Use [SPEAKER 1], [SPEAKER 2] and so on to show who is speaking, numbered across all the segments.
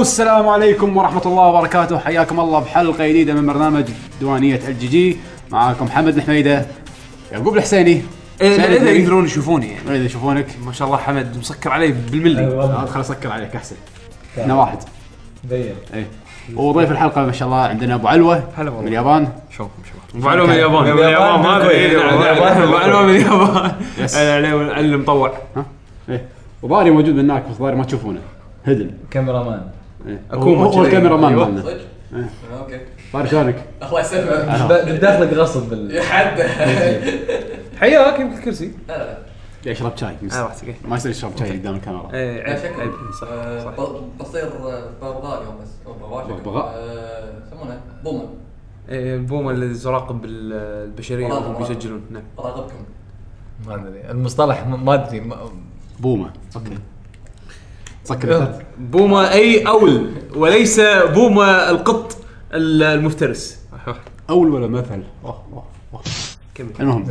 [SPEAKER 1] السلام عليكم ورحمة الله وبركاته حياكم الله بحلقة جديدة من برنامج ديوانية الجي جي معاكم محمد الحميدة يعقوب الحسيني
[SPEAKER 2] إيه، لا، اذا
[SPEAKER 1] سعيد
[SPEAKER 2] يقدرون يشوفوني يعني
[SPEAKER 1] إذا يشوفونك
[SPEAKER 2] ما شاء الله حمد مسكر علي بالملي
[SPEAKER 1] آه، خلاص اسكر عليك احسن انا واحد
[SPEAKER 3] بين
[SPEAKER 1] اي وضيف الحلقة ما شاء الله عندنا ابو علوة
[SPEAKER 2] هلا
[SPEAKER 1] من
[SPEAKER 2] والله
[SPEAKER 1] اليابان
[SPEAKER 2] شوفكم شباب ابو علوم من اليابان
[SPEAKER 3] من اليابان،
[SPEAKER 2] ما
[SPEAKER 3] من
[SPEAKER 2] أدري.
[SPEAKER 3] اليابان.
[SPEAKER 2] نعم، نعم، ابو علوم من اليابان
[SPEAKER 1] يس.
[SPEAKER 2] انا علي- علي مطوع
[SPEAKER 1] اي وضاري إيه. موجود من هناك بس ضاري ما تشوفونه هدن إيه.
[SPEAKER 3] كاميرا مان
[SPEAKER 1] هو هو الكاميرا مان مالنا
[SPEAKER 4] صدق؟ اوكي
[SPEAKER 1] ضاري شلونك؟
[SPEAKER 4] الله يسلمك
[SPEAKER 3] ب- داخلك غصب بال
[SPEAKER 4] حد
[SPEAKER 2] حياك يمكن الكرسي
[SPEAKER 1] جاي اشرب شاي
[SPEAKER 2] انا آه، راح تقي
[SPEAKER 1] ما يصير يشرب شاي قدام الكاميرا
[SPEAKER 4] لا
[SPEAKER 2] عيب عيب
[SPEAKER 4] شكل
[SPEAKER 2] صح
[SPEAKER 4] آه،
[SPEAKER 2] صح
[SPEAKER 4] ب- بصير آه، بغبغاء اليوم بس أو بغبغاء شكله.
[SPEAKER 1] بغبغاء؟
[SPEAKER 4] آه، يسمونه بومه
[SPEAKER 2] إيه، البومه اللي تراقب ال- البشريه
[SPEAKER 4] والله
[SPEAKER 2] وهم
[SPEAKER 4] والله.
[SPEAKER 2] يسجلون نعم
[SPEAKER 4] اراقبكم
[SPEAKER 3] ما ادري المصطلح ما- ما ادري ما-
[SPEAKER 1] بومة اوكي سكر
[SPEAKER 2] بومه اي اول وليس بومه القط ال- المفترس
[SPEAKER 1] اول ولا مثل؟ أوه، أوه، أوه.
[SPEAKER 2] كمل
[SPEAKER 1] المهم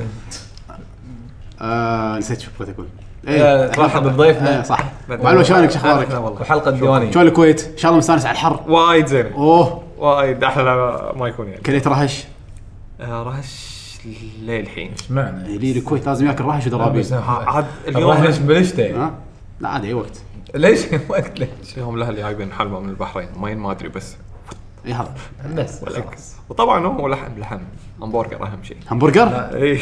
[SPEAKER 1] آه نسيت شو كنت اقول
[SPEAKER 3] آه، ترحب بضيفنا.
[SPEAKER 1] آه، صح معلومة شلونك شو اخبارك؟
[SPEAKER 3] وحلقه ديوانيه
[SPEAKER 1] شلون الكويت؟ ان شاء الله مستانس على الحر
[SPEAKER 2] وايد زين
[SPEAKER 1] اوه
[SPEAKER 2] وايد احلى ما يكون يعني
[SPEAKER 1] كليت رهش
[SPEAKER 5] آه،
[SPEAKER 2] رهش ليه الحين
[SPEAKER 3] ايش معنى؟
[SPEAKER 1] لي إيه، الكويت لازم ياكل رهش ودرابيز
[SPEAKER 2] عاد
[SPEAKER 3] اليوم
[SPEAKER 2] اليوم
[SPEAKER 3] ليش بالشتاء
[SPEAKER 1] ها؟ لا عادي اي وقت
[SPEAKER 3] ليش وقت ليش؟
[SPEAKER 5] إيه، هم لاهلي جايبين حلوى من البحرين مين ما ادري بس
[SPEAKER 1] اي هذا
[SPEAKER 3] بس
[SPEAKER 5] وطبعا هو لحم لحم همبرجر اهم شيء
[SPEAKER 1] همبرجر؟
[SPEAKER 5] اي إيه،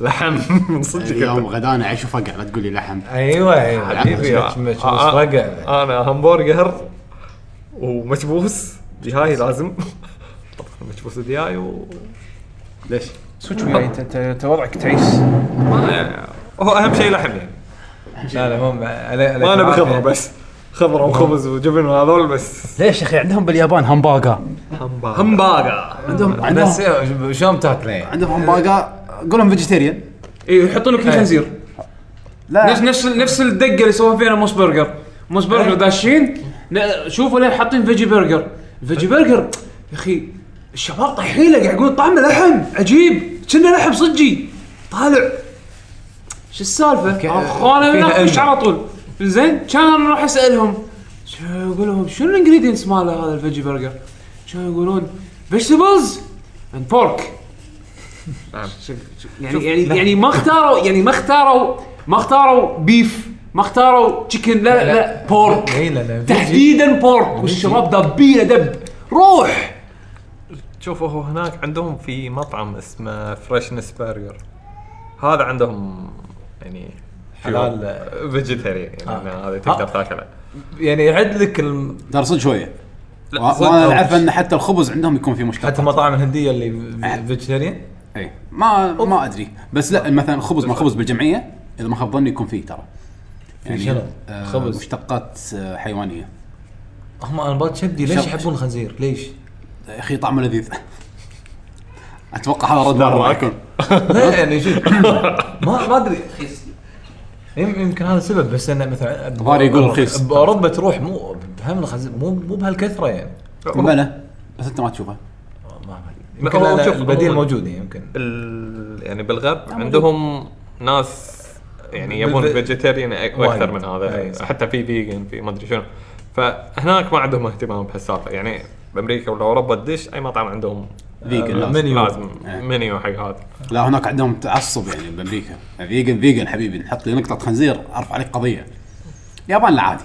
[SPEAKER 5] لحم من
[SPEAKER 1] اليوم
[SPEAKER 5] صدق
[SPEAKER 1] غدانا عيش وفقع لا تقول لي لحم
[SPEAKER 3] ايوه ايوه
[SPEAKER 5] حبيبي
[SPEAKER 3] مش- مش- مش رقع
[SPEAKER 5] انا همبرجر ومكبوس دياي لازم طبعا مكبوس دياي و
[SPEAKER 1] ليش؟
[SPEAKER 2] سويتش وياي انت انت أنت وضعك تعيس
[SPEAKER 5] ما- هو اهم شيء لحم يعني
[SPEAKER 3] لا لا مو
[SPEAKER 5] ما
[SPEAKER 3] انا
[SPEAKER 5] انا بخضره بس خضره وخبز وجبن وهذول بس
[SPEAKER 1] ليش يا اخي عندهم باليابان همباقا
[SPEAKER 5] همبرجر
[SPEAKER 2] همباغا
[SPEAKER 1] عندهم
[SPEAKER 3] بس
[SPEAKER 1] عندهم
[SPEAKER 3] شلون تاكله يعني؟
[SPEAKER 1] عندهم همباقا قولهم فيجيتيريان
[SPEAKER 2] اي إيه، يحطون اكل خنزير نفس
[SPEAKER 1] لا
[SPEAKER 2] نفس نفس الدقه اللي سووها فينا موس برجر موس برجر داشين ن- شوفوا لين حاطين فيجي برجر فيجي برجر يا اخي الشباب طايحين له قاعد يقولون طعمه لحم عجيب كنا لحم صجي طالع شو السالفه؟ أخ، انا
[SPEAKER 3] فيها
[SPEAKER 2] ناقش
[SPEAKER 3] علم.
[SPEAKER 2] على طول زين كان انا اروح اسالهم شو اقول لهم شنو الانجريدينتس ماله هذا الفيجي برجر؟ كانوا يقولون فيجيتابلز اند بورك يعني يعني يعني ما اختاروا يعني ما اختاروا ما اختاروا بيف ما اختاروا تشيكن لا لا بورك
[SPEAKER 3] اي لا لا
[SPEAKER 2] تحديدا بورك والشباب دبينا دب روح
[SPEAKER 5] شوفوا هو هناك عندهم في مطعم اسمه فريشنس برجر هذا عندهم يعني
[SPEAKER 3] حلال.
[SPEAKER 5] فيجيتيريان يعني
[SPEAKER 3] آه.
[SPEAKER 5] هذا تقدر
[SPEAKER 3] آه.
[SPEAKER 5] تاكله
[SPEAKER 3] يعني يعد لك الم-
[SPEAKER 1] ترى صدق شويه
[SPEAKER 5] لا،
[SPEAKER 1] و-
[SPEAKER 5] صدق.
[SPEAKER 1] وانا اعرف ان حتى الخبز عندهم يكون فيه مشكله
[SPEAKER 3] حتى المطاعم الهنديه اللي فيجيتيريان
[SPEAKER 1] اي إيه. ما ما ادري بس لا
[SPEAKER 3] طيب.
[SPEAKER 1] مثلا خبز ما خبز بالجمعيه اذا ما خاب ظني يكون فيه ترى
[SPEAKER 3] شنو؟
[SPEAKER 1] آه
[SPEAKER 3] خبز.
[SPEAKER 1] مشتقات آه حيوانيه
[SPEAKER 3] هم انا بات شدي ليش
[SPEAKER 1] شب-
[SPEAKER 3] يحبون الخنزير؟ ليش؟
[SPEAKER 1] يا اخي طعمه لذيذ اتوقع هذا رد
[SPEAKER 5] مرة
[SPEAKER 1] مره
[SPEAKER 5] أكل.
[SPEAKER 1] يكون
[SPEAKER 3] لا يعني شوف ما ما ادري
[SPEAKER 4] رخيص
[SPEAKER 3] يم- يمكن هذا السبب بس انه مثلا ب-
[SPEAKER 1] ضاري يقول رخيص.
[SPEAKER 3] باوروبا تروح مو بهم الخزي مو مو بهالكثره يعني
[SPEAKER 1] بلى طيب، بس انت ما تشوفه
[SPEAKER 3] ما أدري.
[SPEAKER 5] لا،
[SPEAKER 3] يمكن
[SPEAKER 5] هو
[SPEAKER 3] لا-
[SPEAKER 5] شوف،
[SPEAKER 3] البديل
[SPEAKER 5] هو-
[SPEAKER 3] موجود يعني، يمكن
[SPEAKER 5] ال... يعني بالغرب عندهم ناس يعني يبون
[SPEAKER 3] بالذ-
[SPEAKER 5] فيجيتيريان اكثر
[SPEAKER 3] وايد.
[SPEAKER 5] من
[SPEAKER 3] أي،
[SPEAKER 5] هذا
[SPEAKER 3] صح.
[SPEAKER 5] حتى في فيجن في ما ادري شنو فهناك ما عندهم اهتمام بهالسالفه يعني بامريكا ولا اوروبا تدش اي مطعم عندهم آه،
[SPEAKER 1] فيجن لازم.
[SPEAKER 3] منيو. آه.
[SPEAKER 5] لازم
[SPEAKER 1] إيه.
[SPEAKER 5] منيو حق هذا
[SPEAKER 1] لا هناك عندهم تعصب يعني بامريكا فيجن فيجن حبيبي نحط لي نقطه خنزير ارفع عليك قضيه اليابان لا عادي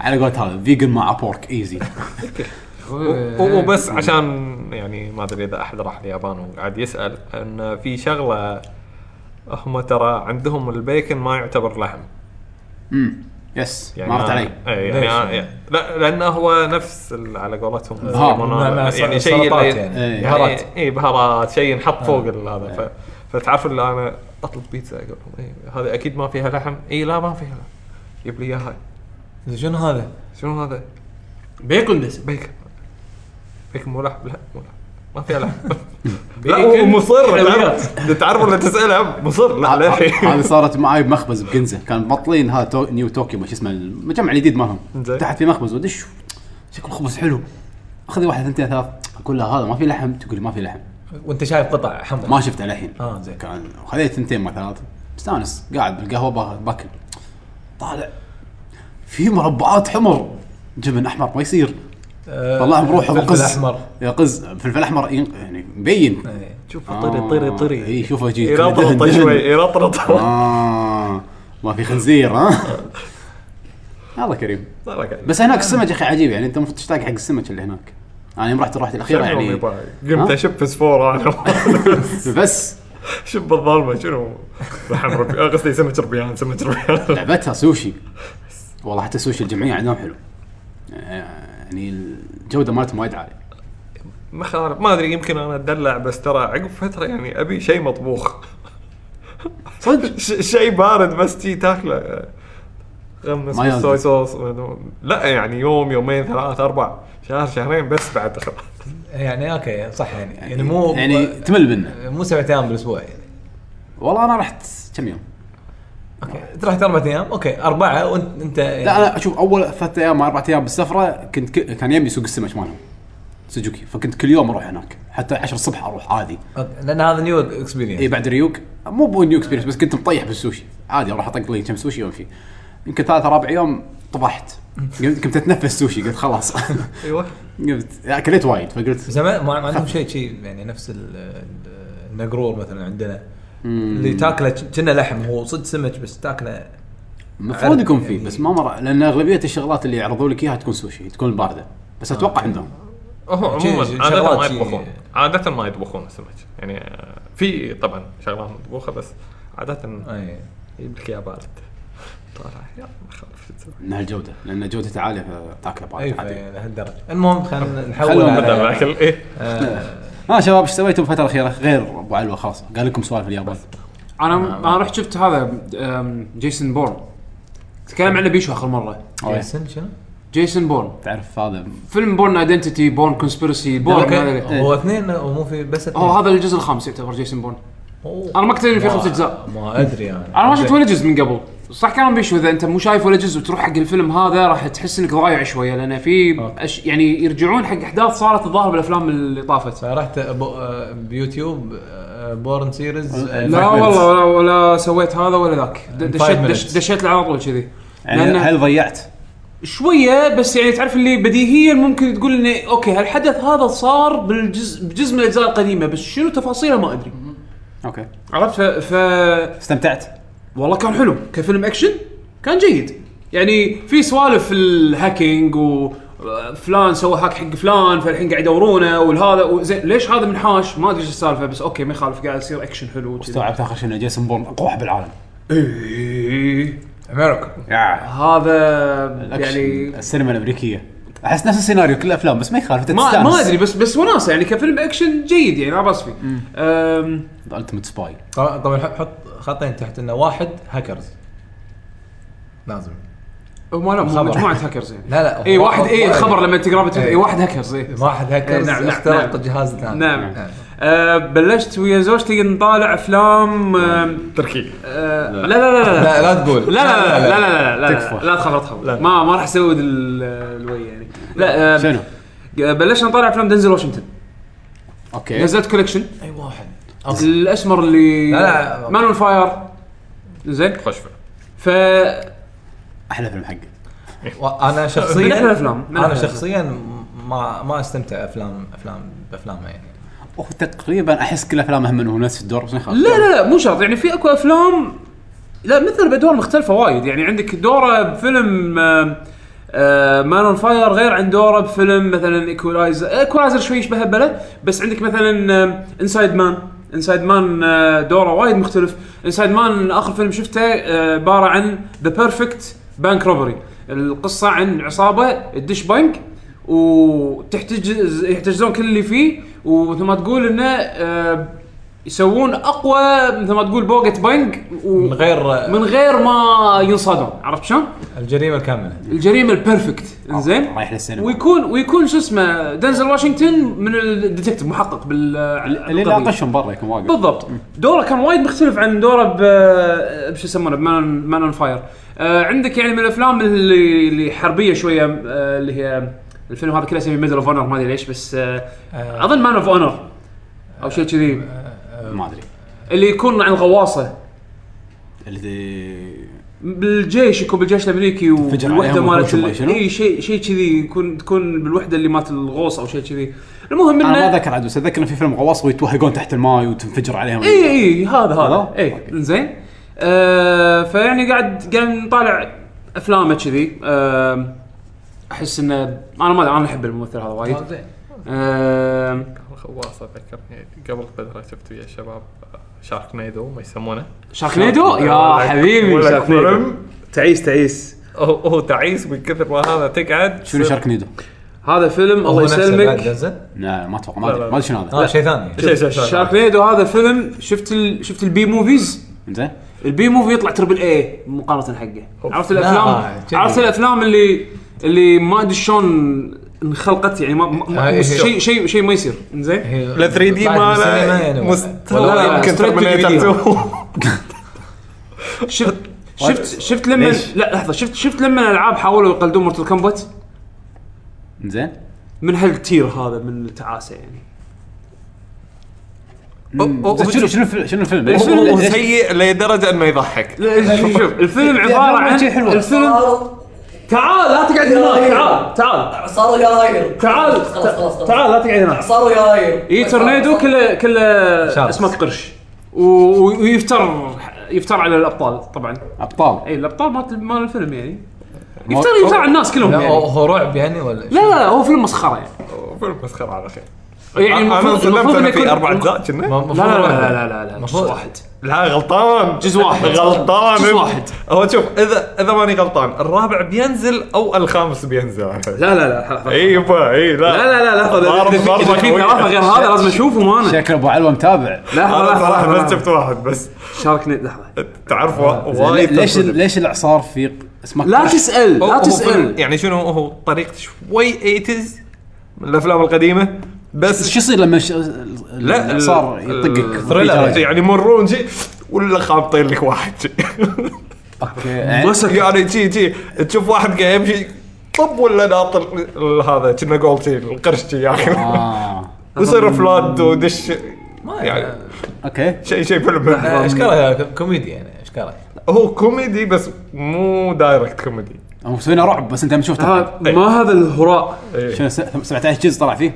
[SPEAKER 1] على قولة هذا فيجن مع بورك ايزي
[SPEAKER 3] آه.
[SPEAKER 5] و- وبس عشان يعني ما ادري اذا احد راح اليابان وقاعد يسال ان في شغله هم ترى عندهم البيكن ما يعتبر لحم
[SPEAKER 1] امم يس
[SPEAKER 5] يعني
[SPEAKER 1] مرت
[SPEAKER 5] أنا-
[SPEAKER 1] علي
[SPEAKER 5] اي يعني
[SPEAKER 3] ليش؟
[SPEAKER 5] أنا- لا لانه هو نفس ال- على قولتهم
[SPEAKER 1] بهار.
[SPEAKER 5] يسمونه-
[SPEAKER 3] مع- مع
[SPEAKER 5] يعني
[SPEAKER 3] سل-
[SPEAKER 5] شيء
[SPEAKER 3] سلطات
[SPEAKER 5] اللي-
[SPEAKER 3] يعني.
[SPEAKER 1] إيه.
[SPEAKER 3] بهارات.
[SPEAKER 5] اي بهارات شيء ينحط فوق ال- هذا ف... فتعرف اللي انا اطلب بيتزا اقول لهم إيه، هذه اكيد ما فيها لحم اي لا ما فيها لحم جيب لي اياها
[SPEAKER 3] زين شنو هذا؟
[SPEAKER 5] شنو هذا؟
[SPEAKER 2] بيكون بس
[SPEAKER 5] بيكن بيكن مو لحم لا مو لحم ما فيها لحم
[SPEAKER 2] بيكن. إيه،
[SPEAKER 5] لا ومصر
[SPEAKER 2] حلويات.
[SPEAKER 5] تعرف- تعرف ولا تساله مصر لا
[SPEAKER 1] هذه
[SPEAKER 5] للحين
[SPEAKER 1] صارت معاي بمخبز بكنزه كان مطلين ها تو... نيو طوكيو ما شو اسمه المجمع الجديد مالهم
[SPEAKER 5] زين.
[SPEAKER 1] تحت في مخبز ودش شكل خبز حلو خذي واحد ثنتين ثلاث اقول لها هذا ما في لحم تقول لي ما في لحم
[SPEAKER 3] وانت شايف قطع حمراء
[SPEAKER 1] ما شفته للحين
[SPEAKER 3] اه زين
[SPEAKER 1] كان خذيت ثنتين ما ثلاث مستانس قاعد بالقهوه با- باكل طالع في مربعات حمر جبن احمر ما يصير
[SPEAKER 3] آه،
[SPEAKER 1] طلعهم روحه
[SPEAKER 3] فلفل
[SPEAKER 1] بقز
[SPEAKER 3] احمر
[SPEAKER 1] يقز فلفل احمر ين- يعني مبين
[SPEAKER 3] إيه.
[SPEAKER 5] شوف طري طري طري
[SPEAKER 1] اي شوفه جي
[SPEAKER 5] يرطرط شوي يرطرط
[SPEAKER 1] اه ما في خنزير ها الله كريم
[SPEAKER 5] الله يكرمك.
[SPEAKER 1] بس هناك السمك يا اخي عجيب يعني انت المفروض تشتاق حق السمك اللي هناك انا يوم رحت رحت الاخيره
[SPEAKER 5] شكلهم
[SPEAKER 1] يعني
[SPEAKER 5] يبا-
[SPEAKER 1] ها؟
[SPEAKER 5] قمت اشب فسفور انا
[SPEAKER 1] بس
[SPEAKER 5] شب الظلمه شنو لحم ربي آه، قصدي سمك ربيان سمك ربيان
[SPEAKER 1] لعبتها سوشي والله حتى سوشي الجمعيه عندهم حلو يعني الجوده مالتهم وايد عاليه
[SPEAKER 5] ما خالف ما ادري يمكن انا اتدلع بس ترى عقب فتره يعني ابي شيء مطبوخ
[SPEAKER 1] صدق
[SPEAKER 5] ش- شيء بارد بس تي تاكله غمس
[SPEAKER 1] مايونيز.
[SPEAKER 5] بالصويا صوص لا يعني يوم يومين ثلاث اربع شهر شهرين بس بعد خلاص
[SPEAKER 3] يعني اوكي صح يعني يعني مو
[SPEAKER 1] يعني تمل منه
[SPEAKER 3] مو سبعة ايام بالاسبوع يعني
[SPEAKER 1] والله انا رحت كم يوم
[SPEAKER 3] اوكي تروح اربع ايام اوكي اربعه وانت انت
[SPEAKER 1] لا انا اشوف اول ثلاث ايام اربع ايام بالسفره كنت ك... كان يمي سوق السمك مالهم سوزوكي فكنت كل يوم اروح هناك حتى 10 الصبح اروح عادي
[SPEAKER 3] أوكي، لان هذا نيو
[SPEAKER 1] اي
[SPEAKER 3] اكسبيرينس
[SPEAKER 1] إيه، بعد ريوك مو بو نيو اكسبيرينس بس كنت مطيح بالسوشي عادي اروح اطق لي كم سوشي وامشي يمكن ثالث رابع يوم طفحت قمت كنت اتنفس سوشي قلت خلاص
[SPEAKER 5] ايوه
[SPEAKER 1] قمت اكلت وايد فقلت
[SPEAKER 3] زمان ما ما عندهم شيء شيء يعني نفس ال- ال- النقرور مثلا عندنا اللي تاكله كنا لحم هو صدق سمك بس تاكله
[SPEAKER 1] المفروض يكون فيه بس ما مر لان اغلبيه الشغلات اللي يعرضوا لك اياها تكون سوشي تكون بارده بس اتوقع عندهم
[SPEAKER 5] هو
[SPEAKER 3] شي-
[SPEAKER 5] عموما عادة
[SPEAKER 3] شغلات
[SPEAKER 5] ما
[SPEAKER 3] شي-
[SPEAKER 5] يطبخون عادة ما يطبخون السمك يعني آه، في طبعا شغلات مطبوخة بس عادة
[SPEAKER 3] اي
[SPEAKER 5] يجيب لك اياه بارد طالع يلا ما خالف شو تسوي.
[SPEAKER 1] انها الجوده لان جودتها عاليه فتاكله
[SPEAKER 3] اي
[SPEAKER 1] بارده عادي
[SPEAKER 3] لهالدرجه يعني المهم خلينا نحول
[SPEAKER 1] خلونا
[SPEAKER 5] بدل
[SPEAKER 3] على
[SPEAKER 5] الاكل ايه
[SPEAKER 2] إيه،
[SPEAKER 3] آه،
[SPEAKER 1] ها شباب ايش سويتوا بالفتره الاخيره غير ابو علوه خلاص قال لكم سؤال في اليابان
[SPEAKER 2] انا انا رحت شفت هذا أم، جيسون بورن تكلم عنه بيشو اخر مره
[SPEAKER 1] أوه.
[SPEAKER 3] جيسون شنو؟
[SPEAKER 2] جيسون بورن
[SPEAKER 1] تعرف هذا
[SPEAKER 2] فيلم بورن ايدنتيتي بورن كونسبيرسي بورن
[SPEAKER 3] اوكي
[SPEAKER 2] هذا-
[SPEAKER 3] هو اثنين ومو في بس اثنين
[SPEAKER 2] هو هذا الجزء الخامس يعتبر جيسون بورن
[SPEAKER 3] أوه.
[SPEAKER 2] أنا ما كنت أدري إن في
[SPEAKER 3] ما-
[SPEAKER 2] خمس أجزاء.
[SPEAKER 3] ما يعني. ادري انا
[SPEAKER 2] انا ما شفت ولا جزء من قبل صح كلام بيشو اذا انت مو شايف ولا جزء وتروح حق الفيلم هذا راح تحس انك ضايع شويه لان في أش... يعني يرجعون حق احداث صارت الظاهر بالافلام اللي طافت
[SPEAKER 3] فرحت أبو- آه، بيوتيوب آه، بورن سيريز
[SPEAKER 2] لا والله ولا, ولا سويت هذا ولا ذاك د-
[SPEAKER 3] Five
[SPEAKER 2] دشيت دش...
[SPEAKER 3] minutes.
[SPEAKER 2] دشيت له على طول كذي
[SPEAKER 1] يعني
[SPEAKER 2] لأن-
[SPEAKER 1] هل ضيعت
[SPEAKER 2] شويه بس يعني تعرف اللي بديهيا ممكن تقول انه اوكي هالحدث هذا صار بالجزء بجزء من الاجزاء القديمه بس شنو تفاصيله ما ادري
[SPEAKER 1] اوكي
[SPEAKER 2] عرفت ف, ف...
[SPEAKER 1] استمتعت
[SPEAKER 2] والله كان حلو كفيلم اكشن كان جيد يعني في سوالف الهاكينج و آه، فلان سوى هاك حق فلان فالحين قاعد يدورونه والهذا وزين ليش هذا منحاش ما ادري ايش السالفه بس اوكي ما يخالف قاعد يصير اكشن حلو وكذي.
[SPEAKER 1] استوعبت اخر شيء ان جيسون بورن اقوى واحد بالعالم
[SPEAKER 2] إيه،
[SPEAKER 3] امريكا
[SPEAKER 1] يا
[SPEAKER 2] هذا
[SPEAKER 1] يعني
[SPEAKER 2] يعني
[SPEAKER 1] السينما الامريكيه احس نفس السيناريو كل الافلام بس ما يخالف انت
[SPEAKER 2] ما ما ادري بس بس وناسه يعني كفيلم اكشن جيد يعني لا باس فيه أم،
[SPEAKER 1] التمت سباي
[SPEAKER 3] طبعا طبعا حط- حط خطين تحت انه واحد هاكرز لازم
[SPEAKER 2] هم لا مو
[SPEAKER 3] الخبر.
[SPEAKER 2] مجموعه هاكرز يعني
[SPEAKER 3] لا لا
[SPEAKER 2] اي
[SPEAKER 3] هو-
[SPEAKER 2] واحد
[SPEAKER 3] هو-
[SPEAKER 2] اي الخبر لما تقرا بتقول
[SPEAKER 3] إيه.
[SPEAKER 2] اي واحد هاكرز اي
[SPEAKER 3] واحد هاكرز
[SPEAKER 2] إيه، نعم،
[SPEAKER 3] نعم
[SPEAKER 2] نعم،
[SPEAKER 3] اخترق
[SPEAKER 2] نعم.
[SPEAKER 3] الجهاز الثاني
[SPEAKER 2] نعم أه، بلشت ويا زوجتي نطالع افلام أم،
[SPEAKER 5] تركي
[SPEAKER 2] أه، لا لا لا لا
[SPEAKER 3] لا لا تقول
[SPEAKER 2] لا لا لا لا لا لا لا
[SPEAKER 1] تكفى.
[SPEAKER 2] لا تخبر تخبر
[SPEAKER 5] لا.
[SPEAKER 2] ما ما راح اسود ال- الوي يعني لا أه،
[SPEAKER 1] شنو؟
[SPEAKER 2] أه، بلشنا نطالع افلام دنزل واشنطن
[SPEAKER 1] اوكي
[SPEAKER 2] نزلت كوليكشن
[SPEAKER 3] اي واحد
[SPEAKER 2] الاسمر اللي
[SPEAKER 3] لا، لا.
[SPEAKER 2] مان فاير زين
[SPEAKER 5] خش فيه.
[SPEAKER 2] ف
[SPEAKER 1] احلى فيلم حقه
[SPEAKER 3] انا
[SPEAKER 2] من أحلى
[SPEAKER 3] شخصيا
[SPEAKER 2] الأفلام، من
[SPEAKER 3] انا
[SPEAKER 2] أحلى الأفلام.
[SPEAKER 3] شخصيا ما ما استمتع افلام افلام بافلامها يعني
[SPEAKER 1] وهو تقريبا احس كل افلامه هم انه نفس الدور بس ما يخالف
[SPEAKER 2] لا لا لا مو شرط يعني في اكو افلام لا مثل بادوار مختلفه وايد يعني عندك دوره بفيلم مان اون فاير غير عن دوره بفيلم مثلا ايكولايزر ايكولايزر شوي يشبه هبله بس عندك مثلا انسايد مان انسايد مان دوره آه، وايد مختلف انسايد مان اخر فيلم شفته آه، عباره عن ذا بيرفكت بانك روبري القصه عن عصابه تدش بنك وتحتجز يحتجزون كل اللي فيه ومثل ما تقول انه آه، يسوون اقوى مثل ما تقول بوقة بنك و-
[SPEAKER 3] من غير
[SPEAKER 2] من غير ما ينصادون عرفت شلون؟
[SPEAKER 3] الجريمه الكامله
[SPEAKER 2] الجريمه البيرفكت انزين
[SPEAKER 1] رايح للسينما
[SPEAKER 2] ويكون ويكون شو اسمه دنزل واشنطن من الديتكتيف محقق بال
[SPEAKER 1] اللي ناقشهم برا يكون واقف
[SPEAKER 2] بالضبط دوره كان وايد مختلف عن دوره ب بشو يسمونه بمان مان اون فاير آه عندك يعني من الافلام اللي, اللي حربيه شويه آه اللي هي الفيلم هذا كله اسمه ميدل اوف اونر ما ادري ليش بس آه
[SPEAKER 3] آه.
[SPEAKER 2] اظن مان اوف اونر او شيء كذي
[SPEAKER 1] ما ادري
[SPEAKER 2] اللي يكون عن غواصه
[SPEAKER 1] اللي
[SPEAKER 2] بالجيش يكون بالجيش الامريكي
[SPEAKER 1] انفجر
[SPEAKER 2] والوحده
[SPEAKER 1] عليهم
[SPEAKER 2] مالت
[SPEAKER 1] وشو-
[SPEAKER 2] ال-
[SPEAKER 1] شنو؟
[SPEAKER 2] اي شيء شيء كذي يكون تكون بالوحده اللي مالت الغوص او شيء كذي المهم
[SPEAKER 1] انا ما
[SPEAKER 2] انه
[SPEAKER 1] اذكر عاد بس اتذكر إن في فيلم غواص ويتوهقون تحت الماي وتنفجر عليهم
[SPEAKER 2] اي اي هذا هذا
[SPEAKER 1] هذا؟
[SPEAKER 2] اي
[SPEAKER 1] أوكي.
[SPEAKER 2] زين آه فيعني قاعد قاعد نطالع افلامه كذي آه احس انه انا ما أدري، انا احب الممثل هذا وايد
[SPEAKER 3] زين
[SPEAKER 2] آه
[SPEAKER 5] خواصه ذكرني يعني قبل فتره شفت ويا الشباب شارك نيدو ما يسمونه
[SPEAKER 2] شاركنيدو يا
[SPEAKER 5] ولا-
[SPEAKER 2] حبيبي
[SPEAKER 5] ولا
[SPEAKER 2] شاركنيدو
[SPEAKER 5] فيلم.
[SPEAKER 2] تعيس تعيس
[SPEAKER 5] هو هو تعيس من كثر ما هذا تقعد
[SPEAKER 1] شنو شارك نيدو؟
[SPEAKER 2] هذا فيلم الله يسلمك
[SPEAKER 1] لا ما اتوقع ما
[SPEAKER 5] لا،
[SPEAKER 1] ادري
[SPEAKER 5] لا.
[SPEAKER 1] ما ادري شنو
[SPEAKER 2] آه.
[SPEAKER 1] هذا
[SPEAKER 3] اه شيء ثاني
[SPEAKER 5] شيء شيء شيء
[SPEAKER 2] شاركنيدو هذا فيلم شفت ال... شفت البي موفيز
[SPEAKER 1] زين
[SPEAKER 2] البي موفي يطلع تربل اي مقارنه حقه
[SPEAKER 5] أوف.
[SPEAKER 2] عرفت الافلام
[SPEAKER 3] لا، آه، جدي.
[SPEAKER 2] عرفت الافلام اللي اللي ما ادري شلون انخلقت يعني ما- ما-
[SPEAKER 3] آه،
[SPEAKER 2] ما
[SPEAKER 3] إيه.
[SPEAKER 2] شيء شيء شيء ما يصير زين
[SPEAKER 5] لا 3 دي
[SPEAKER 3] يعني.
[SPEAKER 5] ماله
[SPEAKER 2] يعني. ولا-
[SPEAKER 5] مستوى
[SPEAKER 2] لا،
[SPEAKER 5] يمكن
[SPEAKER 2] straight to
[SPEAKER 5] Terminator
[SPEAKER 2] video.
[SPEAKER 5] 2.
[SPEAKER 2] شفت شفت شفت لما
[SPEAKER 1] ليش؟
[SPEAKER 2] لا لحظه شفت شفت لما الالعاب حاولوا يقلدون مورتل كومبات
[SPEAKER 1] زين
[SPEAKER 2] من هالتير هذا من التعاسه يعني
[SPEAKER 5] أو- أو-
[SPEAKER 1] زين، شنو شنو الفيلم- شنو الفيلم؟
[SPEAKER 5] هو-
[SPEAKER 1] ليش-
[SPEAKER 5] هو هو
[SPEAKER 1] ليش-
[SPEAKER 5] سيء لدرجه انه يضحك
[SPEAKER 2] لا، شوف شوف الفيلم عباره عن
[SPEAKER 1] شي حلوة.
[SPEAKER 2] الفيلم تعال لا تقعد
[SPEAKER 3] إيه.
[SPEAKER 2] هناك تعال تعال
[SPEAKER 4] صاروا ياير
[SPEAKER 2] تعال
[SPEAKER 4] خلاص خلاص خلاص
[SPEAKER 2] تعال لا تقعد هناك
[SPEAKER 4] صاروا ياير
[SPEAKER 2] اي تورنيدو كله كله
[SPEAKER 3] شارس.
[SPEAKER 2] اسمه قرش و- ويفتر يفتر على الابطال طبعا
[SPEAKER 1] ابطال
[SPEAKER 2] اي الابطال إيه، مال مال الفيلم يعني يفتر يفتر على الناس كلهم
[SPEAKER 3] لا
[SPEAKER 2] يعني
[SPEAKER 3] هو هو رعب يعني ولا
[SPEAKER 2] لا لا هو فيلم مسخره يعني
[SPEAKER 5] فيلم مسخره على خير
[SPEAKER 2] يعني
[SPEAKER 5] انا
[SPEAKER 2] المفروض-
[SPEAKER 5] انصدمت
[SPEAKER 2] المفروض
[SPEAKER 5] انا
[SPEAKER 2] إنه يكون-
[SPEAKER 5] في اربع اجزاء كنا
[SPEAKER 2] لا لا لا لا لا لا جزء
[SPEAKER 3] المفروض-
[SPEAKER 2] واحد
[SPEAKER 5] لا غلطان
[SPEAKER 2] جزء واحد.
[SPEAKER 5] غلطان
[SPEAKER 2] جزء واحد.
[SPEAKER 5] هو شوف اذا اذا ماني غلطان الرابع بينزل او الخامس بينزل
[SPEAKER 2] لا لا لا لحظة.
[SPEAKER 5] اي يبا اي لا
[SPEAKER 2] لا لا لا لحظه إذا- إذا في- إذا في ثلاثه غير هذا لازم اشوفهم انا
[SPEAKER 1] شكله ابو علوه متابع
[SPEAKER 2] لحظه
[SPEAKER 5] انا صراحه
[SPEAKER 2] لحظه
[SPEAKER 5] بس شفت
[SPEAKER 2] لحظة.
[SPEAKER 5] واحد بس
[SPEAKER 2] شارك نت لحظه
[SPEAKER 5] تعرف وا-
[SPEAKER 1] زين،
[SPEAKER 5] وايد
[SPEAKER 1] يعني ليش
[SPEAKER 5] تنصدم.
[SPEAKER 1] ليش الاعصار في اسمه
[SPEAKER 2] لا تسال
[SPEAKER 5] هو-
[SPEAKER 2] لا
[SPEAKER 5] هو فيلم-
[SPEAKER 2] تسال
[SPEAKER 5] يعني شنو هو طريقته شوي 80s من الافلام القديمه بس
[SPEAKER 1] شو يصير لما ش...
[SPEAKER 5] لا، ال-
[SPEAKER 1] لا صار يطقك
[SPEAKER 5] ثريلر
[SPEAKER 1] في جراج؟
[SPEAKER 5] يعني مرون شي ولا خابطين لك واحد شي.
[SPEAKER 1] اوكي يعني
[SPEAKER 2] مسك
[SPEAKER 5] يعني شي شي تشوف واحد قايم شي طب ولا ناط ال- ال- هذا كنا قول شي القرش شي
[SPEAKER 2] Ah,
[SPEAKER 5] ياكل
[SPEAKER 1] آه.
[SPEAKER 5] ويصير فلاد ودش يعني
[SPEAKER 1] اوكي
[SPEAKER 5] شيء شيء
[SPEAKER 2] uh,
[SPEAKER 3] آه،
[SPEAKER 5] فيلم
[SPEAKER 3] اشكالها كوميدي يعني اشكالها
[SPEAKER 5] هو كوميدي بس مو دايركت كوميدي
[SPEAKER 1] هم مسوينها رعب بس انت لما شفت
[SPEAKER 2] ها- ما هذا الهراء
[SPEAKER 1] شنو س- 17 جزء طلع فيه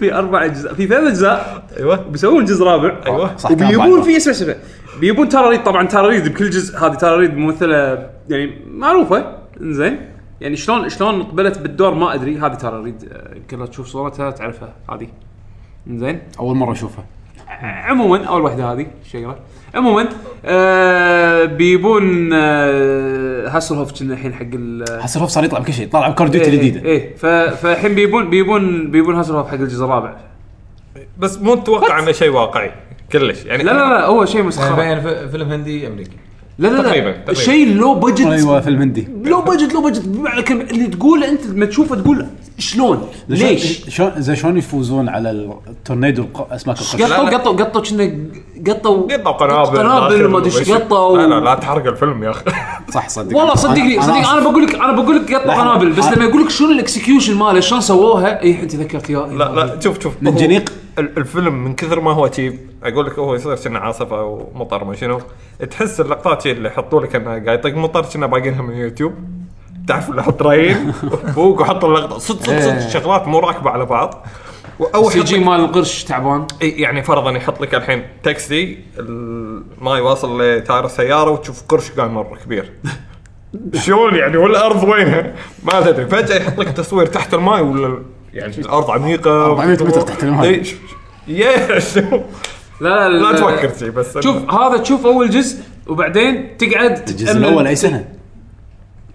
[SPEAKER 2] في اربع اجزاء في ثلاث اجزاء
[SPEAKER 5] ايوه
[SPEAKER 2] بيسوون جزء رابع
[SPEAKER 5] ايوه
[SPEAKER 1] صح كان
[SPEAKER 2] وبيبون
[SPEAKER 1] بعد.
[SPEAKER 2] في اسمه شبه بيبون تارا ريد طبعا تارا ريد بكل جزء هذه تارا ريد ممثله يعني معروفه انزين يعني شلون شلون قبلت بالدور ما ادري هذه تارا ريد آه، يمكن لو تشوف صورتها تعرفها هذه انزين
[SPEAKER 1] اول مره اشوفها
[SPEAKER 2] عموما اول واحده هذه شقره عموما آه بيبون آه هاسل هوف كنا الحين حق ال
[SPEAKER 1] حس الخوف صار يطلع بكل شيء طلع بكار ديوتي الجديده
[SPEAKER 2] ايه ف- فالحين بيبون بيبون بيبون هاسل هوف حق الجزء الرابع
[SPEAKER 5] بس مو متوقع انه شيء واقعي كلش يعني
[SPEAKER 2] لا لا لا هو شيء مسخره
[SPEAKER 3] يعني في- فيلم هندي امريكي
[SPEAKER 2] لا لا
[SPEAKER 5] تقريباً-
[SPEAKER 2] لا
[SPEAKER 5] تقريباً.
[SPEAKER 2] شيء لو بادجت
[SPEAKER 1] ايوه فيلم هندي
[SPEAKER 2] لو بادجت لو بادجت بمعنى كلمة اللي تقوله انت لما تشوفه تقول شلون؟ ليش؟
[SPEAKER 1] شلون زي شلون يفوزون على التورنيدو الق- اسماك القرش
[SPEAKER 2] قطوا
[SPEAKER 5] لا.
[SPEAKER 2] قطوا قطوا كنا قطوا
[SPEAKER 5] قطه وقنابل
[SPEAKER 2] قنابل وما ادري ايش قطوا
[SPEAKER 5] لا لا لا تحرق الفيلم يا اخي
[SPEAKER 1] صح صدق
[SPEAKER 2] والله صدقني
[SPEAKER 1] أنا- أنا
[SPEAKER 2] صدق انا بقول لك انا بقول لك قطوا
[SPEAKER 1] لحظة.
[SPEAKER 2] قنابل بس
[SPEAKER 1] أنا-
[SPEAKER 2] لما يقول لك شنو الاكسكيوشن ماله شلون سووها اي انت ذكرت يا
[SPEAKER 5] لا لا شوف شوف
[SPEAKER 1] من
[SPEAKER 5] هو
[SPEAKER 1] جنيق؟
[SPEAKER 5] ال- الفيلم من كثر ما هو تشيب اقول لك هو يصير كنا عاصفه او مطر ما شنو تحس اللقطات شي اللي يحطوا لك انه قاعد يطق مطر كنا باقينها من يوتيوب تعرف اللي حط راين فوق وحط اللقطه صدق صدق
[SPEAKER 1] إيه.
[SPEAKER 5] صدق شغلات مو راكبه على بعض واول
[SPEAKER 2] سي جي مال القرش تعبان
[SPEAKER 5] إي يعني فرضا يحط لك الحين تاكسي الماي واصل لتاير السياره وتشوف قرش قاعد مره كبير شلون يعني والارض وينها؟ ما تدري فجاه يحط لك تصوير تحت الماي ولا يعني الارض عميقه
[SPEAKER 1] 400 متر تحت الماي.
[SPEAKER 5] إي، ش- ش- يا شو
[SPEAKER 2] لا
[SPEAKER 5] لا تفكر شي بس
[SPEAKER 2] شوف هذا تشوف اول جزء وبعدين تقعد
[SPEAKER 1] الجزء الاول اي سنه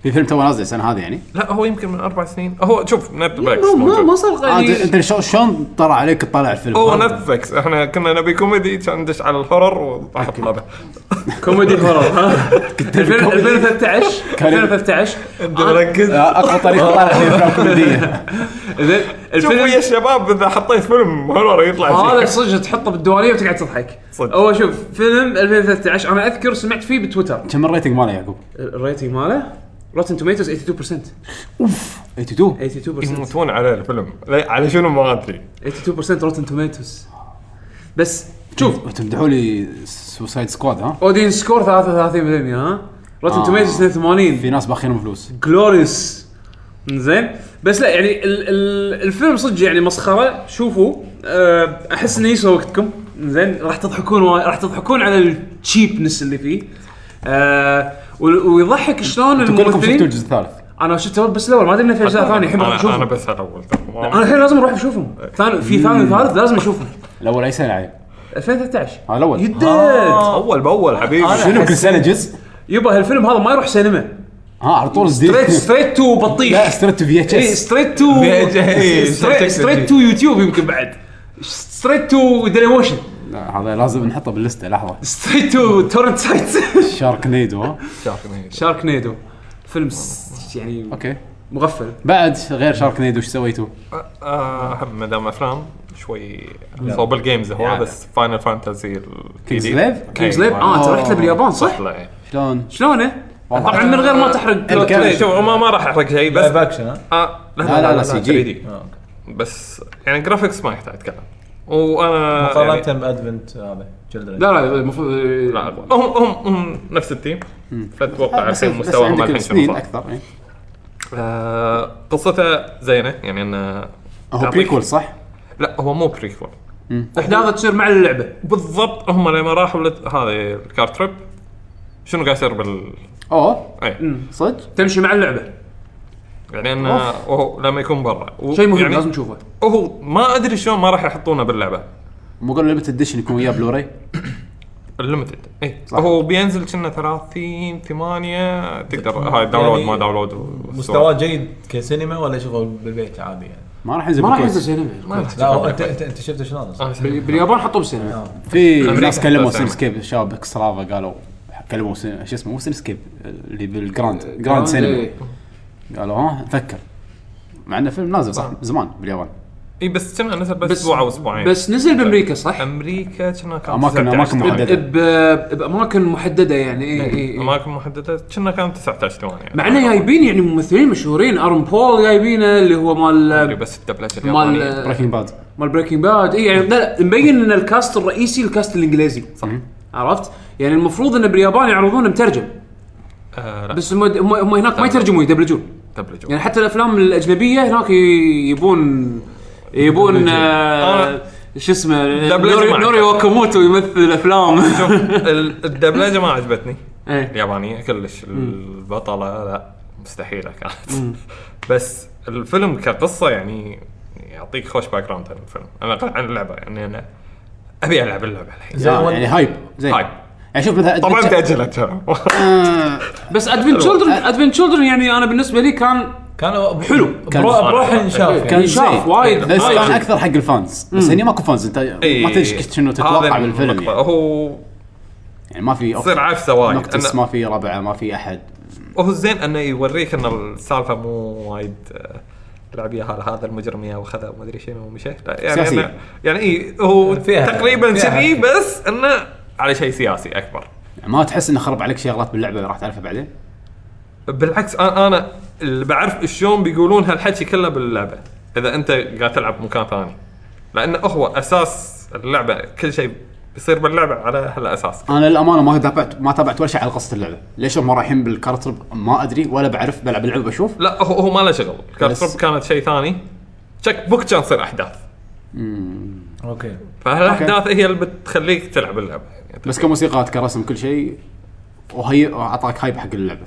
[SPEAKER 1] في فيلم تو نازل السنه هذه يعني
[SPEAKER 5] لا هو يمكن من اربع سنين هو شوف نتفلكس
[SPEAKER 2] ما ما- ما
[SPEAKER 5] موجود.
[SPEAKER 2] صار
[SPEAKER 1] آه،
[SPEAKER 2] يعني-
[SPEAKER 1] انت شلون- شلون طلع عليك طلع الفيلم
[SPEAKER 5] هو
[SPEAKER 1] هذا؟
[SPEAKER 5] نتفلكس احنا كنا نبي كوميدي كان ندش على الهورر وحط هذا
[SPEAKER 2] آه. كوميدي هورر 2013
[SPEAKER 1] كان-
[SPEAKER 2] 2013
[SPEAKER 5] ركز
[SPEAKER 1] آه، اقوى طريقه طلع فيه افلام كوميديه
[SPEAKER 2] زين
[SPEAKER 5] شوف
[SPEAKER 2] الفيلم
[SPEAKER 5] يا شباب اذا حطيت فيلم هورر يطلع
[SPEAKER 2] هذا
[SPEAKER 5] شيء.
[SPEAKER 2] صدق تحطه بالديوانيه وتقعد تضحك
[SPEAKER 5] صدق.
[SPEAKER 2] هو شوف فيلم 2013 انا اذكر سمعت فيه بتويتر
[SPEAKER 1] كم الريتنج ماله يعقوب؟
[SPEAKER 2] الريتنج ماله روتن توميتوز 82%
[SPEAKER 1] 82
[SPEAKER 2] 82%
[SPEAKER 5] يموتون على الفيلم لا، على شنو ما ادري
[SPEAKER 2] 82% روتن توميتوز بس شوف
[SPEAKER 1] وتمدحوا لي سوسايد سكواد ها؟
[SPEAKER 2] اودين سكور 33% ها روتن
[SPEAKER 1] آه.
[SPEAKER 2] توميتوز 82
[SPEAKER 1] في ناس باخينهم فلوس
[SPEAKER 2] جلوريوس زين بس لا يعني ال ال الفيلم صدق يعني مسخره شوفوا أه، احس انه يسوى وقتكم زين راح تضحكون وا- راح تضحكون على التشيبنس اللي فيه أه و- ويضحك شلون
[SPEAKER 1] انتم كلكم شفتوا
[SPEAKER 2] الممثلين
[SPEAKER 1] الجزء الثالث
[SPEAKER 2] انا شفته بس الاول ما ادري انه في اجزاء ثانيه الحين بروح
[SPEAKER 5] انا انا
[SPEAKER 2] اشوفهم
[SPEAKER 5] بس على الاول
[SPEAKER 2] انا الحين لازم اروح اشوفهم ثاني في ثاني وثالث لازم اشوفهم
[SPEAKER 1] الاول اي سنه عيل
[SPEAKER 2] 2013
[SPEAKER 1] هذا الاول
[SPEAKER 2] يدد
[SPEAKER 5] اول باول حبيبي
[SPEAKER 1] شنو كل سنه جزء
[SPEAKER 2] يبا هالفيلم هذا ما يروح سينما
[SPEAKER 1] ها على طول جديد
[SPEAKER 2] ستريت ستريت تو بطيخ
[SPEAKER 1] لا ستريت في اتش
[SPEAKER 2] اي
[SPEAKER 1] اس
[SPEAKER 2] ستريت تو
[SPEAKER 3] VHS. إيه،
[SPEAKER 2] ستريت- ستريت تو يوتيوب يمكن بعد ستريت تو ديلي موشن
[SPEAKER 1] لا هذا لازم نحطه باللسته لحظه
[SPEAKER 2] ستريت تو تورنت سايت
[SPEAKER 1] شارك نيدو ها
[SPEAKER 2] شارك نيدو فيلم س- يعني
[SPEAKER 1] اوكي
[SPEAKER 2] مغفل
[SPEAKER 1] بعد غير شارك نيدو ايش سويتوا؟
[SPEAKER 5] اهم أه، ما دام افلام شوي صوب الجيمز هو بس فاينل فانتزي
[SPEAKER 1] كينج سليف؟
[SPEAKER 2] كينجز ليب اه انت رحت له باليابان صح؟
[SPEAKER 1] شلون؟
[SPEAKER 2] شلونه؟
[SPEAKER 1] والله.
[SPEAKER 2] طبعا من غير
[SPEAKER 5] أه،
[SPEAKER 2] ما تحرق
[SPEAKER 1] الكلام.
[SPEAKER 2] بلوت.
[SPEAKER 5] شوف ما ما راح احرق شيء
[SPEAKER 3] لايف
[SPEAKER 5] بس
[SPEAKER 3] اكشن ها
[SPEAKER 5] آه لا
[SPEAKER 1] لا، لا، CG.
[SPEAKER 5] 3D. بس يعني جرافيكس ما يحتاج كلام وانا
[SPEAKER 2] آه،
[SPEAKER 5] يعني-
[SPEAKER 3] مقارنه بادفنت هذا
[SPEAKER 2] لا لا المفروض
[SPEAKER 5] لا هم هم هم نفس التيم فاتوقع
[SPEAKER 1] بس-
[SPEAKER 5] الحين
[SPEAKER 1] بس
[SPEAKER 5] مستواهم
[SPEAKER 1] عندك
[SPEAKER 5] الحين شنو
[SPEAKER 1] سنين
[SPEAKER 5] صار.
[SPEAKER 1] اكثر إيه.
[SPEAKER 5] آه، قصته زينه يعني انه
[SPEAKER 1] هو
[SPEAKER 5] تعطيك-
[SPEAKER 1] بريكول صح؟
[SPEAKER 5] لا هو مو بريكول
[SPEAKER 2] احداثه تصير مع اللعبه
[SPEAKER 5] بالضبط هم لما راحوا لت- هذه الكار تريب شنو قاعد يصير بال
[SPEAKER 1] اوه
[SPEAKER 5] اي
[SPEAKER 1] صدق؟
[SPEAKER 2] تمشي مع اللعبه
[SPEAKER 5] يعني انه وهو لما يكون برا و-
[SPEAKER 2] شيء مهم
[SPEAKER 5] يعني
[SPEAKER 2] لازم تشوفه
[SPEAKER 5] هو ما ادري شلون ما راح يحطونه باللعبه
[SPEAKER 1] مو قالوا ليمتد اديشن يكون وياه بلوراي؟
[SPEAKER 5] الليمتد اي
[SPEAKER 1] صح.
[SPEAKER 5] إيه، هو بينزل كنا 30 8 تقدر هاي داونلود
[SPEAKER 2] يعني
[SPEAKER 5] ما داونلود والسوالف.
[SPEAKER 3] مستواه جيد كسينما ولا شوفه بالبيت عادي يعني
[SPEAKER 1] ما راح ينزل
[SPEAKER 2] ما راح
[SPEAKER 1] بالكويت.
[SPEAKER 2] ينزل سينما
[SPEAKER 5] ما راح
[SPEAKER 3] لا هو
[SPEAKER 5] تشوفه
[SPEAKER 3] انت انت, انت شفته شلون اصلا؟
[SPEAKER 5] آه،
[SPEAKER 2] بال- باليابان حطوه بالسينما
[SPEAKER 1] في
[SPEAKER 5] أمريكا.
[SPEAKER 1] ناس كلموا
[SPEAKER 5] بس أمريكا.
[SPEAKER 1] سينسكيب الشباب اكسترافا قالوا كلموا سين- شو اسمه مو سينسكيب اللي بالجراند
[SPEAKER 2] جراند
[SPEAKER 1] جراند
[SPEAKER 2] إيه.
[SPEAKER 1] سينما قالوا ها تذكر مع انه فيلم نازل صح زمان باليابان
[SPEAKER 5] اي إيه، بس كنا نزل بس
[SPEAKER 2] بس-
[SPEAKER 5] اسبوع او اسبوعين
[SPEAKER 2] بس نزل بامريكا صح؟
[SPEAKER 5] امريكا كنا كان
[SPEAKER 1] أماكن-
[SPEAKER 5] 19
[SPEAKER 1] أماكن
[SPEAKER 5] ثواني.
[SPEAKER 1] محددة.
[SPEAKER 2] ب- باماكن محدده يعني
[SPEAKER 5] نعم.
[SPEAKER 2] اي اي إي.
[SPEAKER 5] اماكن محدده كنا كان 19 ثواني يعني
[SPEAKER 2] مع انه جايبين يعني ممثلين مشهورين ارون بول جايبينه اللي هو
[SPEAKER 5] أدري
[SPEAKER 2] مال
[SPEAKER 5] بس يعني. الدبلجه اليابانيه
[SPEAKER 2] مال
[SPEAKER 1] بريكنج باد
[SPEAKER 2] مال بريكنج باد اي يعني لا لا مبين ان الكاست الرئيسي الكاست الانجليزي صح عرفت؟ يعني المفروض انه باليابان يعرضونه مترجم
[SPEAKER 5] آه، لا
[SPEAKER 2] بس هم هم- هم هناك ما يترجمون يدبلجون
[SPEAKER 5] دبلجه
[SPEAKER 2] يعني حتى الافلام الاجنبيه هناك ي- يبون يبون آه، شو اسمه
[SPEAKER 5] دبلجة
[SPEAKER 2] نوري-
[SPEAKER 5] معك.
[SPEAKER 2] نوري واكاموتو يمثل افلام
[SPEAKER 5] شوف ال- الدبلجه ما عجبتني
[SPEAKER 2] إيه.
[SPEAKER 5] اليابانيه كلش البطله لا مستحيله كانت بس الفيلم كقصه يعني يعطيك خوش باك جراوند عن الفيلم انا قلت عن اللعبه يعني انا ابي العب اللعبه الحين
[SPEAKER 1] زين يعني هايب زين
[SPEAKER 5] هايب.
[SPEAKER 1] يعني شوف مثلا
[SPEAKER 5] طبعا
[SPEAKER 1] أدفنتشر-
[SPEAKER 5] تاجلت
[SPEAKER 1] آه،
[SPEAKER 2] بس ادفنت تشولدرن ادفنت تشولدرن يعني انا بالنسبه لي كان
[SPEAKER 3] كان
[SPEAKER 2] حلو.
[SPEAKER 1] كان-
[SPEAKER 3] برو- بروح انشاف
[SPEAKER 2] كان
[SPEAKER 3] يعني
[SPEAKER 2] شاف
[SPEAKER 1] زين.
[SPEAKER 2] وايد
[SPEAKER 1] بس
[SPEAKER 2] وايد.
[SPEAKER 1] كان اكثر حق الفانز بس هني ماكو فانز انت ما
[SPEAKER 5] إيه،
[SPEAKER 1] تدري شنو تتوقع بالفيلم يعني.
[SPEAKER 5] هو
[SPEAKER 1] يعني ما في
[SPEAKER 5] يصير عفسه وايد
[SPEAKER 1] نقطس
[SPEAKER 5] أنا-
[SPEAKER 1] ما في ربعه ما في احد
[SPEAKER 5] وهو الزين انه يوريك ان السالفه مو وايد آه، لعبيه هذا هذا المجرم يا وخذ ما ادري شنو ومشى لا، يعني
[SPEAKER 1] سياسية.
[SPEAKER 5] أنا يعني اي هو
[SPEAKER 3] فيها-
[SPEAKER 5] تقريبا
[SPEAKER 3] فيها
[SPEAKER 5] كذي
[SPEAKER 3] حبكة.
[SPEAKER 5] بس انه على شيء سياسي اكبر
[SPEAKER 1] يعني ما تحس انه خرب عليك شغلات باللعبه راح تعرفها بعدين
[SPEAKER 5] بالعكس انا انا اللي بعرف شلون بيقولون هالحكي كله باللعبه اذا انت قاعد تلعب مكان ثاني لانه هو اساس اللعبه كل شيء بيصير باللعبه على هالاساس
[SPEAKER 1] انا للامانه ما تابعت ما تابعت ولا شيء على قصه اللعبه ليش هم رايحين بالكارترب ما ادري ولا بعرف بلعب اللعبه بشوف
[SPEAKER 5] لا هو هو ما له شغل
[SPEAKER 1] بس-
[SPEAKER 5] كارتروب كانت شيء ثاني تشيك بوك كان تصير احداث
[SPEAKER 3] اوكي
[SPEAKER 5] فهالاحداث هي اللي بتخليك تلعب اللعبه يعني
[SPEAKER 1] بس كموسيقات كرسم كل شيء وهي اعطاك هايب حق اللعبه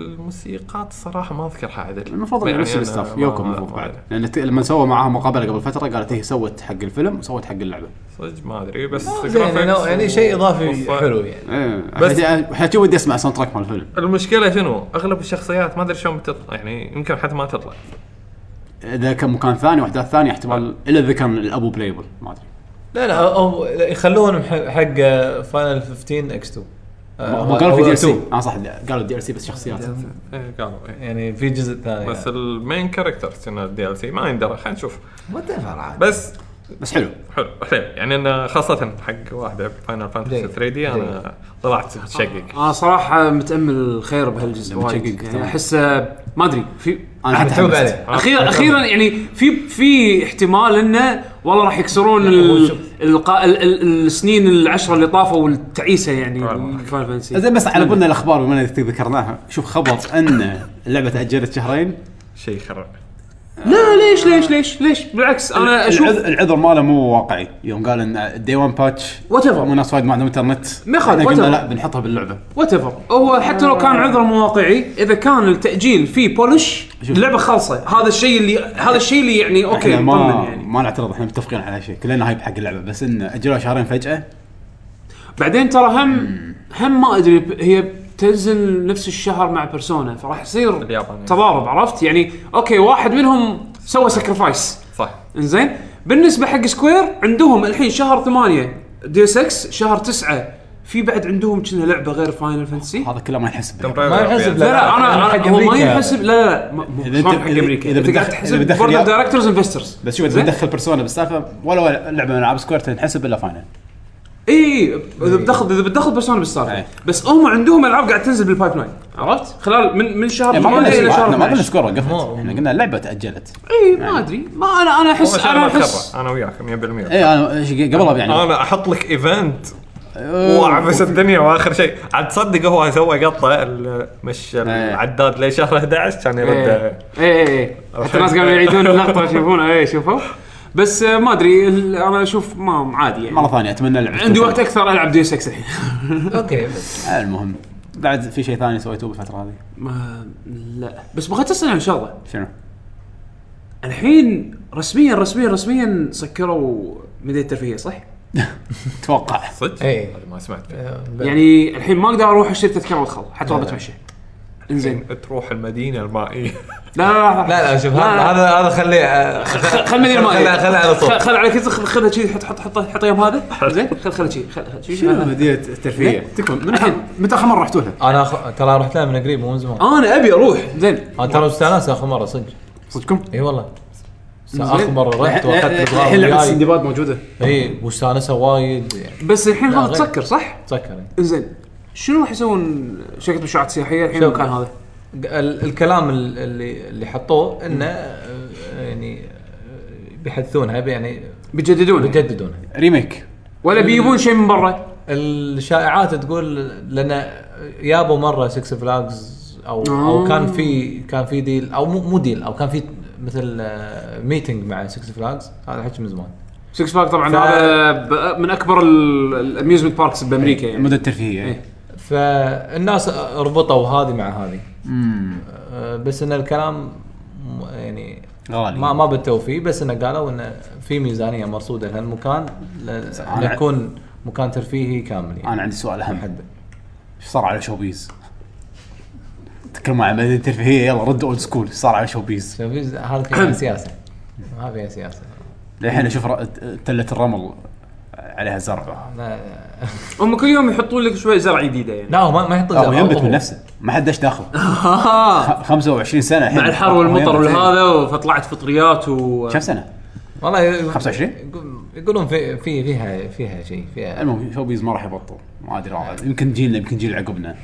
[SPEAKER 5] الموسيقات صراحه ما اذكرها عدل
[SPEAKER 1] المفروض يعني نفس
[SPEAKER 5] أنا
[SPEAKER 1] الستاف
[SPEAKER 5] ما-
[SPEAKER 1] يوكو
[SPEAKER 5] ما-
[SPEAKER 1] المفروض
[SPEAKER 5] ما
[SPEAKER 1] بعد
[SPEAKER 5] أدري.
[SPEAKER 1] لان ت- لما سووا معاها مقابله قبل فتره قالت هي سوت حق الفيلم وسوت حق اللعبه
[SPEAKER 5] صدق ما ادري بس
[SPEAKER 3] زين يعني
[SPEAKER 5] graphics
[SPEAKER 3] نوع- يعني شيء
[SPEAKER 5] وقصة.
[SPEAKER 3] اضافي حلو يعني
[SPEAKER 1] ايه
[SPEAKER 5] بس-
[SPEAKER 1] بس حتى ودي اسمع ساوند تراك مال الفيلم
[SPEAKER 5] المشكله شنو اغلب الشخصيات ما ادري شلون بتطلع يعني يمكن حتى ما تطلع
[SPEAKER 1] اذا كان مكان ثاني واحداث ثانيه احتمال الا اذا كان الابو بلايبل ما ادري
[SPEAKER 3] لا لا هم يخلونهم حق- حق فاينل 15 اكس 2
[SPEAKER 5] آه،
[SPEAKER 1] هم
[SPEAKER 3] آه،
[SPEAKER 1] قالوا في دي ال سي اه صح قالوا دي ال سي بس شخصيات
[SPEAKER 5] إيه، قالوا إيه.
[SPEAKER 3] يعني في جزء ثاني
[SPEAKER 5] بس المين كاركترز كنا الدي ال سي ما يندرى خلينا نشوف
[SPEAKER 3] وات ايفر عاد
[SPEAKER 5] بس
[SPEAKER 1] بس حلو
[SPEAKER 5] حلو حلو يعني انا خاصه حق واحد يلعب فاينل فانتسي
[SPEAKER 3] جيد.
[SPEAKER 5] 3 دي انا طلعت شقق
[SPEAKER 2] انا صراحه متامل الخير بهالجزء
[SPEAKER 1] لما
[SPEAKER 2] وايد
[SPEAKER 1] تشقق
[SPEAKER 2] يعني احس ما ادري في
[SPEAKER 1] انا
[SPEAKER 3] متعود
[SPEAKER 1] متحمس.
[SPEAKER 3] عليه
[SPEAKER 2] اخيرا اخيرا يعني في في احتمال انه والله راح يكسرون
[SPEAKER 3] هو
[SPEAKER 2] ال-
[SPEAKER 3] شوف.
[SPEAKER 2] القا- ال- ال- السنين العشره اللي طافوا والتعيسه يعني
[SPEAKER 5] والله.
[SPEAKER 2] فاينل فانسي
[SPEAKER 1] أه، زين بس على قولنا الاخبار بما إنك ذكرناها شوف خبر ان اللعبه تاجلت شهرين
[SPEAKER 5] شيء خرب
[SPEAKER 2] لا ليش ليش ليش ليش بالعكس انا اشوف
[SPEAKER 1] العذ- العذر ماله مو واقعي يوم قال ان الدي 1 باتش
[SPEAKER 2] Whatever.
[SPEAKER 1] مو ناس وايد ما عندهم انترنت
[SPEAKER 2] ما يخالف،
[SPEAKER 1] إحنا قلنا
[SPEAKER 2] whatever.
[SPEAKER 1] لا بنحطها باللعبه
[SPEAKER 2] وات هو حتى لو كان عذر مو واقعي اذا كان التاجيل فيه بولش
[SPEAKER 1] شوف.
[SPEAKER 2] اللعبه خالصه هذا الشيء اللي هذا الشيء اللي يعني اوكي
[SPEAKER 1] احنا ما
[SPEAKER 2] مطمن يعني
[SPEAKER 1] ما نعترض احنا متفقين على شيء كلنا هايب حق اللعبه بس ان اجلوها شهرين فجاه
[SPEAKER 2] بعدين ترى هم هم ما ادري ب- هي بتنزل نفس الشهر مع بيرسونا فراح يصير
[SPEAKER 5] اليابان.
[SPEAKER 2] تضارب عرفت يعني اوكي واحد منهم سوى سكرفايس
[SPEAKER 5] صح
[SPEAKER 2] انزين بالنسبه حق سكوير عندهم الحين شهر 8 دي 6 شهر 9 في بعد عندهم كنا لعبه غير فاينل فانتسي
[SPEAKER 1] هذا كله ما يحسب
[SPEAKER 3] ما يحسب
[SPEAKER 2] لا لا
[SPEAKER 3] أنا
[SPEAKER 2] انا
[SPEAKER 3] حق
[SPEAKER 2] انا هو ما
[SPEAKER 3] أمريكا.
[SPEAKER 2] ينحسب لا لا لا ما-
[SPEAKER 1] إذا
[SPEAKER 2] ما-
[SPEAKER 1] أنت-
[SPEAKER 2] شلون حق
[SPEAKER 1] إذا-
[SPEAKER 2] امريكا
[SPEAKER 1] إذا
[SPEAKER 2] انت قاعد
[SPEAKER 1] بتدخل- إذا
[SPEAKER 2] تحسب
[SPEAKER 1] بتدخل
[SPEAKER 2] بورد
[SPEAKER 1] ياب-
[SPEAKER 2] دايركتورز انفسترز
[SPEAKER 1] بس شوف اذا بتدخل بيرسونا بالسالفه ولا ولا لعبه من العاب سكوير تنحسب الا فاينل
[SPEAKER 2] اي اذا بتاخذ اذا بتاخذ بيرسونا بالسالفه
[SPEAKER 1] إيه.
[SPEAKER 2] بس هم عندهم العاب قاعد تنزل بالبايب لاين عرفت؟ خلال من من شهر
[SPEAKER 1] يعني ما
[SPEAKER 2] 8 الى
[SPEAKER 1] قلنا
[SPEAKER 2] شهر
[SPEAKER 1] إحنا ما إيه. قلنا
[SPEAKER 2] 12
[SPEAKER 1] سكور وقفت احنا قلنا اللعبه تاجلت
[SPEAKER 2] اي ما ادري ما انا انا احس انا احس
[SPEAKER 5] انا وياك 100%
[SPEAKER 1] اي انا إيه، إيش قبلها يعني أه،
[SPEAKER 5] انا احط لك ايفنت وعبس الدنيا واخر شيء عاد تصدق هو سوى قطه ال- مش
[SPEAKER 1] إيه.
[SPEAKER 5] العداد لشهر 11 كان يرد
[SPEAKER 2] اي اي إيه، حتى الناس قالوا يعيدون اللقطه يشوفونها اي شوفوا بس آه، ما ادري ال- انا اشوف ما عادي يعني
[SPEAKER 1] مره ثانيه اتمنى اللعبه
[SPEAKER 2] عندي
[SPEAKER 1] تنزل.
[SPEAKER 2] وقت اكثر العب دي 6 الحين
[SPEAKER 3] اوكي بس
[SPEAKER 1] آه، المهم بعد في شيء ثاني سويته بالفتره هذه
[SPEAKER 2] ما لا بس بغيت اسال عن شغله
[SPEAKER 1] شنو؟
[SPEAKER 2] الحين رسميا رسميا رسميا سكروا ميديا الترفيه صح؟
[SPEAKER 1] اتوقع
[SPEAKER 5] صدق؟
[SPEAKER 3] إي.
[SPEAKER 1] إيه.
[SPEAKER 5] هذا ما سمعت
[SPEAKER 3] يعني
[SPEAKER 2] يعني الحين ما اقدر اروح اشتري تذكره وادخل حتى لو بتمشى انزين
[SPEAKER 5] تروح المدينه المائيه
[SPEAKER 2] لا لا
[SPEAKER 3] لا لا شوف هذا هذا هذا خليه آه،
[SPEAKER 2] خل المدينه
[SPEAKER 3] خليه خليه على
[SPEAKER 2] خل-
[SPEAKER 3] صوت
[SPEAKER 2] خل على كذا خل- خلها شي حط حط حط حط يم هذا زين خل خلها شي خل خل شي هذا.
[SPEAKER 1] مدينه الترفيه تكفى من آخر- متى اخر مره رحتوا لها؟
[SPEAKER 3] انا أخ- ترى رحت لها من قريب مو من زمان
[SPEAKER 2] انا ابي اروح زين
[SPEAKER 3] انا ترى استانست اخر مره صدق
[SPEAKER 1] صدقكم؟
[SPEAKER 3] اي والله اخر مره رحت
[SPEAKER 1] لا- لا- لا-
[SPEAKER 3] واخذت
[SPEAKER 1] الحين لعبه
[SPEAKER 3] الغرام
[SPEAKER 1] السندباد موجوده
[SPEAKER 3] اي واستانسها وايد يعني
[SPEAKER 2] بس الحين
[SPEAKER 3] لا،
[SPEAKER 2] هذا
[SPEAKER 3] غير.
[SPEAKER 2] تسكر صح؟
[SPEAKER 3] تذكر
[SPEAKER 2] زين شنو راح يسوون شركه مشروعات سياحيه الحين
[SPEAKER 3] شوف.
[SPEAKER 2] المكان هذا؟
[SPEAKER 3] ال- الكلام ال- اللي اللي حطوه انه آه، يعني آه، بيحدثونها يعني
[SPEAKER 2] بيجددون
[SPEAKER 3] بيجددونها
[SPEAKER 1] ريميك
[SPEAKER 2] ولا بيجيبون شيء من برا؟
[SPEAKER 3] الشائعات تقول لان يابوا مره 6 فلاجز او او
[SPEAKER 2] آه.
[SPEAKER 3] كان في كان في ديل او مو مو ديل او كان في مثل آه، ميتنج مع 6 فلاجز هذا حكي من زمان
[SPEAKER 2] سكس باك طبعا
[SPEAKER 3] ف-
[SPEAKER 2] هذا ب- من اكبر الاميوزمنت باركس بامريكا يعني
[SPEAKER 1] المدن الترفيهيه
[SPEAKER 2] إيه.
[SPEAKER 3] فالناس ربطوا هذه مع هذه آه، بس ان الكلام م- يعني
[SPEAKER 1] غالي
[SPEAKER 3] ما ما بتوا فيه بس انه قالوا انه في ميزانيه مرصوده لهالمكان ل-
[SPEAKER 1] أنا-
[SPEAKER 3] ليكون مكان ترفيهي كامل يعني
[SPEAKER 1] انا عندي سؤال اهم
[SPEAKER 3] محدد
[SPEAKER 1] ايش صار على شوبيز؟ تكلموا عن مدينه الترفيهيه يلا رد اولد سكول ايش صار على شوبيز؟
[SPEAKER 3] شوف، هذا فيها سياسه ما فيها سياسه
[SPEAKER 1] للحين اشوف ر- تله الرمل عليها زرع
[SPEAKER 3] لا
[SPEAKER 2] هم كل يوم يحطون لك شوي زرع جديده يعني
[SPEAKER 3] لا هو ما ما يحط
[SPEAKER 1] لا هو
[SPEAKER 3] زرع.
[SPEAKER 1] ينبت
[SPEAKER 3] هو-
[SPEAKER 1] من نفسه ما حد داش داخل
[SPEAKER 2] آه.
[SPEAKER 1] خ- 25 سنه الحين
[SPEAKER 2] مع الحر
[SPEAKER 1] هو ينبت.
[SPEAKER 2] والمطر والهذا فطلعت فطريات و
[SPEAKER 1] كم سنه؟
[SPEAKER 3] والله ي-
[SPEAKER 1] 25
[SPEAKER 3] يقول- يقولون في في فيها فيها شيء فيها
[SPEAKER 1] المهم شوبيز ما راح يبطل ما ادري والله. يمكن جيلنا يمكن جيل عقبنا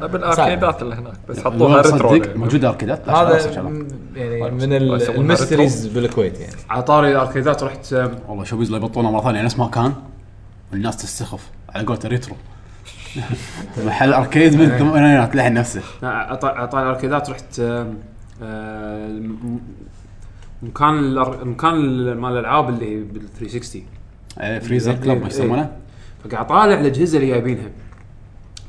[SPEAKER 5] بالاركيدات اللي هناك بس حطوها
[SPEAKER 1] والله تصدق
[SPEAKER 5] ريترو
[SPEAKER 1] موجود طيب، اركيدات لا، شباب،
[SPEAKER 3] هذا
[SPEAKER 1] شباب.
[SPEAKER 3] م- يعني من ال- الميستريز بالكويت يعني
[SPEAKER 2] على طاري الاركيدات رحت آم،
[SPEAKER 1] والله شوبيز لو يبطلونها مره ثانيه نفس ما كان والناس تستخف على قولة ريترو محل اركيد من الثمانينات لحن نفسه
[SPEAKER 2] على طا- على طاري الاركيدات رحت آم، آه، الم- مكان الأر- مكان ال- مال الالعاب اللي بال 360
[SPEAKER 1] آه، فريزر كلب ما يسمونه
[SPEAKER 2] فقاعد اطالع الاجهزه اللي جايبينها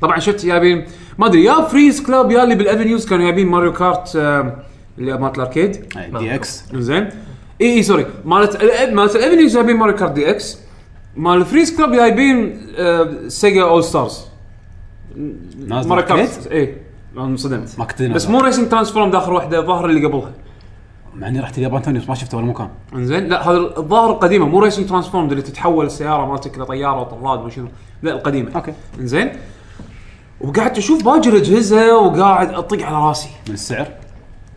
[SPEAKER 2] طبعا شفت جايبين ما ادري يا فريز كلاب يا اللي بالافنيوز كانوا جايبين ماريو كارت آم، اللي مالت الاركيد
[SPEAKER 1] آه، دي اكس
[SPEAKER 2] زين اي اي سوري مالت ال- مالت الافنيوز جايبين ماريو كارت دي اكس مال الفريز كلاب جايبين آه، سيجا اول ستارز
[SPEAKER 1] نازل
[SPEAKER 2] ماريو
[SPEAKER 1] أركيد؟
[SPEAKER 2] كارت اي انا انصدمت
[SPEAKER 1] ما كنت أدري
[SPEAKER 2] بس
[SPEAKER 1] نازل.
[SPEAKER 2] مو ريسنج ترانسفورم داخل واحده الظاهر اللي قبلها
[SPEAKER 1] مع اني رحت اليابان توني بس ما شفته ولا مكان
[SPEAKER 2] انزين لا هذا الظاهر القديمه مو ريسنج ترانسفورم اللي تتحول السياره مالتك لطياره وطراد وشنو لا القديمه
[SPEAKER 1] اوكي
[SPEAKER 2] انزين وقعدت اشوف باجر اجهزه وقاعد اطق على راسي
[SPEAKER 1] من السعر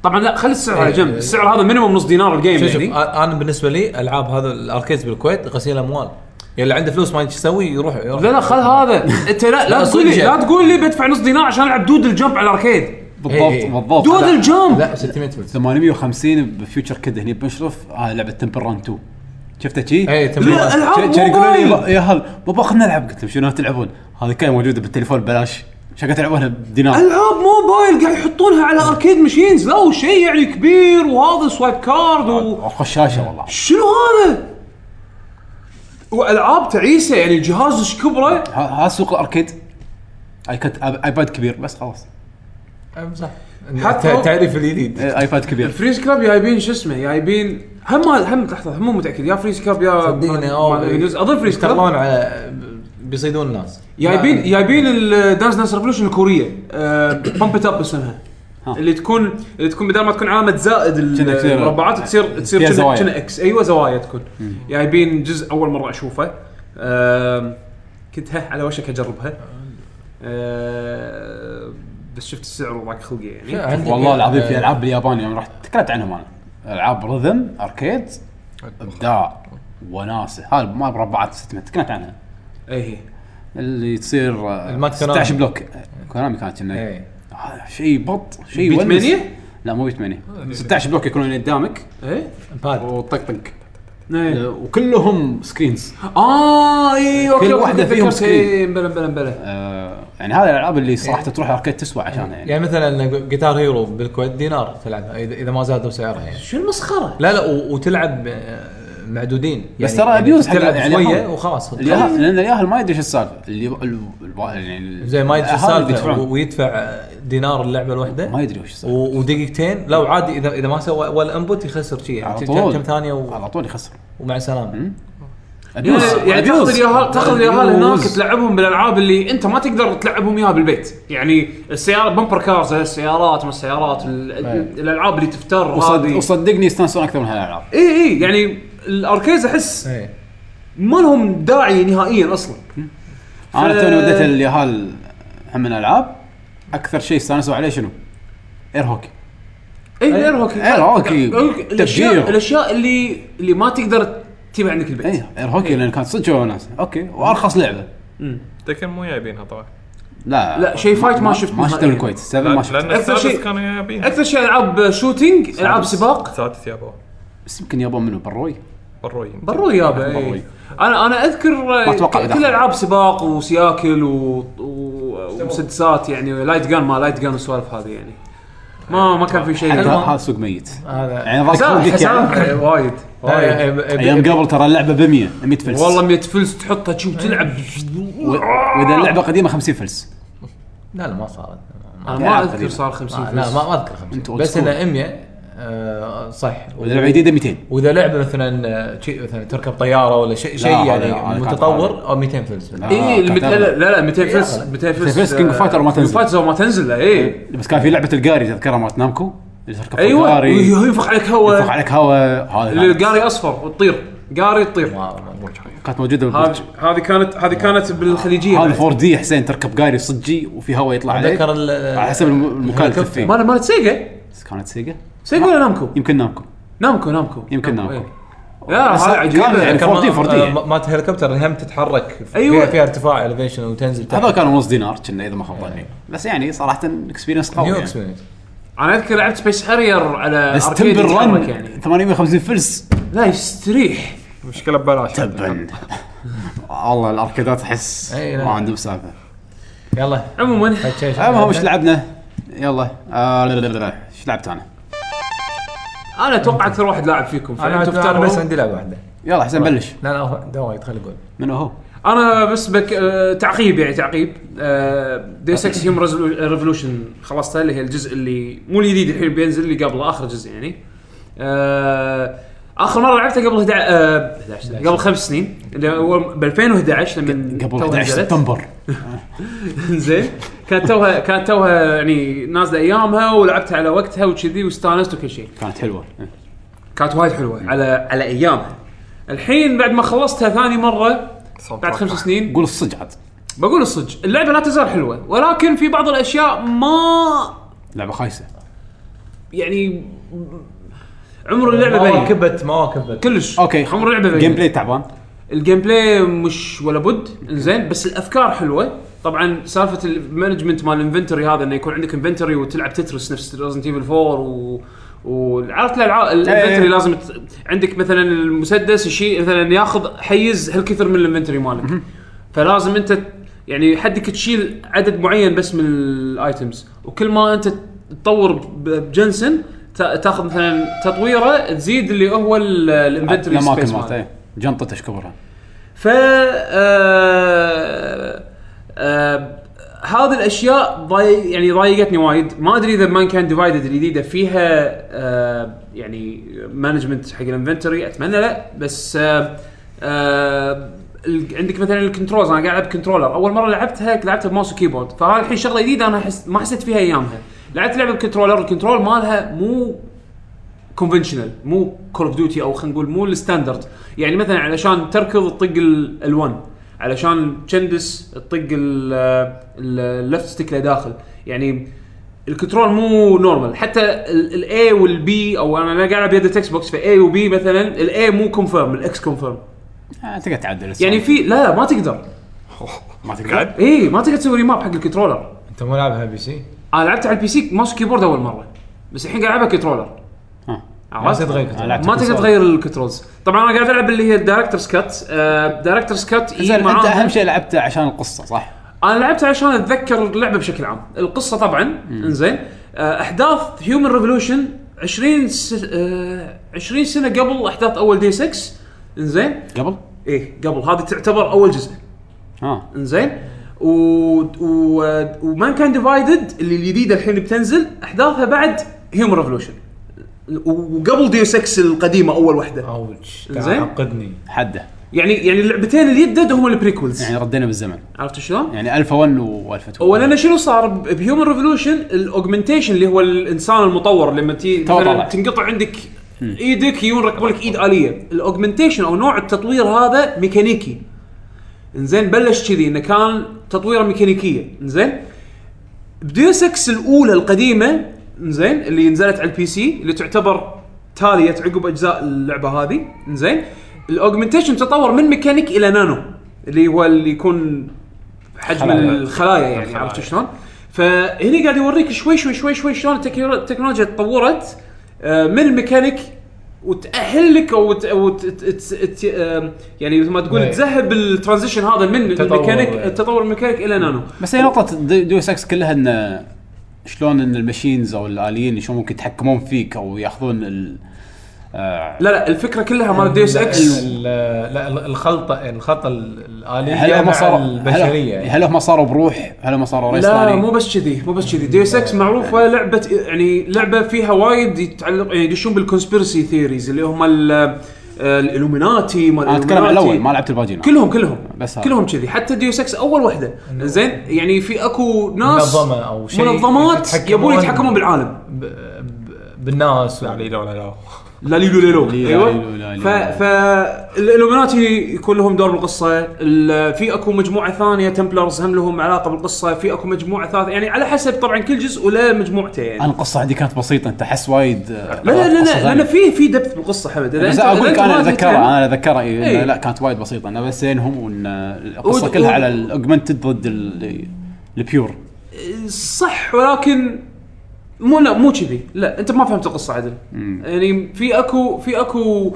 [SPEAKER 2] طبعا لا خلي السعر
[SPEAKER 1] إيه،
[SPEAKER 2] على جنب السعر هذا مينيموم نص دينار الجيم
[SPEAKER 3] شوف شوف
[SPEAKER 2] يعني
[SPEAKER 3] أ- انا بالنسبه لي العاب هذا الاركيز بالكويت غسيل اموال يعني اللي عنده فلوس ما يدري إيش يسوي يروح يروح
[SPEAKER 2] لا لا خل هذا انت لا لا
[SPEAKER 3] لا،
[SPEAKER 2] تقول لي
[SPEAKER 3] صدق.
[SPEAKER 2] لا تقول لي بدفع نص دينار عشان العب دود الجمب على الاركيد
[SPEAKER 1] بالضبط
[SPEAKER 3] إيه.
[SPEAKER 1] بالضبط
[SPEAKER 2] دود
[SPEAKER 1] لا،
[SPEAKER 2] الجمب
[SPEAKER 3] لا 600 فلوس
[SPEAKER 1] 850 بفيوتشر كد هني بمشرف آه لعبه تمبل ران 2 شفته شي؟
[SPEAKER 3] إيه، Temple Run.
[SPEAKER 1] لا،
[SPEAKER 2] ألعاب
[SPEAKER 1] كان- كان يقولوا لي
[SPEAKER 2] موبايل.
[SPEAKER 1] ب- يا هل بابا خلنا نلعب قلت لهم شنو تلعبون؟ هذه كان موجوده بالتليفون ببلاش شكلها تلعبونها بدينار
[SPEAKER 2] العاب موبايل قاعد يحطونها على اركيد ماشينز لا وشيء يعني كبير وهذا سوايب كارد و...
[SPEAKER 1] خشاشه والله
[SPEAKER 2] شنو هذا؟ والعاب تعيسه يعني الجهاز ايش كبره؟
[SPEAKER 1] ه- هذا سوق الاركيد ايكت آي- ايباد كبير بس خلاص
[SPEAKER 3] صح
[SPEAKER 2] حتى هو-
[SPEAKER 3] التعريف الجديد
[SPEAKER 1] إيه، ايباد كبير
[SPEAKER 2] فريز كلاب جايبين شو اسمه جايبين هم هم لحظه هم مو متاكد يا فريز كلاب يا
[SPEAKER 3] صدقني،
[SPEAKER 2] مال-
[SPEAKER 3] أو-
[SPEAKER 2] مال إنجليز. اظن فريز كلاب
[SPEAKER 3] يشتغلون على بيصيدون الناس
[SPEAKER 2] جايبين
[SPEAKER 3] لا،
[SPEAKER 2] جايبين الدانس دانس ريفولوشن الكوريه بامب ات اب اسمها
[SPEAKER 1] ها.
[SPEAKER 2] اللي تكون اللي تكون بدل ما تكون علامه زائد
[SPEAKER 1] كأنها
[SPEAKER 2] ال-
[SPEAKER 1] تصير-
[SPEAKER 2] المربعات تصير تصير
[SPEAKER 1] فيها
[SPEAKER 2] كأنها-
[SPEAKER 1] زوايا.
[SPEAKER 2] كأنها اكس ايوه زوايا تكون جايبين جزء اول مره اشوفه آم، آه، كنت ها على وشك اجربها آم، بس شفت السعر وضاق خلقي يعني
[SPEAKER 3] لا، عندك-
[SPEAKER 1] والله العظيم في
[SPEAKER 3] آه،
[SPEAKER 1] العاب باليابان يوم رحت تكلمت عنهم انا العاب رذم اركيد ابداع وناسه هذا ما مربعات 600 تكلمت عنها
[SPEAKER 2] اي هي
[SPEAKER 1] اللي تصير آه،
[SPEAKER 3] المات كونامي.
[SPEAKER 1] 16 بلوك آه، كونامي كانت كنا
[SPEAKER 3] إيه.
[SPEAKER 1] آه، شيء بط شيء
[SPEAKER 2] بيت
[SPEAKER 1] ونس.
[SPEAKER 2] مانيا؟
[SPEAKER 1] لا مو بيت مانيا
[SPEAKER 3] آه،
[SPEAKER 1] 16 بلوك يكونون قدامك
[SPEAKER 2] ايه
[SPEAKER 3] باد
[SPEAKER 1] وطقطق
[SPEAKER 2] إيه.
[SPEAKER 1] آه، وكلهم سكرينز
[SPEAKER 2] اه اي اوكي
[SPEAKER 1] كل
[SPEAKER 2] أوكي،
[SPEAKER 1] واحدة فيهم
[SPEAKER 2] تذكرت.
[SPEAKER 1] سكرين.
[SPEAKER 2] إي، بلا بلا بلا
[SPEAKER 1] آه، يعني هذه الالعاب
[SPEAKER 3] إيه.
[SPEAKER 1] اللي صراحه تروح الاركيد تسوى عشانها يعني
[SPEAKER 3] يعني مثلا جيتار هيرو بالكويت دينار تلعبها اذا إذا ما زادوا سعرها يعني
[SPEAKER 2] شو المسخره؟
[SPEAKER 3] لا لا و- وتلعب آه، معدودين
[SPEAKER 1] بس
[SPEAKER 3] يعني-
[SPEAKER 1] ترى
[SPEAKER 3] يعني
[SPEAKER 1] abuse حق-
[SPEAKER 3] تلعب
[SPEAKER 1] يعني
[SPEAKER 3] شويه
[SPEAKER 1] حرام.
[SPEAKER 3] وخلاص
[SPEAKER 1] الياهل لان الياهل ما يدري ايش السالفه اللي ال- ال- يعني
[SPEAKER 3] زي ما يدري
[SPEAKER 1] الأهالي
[SPEAKER 3] السالفه
[SPEAKER 1] بيدفعون.
[SPEAKER 3] و- ويدفع آه، دينار اللعبه الواحده
[SPEAKER 1] ما يدري وش السالفه
[SPEAKER 3] و- ودقيقتين لو عادي اذا اذا ما سوى ولا انبوت يخسر شيء يعني
[SPEAKER 1] على
[SPEAKER 3] كم-
[SPEAKER 1] طول
[SPEAKER 3] كم ثانيه و-
[SPEAKER 1] على طول يخسر
[SPEAKER 3] ومع السلامه
[SPEAKER 2] يعني يعني تاخذ اليهال تاخذ اليهال هناك
[SPEAKER 1] هناك
[SPEAKER 2] تلعبهم بالالعاب اللي انت ما تقدر تلعبهم اياها بالبيت، يعني السياره بمبر كارز السيارات ما السيارات ال- ال- الالعاب اللي تفتر هذه
[SPEAKER 1] وصدقني يستانسون اكثر من هالالعاب
[SPEAKER 2] اي اي يعني الاركيز احس
[SPEAKER 3] إيه.
[SPEAKER 2] ما لهم داعي نهائيا اصلا
[SPEAKER 1] انا
[SPEAKER 2] ف-
[SPEAKER 1] توني وديت اليهال هم من الالعاب اكثر شيء استانسوا عليه شنو؟ اير هوكي
[SPEAKER 2] اي الاير هوكي
[SPEAKER 1] إير هوكي.
[SPEAKER 2] الاشياء
[SPEAKER 1] تفجير.
[SPEAKER 2] الاشياء اللي اللي ما تقدر تجيبها عندك البيت
[SPEAKER 1] اي اير إيه، هوكي لان كانت صدق شوي وناس اوكي وارخص لعبه
[SPEAKER 5] تكن مو جايبينها طبعا
[SPEAKER 1] لا
[SPEAKER 2] لا، شيء فايت ما إيه. شفت
[SPEAKER 1] ما شفت
[SPEAKER 2] نهائياً.
[SPEAKER 1] بالكويت 7 ما
[SPEAKER 5] لان
[SPEAKER 1] شفت
[SPEAKER 5] لأن
[SPEAKER 2] أكثر
[SPEAKER 5] السادس
[SPEAKER 2] شيء-
[SPEAKER 5] كانوا جايبينها
[SPEAKER 2] اكثر شيء العاب شوتينج العاب سباق
[SPEAKER 5] السادس يابا
[SPEAKER 1] بس يمكن يابون منو بروي
[SPEAKER 5] بروي
[SPEAKER 2] برو يابا
[SPEAKER 1] بروي.
[SPEAKER 2] اي انا انا اذكر ما
[SPEAKER 1] أتوقع
[SPEAKER 2] كل
[SPEAKER 1] يدخل.
[SPEAKER 2] العاب سباق وسياكل و... و... ومسدسات يعني لايت جان ما لايت جان والسوالف هذه يعني ما ما كان في شيء
[SPEAKER 1] حتى
[SPEAKER 2] يعني.
[SPEAKER 1] هذا سوق ميت
[SPEAKER 3] هذا
[SPEAKER 1] يعني ضاق
[SPEAKER 2] حساب-
[SPEAKER 1] خلقك
[SPEAKER 2] حساب.
[SPEAKER 1] يعني
[SPEAKER 2] وايد
[SPEAKER 3] إيه،
[SPEAKER 2] وايد
[SPEAKER 3] إيه، إيه،
[SPEAKER 1] ايام قبل ترى اللعبه ب 100 100 فلس
[SPEAKER 2] والله 100 فلس تحطها شي وتلعب
[SPEAKER 1] و- واذا اللعبه قديمه 50 فلس
[SPEAKER 3] لا لا ما صارت
[SPEAKER 2] انا ما
[SPEAKER 1] ألعاب
[SPEAKER 2] اذكر
[SPEAKER 1] قديمة.
[SPEAKER 2] صار 50
[SPEAKER 3] ما-
[SPEAKER 2] فلس
[SPEAKER 3] لا ما ما اذكر
[SPEAKER 1] أنت
[SPEAKER 3] خمسين
[SPEAKER 1] old
[SPEAKER 3] بس
[SPEAKER 1] school.
[SPEAKER 3] انه 100 آه، صح
[SPEAKER 1] واذا لعبه جديده 200
[SPEAKER 3] واذا لعبه مثلا آه، شيء مثلا تركب طياره ولا شيء شيء
[SPEAKER 1] هذا-
[SPEAKER 3] يعني
[SPEAKER 1] هذا كانت
[SPEAKER 3] متطور او 200 فلس بالله.
[SPEAKER 1] آه،
[SPEAKER 2] اي
[SPEAKER 1] كانت
[SPEAKER 2] إيه، لا لا لا 200 فلس
[SPEAKER 3] أغلى.
[SPEAKER 2] 200 فلس آه،
[SPEAKER 1] 200 فلس King of Fighter وما تنزل.
[SPEAKER 2] فايتر وما تنزل إيه. اي
[SPEAKER 1] بس كان في لعبه القاري تذكرها مالت نامكو اللي تركب
[SPEAKER 2] ايوه
[SPEAKER 1] القاري ينفخ
[SPEAKER 2] ينفخ عليك هواء
[SPEAKER 1] عليك هواء هذا
[SPEAKER 2] اللي
[SPEAKER 1] كانت-
[SPEAKER 2] القاري اصفر وتطير قاري تطير
[SPEAKER 3] ما- ما- ما-
[SPEAKER 1] كانت موجوده بالبرج
[SPEAKER 2] هذه هذه كانت هذه كانت بالخليجيه
[SPEAKER 1] هذا
[SPEAKER 2] بعد.
[SPEAKER 1] 4 دي حسين تركب قاري صجي وفي هواء يطلع عليك
[SPEAKER 3] اتذكر ال-
[SPEAKER 1] على حسب الم- المكان اللي
[SPEAKER 3] الهليكوبتر.
[SPEAKER 1] تفيه
[SPEAKER 2] مال مالت سيجا
[SPEAKER 1] كانت سيجا
[SPEAKER 2] سيجا ولا نامكو؟
[SPEAKER 1] يمكن نامكو
[SPEAKER 2] نامكو نامكو
[SPEAKER 1] يمكن
[SPEAKER 2] إيه.
[SPEAKER 1] نامكو
[SPEAKER 2] لا
[SPEAKER 1] بس
[SPEAKER 2] هذا
[SPEAKER 1] كان يعني
[SPEAKER 2] عجيب
[SPEAKER 3] كان
[SPEAKER 1] 4D
[SPEAKER 3] ما-
[SPEAKER 1] 4D يعني.
[SPEAKER 3] آه، مالت الهليكوبتر هم تتحرك
[SPEAKER 2] أيوة.
[SPEAKER 3] ايوه
[SPEAKER 1] أيوه.
[SPEAKER 3] فيها ارتفاع الفيشن وتنزل تحت
[SPEAKER 1] هذول كانوا نص دينار كنا اذا ما خاب ظني بس يعني صراحه اكسبيرينس قوي
[SPEAKER 3] نيو
[SPEAKER 1] يعني.
[SPEAKER 3] اكسبيرينس
[SPEAKER 2] انا اذكر لعبت سبيس هارير على
[SPEAKER 1] بس
[SPEAKER 2] أركيد
[SPEAKER 1] تمبل رن
[SPEAKER 2] يتحرك يعني
[SPEAKER 1] 850 فلس
[SPEAKER 2] لا يستريح
[SPEAKER 5] مشكله ببلاش
[SPEAKER 1] تبا والله الاركيدات احس
[SPEAKER 3] أي لا.
[SPEAKER 1] ما عندهم سالفه
[SPEAKER 3] يلا
[SPEAKER 2] عموما
[SPEAKER 1] المهم ايش لعبنا؟ يلا آه لا لا لا لا ايش لعبت انا؟
[SPEAKER 2] انا اتوقع اكثر واحد لاعب فيكم
[SPEAKER 3] انا
[SPEAKER 2] فانتوا
[SPEAKER 3] أنا
[SPEAKER 2] اختاروا
[SPEAKER 3] بس عندي لعبه واحده
[SPEAKER 1] يلا حسين بلش
[SPEAKER 3] لا لا ده وايد خليني اقول
[SPEAKER 1] منو هو؟
[SPEAKER 2] انا بس بك آه، تعقيب يعني تعقيب آه، دي 6 هيوم ريفولوشن خلصتها اللي هي الجزء اللي مو الجديد الحين بينزل اللي قبله اخر جزء يعني آه، اخر مره لعبتها قبل 11 آه، 11 قبل خمس سنين اللي هو ب 2011 لما
[SPEAKER 1] قبل
[SPEAKER 2] توها
[SPEAKER 1] 11
[SPEAKER 2] نزلت.
[SPEAKER 1] سبتمبر
[SPEAKER 2] زين كانت توها كانت توها يعني نازله ايامها ولعبتها على وقتها وكذي واستانست وكل شيء
[SPEAKER 1] كانت حلوه إيه.
[SPEAKER 2] كانت وايد حلوه على على ايامها الحين بعد ما خلصتها ثاني مره بعد خمس سنين
[SPEAKER 1] قول الصج عاد
[SPEAKER 2] بقول الصدق اللعبه لا تزال حلوه ولكن في بعض الاشياء ما
[SPEAKER 1] لعبه خايسه
[SPEAKER 2] يعني عمر اللعبه بين
[SPEAKER 3] مواكبه مواكبه
[SPEAKER 2] كلش
[SPEAKER 1] اوكي
[SPEAKER 2] عمر اللعبه بين
[SPEAKER 1] جيم بلاي تعبان
[SPEAKER 2] الجيم بلاي مش ولا بد انزين بس الافكار حلوه طبعا سالفه المانجمنت مال الانفنتوري هذا انه يكون عندك انفنتوري وتلعب تترس نفس ريزنت ايفل 4 و وعرفت الالعاب الانفنتوري
[SPEAKER 1] إيه.
[SPEAKER 2] لازم ت... عندك مثلا المسدس شيء مثلا ياخذ حيز هالكثر من الانفنتوري مالك فلازم انت ت- يعني حدك تشيل عدد معين بس من الايتمز وكل ما انت تطور ب- بجنسن تا- تاخذ مثلا تطويره تزيد اللي هو ال- الانفنتوري
[SPEAKER 1] الاماكن
[SPEAKER 2] سبيس
[SPEAKER 1] مالته
[SPEAKER 2] مالك
[SPEAKER 1] إيه. جنطته ايش كبرها
[SPEAKER 2] ف آه، آه، هذه الاشياء ضاي يعني ضايقتني وايد ما ادري اذا مان كان ديفايدد الجديده فيها آه، يعني مانجمنت حق الانفنتوري اتمنى لا بس آه، آه، ال- عندك مثلا الكنترولز انا قاعد العب كنترولر اول مره لعبتها لعبتها بماوس وكيبورد فهذا الحين شغله جديده انا حس ما حسيت فيها ايامها لعبت لعبه بكنترولر الكنترول مالها مو كونفنشنال مو كول اوف ديوتي او خلينا نقول مو الستاندرد يعني مثلا علشان تركض تطق الالوان علشان تشندس تطق اللفت ستيك لداخل يعني الكنترول مو نورمال حتى الاي والبي او انا أنا قاعد بيد التكست بوكس فاي وبي مثلا الاي مو كونفيرم الاكس كونفيرم
[SPEAKER 1] آه تقدر تعدل السعر.
[SPEAKER 2] يعني في لا لا ما تقدر
[SPEAKER 1] ما تقدر
[SPEAKER 5] قاعد
[SPEAKER 2] اي ما تقدر تسوي ريماب حق الكنترولر
[SPEAKER 3] انت مو لاعبها بي سي
[SPEAKER 2] انا لعبت على البي سي ماوس كيبورد اول مره بس الحين قاعد العبها كنترولر
[SPEAKER 1] ها.
[SPEAKER 3] ما تتغير
[SPEAKER 1] أنا لعبت
[SPEAKER 2] ما تقدر
[SPEAKER 1] كونسول.
[SPEAKER 2] تغير الكنترولز طبعا انا قاعد العب اللي هي آه، الدايركترز كات دايركترز كات
[SPEAKER 1] زين انت اهم شيء لعبته عشان القصه صح؟
[SPEAKER 2] انا لعبت عشان اتذكر اللعبه بشكل عام القصه طبعا انزين آه، احداث هيومن ريفولوشن 20 س... آه، 20 سنه قبل احداث اول دي 6 انزين
[SPEAKER 1] قبل؟
[SPEAKER 2] ايه قبل هذه تعتبر اول جزء
[SPEAKER 1] اه
[SPEAKER 2] انزين و... و... ومان كان ديفايدد اللي الجديده الحين اللي بتنزل احداثها بعد هيومن ريفولوشن وقبل ديو 6 القديمه اول وحده
[SPEAKER 3] اوج
[SPEAKER 2] زين.
[SPEAKER 3] تعقدني
[SPEAKER 1] حده
[SPEAKER 2] يعني يعني اللعبتين اللي يدد هم البريكولز
[SPEAKER 1] يعني ردينا بالزمن
[SPEAKER 2] عرفت شلون؟
[SPEAKER 1] يعني الفا 1 والفا 2
[SPEAKER 2] ولا انا شنو صار ب- بهيومن ريفولوشن الاوجمنتيشن اللي هو الانسان المطور لما تي
[SPEAKER 1] تو
[SPEAKER 2] مثلاً
[SPEAKER 1] طلع.
[SPEAKER 2] تنقطع عندك ايدك يجون ركبوا لك ايد اليه الاوجمنتيشن او نوع التطوير هذا ميكانيكي انزين بلش كذي انه كان تطويره ميكانيكيه انزين بديوس اكس الاولى القديمه انزين اللي نزلت على البي سي اللي تعتبر تاليه عقب اجزاء اللعبه هذه انزين الاوجمنتيشن تطور من ميكانيك الى نانو اللي هو اللي يكون حجم
[SPEAKER 1] خلايا.
[SPEAKER 2] الخلايا يعني
[SPEAKER 3] الخلايا.
[SPEAKER 2] عرفت شلون؟ فهني قاعد يوريك شوي شوي شوي شوي شلون التكنولو- التكنولوجيا تطورت آه، من ميكانيك وتاهلك او ت... أو ت... ت... ت... ت... آم، يعني مثل ما تقول
[SPEAKER 3] إيه.
[SPEAKER 2] تذهب الترانزيشن هذا من
[SPEAKER 3] تطور.
[SPEAKER 2] الميكانيك التطور الميكانيك الى نانو
[SPEAKER 1] بس هي نقطة دي- ديوس اكس كلها ان شلون ان المشينز او الاليين شلون ممكن يتحكمون فيك او ياخذون ال آه،
[SPEAKER 2] لا لا الفكره كلها مال ديوس اكس
[SPEAKER 3] ال- لا ال- الخلطه الخلطه ال- الاليه
[SPEAKER 1] هل هم
[SPEAKER 3] مع
[SPEAKER 1] صاروا
[SPEAKER 3] البشريه
[SPEAKER 1] هل- هل هم صاروا بروح؟ هل هم صاروا ريس
[SPEAKER 2] لا
[SPEAKER 1] ثاني؟
[SPEAKER 2] مو بس كذي مو بس كذي ديوس اكس معروفه لعبه يعني لعبه فيها وايد يتعلق يعني يدشون بالكونسبيرسي ثيريز اللي هم ال- الالوميناتي مال
[SPEAKER 1] انا اتكلم عن
[SPEAKER 2] الإلوميناتي.
[SPEAKER 1] الاول ما لعبت الباجينا
[SPEAKER 2] كلهم كلهم
[SPEAKER 1] بس
[SPEAKER 2] بس
[SPEAKER 1] هذا.
[SPEAKER 2] كلهم كذي حتى ديوس اكس اول وحده زين يعني في اكو ناس
[SPEAKER 3] منظمه او شيء
[SPEAKER 2] منظمات يبون يتحكمون بالعالم
[SPEAKER 3] ب- ب- بالناس
[SPEAKER 2] يعني
[SPEAKER 3] يعني. و-
[SPEAKER 5] يعني لا لي لا لا
[SPEAKER 2] لا ليلو ليلو
[SPEAKER 1] ليلو ليلو
[SPEAKER 2] ايوه
[SPEAKER 1] ليلو.
[SPEAKER 2] ف ف الالومناتي يكون لهم دور بالقصه ال- في اكو مجموعه ثانيه تمبلرز هم لهم علاقه بالقصه في اكو مجموعه ثالثه يعني على حسب طبعا كل جزء ولا مجموعته يعني
[SPEAKER 1] انا القصة عندي كانت بسيطة انت احس وايد آه،
[SPEAKER 2] لا لا
[SPEAKER 1] قصة
[SPEAKER 2] لا لا
[SPEAKER 1] ثانية.
[SPEAKER 2] لان في في دبث بالقصه حمد إذا
[SPEAKER 1] بس
[SPEAKER 2] أنت- إذا
[SPEAKER 1] اقول لك
[SPEAKER 2] أنت
[SPEAKER 1] انا
[SPEAKER 2] ما
[SPEAKER 1] اتذكرها
[SPEAKER 2] تتعلم-
[SPEAKER 1] انا اتذكرها إيه، إنه
[SPEAKER 2] إيه.
[SPEAKER 1] لا كانت وايد بسيطه انا بس زينهم وان القصه
[SPEAKER 2] ود-
[SPEAKER 1] كلها
[SPEAKER 2] ود-
[SPEAKER 1] على الاوجمنتد ضد ال- البيور
[SPEAKER 2] صح ولكن مو لا مو كذي لا انت ما فهمت القصه عدل يعني في اكو في اكو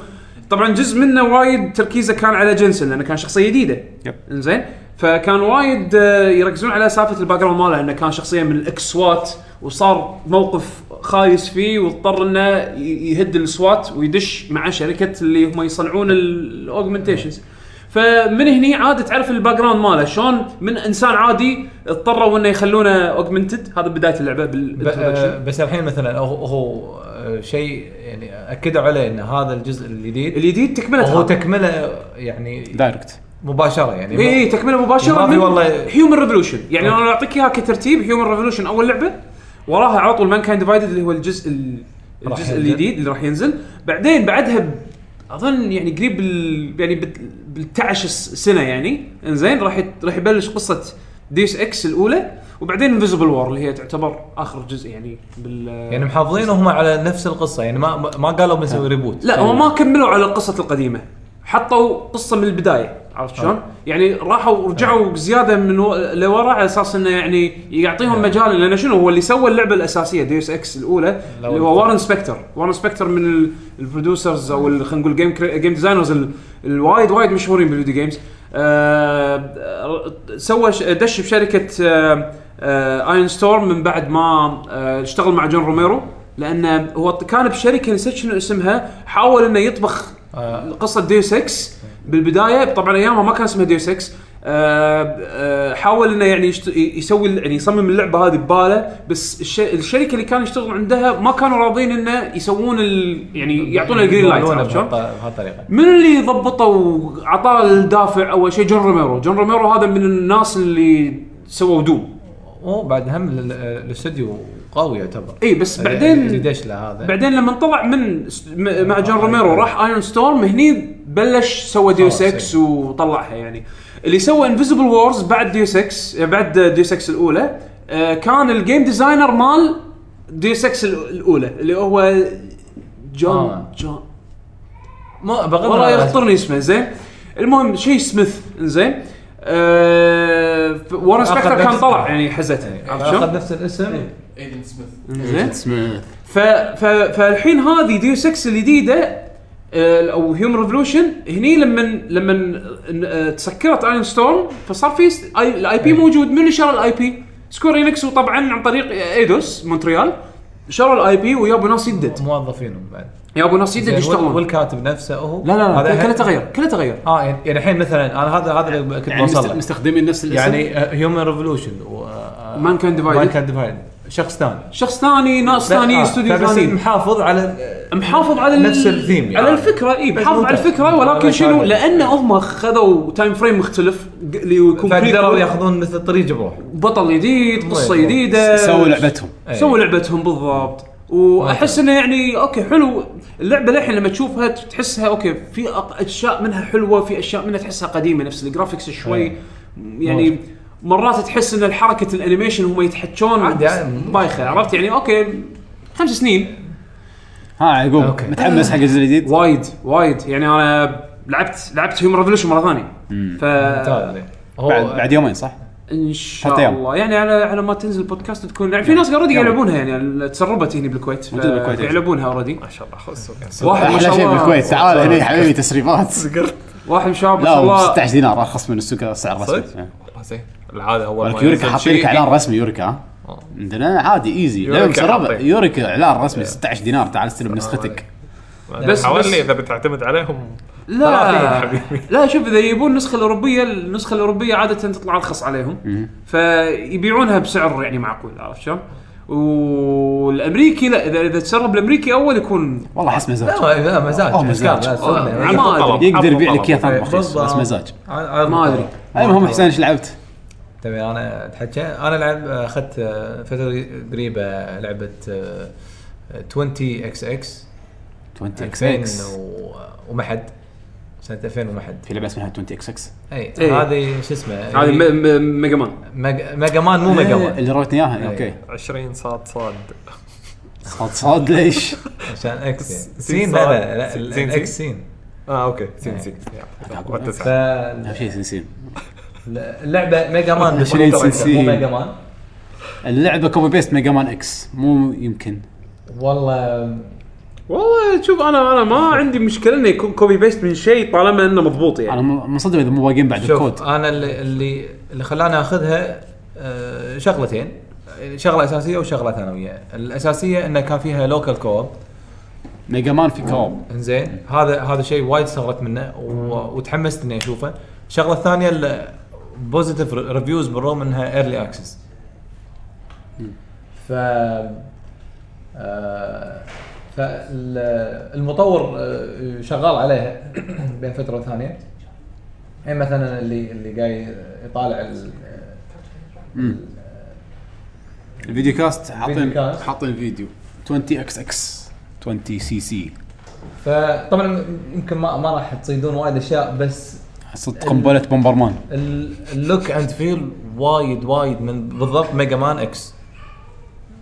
[SPEAKER 2] طبعا جزء منه وايد تركيزه كان على جنسن لانه كان شخصيه جديده
[SPEAKER 1] يب.
[SPEAKER 2] انزين فكان وايد آه، يركزون على سالفه الباك جراوند ماله انه كان شخصيه من الاكس سوات وصار موقف خايس فيه واضطر انه ي- يهد السوات ويدش مع شركه اللي هم يصنعون الاوجمنتيشنز فمن هني عاد تعرف الباك جراوند ماله شلون من انسان عادي اضطروا انه يخلونه اوجمنتد هذا بدايه اللعبه
[SPEAKER 3] ب- آه،
[SPEAKER 2] بال
[SPEAKER 3] بس الحين مثلا هو هو آه، شيء يعني اكدوا عليه ان هذا الجزء الجديد
[SPEAKER 2] الجديد تكمله
[SPEAKER 3] هو
[SPEAKER 2] هذا.
[SPEAKER 3] تكمله يعني
[SPEAKER 1] دايركت
[SPEAKER 3] مباشره يعني
[SPEAKER 2] اي اي تكمله مباشره
[SPEAKER 3] ما في
[SPEAKER 2] إيه، من
[SPEAKER 3] والله-
[SPEAKER 2] هيومن ريفولوشن يعني
[SPEAKER 3] أوكي.
[SPEAKER 2] انا اعطيك اياها كترتيب هيومن ريفولوشن اول لعبه وراها على طول مان كان ديفايدد اللي هو الجزء ال-
[SPEAKER 3] راح
[SPEAKER 2] الجزء
[SPEAKER 3] ينزل.
[SPEAKER 2] الجديد اللي راح ينزل بعدين بعدها ب... اظن يعني قريب بال... يعني بت- بال 19 سنه يعني انزين راح يت... راح يبلش قصه ديوس اكس الاولى وبعدين انفيزبل وور اللي هي تعتبر اخر جزء يعني بال
[SPEAKER 3] يعني محافظين هم على نفس القصه يعني ما ما- ما قالوا بنسوي ريبوت
[SPEAKER 2] لا هم ما كملوا على القصة القديمة حطوا قصة من البداية عرفت شلون؟ يعني راحوا رجعوا زيادة من و... لورا على اساس انه يعني يعطيهم مجال لان شنو هو اللي سوى اللعبة الاساسية ديوس اكس الاولى اللي هو وارن سبكتر، وارن سبكتر من ال- البرودوسرز او ال- خلينا نقول جيم كري... جيم ديزاينرز ال... الوايد وايد مشهورين بالفيديو جيمز. آه... سوى ش... دش بشركة آه... آه... ايون ستورم من بعد ما آه... اشتغل مع جون روميرو لانه هو كان بشركه نسيت شنو اسمها حاول انه يطبخ
[SPEAKER 3] آه.
[SPEAKER 2] قصه ديو 6 بالبدايه طبعا ايامها ما كان اسمها ديو 6 آه، آه، حاول انه يعني يشت... يسوي يعني يصمم اللعبه هذه بباله بس الش... الشركه اللي كان يشتغل عندها ما كانوا راضين انه يسوون ال... يعني يعطونا الجرين لايت
[SPEAKER 3] يقولونه
[SPEAKER 2] عرفت شلون؟
[SPEAKER 3] بهالط- بهالطريقه
[SPEAKER 2] من اللي ضبطه وعطاه الدافع اول شيء جون روميرو، جون روميرو هذا من الناس اللي سووا دوم
[SPEAKER 3] وبعد هم ال- ال- الاستوديو قوي يعتبر آه،
[SPEAKER 2] اي إيه، بس بعدين
[SPEAKER 3] إيه، ليش لا هذا
[SPEAKER 2] بعدين لما طلع من س- م- مع جون روميرو راح ايرون ستورم هني بلش سوى ديو
[SPEAKER 3] خلاص، إيه.
[SPEAKER 2] 6 وطلعها يعني اللي سوى انفيزبل وورز بعد ديو 6 بعد ديو 6 الاولى آه، كان الجيم ديزاينر مال ديو 6 الاولى اللي هو جون
[SPEAKER 3] آه.
[SPEAKER 2] جون
[SPEAKER 3] ما بغض
[SPEAKER 2] والله
[SPEAKER 3] النظر-
[SPEAKER 2] يخطرني اسمه زين المهم شيء سميث زين آه ف- وارن
[SPEAKER 3] أخذ
[SPEAKER 2] سبكتر كان
[SPEAKER 3] نفس-
[SPEAKER 2] طلع يعني حزتها عرفت شلون؟
[SPEAKER 3] اخذ نفس الاسم
[SPEAKER 4] ايدن سميث
[SPEAKER 2] زين
[SPEAKER 1] سميث
[SPEAKER 2] ف... ف... فالحين هذه ديو 6 الجديده آه، او هيومن ريفولوشن هني لما لما آه، تسكرت ايرون ستورم فصار في س- آي- الاي
[SPEAKER 3] إيه.
[SPEAKER 2] بي موجود من شرى الاي بي سكوير انكس وطبعا عن طريق ايدوس مونتريال شروا الاي بي ويابوا ناس يدد
[SPEAKER 3] موظفينهم بعد
[SPEAKER 2] يابوا ناس يدد
[SPEAKER 3] زين، وال-
[SPEAKER 2] يشتغلون
[SPEAKER 3] والكاتب نفسه هو
[SPEAKER 2] لا لا
[SPEAKER 3] هذا
[SPEAKER 2] لا كله
[SPEAKER 3] الحين-
[SPEAKER 2] تغير كله تغير
[SPEAKER 3] اه يعني يعني الحين مثلا انا هذا هذا اللي كنت
[SPEAKER 1] يعني مست-
[SPEAKER 3] بوصل له.
[SPEAKER 1] مستخدمين نفس الاسم
[SPEAKER 3] يعني هيومن ريفولوشن
[SPEAKER 2] مان كان
[SPEAKER 3] مان
[SPEAKER 2] ديفايد
[SPEAKER 3] كان ديفايد آه، شخص ثاني
[SPEAKER 2] شخص ثاني ناس
[SPEAKER 3] آه،
[SPEAKER 2] ثاني استوديو
[SPEAKER 3] فبس
[SPEAKER 2] ثاني
[SPEAKER 3] محافظ على
[SPEAKER 2] محافظ على ال-
[SPEAKER 3] نفس الثيم يعني.
[SPEAKER 2] على الفكره اي محافظ
[SPEAKER 3] ممتاز.
[SPEAKER 2] على الفكره ولكن
[SPEAKER 3] ممتاز.
[SPEAKER 2] شنو لان هم خذوا تايم فريم مختلف ق- اللي يكون
[SPEAKER 3] فقدروا
[SPEAKER 2] prequel،
[SPEAKER 3] ياخذون مثل طريق جبروح
[SPEAKER 2] بطل جديد قصه
[SPEAKER 3] طيب.
[SPEAKER 2] جديده
[SPEAKER 1] سووا لعبتهم
[SPEAKER 2] سووا لعبتهم بالضبط واحس انه يعني اوكي حلو اللعبه للحين لما تشوفها تحسها اوكي في أق- اشياء منها حلوه في اشياء منها تحسها قديمه نفس الجرافكس شوي يعني
[SPEAKER 3] موجود.
[SPEAKER 2] مرات تحس ان الحركه الانيميشن هم يتحكون
[SPEAKER 3] عادي، عادي.
[SPEAKER 2] بايخه عرفت يعني اوكي خمس سنين
[SPEAKER 1] ها يعقوب
[SPEAKER 3] أوكي.
[SPEAKER 1] متحمس حق الجزء الجديد
[SPEAKER 2] وايد وايد يعني انا لعبت لعبت هيومن ريفولوشن مره ثانيه ف
[SPEAKER 3] إيه.
[SPEAKER 1] بعد
[SPEAKER 3] آه،
[SPEAKER 1] بعد يومين صح؟
[SPEAKER 2] ان شاء
[SPEAKER 1] حتى يوم.
[SPEAKER 2] الله يعني على على ما تنزل البودكاست تكون يعني في ناس اوريدي قاعد يلعبونها يعني تسربت هنا بالكويت ف-
[SPEAKER 1] موجودة بالكويت.
[SPEAKER 2] يلعبونها اوريدي
[SPEAKER 5] ما شاء الله خذ السوق
[SPEAKER 2] واحد ما
[SPEAKER 1] احلى
[SPEAKER 2] شاء
[SPEAKER 1] شيء
[SPEAKER 2] الله
[SPEAKER 1] بالكويت تعال هنا حبيبي تسريبات
[SPEAKER 2] واحد من الشباب ما شاء
[SPEAKER 1] لا
[SPEAKER 2] الله
[SPEAKER 1] 16 دينار ارخص من السوق سعر رسمي
[SPEAKER 5] صدق؟ والله زين العاده اول
[SPEAKER 1] ولك يوريكا
[SPEAKER 5] ينزل
[SPEAKER 1] حاطين لك
[SPEAKER 5] شيء-
[SPEAKER 3] إيه.
[SPEAKER 1] اعلان رسمي يوريكا ها؟
[SPEAKER 5] آه.
[SPEAKER 1] عندنا عادي ايزي
[SPEAKER 5] يوريكا
[SPEAKER 1] لعبة سرابة.
[SPEAKER 5] حاطين.
[SPEAKER 1] يوريكا اعلان
[SPEAKER 3] إيه.
[SPEAKER 1] رسمي 16 دينار تعال استلم نسختك
[SPEAKER 2] بس-
[SPEAKER 5] بس
[SPEAKER 2] بس-
[SPEAKER 5] حوالي اذا بتعتمد عليهم ثلاثين
[SPEAKER 2] لا
[SPEAKER 5] حبيبي.
[SPEAKER 2] لا شوف اذا يبون النسخه الاوروبيه النسخه الاوروبيه عاده تطلع ارخص عليهم فيبيعونها بسعر يعني معقول عرفت شلون؟ والامريكي لا اذا اذا تسرب الامريكي اول يكون
[SPEAKER 1] والله احس مزاج
[SPEAKER 3] لا لا مزاج
[SPEAKER 1] أوه، مزاج.
[SPEAKER 3] إشكال، لا، صدق.
[SPEAKER 2] آه، ما ادري
[SPEAKER 1] يقدر يبيع لك
[SPEAKER 5] طلب.
[SPEAKER 1] اياه ثمن رخيص
[SPEAKER 3] بالضبط.
[SPEAKER 1] بس مزاج
[SPEAKER 3] على- على آه،
[SPEAKER 2] ما
[SPEAKER 3] المطلب.
[SPEAKER 2] أدري.
[SPEAKER 1] المهم حسين ايش لعبت؟
[SPEAKER 3] تبي انا اتحكى انا لعب اخذت آه، فتره قريبه لعبه آه، 20 اكس اكس
[SPEAKER 1] 20 اكس اكس
[SPEAKER 3] وما حد سنه 2000 وما حد
[SPEAKER 1] في لعبه اسمها 20 اكس اكس
[SPEAKER 3] اي
[SPEAKER 2] إيه.
[SPEAKER 3] هذه شو اسمه
[SPEAKER 2] هذه م- م- ميجا مان
[SPEAKER 3] ميجا- ميجا مان مو ميجا مان
[SPEAKER 1] اللي رويتني اياها
[SPEAKER 3] إيه.
[SPEAKER 1] اوكي
[SPEAKER 5] 20 صاد صاد
[SPEAKER 1] صاد صاد ليش؟
[SPEAKER 3] عشان اكس يعني.
[SPEAKER 5] س-
[SPEAKER 3] سين
[SPEAKER 5] سين
[SPEAKER 3] لا
[SPEAKER 5] صار.
[SPEAKER 3] لا لا
[SPEAKER 5] سين-
[SPEAKER 3] ال-
[SPEAKER 5] سين-
[SPEAKER 3] الاكس
[SPEAKER 5] سين؟
[SPEAKER 3] سين
[SPEAKER 5] اه اوكي سين سين يعطيك
[SPEAKER 3] ف
[SPEAKER 5] التسعة.
[SPEAKER 1] اهم شيء سنسين
[SPEAKER 3] اللعبه ميجا مان
[SPEAKER 1] شنو
[SPEAKER 3] بالكمبيوتر
[SPEAKER 1] سين سين؟
[SPEAKER 3] مو ميجا مان
[SPEAKER 1] اللعبه كوبي بيست ميجا مان اكس مو يمكن
[SPEAKER 3] والله
[SPEAKER 2] والله شوف انا انا ما عندي مشكله انه يكون كوبي بيست من شيء طالما انه مضبوط
[SPEAKER 1] انا
[SPEAKER 2] يعني
[SPEAKER 1] م- منصدم اذا مو باقيين بعد
[SPEAKER 3] شوف
[SPEAKER 1] الكود
[SPEAKER 3] انا اللي اللي, اللي خلاني اخذها آه، شغلتين شغله اساسيه وشغله ثانويه الاساسيه انه كان فيها لوكال كوب
[SPEAKER 1] ميجا مان في كوب
[SPEAKER 3] انزين هذا هذا شيء وايد استغربت منه و- وتحمست اني اشوفه الشغله الثانيه البوزيتيف ريفيوز بالرغم انها ايرلي اكسس ف آه، فالمطور آه، شغال عليها بين فتره وثانيه الحين مثلا اللي اللي قاعد يطالع ال-
[SPEAKER 1] الفيديو كاست حاطين
[SPEAKER 3] الفيديو كاست.
[SPEAKER 1] حاطين فيديو 20 اكس اكس 20 سي سي
[SPEAKER 3] فطبعا يمكن ما ما راح تصيدون وايد اشياء بس
[SPEAKER 1] صدق قنبله بومبرمان
[SPEAKER 3] ال- اللوك اند فيل وايد وايد من بالضبط ميجا مان اكس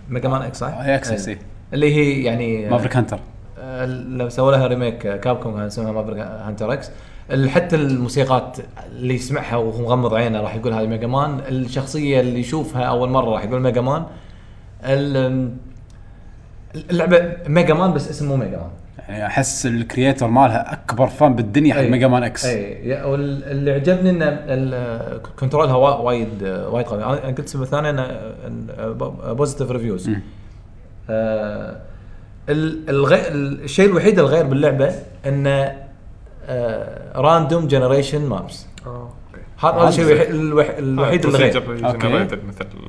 [SPEAKER 3] ميجا مان اكس صح؟
[SPEAKER 1] آه، إكس، إكس،
[SPEAKER 3] أي.
[SPEAKER 1] إي.
[SPEAKER 3] اللي هي يعني
[SPEAKER 1] مافريك هانتر
[SPEAKER 3] آه، لو سووا لها ريميك آه، كابكوم كان اسمها مافريك هانتر اكس ال- حتى الموسيقات اللي يسمعها وهو مغمض عينه راح يقول هذه ميجا مان الشخصيه اللي يشوفها اول مره راح يقول ميجا مان ال- اللعبه ميجا مان بس اسمه ميجا مان
[SPEAKER 1] يعني احس الكرييتر مالها اكبر فان بالدنيا حق
[SPEAKER 3] أي.
[SPEAKER 1] ميجا مان اكس
[SPEAKER 3] اي إيه. يا- وال- اللي عجبني ان ال- كنترولها وا- وايد وايد قوي انا أنا قلت السبب الثاني ان بوزيتيف ريفيوز
[SPEAKER 1] مم.
[SPEAKER 3] آه، الشيء الوحيد الغير آه، باللعبه انه راندوم جنريشن مابس هذا الشيء الوحي- الوح-
[SPEAKER 5] آه،
[SPEAKER 3] الوحيد اللي غير
[SPEAKER 1] أوكي.
[SPEAKER 5] مثل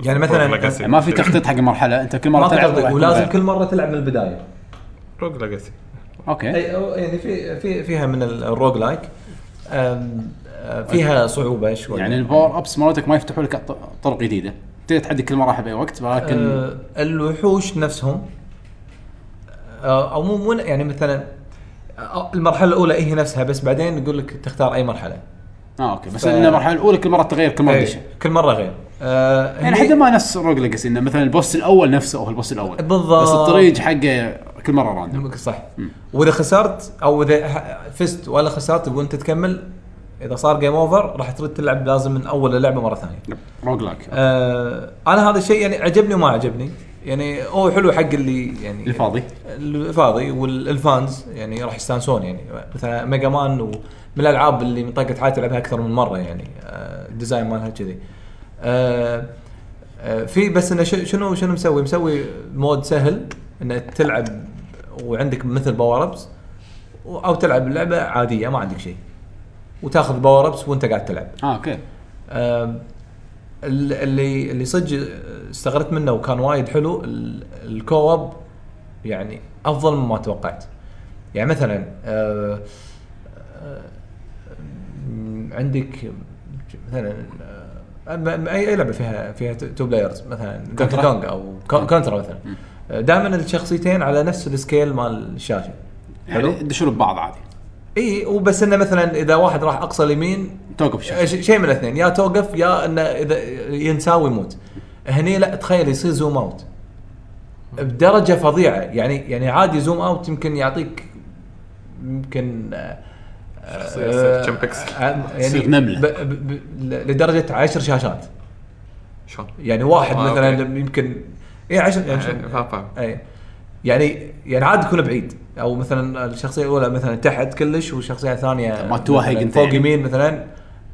[SPEAKER 3] يعني مثلاً
[SPEAKER 5] Legacy.
[SPEAKER 1] ما في تخطيط حق المرحله انت كل مره
[SPEAKER 3] ما في
[SPEAKER 1] تلعب
[SPEAKER 3] تغطية،
[SPEAKER 1] راح
[SPEAKER 3] ولازم
[SPEAKER 1] يكون
[SPEAKER 3] كل مره تلعب من البدايه
[SPEAKER 5] روج ليجاسي
[SPEAKER 1] اوكي
[SPEAKER 3] اي أو- يعني في في فيها من ال- الروج لايك أم، أه، فيها صعوبه شوي
[SPEAKER 1] يعني الباور ابس مالتك ما يفتحوا لك أط- طرق جديده تتحدي كل مراحل باي وقت ولكن
[SPEAKER 3] آه، الوحوش نفسهم آه، او مو مو يعني مثلا آه، المرحله الاولى هي نفسها بس بعدين يقول لك تختار اي مرحله
[SPEAKER 1] اه اوكي بس
[SPEAKER 3] ف-
[SPEAKER 1] ان المرحله الاولى كل مره تغير كل مره
[SPEAKER 3] أي،
[SPEAKER 1] دشة
[SPEAKER 3] إيه، كل مره غير آه،
[SPEAKER 1] يعني
[SPEAKER 3] هني-
[SPEAKER 1] حتى ما نفس روج ليجاسي انه مثلا البوس الاول نفسه هو البوس الاول
[SPEAKER 3] بالضبط.
[SPEAKER 1] بس الطريق حقه كل مره راندوم
[SPEAKER 3] صح واذا خسرت او اذا ه- فزت ولا خسرت وانت تكمل اذا صار جيم اوفر راح ترد تلعب لازم من اول اللعبه مره ثانيه
[SPEAKER 1] روج لايك
[SPEAKER 3] آه انا هذا الشيء يعني عجبني وما عجبني يعني هو حلو حق اللي يعني
[SPEAKER 1] الفاضي
[SPEAKER 3] الفاضي والفانز يعني راح يستانسون يعني مثلا ميجا مان ومن الالعاب اللي من طاقه حياتي العبها اكثر من مره يعني آه، الديزاين مالها كذي آه، آه، في بس انه ش- شنو شنو مسوي؟ مسوي مود سهل انك تلعب وعندك مثل باور ابس او تلعب اللعبه عاديه ما عندك شيء وتاخذ باور ابس وانت قاعد تلعب
[SPEAKER 1] اه اوكي
[SPEAKER 3] آم، ال- اللي اللي صدق استغربت منه وكان وايد حلو ال- الكوب يعني افضل مما توقعت يعني مثلا آه، آه، م- عندك مثلا آه، م- اي أي لعبه فيها فيها تو بلايرز مثلا دونكي
[SPEAKER 1] كونترا.
[SPEAKER 3] كونغ او كون- كونترا مثلا دائما الشخصيتين على نفس السكيل مال الشاشه
[SPEAKER 1] حلو دشوا ببعض عادي
[SPEAKER 3] اي وبس انه مثلا اذا واحد راح اقصى اليمين
[SPEAKER 1] توقف شيء
[SPEAKER 3] ش- شيء من الاثنين يا توقف يا انه اذا ينساوي يموت هني لا تخيل يصير زوم اوت بدرجه فظيعه يعني يعني عادي زوم اوت يمكن يعطيك يمكن آه، آه،
[SPEAKER 5] كم بكسل؟
[SPEAKER 3] آه،
[SPEAKER 1] تصير نملة.
[SPEAKER 3] ب- ب- ب- لدرجه عشر شاشات
[SPEAKER 5] شلون؟
[SPEAKER 3] يعني واحد
[SPEAKER 5] آه،
[SPEAKER 3] مثلا
[SPEAKER 5] أوكي.
[SPEAKER 3] يمكن إيه، اي 10
[SPEAKER 5] آه، فاهم فاهم
[SPEAKER 3] اي إيه. يعني يعني عادي تكون بعيد او مثلا الشخصيه الاولى مثلا تحت كلش والشخصيه الثانيه
[SPEAKER 1] ما توهق
[SPEAKER 3] مثلاً
[SPEAKER 1] أنت
[SPEAKER 3] فوق
[SPEAKER 1] يعني.
[SPEAKER 3] يمين مثلا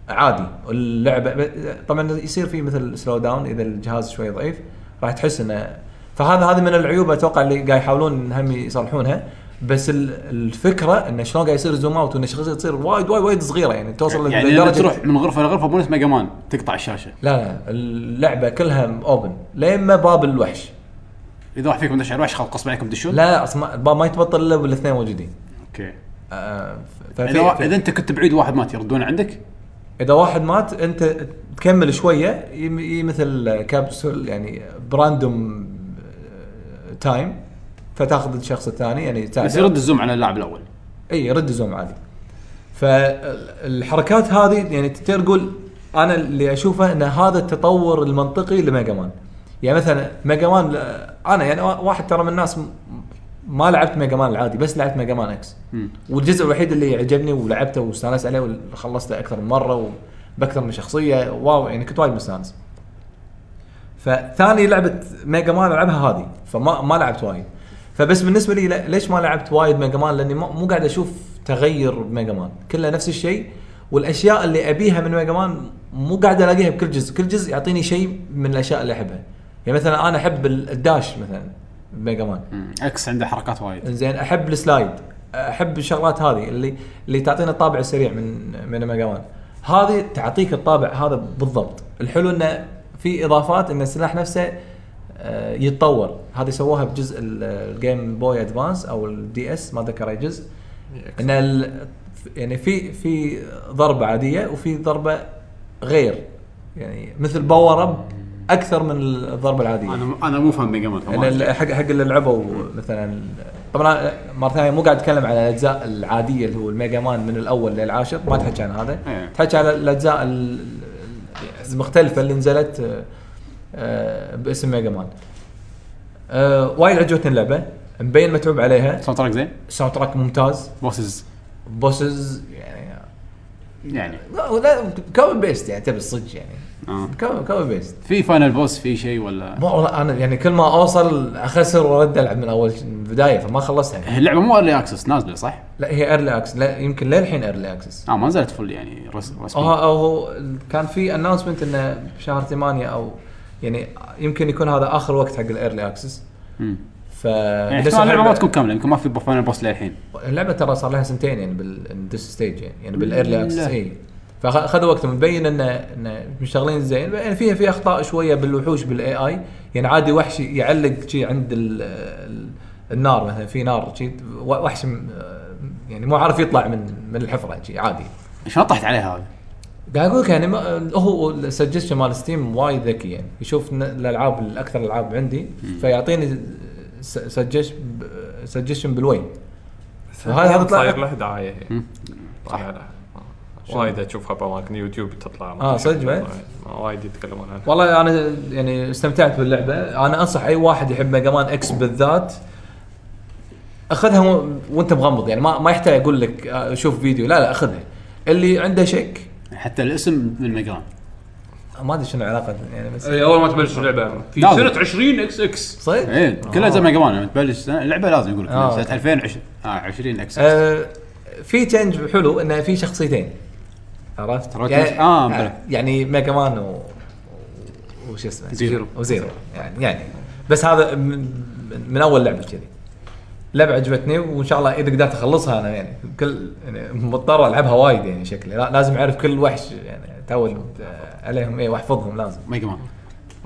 [SPEAKER 3] عادي اللعبه ب- طبعا يصير في مثل سلو داون اذا الجهاز شوي ضعيف راح تحس انه فهذا هذه من العيوب اتوقع اللي قاعد يحاولون إن هم يصلحونها بس ال- الفكره انه شلون قاعد يصير زوم اوت وان الشخصيه تصير وايد وايد وايد صغيره يعني توصل
[SPEAKER 1] يعني لما تروح من غرفه لغرفه بونس ميجا مان تقطع الشاشه
[SPEAKER 3] لا لا اللعبه كلها اوبن لين ما باب الوحش
[SPEAKER 1] اذا واحد فيكم دش على الوحش خلاص غصب عليكم تدشون
[SPEAKER 3] لا لا اصلا الباب ما يتبطل الا بالاثنين موجودين
[SPEAKER 1] اوكي
[SPEAKER 3] آه، ف-
[SPEAKER 1] اذا
[SPEAKER 3] ففي-
[SPEAKER 1] وا-
[SPEAKER 3] في-
[SPEAKER 1] اذا انت كنت بعيد واحد مات يردون عندك
[SPEAKER 3] اذا واحد مات انت تكمل شويه يم- ي- مثل كابسول يعني براندوم آه، تايم فتاخذ الشخص الثاني يعني تعدل.
[SPEAKER 1] بس يرد الزوم على اللاعب الاول
[SPEAKER 3] اي رد زوم عادي فالحركات هذه يعني تقدر تقول انا اللي اشوفه ان هذا التطور المنطقي لميجا مان يعني مثلا ميجا مان آه، انا يعني وا- واحد ترى من الناس م- ما لعبت ميجا مان العادي بس لعبت ميجا مان اكس
[SPEAKER 1] مم.
[SPEAKER 3] والجزء الوحيد اللي عجبني ولعبته واستانست عليه وخلصته اكثر من مره وباكثر من شخصيه واو يعني كنت وايد مستانس فثاني لعبه ميجا مان العبها هذه فما ما لعبت وايد فبس بالنسبه لي لا- ليش ما لعبت وايد ميجا مان لاني ما- مو قاعد اشوف تغير بميجا مان كلها نفس الشيء والاشياء اللي ابيها من ميجا مان مو قاعد الاقيها بكل جزء كل جزء يعطيني شيء من الاشياء اللي احبها يعني مثلا انا احب ال- الداش مثلا بميجا مان
[SPEAKER 1] مم. اكس عنده حركات وايد
[SPEAKER 3] زين احب السلايد احب الشغلات هذه اللي اللي تعطينا الطابع السريع من من ميجا مان هذه تعطيك الطابع هذا بالضبط الحلو انه في اضافات ان السلاح نفسه آه، يتطور هذه سووها بجزء ال- الجيم بوي ادفانس او الدي اس ما اتذكر اي جزء ان ال- يعني في في ضربه عاديه وفي ضربه غير يعني مثل باور اب اكثر من الضربه العاديه
[SPEAKER 1] انا انا مو فاهم ميجا مان
[SPEAKER 3] انا
[SPEAKER 1] فما
[SPEAKER 3] ال- حق حق اللي لعبوا مثلا طبعا أنا مره ثانيه مو قاعد اتكلم على الاجزاء العاديه اللي هو الميجا مان من الاول للعاشر ما تحكي عن هذا
[SPEAKER 1] إيه.
[SPEAKER 3] تحكي على الاجزاء ال- المختلفه اللي نزلت آه، آه، باسم ميجا مان آه، وايد عجبتني اللعبه مبين متعوب عليها
[SPEAKER 1] ساوند تراك زين
[SPEAKER 3] ساوند تراك ممتاز
[SPEAKER 1] بوسز
[SPEAKER 3] بوسز يعني
[SPEAKER 1] يعني
[SPEAKER 3] لا ولا كوبي بيست يعني تبي الصدق يعني
[SPEAKER 1] آه.
[SPEAKER 3] كوبي كوبي بيست
[SPEAKER 1] في فاينل بوس في شيء ولا
[SPEAKER 3] ما والله انا يعني كل ما اوصل اخسر وارد العب من اول ش- من البدايه فما خلصتها يعني.
[SPEAKER 1] اللعبه مو ايرلي اكسس نازله صح؟
[SPEAKER 3] لا هي ايرلي اكس لا يمكن للحين ايرلي اكسس
[SPEAKER 1] اه ما نزلت فل يعني رس- رسمي
[SPEAKER 3] هو هو كان في اناونسمنت انه بشهر 8 او يعني يمكن يكون هذا اخر وقت حق الايرلي اكسس
[SPEAKER 1] مم.
[SPEAKER 3] ف
[SPEAKER 1] يعني احتمال اللعبه ما تكون كامله يمكن ما في فاينل بوس للحين
[SPEAKER 3] اللعبه ترى صار لها سنتين يعني بالديس ستيج يعني, يعني بالايرلي اكسس
[SPEAKER 1] لا.
[SPEAKER 3] اي فاخذوا وقتهم مبين انه انه مشتغلين زين يعني فيها في اخطاء شويه بالوحوش بالاي اي يعني عادي وحش يعلق شي عند ال ال النار مثلا في نار شي وحش م- يعني مو عارف يطلع من من الحفره شي عادي
[SPEAKER 1] شلون طحت عليها هذا؟
[SPEAKER 3] قاعد اقول لك يعني ما هو السجستشن مال ستيم وايد ذكي يعني يشوف ن- الالعاب الاكثر الالعاب عندي فيعطيني سجستشن بالوين هذا- هذا طلع-
[SPEAKER 5] صاير له دعايه هي. طلع له. وايد اشوفها باماكن يوتيوب تطلع
[SPEAKER 3] آه، صدق بعد؟
[SPEAKER 5] وايد يتكلمون عنها
[SPEAKER 3] والله انا يعني استمتعت باللعبه انا انصح اي واحد يحب ميجا مان اكس بالذات اخذها و- وانت مغمض يعني ما ما يحتاج اقول لك آه، شوف فيديو لا لا اخذها اللي عنده شك
[SPEAKER 1] يعني حتى الاسم من ميجران
[SPEAKER 3] ما ادري شنو العلاقه يعني بس
[SPEAKER 2] إي، اول إيه، ما تبلش اللعبه في
[SPEAKER 1] لازم.
[SPEAKER 2] سنه 20 اكس اكس
[SPEAKER 3] صدق؟
[SPEAKER 1] ايه كلها زي ميجران لما تبلش سنة- اللعبه لازم يقول لك
[SPEAKER 3] آه.
[SPEAKER 1] سنه 2020 اه 20 اكس
[SPEAKER 3] آه، في تشنج حلو انه في شخصيتين عرفت؟
[SPEAKER 1] ترى change- آه، بلى.
[SPEAKER 3] يعني ميجا مان و وش اسمه؟
[SPEAKER 1] زيرو.
[SPEAKER 3] وزيرو يعني يعني بس هذا من, من اول لعبه كذي لعبه عجبتني وان شاء الله اذا قدرت اخلصها انا يعني كل يعني مضطر العبها وايد يعني شكلي لا- لازم اعرف كل وحش يعني اتعود آه، عليهم ايه واحفظهم لازم
[SPEAKER 1] ميجران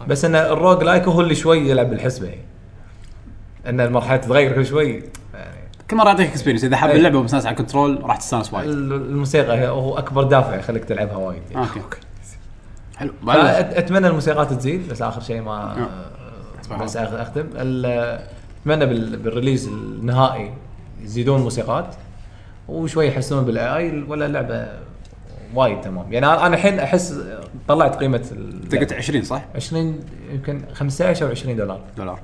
[SPEAKER 3] بس ان الروج لايك هو اللي شوي يلعب بالحسبه يعني ان المرحله تتغير كل شوي يعني
[SPEAKER 1] كل مره يعطيك اكسبيرينس اذا حاب
[SPEAKER 3] إيه.
[SPEAKER 1] اللعبه ومستانس على الكنترول راح تستانس وايد آه،
[SPEAKER 3] ال- الموسيقى هي هو اكبر دافع يخليك تلعبها وايد يعني.
[SPEAKER 1] اوكي حلو بعد-
[SPEAKER 3] فأت- اتمنى الموسيقات تزيد بس اخر شيء ما
[SPEAKER 1] آه.
[SPEAKER 3] بس آخر- اختم ال- اتمنى بال- بالريليز النهائي يزيدون موسيقات وشوي يحسنون بالاي اي ولا اللعبه وايد تمام يعني انا أنا الحين احس طلعت قيمه
[SPEAKER 1] انت قلت
[SPEAKER 3] اللعبة.
[SPEAKER 1] 20 صح؟
[SPEAKER 3] 20 يمكن 15 او 20 دولار
[SPEAKER 1] دولار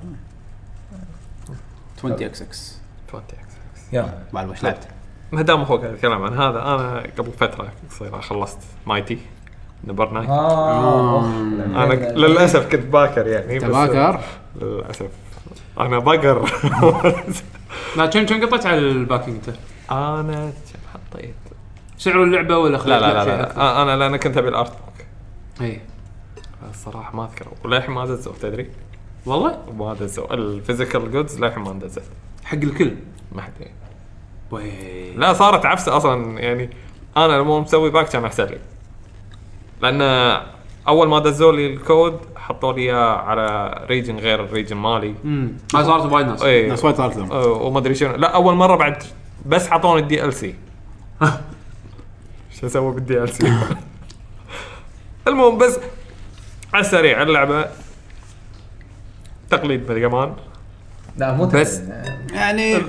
[SPEAKER 1] 20 اكس اكس
[SPEAKER 5] 20 اكس
[SPEAKER 3] يلا
[SPEAKER 1] بعد وش لعبت؟
[SPEAKER 5] ما دام هو قاعد يتكلم عن هذا انا قبل فتره قصيره خلصت مايتي نبر ناين
[SPEAKER 1] آه.
[SPEAKER 3] اه
[SPEAKER 5] انا ك- للاسف كنت باكر يعني بس-
[SPEAKER 1] تباكر
[SPEAKER 5] للاسف انا بقر
[SPEAKER 2] لا كم كم قطعت على الباكينج انت؟
[SPEAKER 5] انا كم آه، حطيت
[SPEAKER 2] سعر اللعبه ولا خليت
[SPEAKER 5] لا لا لا,
[SPEAKER 2] شيء إيه.
[SPEAKER 5] لا.
[SPEAKER 2] أكثر؟
[SPEAKER 5] آه، انا لان كنت ابي الارت بوك
[SPEAKER 2] إي.
[SPEAKER 5] الصراحه ما اذكر وللحين ما دزوا تدري
[SPEAKER 2] والله
[SPEAKER 5] ما دزوا الفيزيكال جودز للحين ما دزت
[SPEAKER 2] حق الكل
[SPEAKER 5] ما حد يعني.
[SPEAKER 2] وي.
[SPEAKER 5] لا صارت عفسه اصلا يعني انا لما مسوي باك كان احسن لي لان اول ما دزوا لي الكود حطوا لي اياه على ريجن غير الريجن مالي
[SPEAKER 2] امم هاي صارت وايد ناس
[SPEAKER 5] اي
[SPEAKER 1] ناس وايد صارت لهم
[SPEAKER 5] أه، وما ادري شنو لا اول مره بعد بس حطوني الدي ال سي شو اسوي بالدي ال سي المهم بس على السريع اللعبه تقليد ميجا مان
[SPEAKER 3] لا مو
[SPEAKER 5] بس-
[SPEAKER 1] يعني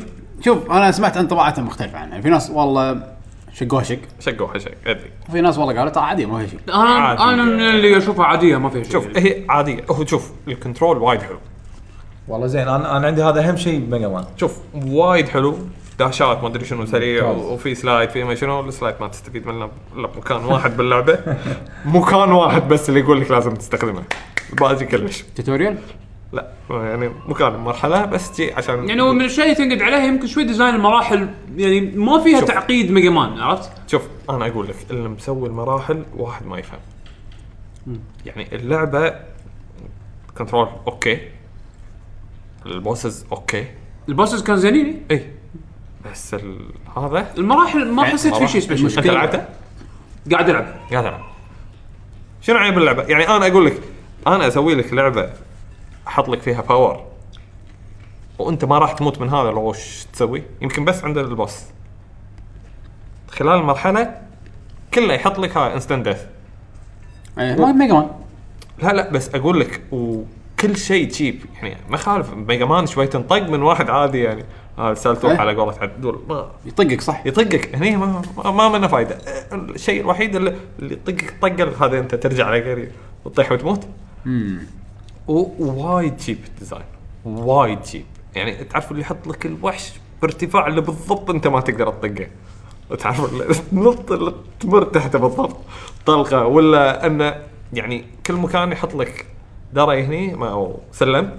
[SPEAKER 1] شوف انا سمعت انطباعاتهم مختلفه عنها في ناس والله شقوها شق
[SPEAKER 5] شقوا حشق ادري
[SPEAKER 1] وفي ناس والله قالوا تعال عادي ما في شيء
[SPEAKER 5] عادي.
[SPEAKER 2] انا انا من اللي اشوفها عاديه ما فيها شيء
[SPEAKER 5] شوف هي عاديه هو شوف الكنترول وايد حلو
[SPEAKER 3] والله زين انا انا عندي هذا اهم شيء بميجا مان
[SPEAKER 5] شوف وايد حلو داشات ما ادري شنو سريع
[SPEAKER 3] ممتاز.
[SPEAKER 5] وفي سلايد في ما شنو السلايد ما تستفيد منه الا بمكان واحد باللعبه مكان واحد بس اللي يقول لك لازم تستخدمه الباقي كلش
[SPEAKER 1] توتوريال
[SPEAKER 5] لا يعني مكان مرحله بس جي عشان
[SPEAKER 2] يعني هو من الشيء اللي تنقد عليها يمكن شوي ديزاين المراحل يعني ما فيها
[SPEAKER 5] شوف.
[SPEAKER 2] تعقيد ميجا مان عرفت؟
[SPEAKER 5] شوف انا اقول لك اللي مسوي المراحل واحد ما يفهم يعني اللعبه كنترول اوكي البوسز اوكي
[SPEAKER 2] البوسز كان زينين
[SPEAKER 5] اي بس ال- هذا
[SPEAKER 2] المراحل ما
[SPEAKER 5] يعني
[SPEAKER 2] حسيت في شيء
[SPEAKER 5] مراحل. انت
[SPEAKER 2] سبيشل
[SPEAKER 5] لعبته؟
[SPEAKER 2] قاعد العب
[SPEAKER 5] قاعد العب شنو عيب اللعبه؟ يعني انا اقول لك انا اسوي لك لعبه احط لك فيها باور وانت ما راح تموت من هذا لو وش تسوي؟ يمكن بس عند البوس خلال المرحله كله يحط لك هاي انستنت ديث
[SPEAKER 1] آه، ما ميجا مان
[SPEAKER 5] لا لا بس اقول لك و كل شيء تشيب يعني ما يخالف ميجا مان شوي تنطق من واحد عادي يعني هذا سالتوح
[SPEAKER 1] إيه.
[SPEAKER 5] على قولة عدول ما
[SPEAKER 1] يطقك صح
[SPEAKER 5] يطقك هني ما ما- ما منه فايده الشيء الوحيد اللي اللي يطقك طقه هذا انت ترجع على قريب وتطيح وتموت و- ووايد شيب الديزاين وايد شيب يعني تعرف اللي يحط لك الوحش بارتفاع اللي بالضبط انت ما تقدر تطقه تعرف اللي- تنط اللي تمر تحته بالضبط طلقه ولا انه يعني كل مكان يحط لك دري هني ما او سلم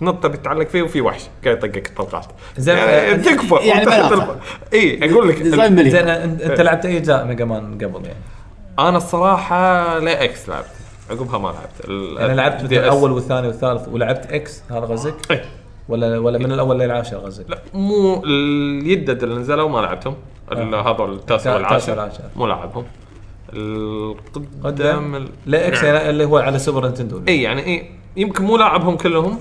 [SPEAKER 5] تنط بتعلق فيه وفي وحش قاعد يطقك الطلقات
[SPEAKER 3] زين،
[SPEAKER 5] يعني
[SPEAKER 3] آه،
[SPEAKER 5] تكفى
[SPEAKER 1] يعني
[SPEAKER 5] وتحت
[SPEAKER 1] بلاطة.
[SPEAKER 5] ال- اي اقول لك
[SPEAKER 1] ديزاين
[SPEAKER 5] ال-
[SPEAKER 1] مليان
[SPEAKER 3] زين انت أنت لعبت اي اجزاء ميجا مان قبل يعني؟
[SPEAKER 5] انا الصراحه لا اكس لعبت عقبها ما لعبت ال-
[SPEAKER 3] انا يعني لعبت
[SPEAKER 5] DS.
[SPEAKER 3] الاول والثاني والثالث ولعبت اكس هذا غزك
[SPEAKER 5] إيه.
[SPEAKER 3] ولا ولا من الاول للعاشر غزك؟
[SPEAKER 5] لا مو اليدد اللي نزلوا ما لعبتهم ال-
[SPEAKER 3] آه.
[SPEAKER 5] هذول التاسع والعاشر
[SPEAKER 3] التاسع والعاشر.
[SPEAKER 5] مو لعبهم القدام
[SPEAKER 3] قدام
[SPEAKER 5] ال-
[SPEAKER 3] لا اكس
[SPEAKER 5] نعم.
[SPEAKER 3] يعني اللي هو على سوبر نتندو
[SPEAKER 5] اي يعني اي يمكن مو لاعبهم كلهم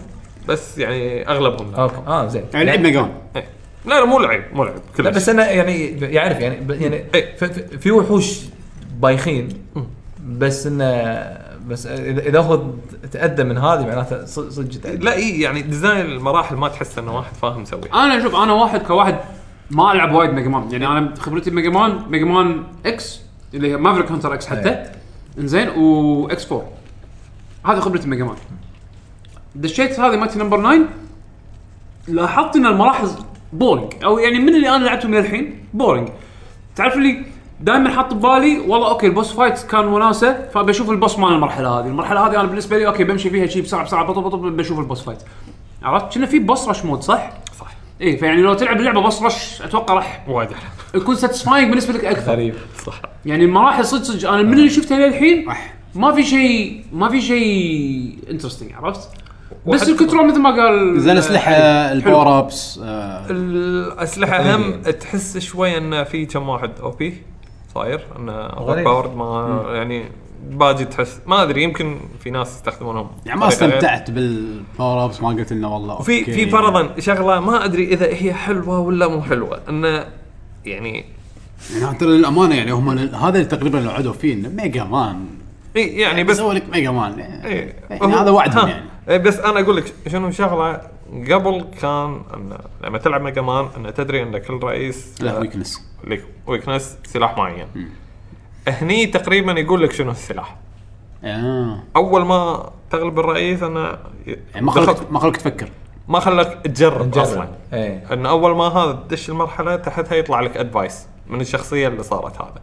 [SPEAKER 5] بس يعني اغلبهم لعب.
[SPEAKER 3] اوكي اه زين
[SPEAKER 1] يعني لعب ميجان
[SPEAKER 5] إيه. لا لا مو لعيب مو لعيب
[SPEAKER 3] لا
[SPEAKER 5] كلش
[SPEAKER 3] بس انا يعني يعرف يعني ب- يعني
[SPEAKER 5] إيه.
[SPEAKER 3] ف- ف- في وحوش بايخين بس انه بس اذا إذا هو تاذى من هذه معناته ص- صدق تأذى.
[SPEAKER 5] لا اي يعني ديزاين المراحل ما تحس انه واحد فاهم مسويه
[SPEAKER 3] آه.
[SPEAKER 2] انا شوف انا واحد كواحد ما العب وايد ميجا مان يعني انا خبرتي ميجا مان ميجا مان اكس اللي هي مافريك هانتر اكس حتى
[SPEAKER 3] إيه.
[SPEAKER 2] انزين واكس 4 هذا خبرتي ميجا مان دشيت هذه مالتي نمبر 9 لاحظت ان المراحل بورنج او يعني من اللي انا لعبتهم للحين بورنج تعرف اللي دائما حاط ببالي والله اوكي البوس فايت كان وناسه فبشوف البوس مال المرحله هذه، المرحله هذه انا بالنسبه لي اوكي بمشي فيها شي بسرعه بسرعه بطب بطب بشوف البوس فايت. عرفت؟ كنا في بوس رش مود صح؟
[SPEAKER 5] صح
[SPEAKER 2] اي فيعني لو تلعب اللعبه بوس رش اتوقع راح
[SPEAKER 5] وايد
[SPEAKER 2] يكون ساتسفاينج بالنسبه لك اكثر
[SPEAKER 3] غريب
[SPEAKER 5] صح
[SPEAKER 2] يعني المراحل صدق صدق انا من اللي شفتها للحين ما في شيء ما في شيء انترستنج عرفت؟ بس
[SPEAKER 5] وحتى-
[SPEAKER 2] الكنترول مثل ما قال آه،
[SPEAKER 1] زين آه، الاسلحه الباور ابس
[SPEAKER 5] الاسلحه
[SPEAKER 3] تقريباً.
[SPEAKER 5] هم تحس شوي انه في كم واحد او بي صاير انه اوفر
[SPEAKER 3] غريب.
[SPEAKER 5] باورد ما يعني باجي تحس ما ادري يمكن في ناس يستخدمونهم
[SPEAKER 1] يعني ما استمتعت بالباور ابس ما قلت لنا والله
[SPEAKER 5] طيب، في
[SPEAKER 1] أوكي.
[SPEAKER 5] في فرضا شغله ما ادري اذا هي حلوه ولا مو حلوه انه يعني
[SPEAKER 1] يعني ترى للامانه يعني هم ال- هذا اللي تقريبا اللي وعدوا فيه انه ميجا مان
[SPEAKER 5] إي يعني بس
[SPEAKER 1] سوى لك ميجا مان
[SPEAKER 5] إيه.
[SPEAKER 1] يعني هذا وعدهم
[SPEAKER 5] ها.
[SPEAKER 1] يعني
[SPEAKER 5] إيه بس انا اقول لك شنو شغله قبل كان ان لما تلعب ميجا مان ان تدري ان كل رئيس
[SPEAKER 1] له ويكنس
[SPEAKER 5] لك ويكنس سلاح معين هني تقريبا يقول لك شنو السلاح
[SPEAKER 1] آه.
[SPEAKER 5] اول ما تغلب الرئيس انا
[SPEAKER 1] يعني ما
[SPEAKER 5] دخلت-
[SPEAKER 1] خلوك ما خلوك تفكر
[SPEAKER 5] ما خلك تجرب
[SPEAKER 3] نجرب.
[SPEAKER 5] اصلا
[SPEAKER 3] ايه
[SPEAKER 5] ان اول ما هذا تدش المرحله تحتها يطلع لك ادفايس من الشخصيه اللي صارت هذا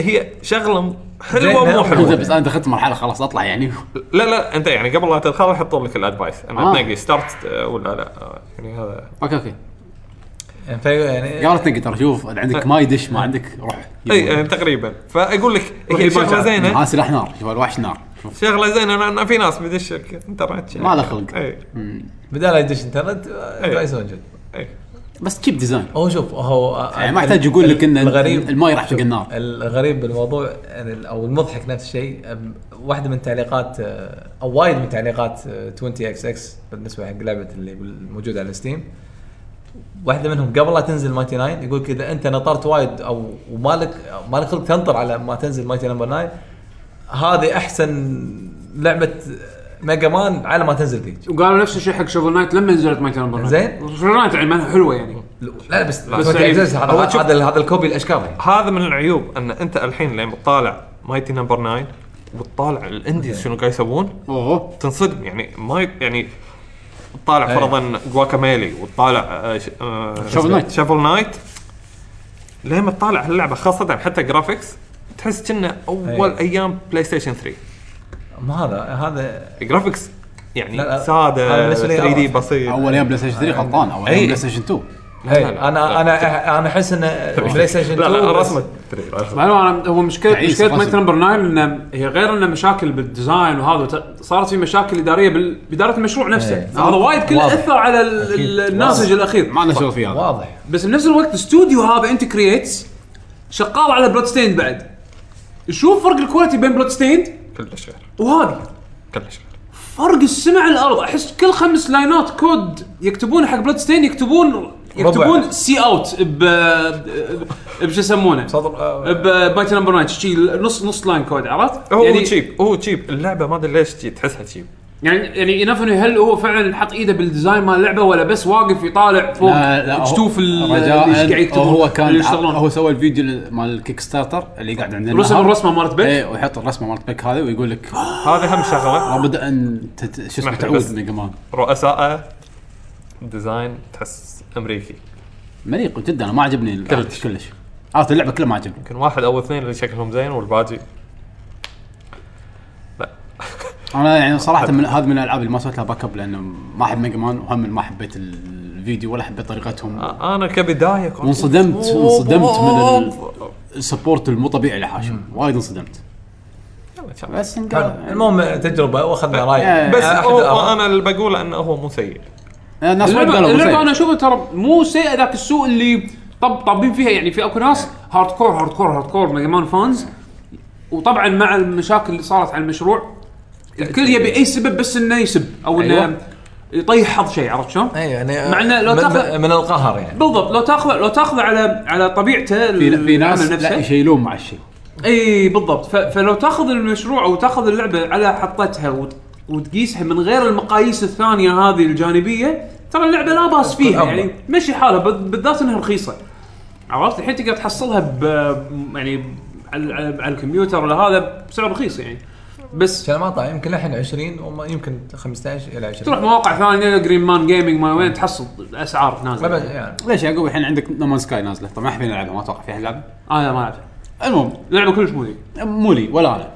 [SPEAKER 5] هي شغله م- حلوه
[SPEAKER 3] زين،
[SPEAKER 5] مو
[SPEAKER 3] نعم.
[SPEAKER 1] إذا
[SPEAKER 5] حلوه
[SPEAKER 1] بس انا دخلت مرحله خلاص اطلع يعني
[SPEAKER 5] لا لا انت يعني قبل لا تدخل يحطون لك الادفايس ان
[SPEAKER 1] آه.
[SPEAKER 5] تنقي ستارت ولا لا آه، يعني هذا
[SPEAKER 1] اوكي اوكي
[SPEAKER 3] يعني في يعني
[SPEAKER 1] قالت لك ترى شوف عندك ما يدش ما عندك روح
[SPEAKER 5] اي يعني تقريبا فاقول لك
[SPEAKER 2] روح
[SPEAKER 5] هي شغله
[SPEAKER 2] يباشر.
[SPEAKER 5] زينه
[SPEAKER 1] ها سلاح نار شوف الوحش نار شوف
[SPEAKER 5] شغله زينه لان في ناس بدش الانترنت
[SPEAKER 1] ما له خلق.
[SPEAKER 5] اي
[SPEAKER 3] بدال لا يدش انترنت آه،
[SPEAKER 5] إيه.
[SPEAKER 3] بايس موجود
[SPEAKER 5] اي
[SPEAKER 1] بس تشيب ديزاين
[SPEAKER 3] هو شوف هو آه،
[SPEAKER 1] يعني ما يحتاج يقول لك ان
[SPEAKER 3] الغريب
[SPEAKER 1] الماي راح تلقى النار
[SPEAKER 3] الغريب بالموضوع يعني او المضحك نفس الشيء أم- واحده من تعليقات آه، او وايد من تعليقات آه، 20 اكس اكس بالنسبه حق لعبه اللي موجوده على ستيم واحده منهم قبل لا تنزل مايتي 9 يقول لك اذا انت نطرت وايد او ومالك مالك خلق تنطر على ما تنزل مايتي نمبر 9 هذه احسن لعبه ميجا مان على ما تنزل ذيك
[SPEAKER 2] وقالوا نفس الشيء حق شوفل نايت لما نزلت مايتي نمبر
[SPEAKER 3] زين.
[SPEAKER 2] شوفل نايت يعني مالها حلوه يعني
[SPEAKER 3] لا بس
[SPEAKER 5] لا،
[SPEAKER 3] بس
[SPEAKER 5] بس يعني-
[SPEAKER 3] هذا
[SPEAKER 5] هو شوف-
[SPEAKER 3] هذا هذا الكوبي الاشكال يعني
[SPEAKER 5] هذا من العيوب ان انت الحين لما تطالع مايتي نمبر 9 وتطالع الانديز شنو قاعد يسوون
[SPEAKER 1] اوه
[SPEAKER 5] تنصدم يعني ما ي- يعني تطالع
[SPEAKER 3] أي.
[SPEAKER 5] فرضا جواكاميلي وتطالع آه، ش- آه،
[SPEAKER 1] شافل نايت.
[SPEAKER 5] شافل نايت لما تطالع هاللعبه خاصه حتى جرافيكس تحس كنا اول
[SPEAKER 3] أي.
[SPEAKER 5] ايام بلاي ستيشن 3
[SPEAKER 3] ما هذا هذا
[SPEAKER 5] جرافيكس يعني
[SPEAKER 3] لا، لا. أنا
[SPEAKER 5] ساده
[SPEAKER 3] بالنسبة لي
[SPEAKER 5] 3 دي
[SPEAKER 3] أعرف.
[SPEAKER 5] بسيط
[SPEAKER 1] اول يوم بلاي ستيشن 3 غلطان اول
[SPEAKER 5] أي.
[SPEAKER 1] يوم بلاي ستيشن 2
[SPEAKER 5] لا،
[SPEAKER 3] اي
[SPEAKER 5] لا،
[SPEAKER 3] انا
[SPEAKER 5] لا.
[SPEAKER 3] انا انا احس ان بلاي ستيشن
[SPEAKER 5] لا
[SPEAKER 3] 2
[SPEAKER 5] لا
[SPEAKER 3] بس-
[SPEAKER 5] رسمه 3
[SPEAKER 2] بعدين انا هو مشكله
[SPEAKER 1] تعيس
[SPEAKER 2] مشكله
[SPEAKER 1] رسم.
[SPEAKER 2] مايتي نمبر 9 انه هي غير انه مشاكل بالديزاين وهذا وت- صارت في مشاكل اداريه بال- باداره المشروع نفسه
[SPEAKER 3] إيه.
[SPEAKER 2] فهذا وايد كله
[SPEAKER 3] واضح.
[SPEAKER 2] اثر على ال-
[SPEAKER 3] أكيد.
[SPEAKER 2] ال- الناتج الاخير
[SPEAKER 1] ما لنا شغل في هذا
[SPEAKER 3] واضح
[SPEAKER 2] بس بنفس الوقت الاستوديو هذا انت كرييتس شغال على بلاد ستيند بعد شوف فرق الكواليتي بين بلاد ستيند
[SPEAKER 5] كلش غير
[SPEAKER 2] وهذا
[SPEAKER 5] كلش غير
[SPEAKER 2] فرق السمع على الارض احس كل خمس لاينات كود يكتبون حق بلاد ستين يكتبون يكتبون سي اوت ب بشو يسمونه
[SPEAKER 3] صدر آه،
[SPEAKER 2] بايت نمبر 9 شي نص نص لاين كود عرفت؟
[SPEAKER 5] هو يعني تشيب هو تشيب اللعبه ما ادري ليش تشيب تحسها تشيب
[SPEAKER 2] يعني يعني انف انه هل هو فعلا حط ايده بالديزاين مال اللعبه ولا بس واقف يطالع فوق
[SPEAKER 1] لا لا هو-
[SPEAKER 2] تشوف ال-
[SPEAKER 1] رجاء
[SPEAKER 2] ايش قاعد يكتبون
[SPEAKER 1] هو كان
[SPEAKER 2] اللي
[SPEAKER 1] يشتغلون
[SPEAKER 2] يشتغلون
[SPEAKER 1] هو سوى الفيديو ال- مال الكيك ستارتر اللي قاعد عندنا
[SPEAKER 2] رسم الرسمه مالت بيك
[SPEAKER 1] ايه ويحط الرسمه مالت بيك هذه ويقول لك
[SPEAKER 5] هذه هم شغله
[SPEAKER 1] لابد ان تت- شو اسمه
[SPEAKER 5] محتاج
[SPEAKER 1] تعود
[SPEAKER 5] بس.
[SPEAKER 1] ميجا مان
[SPEAKER 5] رؤساء ديزاين تحس امريكي
[SPEAKER 1] مليق جدا انا ما عجبني ال-
[SPEAKER 5] كلش.
[SPEAKER 1] كلش ارت اللعبه كلها ما عجبني
[SPEAKER 5] يمكن واحد او اثنين اللي شكلهم زين والباقي
[SPEAKER 1] انا يعني صراحه من هذه من الالعاب اللي ما سويت لها باك اب لانه ما احب ميجا مان وهم ما حبيت الفيديو ولا حبيت طريقتهم
[SPEAKER 5] آ- انا كبدايه آه، كنت
[SPEAKER 1] وانصدمت انصدمت من ال- السبورت المو طبيعي لحاشم وايد انصدمت بس
[SPEAKER 3] حلو.
[SPEAKER 1] انقال
[SPEAKER 3] المهم تجربه واخذنا راي
[SPEAKER 1] إيه.
[SPEAKER 5] بس
[SPEAKER 3] أحد
[SPEAKER 5] هو
[SPEAKER 3] الآراء.
[SPEAKER 5] انا اللي بقوله انه هو مو سيء
[SPEAKER 1] الناس وايد
[SPEAKER 2] اللعبه
[SPEAKER 1] قالوا أبو
[SPEAKER 2] اللعبه
[SPEAKER 1] سعيد.
[SPEAKER 2] انا اشوفها ترى مو سيئه ذاك السوء اللي طب طابين فيها يعني في اكو ناس هارد كور هارد كور هارد كور ميجا مان فانز وطبعا مع المشاكل اللي صارت على المشروع الكل يبي اي سبب بس انه يسب او انه
[SPEAKER 3] أيوة.
[SPEAKER 2] يطيح حظ شيء عرفت شلون؟
[SPEAKER 1] أيوة.
[SPEAKER 3] اي يعني
[SPEAKER 2] مع إنه لو
[SPEAKER 3] من-
[SPEAKER 2] تاخذ-
[SPEAKER 3] من القهر يعني
[SPEAKER 2] بالضبط لو تاخذ لو تاخذ على على طبيعته
[SPEAKER 1] في في ناس
[SPEAKER 2] العمل
[SPEAKER 1] لا
[SPEAKER 2] نفسه.
[SPEAKER 1] يشيلون مع الشيء
[SPEAKER 2] اي بالضبط ف... فلو تاخذ المشروع او تاخذ اللعبه على حطتها وت... وتقيسها من غير المقاييس الثانيه هذه الجانبيه ترى اللعبه لا باس فيها
[SPEAKER 3] أفضل.
[SPEAKER 2] يعني مشي حالها بال- بالذات انها رخيصه عرفت الحين تقدر تحصلها ب يعني على, على... على الكمبيوتر ولا هذا بسعر رخيص يعني بس
[SPEAKER 3] عشان ما طلع يمكن الحين 20 وما- يمكن 15 الى 20
[SPEAKER 2] تروح مواقع ثانيه جرين مان جيمنج ما وين تحصل اسعار
[SPEAKER 3] ما
[SPEAKER 2] نازله
[SPEAKER 3] بد- يعني
[SPEAKER 1] ليش يا يعقوب الحين عندك نومان سكاي نازله طبعا ما حد يلعبها ما اتوقع في احد يلعبها
[SPEAKER 2] انا آه، ما اعرف
[SPEAKER 1] المهم
[SPEAKER 2] اللعبه كلش مو ذي.
[SPEAKER 1] مو لي ولا انا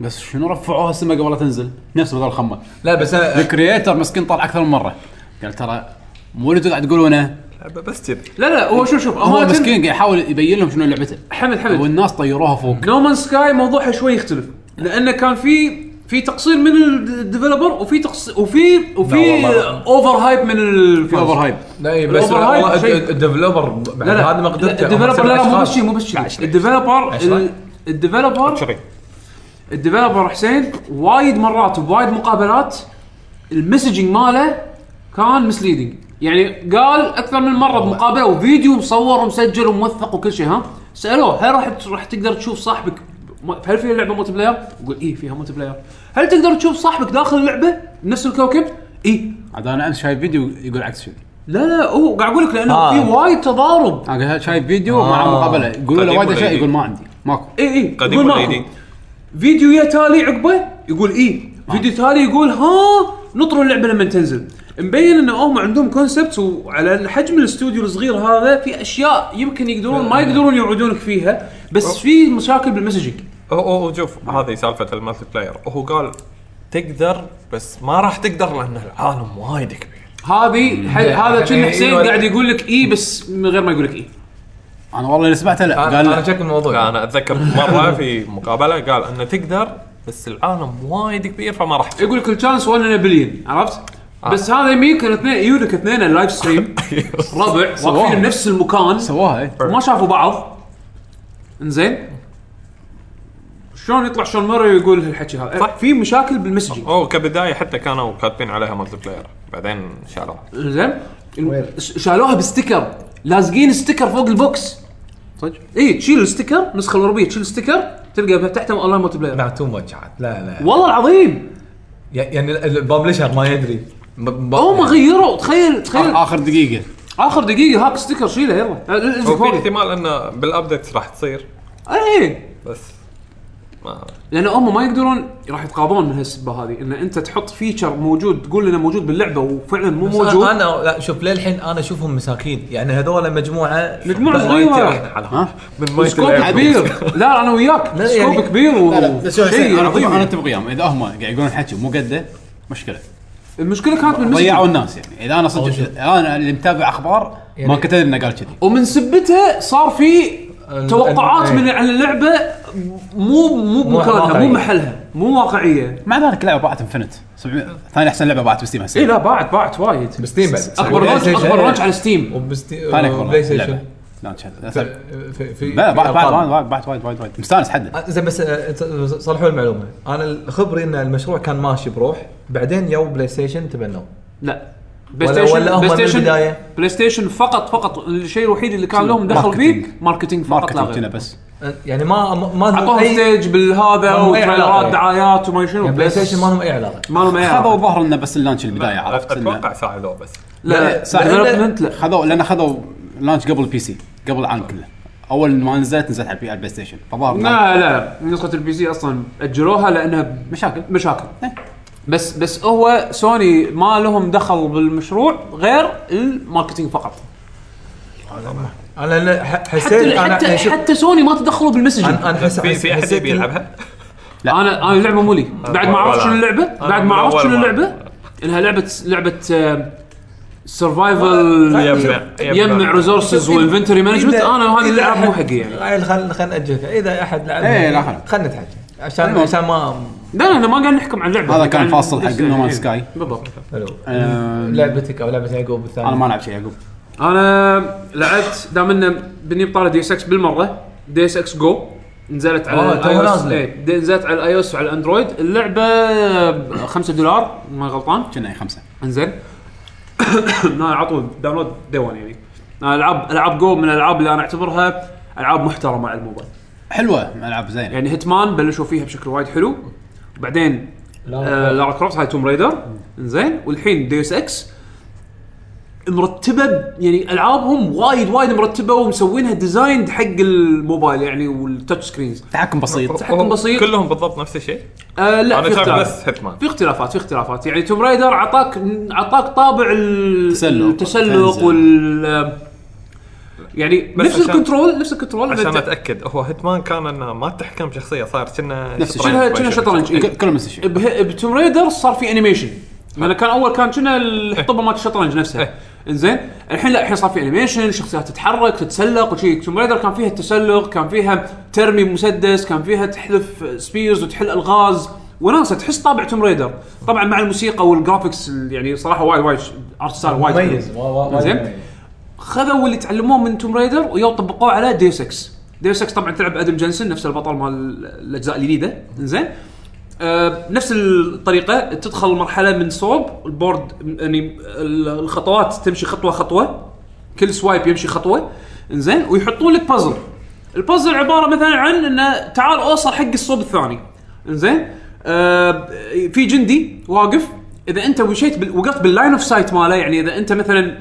[SPEAKER 1] بس شنو رفعوها السما قبل تنزل نفس بدل الخمه
[SPEAKER 3] لا بس أه، انا
[SPEAKER 1] الكرييتر مسكين طلع اكثر من مره قال ترى مو اللي قاعد تقولونه
[SPEAKER 5] لعبة بس كذي
[SPEAKER 2] لا لا هو شوف شوف
[SPEAKER 1] هو
[SPEAKER 2] أمانة،
[SPEAKER 1] مسكين قاعد يحاول يبين لهم شنو لعبته
[SPEAKER 2] حمد حمد
[SPEAKER 1] والناس طيروها فوق
[SPEAKER 2] نومان سكاي موضوعها شوي يختلف لانه كان في في تقصير من الديفلوبر وفي تقصير وفي وفي
[SPEAKER 3] لا والله.
[SPEAKER 2] اوفر هايب من ال
[SPEAKER 1] في اوفر هايب
[SPEAKER 3] لا إي، بس
[SPEAKER 2] الأوفر هايب
[SPEAKER 3] والله الد-
[SPEAKER 2] شيء.
[SPEAKER 3] الديفلوبر
[SPEAKER 2] لا لا
[SPEAKER 3] هذا مقدرته
[SPEAKER 2] الديفلوبر لا لا مو بس
[SPEAKER 3] أشخاص.
[SPEAKER 2] شيء مو بس شيء الديفلوبر
[SPEAKER 3] عشرة.
[SPEAKER 2] ال- الديفلوبر
[SPEAKER 5] شري
[SPEAKER 2] الديفلوبر حسين وايد مرات وبوايد مقابلات المسجنج ماله كان مسليدنج يعني قال اكثر من مره بمقابله وفيديو مصور ومسجل وموثق وكل شيء ها سالوه هل راح راح تقدر تشوف صاحبك م- هل فيها لعبه ملتي بلاير؟ يقول ايه فيها ملتي بلاير هل تقدر تشوف صاحبك داخل اللعبه نفس الكوكب؟ ايه
[SPEAKER 1] عاد انا امس شايف فيديو يقول عكس شيء
[SPEAKER 2] لا لا هو قاعد اقول لك لانه
[SPEAKER 3] آه.
[SPEAKER 2] في وايد تضارب
[SPEAKER 1] انا قلت شايف فيديو مع
[SPEAKER 3] آه.
[SPEAKER 1] مقابله يقولوا له
[SPEAKER 5] قديم
[SPEAKER 1] وايد
[SPEAKER 5] ولا
[SPEAKER 1] اشياء
[SPEAKER 5] جديد؟
[SPEAKER 1] طيب، يقول ما عندي ماكو
[SPEAKER 2] اي اي
[SPEAKER 5] قديم
[SPEAKER 2] إيه، يقول
[SPEAKER 5] ولا
[SPEAKER 2] ماكو.
[SPEAKER 5] جديد؟
[SPEAKER 2] فيديو يا تالي عقبه يقول اي
[SPEAKER 5] آه.
[SPEAKER 2] فيديو تالي يقول ها نطروا اللعبه لما تنزل مبين ان هم عندهم كونسبت وعلى حجم الاستوديو الصغير هذا في اشياء يمكن يقدرون
[SPEAKER 5] آه.
[SPEAKER 2] ما يقدرون يوعدونك فيها بس في مشاكل بالمسجنج
[SPEAKER 5] هو- هو شوف هذه سالفه المالتي بلاير هو قال تقدر بس ما راح تقدر لان العالم وايد كبير
[SPEAKER 2] هذه حل- هذا كنا
[SPEAKER 3] يعني
[SPEAKER 2] حسين
[SPEAKER 5] أيوة.
[SPEAKER 3] إيوه.
[SPEAKER 2] قاعد يقول لك اي بس من غير ما يقول لك إيه. اي
[SPEAKER 1] انا والله اللي سمعته لا
[SPEAKER 3] أنا- انا
[SPEAKER 1] قال
[SPEAKER 3] شك
[SPEAKER 5] لا
[SPEAKER 3] الموضوع
[SPEAKER 5] انا اتذكر مره في مقابله قال انه تقدر بس العالم وايد كبير فما راح تقدر.
[SPEAKER 2] يقول لك الشانس 1 بليون عرفت؟
[SPEAKER 5] آه.
[SPEAKER 2] بس هذا يميك الاثنين يجونك اثنين اللايف ستريم ربع واقفين بنفس المكان
[SPEAKER 1] سواها إيه.
[SPEAKER 2] وما شافوا بعض انزين شلون يطلع شون موري ويقول هالحكي هذا
[SPEAKER 5] صح.
[SPEAKER 2] في مشاكل بالمسجنج
[SPEAKER 5] هو كبدايه حتى كانوا كاتبين عليها مالتي بلاير بعدين شالوها
[SPEAKER 2] انزين الم- ش- شالوها بستيكر لازقين ستيكر فوق البوكس
[SPEAKER 1] صدق
[SPEAKER 2] اي تشيل الستيكر نسخه الغربيه تشيل الستيكر تلقى تحته اونلاين ملتي بلاير
[SPEAKER 3] لا تو ماتش عاد لا لا
[SPEAKER 2] والله العظيم
[SPEAKER 3] يعني الببلشر ما يدري ب- ب-
[SPEAKER 2] هم غيروا تخيل تخيل
[SPEAKER 1] آخر دقيقة
[SPEAKER 2] اخر دقيقه هاك ستيكر شيله يلا أه، الزق
[SPEAKER 5] وفي
[SPEAKER 2] فوقه
[SPEAKER 5] احتمال انه بالابديت راح تصير
[SPEAKER 2] اي
[SPEAKER 5] بس ما
[SPEAKER 2] لان إيه. هم ما يقدرون راح يتقاضون من هالسبه هذه ان انت تحط فيتشر موجود تقول انه موجود باللعبه وفعلا مو
[SPEAKER 3] بس
[SPEAKER 2] موجود
[SPEAKER 3] انا لا شوف للحين انا اشوفهم مساكين يعني هذول مجموعه
[SPEAKER 2] مجموعة
[SPEAKER 3] بس-
[SPEAKER 2] صغيرة.
[SPEAKER 1] ها؟
[SPEAKER 5] من
[SPEAKER 2] وسكوب كبير لا انا وياك
[SPEAKER 3] يعني. لا،
[SPEAKER 2] سكوب
[SPEAKER 3] يعني-
[SPEAKER 2] كبير
[SPEAKER 1] بس هو
[SPEAKER 2] وشيء
[SPEAKER 1] حسين، أنا أتفق-
[SPEAKER 2] عظيم
[SPEAKER 1] انا
[SPEAKER 2] يعني.
[SPEAKER 1] اتفق وياهم اذا هم قاعد يقولون حكي مو قده مشكلة
[SPEAKER 2] المشكله كانت
[SPEAKER 1] ضيعوا
[SPEAKER 2] بالمسج
[SPEAKER 1] الناس يعني اذا انا
[SPEAKER 3] أول
[SPEAKER 1] صدق
[SPEAKER 3] شيء.
[SPEAKER 1] انا اللي متابع اخبار ما
[SPEAKER 3] يعني-
[SPEAKER 1] كنت ادري انه قال كذي
[SPEAKER 2] ومن سبتها صار في
[SPEAKER 3] ال-
[SPEAKER 2] توقعات
[SPEAKER 3] ال- إيه.
[SPEAKER 2] من على اللعبه مو مو بمكانها مو
[SPEAKER 3] واقعية.
[SPEAKER 2] محلها مو واقعيه
[SPEAKER 1] مع ذلك اللعبة باعت انفنت 700 ثاني احسن لعبة باعت بستيم
[SPEAKER 2] اي
[SPEAKER 1] هسه
[SPEAKER 2] إيه، لا باعت باعت وايد
[SPEAKER 3] بستيم بعد إيه،
[SPEAKER 2] اكبر
[SPEAKER 3] بلاي
[SPEAKER 2] لونش
[SPEAKER 3] ستيشن.
[SPEAKER 2] اكبر لونش على ستيم
[SPEAKER 3] وبستي-
[SPEAKER 1] ثاني اكبر لعبة.
[SPEAKER 3] وبلاي ستيشن
[SPEAKER 1] لا تشهد. لا سبعة.
[SPEAKER 3] في- في في
[SPEAKER 1] لا باعت
[SPEAKER 3] ألعاب.
[SPEAKER 1] باعت- باعت باعت وايد وايد وايد مستانس حد
[SPEAKER 3] آه، زين بس آه، ت- صلحوا لي المعلومه انا خبري ان المشروع كان ماشي بروح بعدين جو بلاي ستيشن تبنوا
[SPEAKER 2] لا بلاي
[SPEAKER 3] ولا- ولا هم
[SPEAKER 2] ستيشن بلاي
[SPEAKER 3] من
[SPEAKER 2] ستيشن
[SPEAKER 3] البداية؟
[SPEAKER 2] بلاي ستيشن فقط فقط الشيء الوحيد اللي كان لهم دخل فيه
[SPEAKER 1] ماركتينج.
[SPEAKER 2] ماركتينج فقط لا
[SPEAKER 1] ماركتنج
[SPEAKER 2] غير
[SPEAKER 1] بس
[SPEAKER 3] يعني ما ما- ما
[SPEAKER 2] اعطوهم
[SPEAKER 3] أي-
[SPEAKER 2] ستيج بالهذا
[SPEAKER 3] ما لهم أي علاقة.
[SPEAKER 2] وتريلرات دعايات وما شنو
[SPEAKER 3] يعني بلاي ستيشن ما
[SPEAKER 2] ما
[SPEAKER 3] لهم اي علاقه
[SPEAKER 2] لهم اي
[SPEAKER 1] خذوا
[SPEAKER 2] علاقة.
[SPEAKER 1] ظهر انه بس اللانش البدايه عرفت إنه-
[SPEAKER 5] اتوقع ساعدوه بس
[SPEAKER 2] لا
[SPEAKER 1] صح
[SPEAKER 2] ديفلوبمنت لا
[SPEAKER 1] خذوا لان خذوا لانش قبل البي سي قبل العام كله اول ما نزلت نزلت على البي- على البلاي ستيشن فظهر
[SPEAKER 2] لا لا نسخه البي سي اصلا اجلوها لانها
[SPEAKER 1] مشاكل
[SPEAKER 2] مشاكل
[SPEAKER 1] إيه.
[SPEAKER 2] بس بس هو سوني ما لهم دخل بالمشروع غير الماركتينج فقط
[SPEAKER 3] انا لا- ح- حسيت
[SPEAKER 2] حتى
[SPEAKER 3] انا
[SPEAKER 2] حتى,
[SPEAKER 3] شوف،
[SPEAKER 2] حتى سوني ما تدخلوا بالمسجن
[SPEAKER 3] انا انا حس-
[SPEAKER 5] في في احد
[SPEAKER 3] حسيت
[SPEAKER 5] يبي يلعبها
[SPEAKER 2] انا انا اللعبه مولي بعد ما
[SPEAKER 5] ولا-
[SPEAKER 2] عرفت شنو اللعبه بعد ما عرفت
[SPEAKER 5] أول
[SPEAKER 2] شنو
[SPEAKER 5] ما-
[SPEAKER 2] اللعبه انها لعبه لعبه سرفايفل
[SPEAKER 5] يبنى
[SPEAKER 2] آه، يجمع ريسورسز وانفنتوري مانجمنت
[SPEAKER 3] إذا-
[SPEAKER 2] انا آه، هذه
[SPEAKER 3] إذا
[SPEAKER 2] اللعب مو
[SPEAKER 3] أحد-
[SPEAKER 2] حقي يعني
[SPEAKER 3] عيل خل خل ناجلها اذا احد لعب
[SPEAKER 1] إيه، لا إيه. خل.
[SPEAKER 3] خلنا نتحكي عشان
[SPEAKER 1] المهم.
[SPEAKER 3] عشان ما
[SPEAKER 2] لا لا لا، ما قاعد نحكم عن اللعبه
[SPEAKER 1] هذا
[SPEAKER 2] قاعد
[SPEAKER 1] كان فاصل حق
[SPEAKER 2] بس-
[SPEAKER 1] No Man's
[SPEAKER 2] إيه.
[SPEAKER 1] Sky.
[SPEAKER 2] بالضبط
[SPEAKER 3] حلو.
[SPEAKER 1] أم.
[SPEAKER 3] لعبتك او لعبه يعقوب الثانيه
[SPEAKER 1] انا ما العب شيء يعقوب
[SPEAKER 2] انا لعبت دام انه بني بطاله دي اس اكس بالمره دي اس اكس جو نزلت على
[SPEAKER 3] آه، توها
[SPEAKER 2] الاي او اس
[SPEAKER 3] نازلة.
[SPEAKER 2] نزلت على الاي او اس وعلى الاندرويد اللعبه 5 دولار ما غلطان
[SPEAKER 1] كنا أي خمسه
[SPEAKER 2] انزين انا على طول داونلود دي 1 يعني أنا العاب العاب جو من الالعاب اللي انا اعتبرها العاب محترمه على الموبايل
[SPEAKER 1] حلوه العاب زينه
[SPEAKER 2] يعني هيتمان بلشوا فيها بشكل وايد حلو بعدين آه، لارا كروفت هاي توم رايدر انزين والحين ديوس اكس مرتبه ب- يعني العابهم وايد وايد مرتبه ومسوينها ديزاين حق الموبايل يعني والتاتش سكرينز
[SPEAKER 1] تحكم بسيط
[SPEAKER 2] تحكم بسيط
[SPEAKER 5] كلهم بالضبط نفس الشيء
[SPEAKER 2] آه لا
[SPEAKER 5] انا
[SPEAKER 2] في
[SPEAKER 5] شايف
[SPEAKER 2] اختلاف.
[SPEAKER 5] بس هيتمان
[SPEAKER 2] في اختلافات في اختلافات يعني توم رايدر عطاك عطاك طابع ال-
[SPEAKER 1] تسلق.
[SPEAKER 2] التسلق
[SPEAKER 1] تنزل.
[SPEAKER 2] وال يعني
[SPEAKER 5] بس
[SPEAKER 2] نفس
[SPEAKER 5] عشان-
[SPEAKER 2] الكنترول نفس الكنترول
[SPEAKER 5] عشان
[SPEAKER 2] بت-
[SPEAKER 5] اتاكد هو هيتمان كان انه ما تحكم شخصيه صار كنا
[SPEAKER 1] نفس الشيء.
[SPEAKER 2] شنها شنها شطرنج إيه.
[SPEAKER 1] ك- كلهم نفس الشيء
[SPEAKER 2] به- بتوم رايدر صار في انيميشن لان كان اول كان كنا الحطبه مالت الشطرنج نفسها
[SPEAKER 5] إيه.
[SPEAKER 2] انزين الحين لا الحين صار في انيميشن الشخصيات تتحرك تتسلق وشي توم رايدر كان فيها التسلق كان فيها ترمي مسدس كان فيها تحذف سبيرز وتحل الغاز وناسه تحس طابع توم رايدر طبعا مع الموسيقى والجرافكس ال- يعني صراحه وايد وايد ش- ارت ستايل وايد حلو.
[SPEAKER 3] مميز وا- وا- وايد
[SPEAKER 2] زين.
[SPEAKER 3] مميز.
[SPEAKER 2] خذوا اللي تعلموه من توم رايدر ويو طبقوه على ديوس اكس ديوس اكس طبعا تلعب ادم جنسن نفس البطل مال الاجزاء الجديده زين آه نفس الطريقه تدخل مرحله من صوب البورد يعني ال- الخطوات تمشي خطوه خطوه كل سوايب يمشي خطوه زين ويحطون لك بازل البازل عباره مثلا عن انه تعال اوصل حق الصوب الثاني زين آه في جندي واقف اذا انت وشيت بال- وقفت باللاين اوف سايت ماله يعني اذا انت مثلا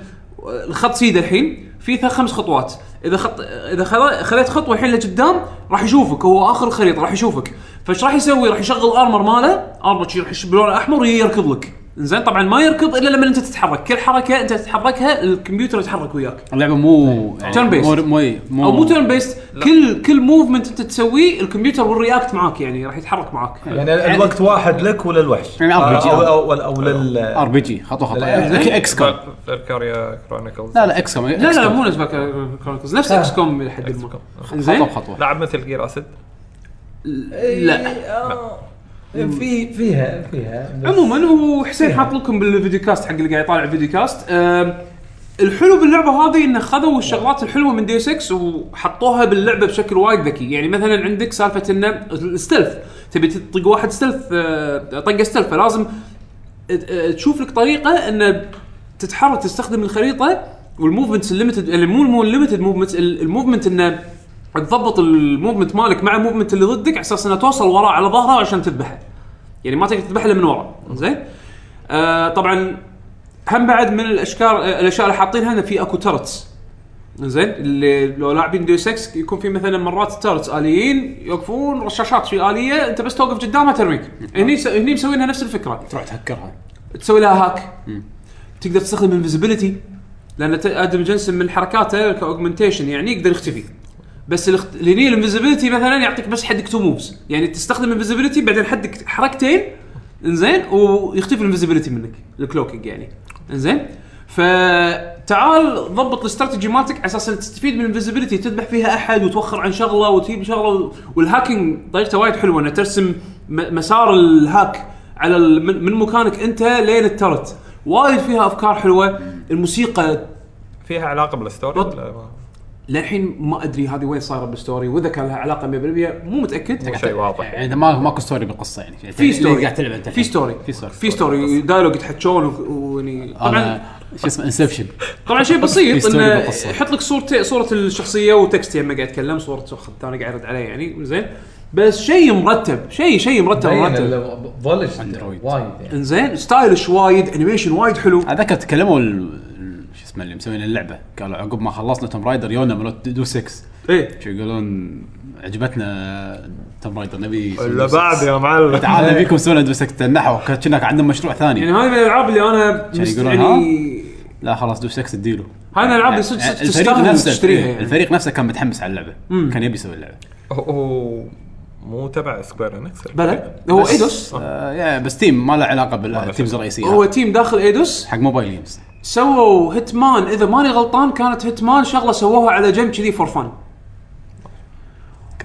[SPEAKER 2] الخط سيده الحين في ثلاث خمس خطوات اذا خط اذا خذ- خذيت خطوه الحين لقدام راح يشوفك هو اخر الخريطه راح يشوفك فايش راح يسوي راح يشغل ارمر ماله ارمر شي راح يشب باللون الاحمر ويركض لك زين طبعا ما يركض الا لما انت تتحرك كل حركه انت تتحركها الكمبيوتر يتحرك وياك
[SPEAKER 1] اللعبه مو يعني
[SPEAKER 2] Turn based.
[SPEAKER 1] مو مو- مو
[SPEAKER 2] او مو تيرن بيست كل كل موفمنت انت تسويه الكمبيوتر والرياكت معاك يعني راح يتحرك معاك
[SPEAKER 3] يعني الوقت واحد لك ولا الوحش
[SPEAKER 1] يعني RPG.
[SPEAKER 3] او او أو- او لل
[SPEAKER 1] ار بي جي خطوه خطوه
[SPEAKER 3] لا،
[SPEAKER 1] يعني اكس كوم
[SPEAKER 5] فالكاريا كرونيكلز
[SPEAKER 1] لا لا اكس كوم
[SPEAKER 2] لا لا مو نفس كرونيكلز نفس اكس كوم الى حد ما
[SPEAKER 1] خطوه
[SPEAKER 2] زين
[SPEAKER 1] بخطوه
[SPEAKER 5] لعب مثل جير اسد
[SPEAKER 2] لا
[SPEAKER 3] إيه، آه، في فيها فيها بس-
[SPEAKER 2] عموما وحسين حاط لكم بالفيديو كاست حق اللي قاعد يطالع الفيديو كاست آم، الحلو باللعبه هذه انه خذوا الشغلات الحلوه من دي 6 وحطوها باللعبه بشكل وايد ذكي يعني مثلا عندك سالفه انه الستلث تبي تطق واحد ستلث آه، طقه ستلث فلازم ت- آه، تشوف لك طريقه انه تتحرك تستخدم الخريطه والموفمنتس الليمتد يعني مو مو الليمتد موفمنتس ال- الموفمنت انه تضبط الموفمنت مالك مع الموفمنت اللي ضدك على اساس انه توصل وراه على ظهره عشان تذبحه. يعني ما تقدر تذبح الا من ورا زين آه طبعا هم بعد من الاشكال آه، الاشياء اللي حاطينها انه في اكو ترتس زين اللي لو لاعبين ديو 6 يكون في مثلا مرات ترتس اليين يوقفون رشاشات في اليه انت بس توقف قدامها ترميك هني س- هني مسوينها نفس الفكره
[SPEAKER 1] تروح تهكرها
[SPEAKER 2] تسوي لها هاك تقدر تستخدم انفيزيبيليتي لان ت- ادم جنسن من حركاته كاوجمنتيشن يعني يقدر يختفي بس الاخت... لان الانفيزيبيليتي مثلا يعطيك بس حدك تو موفز يعني تستخدم انفيزيبيليتي بعدين حدك حركتين انزين ويختفي الانفيزيبيليتي منك الكلوكينج يعني انزين فتعال ضبط الاستراتيجي مالتك على اساس إن تستفيد من الانفيزيبيليتي تذبح فيها احد وتوخر عن شغله وتجيب شغله و... والهاكينج طريقته وايد حلوه انه ترسم م... مسار الهاك على ال... من... من مكانك انت لين الترت وايد فيها افكار حلوه الموسيقى
[SPEAKER 5] فيها علاقه بالستوري
[SPEAKER 2] بط-
[SPEAKER 5] ولا ما؟
[SPEAKER 2] للحين ما ادري هذه وين صايره بالستوري واذا كان لها علاقه 100% مو متاكد
[SPEAKER 5] شيء واضح
[SPEAKER 1] يعني ما ماكو ستوري بالقصه يعني
[SPEAKER 2] في ستوري
[SPEAKER 1] قاعد تلعب انت
[SPEAKER 2] في ستوري
[SPEAKER 1] في ستوري
[SPEAKER 2] في ستوري دايلوج يتحكون و- ويعني
[SPEAKER 1] طبعا
[SPEAKER 2] طبعا
[SPEAKER 1] شو اسمه انسبشن
[SPEAKER 2] طبعا شيء
[SPEAKER 1] في
[SPEAKER 2] بسيط
[SPEAKER 1] ستوري
[SPEAKER 2] انه
[SPEAKER 1] بالقصة.
[SPEAKER 2] يحط لك صورتي صوره الشخصيه وتكست لما قاعد يتكلم صوره شخص ثاني قاعد يرد عليه يعني زين بس شيء مرتب شيء شيء مرتب مرتب
[SPEAKER 6] فولج
[SPEAKER 1] أندرويد.
[SPEAKER 6] وايد يعني
[SPEAKER 2] انزين ستايلش وايد انيميشن وايد حلو
[SPEAKER 1] اتذكر تكلموا ال- ال- شو اسمه اللي مسوين اللعبه قالوا عقب ما خلصنا توم رايدر يونا ملوت دو 6
[SPEAKER 2] ايه
[SPEAKER 1] شو يقولون عجبتنا توم رايدر نبي سوي
[SPEAKER 5] الا
[SPEAKER 1] دو 6.
[SPEAKER 5] بعد يا معلم
[SPEAKER 1] تعال نبيكم سوينا دو 6 تنحوا كنا عندهم مشروع
[SPEAKER 2] يعني
[SPEAKER 1] ثاني
[SPEAKER 2] هذه من الالعاب اللي انا
[SPEAKER 1] عشان
[SPEAKER 2] مست-
[SPEAKER 1] يقولون
[SPEAKER 2] يعني
[SPEAKER 1] لا خلاص دو 6 اديله
[SPEAKER 2] هاي من
[SPEAKER 1] يعني
[SPEAKER 2] الألعاب اللي صدق- صدق تستاهل تشتريها يعني.
[SPEAKER 1] إيه، الفريق نفسه كان متحمس على اللعبه كان يبي يسوي اللعبه
[SPEAKER 5] هو- هو مو تبع سكوير انكس
[SPEAKER 2] بلى هو
[SPEAKER 1] بس-
[SPEAKER 2] ايدوس
[SPEAKER 1] آه يعني بس تيم ما له علاقه بالتيمز الرئيسيه
[SPEAKER 2] هو تيم داخل ايدوس
[SPEAKER 1] حق موبايل جيمز
[SPEAKER 2] سووا هيتمان اذا ماني غلطان كانت هيتمان شغله سووها على جنب كذي فور فن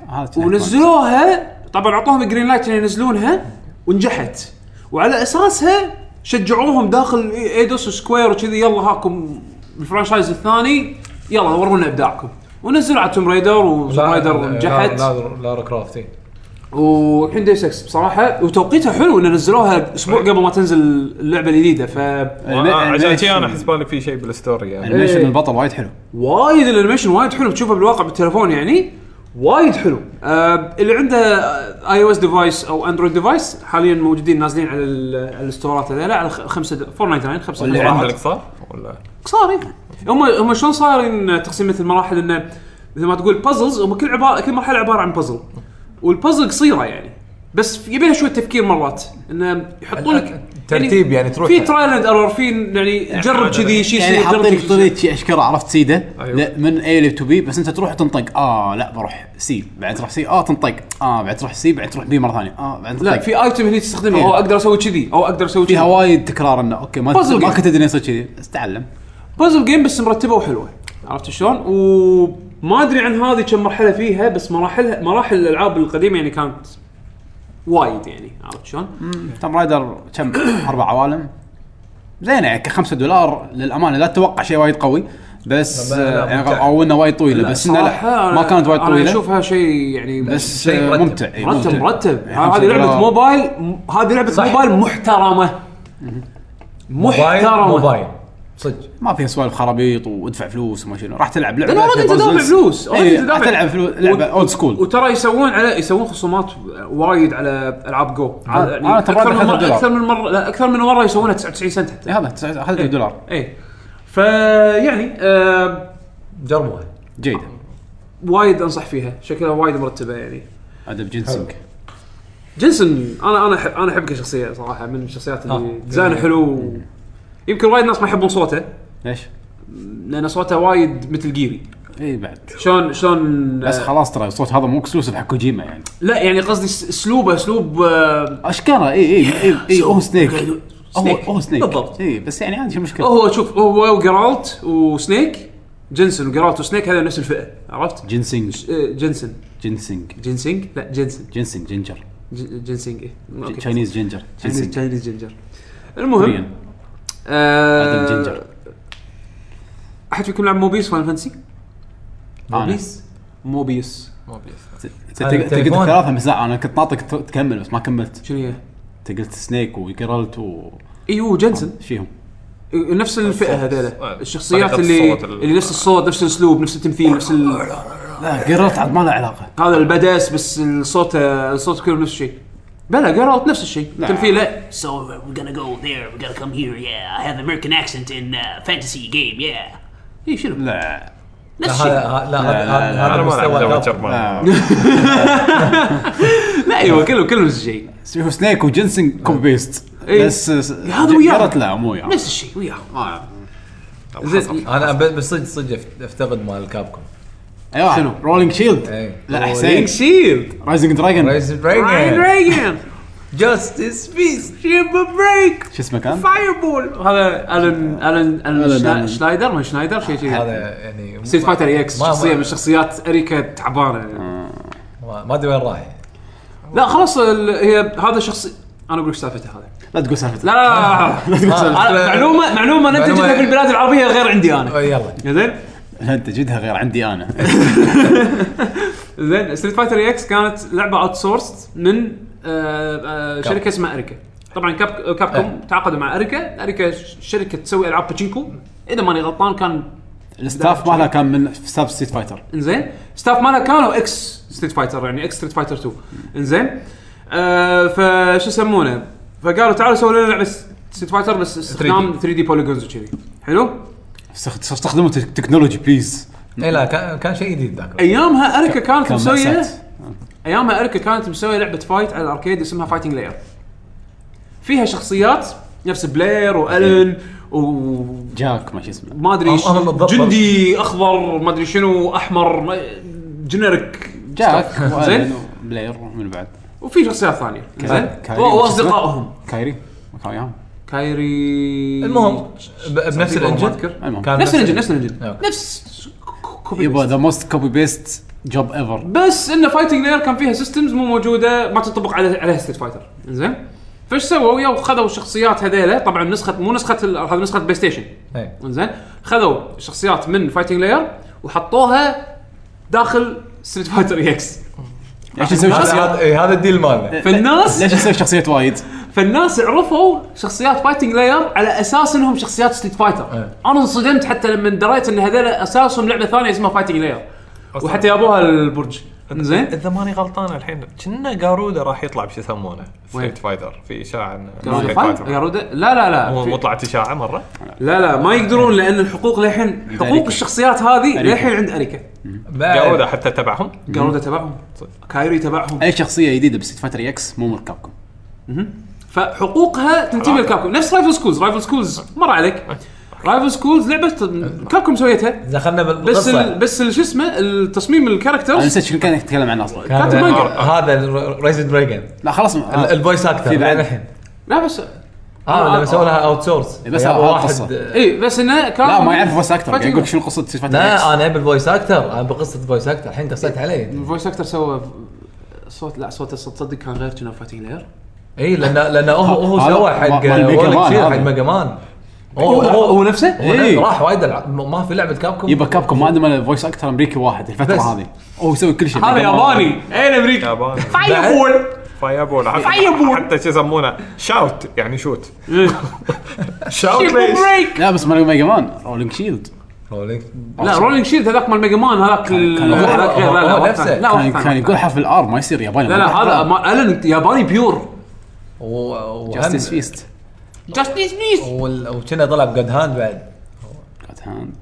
[SPEAKER 1] هذا كان
[SPEAKER 2] ونزلوها طبعا اعطوهم جرين لايت ان ينزلونها ونجحت وعلى اساسها شجعوهم داخل ايدوس وسكوير وكذي يلا هاكم الفرانشايز الثاني يلا ورونا ابداعكم ونزلوا على توم رايدر وتوم رايدر نجحت
[SPEAKER 3] لارا كرافت إي.
[SPEAKER 2] والحين دي 6 بصراحه وتوقيتها حلو ان نزلوها اسبوع قبل ما تنزل اللعبه الجديده ف
[SPEAKER 1] يعني
[SPEAKER 5] آه، عشان كذي انا احس بالي في شيء بالستوري يعني
[SPEAKER 1] انيميشن
[SPEAKER 2] إيه.
[SPEAKER 1] البطل وايد حلو
[SPEAKER 2] وايد الانيميشن وايد حلو تشوفه بالواقع بالتليفون يعني وايد حلو آه اللي عنده اي او اس ديفايس او اندرويد ديفايس حاليا موجودين نازلين على ال- على الستورات هذول على خ- خمسه د- 499 خمسه
[SPEAKER 1] واللي
[SPEAKER 3] يعني
[SPEAKER 2] دولارات.
[SPEAKER 5] راح لك صار ولا
[SPEAKER 2] صار يعني. هم هم شلون صايرين تقسيمه المراحل انه مثل ما تقول بازلز هم كل عباره كل مرحله عباره عن بازل والبازل قصيره يعني بس يبي لها شويه تفكير مرات انه يحطون لك
[SPEAKER 3] ترتيب يعني تروح-
[SPEAKER 2] في ترايل اند ايرور في يعني جرب كذي شيء أيوه.
[SPEAKER 1] يعني
[SPEAKER 2] يصير، جرب
[SPEAKER 1] حاطين
[SPEAKER 2] كذي
[SPEAKER 1] لك
[SPEAKER 2] شيء
[SPEAKER 1] طريق شي اشكره عرفت سيده
[SPEAKER 5] أيوة.
[SPEAKER 1] أيوة. من اي اللي تو بي بس انت تروح تنطق اه لا بروح سي بعد تروح سي اه تنطق اه بعد تروح سي بعد تروح بي مره ثانيه اه بعد
[SPEAKER 2] لا
[SPEAKER 1] تنطق
[SPEAKER 2] في ايتم هني تستخدمه
[SPEAKER 1] إيه.
[SPEAKER 2] او اقدر اسوي كذي او اقدر اسوي
[SPEAKER 1] فيها
[SPEAKER 2] كذي
[SPEAKER 1] وايد تكرار انه اوكي ما
[SPEAKER 2] Puzzle
[SPEAKER 1] ما
[SPEAKER 2] game.
[SPEAKER 1] كنت ادري يصير كذي بس تعلم
[SPEAKER 2] بازل جيم بس مرتبه وحلوه عرفت شلون؟ وما ادري عن هذه كم مرحله فيها بس مراحلها مراحل الالعاب القديمه يعني كانت وايد يعني عرفت شلون؟
[SPEAKER 1] توم رايدر كم اربع عوالم زينه يعني كخمسة دولار للامانه لا تتوقع شيء وايد قوي بس
[SPEAKER 3] لا، لا،
[SPEAKER 1] آه، يعني
[SPEAKER 3] ممتع.
[SPEAKER 1] او انه وايد طويله بس انه
[SPEAKER 2] صراحة
[SPEAKER 1] لا
[SPEAKER 2] أنا-
[SPEAKER 1] ما كانت وايد
[SPEAKER 2] انا
[SPEAKER 1] طويله
[SPEAKER 2] اشوفها شيء يعني
[SPEAKER 1] بس
[SPEAKER 6] شيء
[SPEAKER 1] آه،
[SPEAKER 6] مرتب.
[SPEAKER 1] ممتع إي،
[SPEAKER 2] مرتب
[SPEAKER 1] ممتع.
[SPEAKER 2] مرتب
[SPEAKER 1] يعني
[SPEAKER 2] هذه
[SPEAKER 1] خمسة
[SPEAKER 2] لعبه
[SPEAKER 1] دولار.
[SPEAKER 2] موبايل م- هذه لعبه
[SPEAKER 3] صح.
[SPEAKER 2] موبايل محترمه
[SPEAKER 3] موبايل
[SPEAKER 2] محترمه
[SPEAKER 3] موبايل صدق
[SPEAKER 1] ما فيها سوالف خرابيط وادفع فلوس وما شنو راح تلعب لعبه
[SPEAKER 2] لان اوريدي
[SPEAKER 1] فيها
[SPEAKER 2] انت دافع
[SPEAKER 1] puzzles.
[SPEAKER 2] فلوس
[SPEAKER 1] إي،
[SPEAKER 2] اوريدي انت
[SPEAKER 1] إيه، راح
[SPEAKER 2] دافع
[SPEAKER 1] تلعب فلو- لعبه
[SPEAKER 2] و-
[SPEAKER 1] اولد سكول
[SPEAKER 2] وترى يسوون على يسوون خصومات وايد على العاب جو
[SPEAKER 1] أنا-
[SPEAKER 2] يعني
[SPEAKER 1] أنا تبغى
[SPEAKER 2] اكثر من
[SPEAKER 1] أخذ
[SPEAKER 2] مرة
[SPEAKER 1] دولار.
[SPEAKER 2] اكثر من مره لا اكثر من مره يسوونها 99 سنت حتى
[SPEAKER 1] إيه، هذا 11 دولار
[SPEAKER 2] اي فيعني آه
[SPEAKER 3] جربوها
[SPEAKER 1] جيده
[SPEAKER 2] وايد انصح فيها شكلها وايد مرتبه يعني
[SPEAKER 1] ادب جنسنج
[SPEAKER 2] جنسن انا انا أحب انا احبه كشخصيه صراحه من الشخصيات اللي ديزاينه حلو يمكن وايد ناس ما يحبون صوته
[SPEAKER 1] ليش؟
[SPEAKER 2] لان صوته وايد مثل جيري
[SPEAKER 1] اي بعد
[SPEAKER 2] شلون شلون
[SPEAKER 1] بس
[SPEAKER 2] آه،
[SPEAKER 1] خلاص ترى الصوت هذا مو اكسلوسيف حق كوجيما يعني
[SPEAKER 2] لا يعني قصدي س- اسلوبه اسلوب آه، إيه،
[SPEAKER 1] اشكره اي اي اي اي هو إيه، سنيك هو
[SPEAKER 2] سنيك.
[SPEAKER 1] هو سنيك
[SPEAKER 2] بالضبط.
[SPEAKER 1] اي بس يعني عندي مشكله
[SPEAKER 2] هو شوف هو وجرالت وسنيك جنسن وجرالت وسنيك هذا نفس الفئه عرفت؟
[SPEAKER 1] جنسنج
[SPEAKER 2] آه، جنسن
[SPEAKER 1] جنسنج
[SPEAKER 2] جنسنج لا جنسن
[SPEAKER 1] جنسنج جنجر
[SPEAKER 2] ج- جنسنج ايه أوكي.
[SPEAKER 1] تشاينيز جنجر
[SPEAKER 2] تشاينيز
[SPEAKER 1] جنسنج
[SPEAKER 2] تشاينيز جنجر المهم
[SPEAKER 1] كوريان
[SPEAKER 2] آه،
[SPEAKER 1] آدم جنجر.
[SPEAKER 2] احد فيكم لعب موبيس فاين فانسي؟
[SPEAKER 1] انا
[SPEAKER 2] موبيس
[SPEAKER 1] انت قلت
[SPEAKER 3] التليفون.
[SPEAKER 1] ثلاثة بس لا انا كنت ناطق ت- تكمل بس ما كملت
[SPEAKER 2] شنو هي؟
[SPEAKER 1] انت قلت سنيك وجرالت و
[SPEAKER 2] ايوه جنسن
[SPEAKER 1] شيهم
[SPEAKER 2] نفس الفئه هذيلا
[SPEAKER 5] آه،
[SPEAKER 2] الشخصيات
[SPEAKER 5] طريقة
[SPEAKER 2] اللي
[SPEAKER 5] الصوت ال-
[SPEAKER 2] اللي نفس الصوت نفس الاسلوب نفس التمثيل نفس ال...
[SPEAKER 1] لا جرالت عاد ما له علاقه
[SPEAKER 2] هذا البدس بس الصوت الصوت كله نفس الشيء بلا جيرالت نفس الشيء تمثيله
[SPEAKER 7] So uh, we're gonna go there. We're gonna come here. Yeah, I have American accent in uh, fantasy game. Yeah,
[SPEAKER 2] اي شنو
[SPEAKER 1] لا
[SPEAKER 3] لا
[SPEAKER 7] let's
[SPEAKER 3] هذا
[SPEAKER 7] shit.
[SPEAKER 3] ه- لا
[SPEAKER 1] لا، لا،
[SPEAKER 3] هذا- هذا
[SPEAKER 1] لا،
[SPEAKER 3] هذا
[SPEAKER 5] انا ما
[SPEAKER 3] مستوى
[SPEAKER 5] لعبت
[SPEAKER 3] الأب.
[SPEAKER 1] آه.
[SPEAKER 5] جربان.
[SPEAKER 2] لا ايوه كله كله نفس الشيء
[SPEAKER 1] هو سنيك وجنسنج كوبي بيست
[SPEAKER 2] إيه.
[SPEAKER 1] بس
[SPEAKER 2] هذا وياه.
[SPEAKER 1] جرالت لا مو وياه
[SPEAKER 2] نفس الشيء وياهم
[SPEAKER 5] حصل.
[SPEAKER 3] انا ب- بس صدق صدق أفت- افتقد مال كابكم
[SPEAKER 1] ايوه
[SPEAKER 2] شنو؟
[SPEAKER 1] رولينج شيلد
[SPEAKER 3] اي
[SPEAKER 1] لا حسين
[SPEAKER 2] رينج شيلد
[SPEAKER 1] رايزنج دراجون
[SPEAKER 3] ريز
[SPEAKER 2] راين
[SPEAKER 3] براين
[SPEAKER 2] ريجن
[SPEAKER 3] جاستس بيس
[SPEAKER 2] شيب بريك
[SPEAKER 1] شو اسمه كان؟
[SPEAKER 2] فاير بول هذا الن الن
[SPEAKER 1] ألن-
[SPEAKER 2] الن
[SPEAKER 1] ألن.
[SPEAKER 2] شنا- شنايدر ما شنايدر شيء شيء
[SPEAKER 3] هذا يعني
[SPEAKER 2] ستريت فايتر اي اكس
[SPEAKER 3] ما- ما-
[SPEAKER 2] شخصيه من شخصيات اريكا تعبانه
[SPEAKER 3] ما ما ادري وين رايح
[SPEAKER 2] لا خلاص ال- هي هذا شخصي انا اقول لك سالفته هذا
[SPEAKER 1] لا تقول سالفته
[SPEAKER 2] لا لا
[SPEAKER 3] آه،
[SPEAKER 2] لا، لا أنا- معلومه معلومه نتجتها
[SPEAKER 3] معلومة-
[SPEAKER 2] في البلاد العربيه غير عندي انا
[SPEAKER 3] يلا
[SPEAKER 2] زين
[SPEAKER 1] لا انت جدها غير عندي انا
[SPEAKER 2] زين ستريت فايتر اكس كانت لعبه اوت سورس من آه، آه، شركه اسمها اريكا طبعا كاب كاب كوم تعاقدوا مع اريكا اريكا ش- شركه تسوي العاب باتشينكو اذا ماني غلطان كان
[SPEAKER 1] الستاف مالها كان من ستاف ستيت فايتر
[SPEAKER 2] انزين ستاف مالها كانوا اكس ستريت فايتر يعني اكس ستريت فايتر 2 انزين آه فشو يسمونه فقالوا تعالوا سووا لنا لعبه ستريت فايتر بس استخدام 3 دي بوليجونز وكذي حلو
[SPEAKER 1] استخد- استخدموا تك- تكنولوجي بليز
[SPEAKER 3] اي لا كان كان شيء جديد ذاك الوقت.
[SPEAKER 2] ايامها اريكا كانت
[SPEAKER 1] كان
[SPEAKER 2] مسويه
[SPEAKER 1] مأساة.
[SPEAKER 2] ايامها اريكا كانت مسويه لعبه فايت على الاركيد اسمها فايتنج لاير فيها شخصيات نفس بلير والن و
[SPEAKER 1] جاك ما شو اسمه
[SPEAKER 2] ما ادري
[SPEAKER 3] هم-
[SPEAKER 2] إيش.
[SPEAKER 3] هم بالضبط.
[SPEAKER 2] جندي اخضر ما ادري شنو احمر ما- جنريك
[SPEAKER 1] جاك
[SPEAKER 2] زين.
[SPEAKER 1] وألن وبلاير ومن بعد
[SPEAKER 2] وفي شخصيات ثانيه زين
[SPEAKER 1] كايري.
[SPEAKER 2] و- واصدقائهم
[SPEAKER 1] كايري ما كان وياهم
[SPEAKER 2] كايري
[SPEAKER 3] المهم ب- بنفس
[SPEAKER 2] صديقهم ما
[SPEAKER 3] الانجن
[SPEAKER 2] أذكر.
[SPEAKER 1] المهم.
[SPEAKER 3] كان
[SPEAKER 2] نفس الانجن نفس الانجن
[SPEAKER 3] أوكي.
[SPEAKER 2] نفس كوبي
[SPEAKER 1] يبا
[SPEAKER 2] بيست.
[SPEAKER 1] ذا موست كوبي بيست جوب ايفر
[SPEAKER 2] بس انه فايتنج لاير كان فيها سيستمز مو موجوده ما تنطبق على عليها ستيت فايتر زين فايش سووا يو خذوا الشخصيات هذيله طبعا نسخه مو نسخه ال- هذه نسخه بلاي ستيشن
[SPEAKER 3] إيه.
[SPEAKER 2] زين خذوا شخصيات من فايتنج لاير وحطوها داخل ستريت فايتر اكس
[SPEAKER 1] ليش نسوي
[SPEAKER 3] هذا-
[SPEAKER 1] شخصيات
[SPEAKER 3] هذا إيه، هذا الديل مالنا
[SPEAKER 2] فالناس
[SPEAKER 1] ليش نسوي شخصيات وايد
[SPEAKER 2] فالناس عرفوا شخصيات فايتنج لاير على اساس انهم شخصيات ستريت فايتر
[SPEAKER 3] إيه.
[SPEAKER 2] انا انصدمت حتى لما دريت ان هذول اساسهم لعبه ثانيه اسمها فايتنج لاير وحتى جابوها البرج زين
[SPEAKER 5] اذا ماني غلطان الحين كنا جارودا راح يطلع بشو يسمونه
[SPEAKER 2] وين؟
[SPEAKER 5] ستريت فايتر في اشاعه عن
[SPEAKER 2] جارودا
[SPEAKER 5] Street
[SPEAKER 2] فايت؟
[SPEAKER 5] Fighter.
[SPEAKER 2] جارودا لا لا لا
[SPEAKER 5] مو مو
[SPEAKER 2] في-
[SPEAKER 5] طلعت اشاعه مره
[SPEAKER 2] لا لا ما يقدرون لان الحقوق للحين حقوق
[SPEAKER 1] أريكا.
[SPEAKER 2] الشخصيات هذه
[SPEAKER 1] أريكا.
[SPEAKER 2] للحين عند اريكا
[SPEAKER 1] آه.
[SPEAKER 3] بعد-
[SPEAKER 5] جارودا حتى تبعهم
[SPEAKER 2] جارودا تبعهم
[SPEAKER 5] صدق.
[SPEAKER 2] كايري تبعهم
[SPEAKER 1] اي شخصيه جديده بستيت فايتر اكس مو من كابكم
[SPEAKER 2] فحقوقها تنتمي
[SPEAKER 5] حلال.
[SPEAKER 2] لكابكم نفس رايفل سكولز رايفل سكولز مر عليك رايفل سكولز لعبه كابكم سويتها
[SPEAKER 3] دخلنا بالقصه
[SPEAKER 2] بس ال بس ال- شو اسمه التصميم
[SPEAKER 1] انا
[SPEAKER 2] الكاركترز
[SPEAKER 1] نسيت شنو كان يتكلم عنه اصلا
[SPEAKER 3] كان
[SPEAKER 2] كاتب مانجا.
[SPEAKER 3] هذا ريزن دراجون
[SPEAKER 1] لا خلاص
[SPEAKER 3] الفويس اكتر
[SPEAKER 1] آه. في بعد.
[SPEAKER 3] الحين
[SPEAKER 2] لا بس
[SPEAKER 3] اه لما سووا لها اوت سورس
[SPEAKER 1] بس هذا قصة.
[SPEAKER 2] اي بس انه كان
[SPEAKER 1] لا ما يعرف فويس اكتر قاعد
[SPEAKER 2] فايتنج-
[SPEAKER 1] يقول شنو قصه ستيت فايتر
[SPEAKER 3] لا
[SPEAKER 1] اكس
[SPEAKER 3] انا ابي الفويس اكتر انا بقصه الفويس اكتر الحين قصيت علي
[SPEAKER 2] الفويس اكتر سوى صوت لا صوت تصدق كان غير كنا فايتنج لاير
[SPEAKER 3] اي لان لان هو هو
[SPEAKER 1] هذا
[SPEAKER 3] سوى
[SPEAKER 1] ما-
[SPEAKER 3] حق
[SPEAKER 1] ما الميجا
[SPEAKER 3] وولد
[SPEAKER 1] مان
[SPEAKER 3] شير،
[SPEAKER 1] هذا.
[SPEAKER 3] حق ميجا مان
[SPEAKER 2] هو
[SPEAKER 3] هو- هو-
[SPEAKER 2] هو نفسه؟
[SPEAKER 3] هو
[SPEAKER 1] إيه.
[SPEAKER 3] راح وايد العاب ما- ما في لعبه كابكم
[SPEAKER 1] يبا كابكم ما عندهم فويس اكتر امريكي واحد الفتره
[SPEAKER 3] بس.
[SPEAKER 1] هذه هو يسوي كل شيء
[SPEAKER 2] هذا ياباني اين امريكا
[SPEAKER 5] يابان
[SPEAKER 3] بعد-
[SPEAKER 5] فايربول حتى-
[SPEAKER 2] Fireball.
[SPEAKER 5] حتى شو يسمونه شاوت يعني شوت
[SPEAKER 1] إيه.
[SPEAKER 5] شاوت ليش؟
[SPEAKER 2] بريك
[SPEAKER 1] لا بس مال ميجا مان رولينج شيلد
[SPEAKER 3] رولينج.
[SPEAKER 2] لا رولينج شيلد هذاك مال ميجا مان هذاك ال-
[SPEAKER 1] كان-
[SPEAKER 2] هذاك
[SPEAKER 3] هو-
[SPEAKER 2] غير، لا لا
[SPEAKER 3] هو
[SPEAKER 2] واحد
[SPEAKER 3] نفسه.
[SPEAKER 2] ثاني. لا واحد
[SPEAKER 1] كان كان
[SPEAKER 2] ثاني.
[SPEAKER 1] يقول حرف الار ما يصير ياباني
[SPEAKER 2] لا لا هذا ما- الن ياباني بيور
[SPEAKER 3] و- وهم-
[SPEAKER 1] جاستس فيست
[SPEAKER 2] جاستيس بيست
[SPEAKER 3] وال- وكنا طلع بجود هاند بعد
[SPEAKER 1] جاد هاند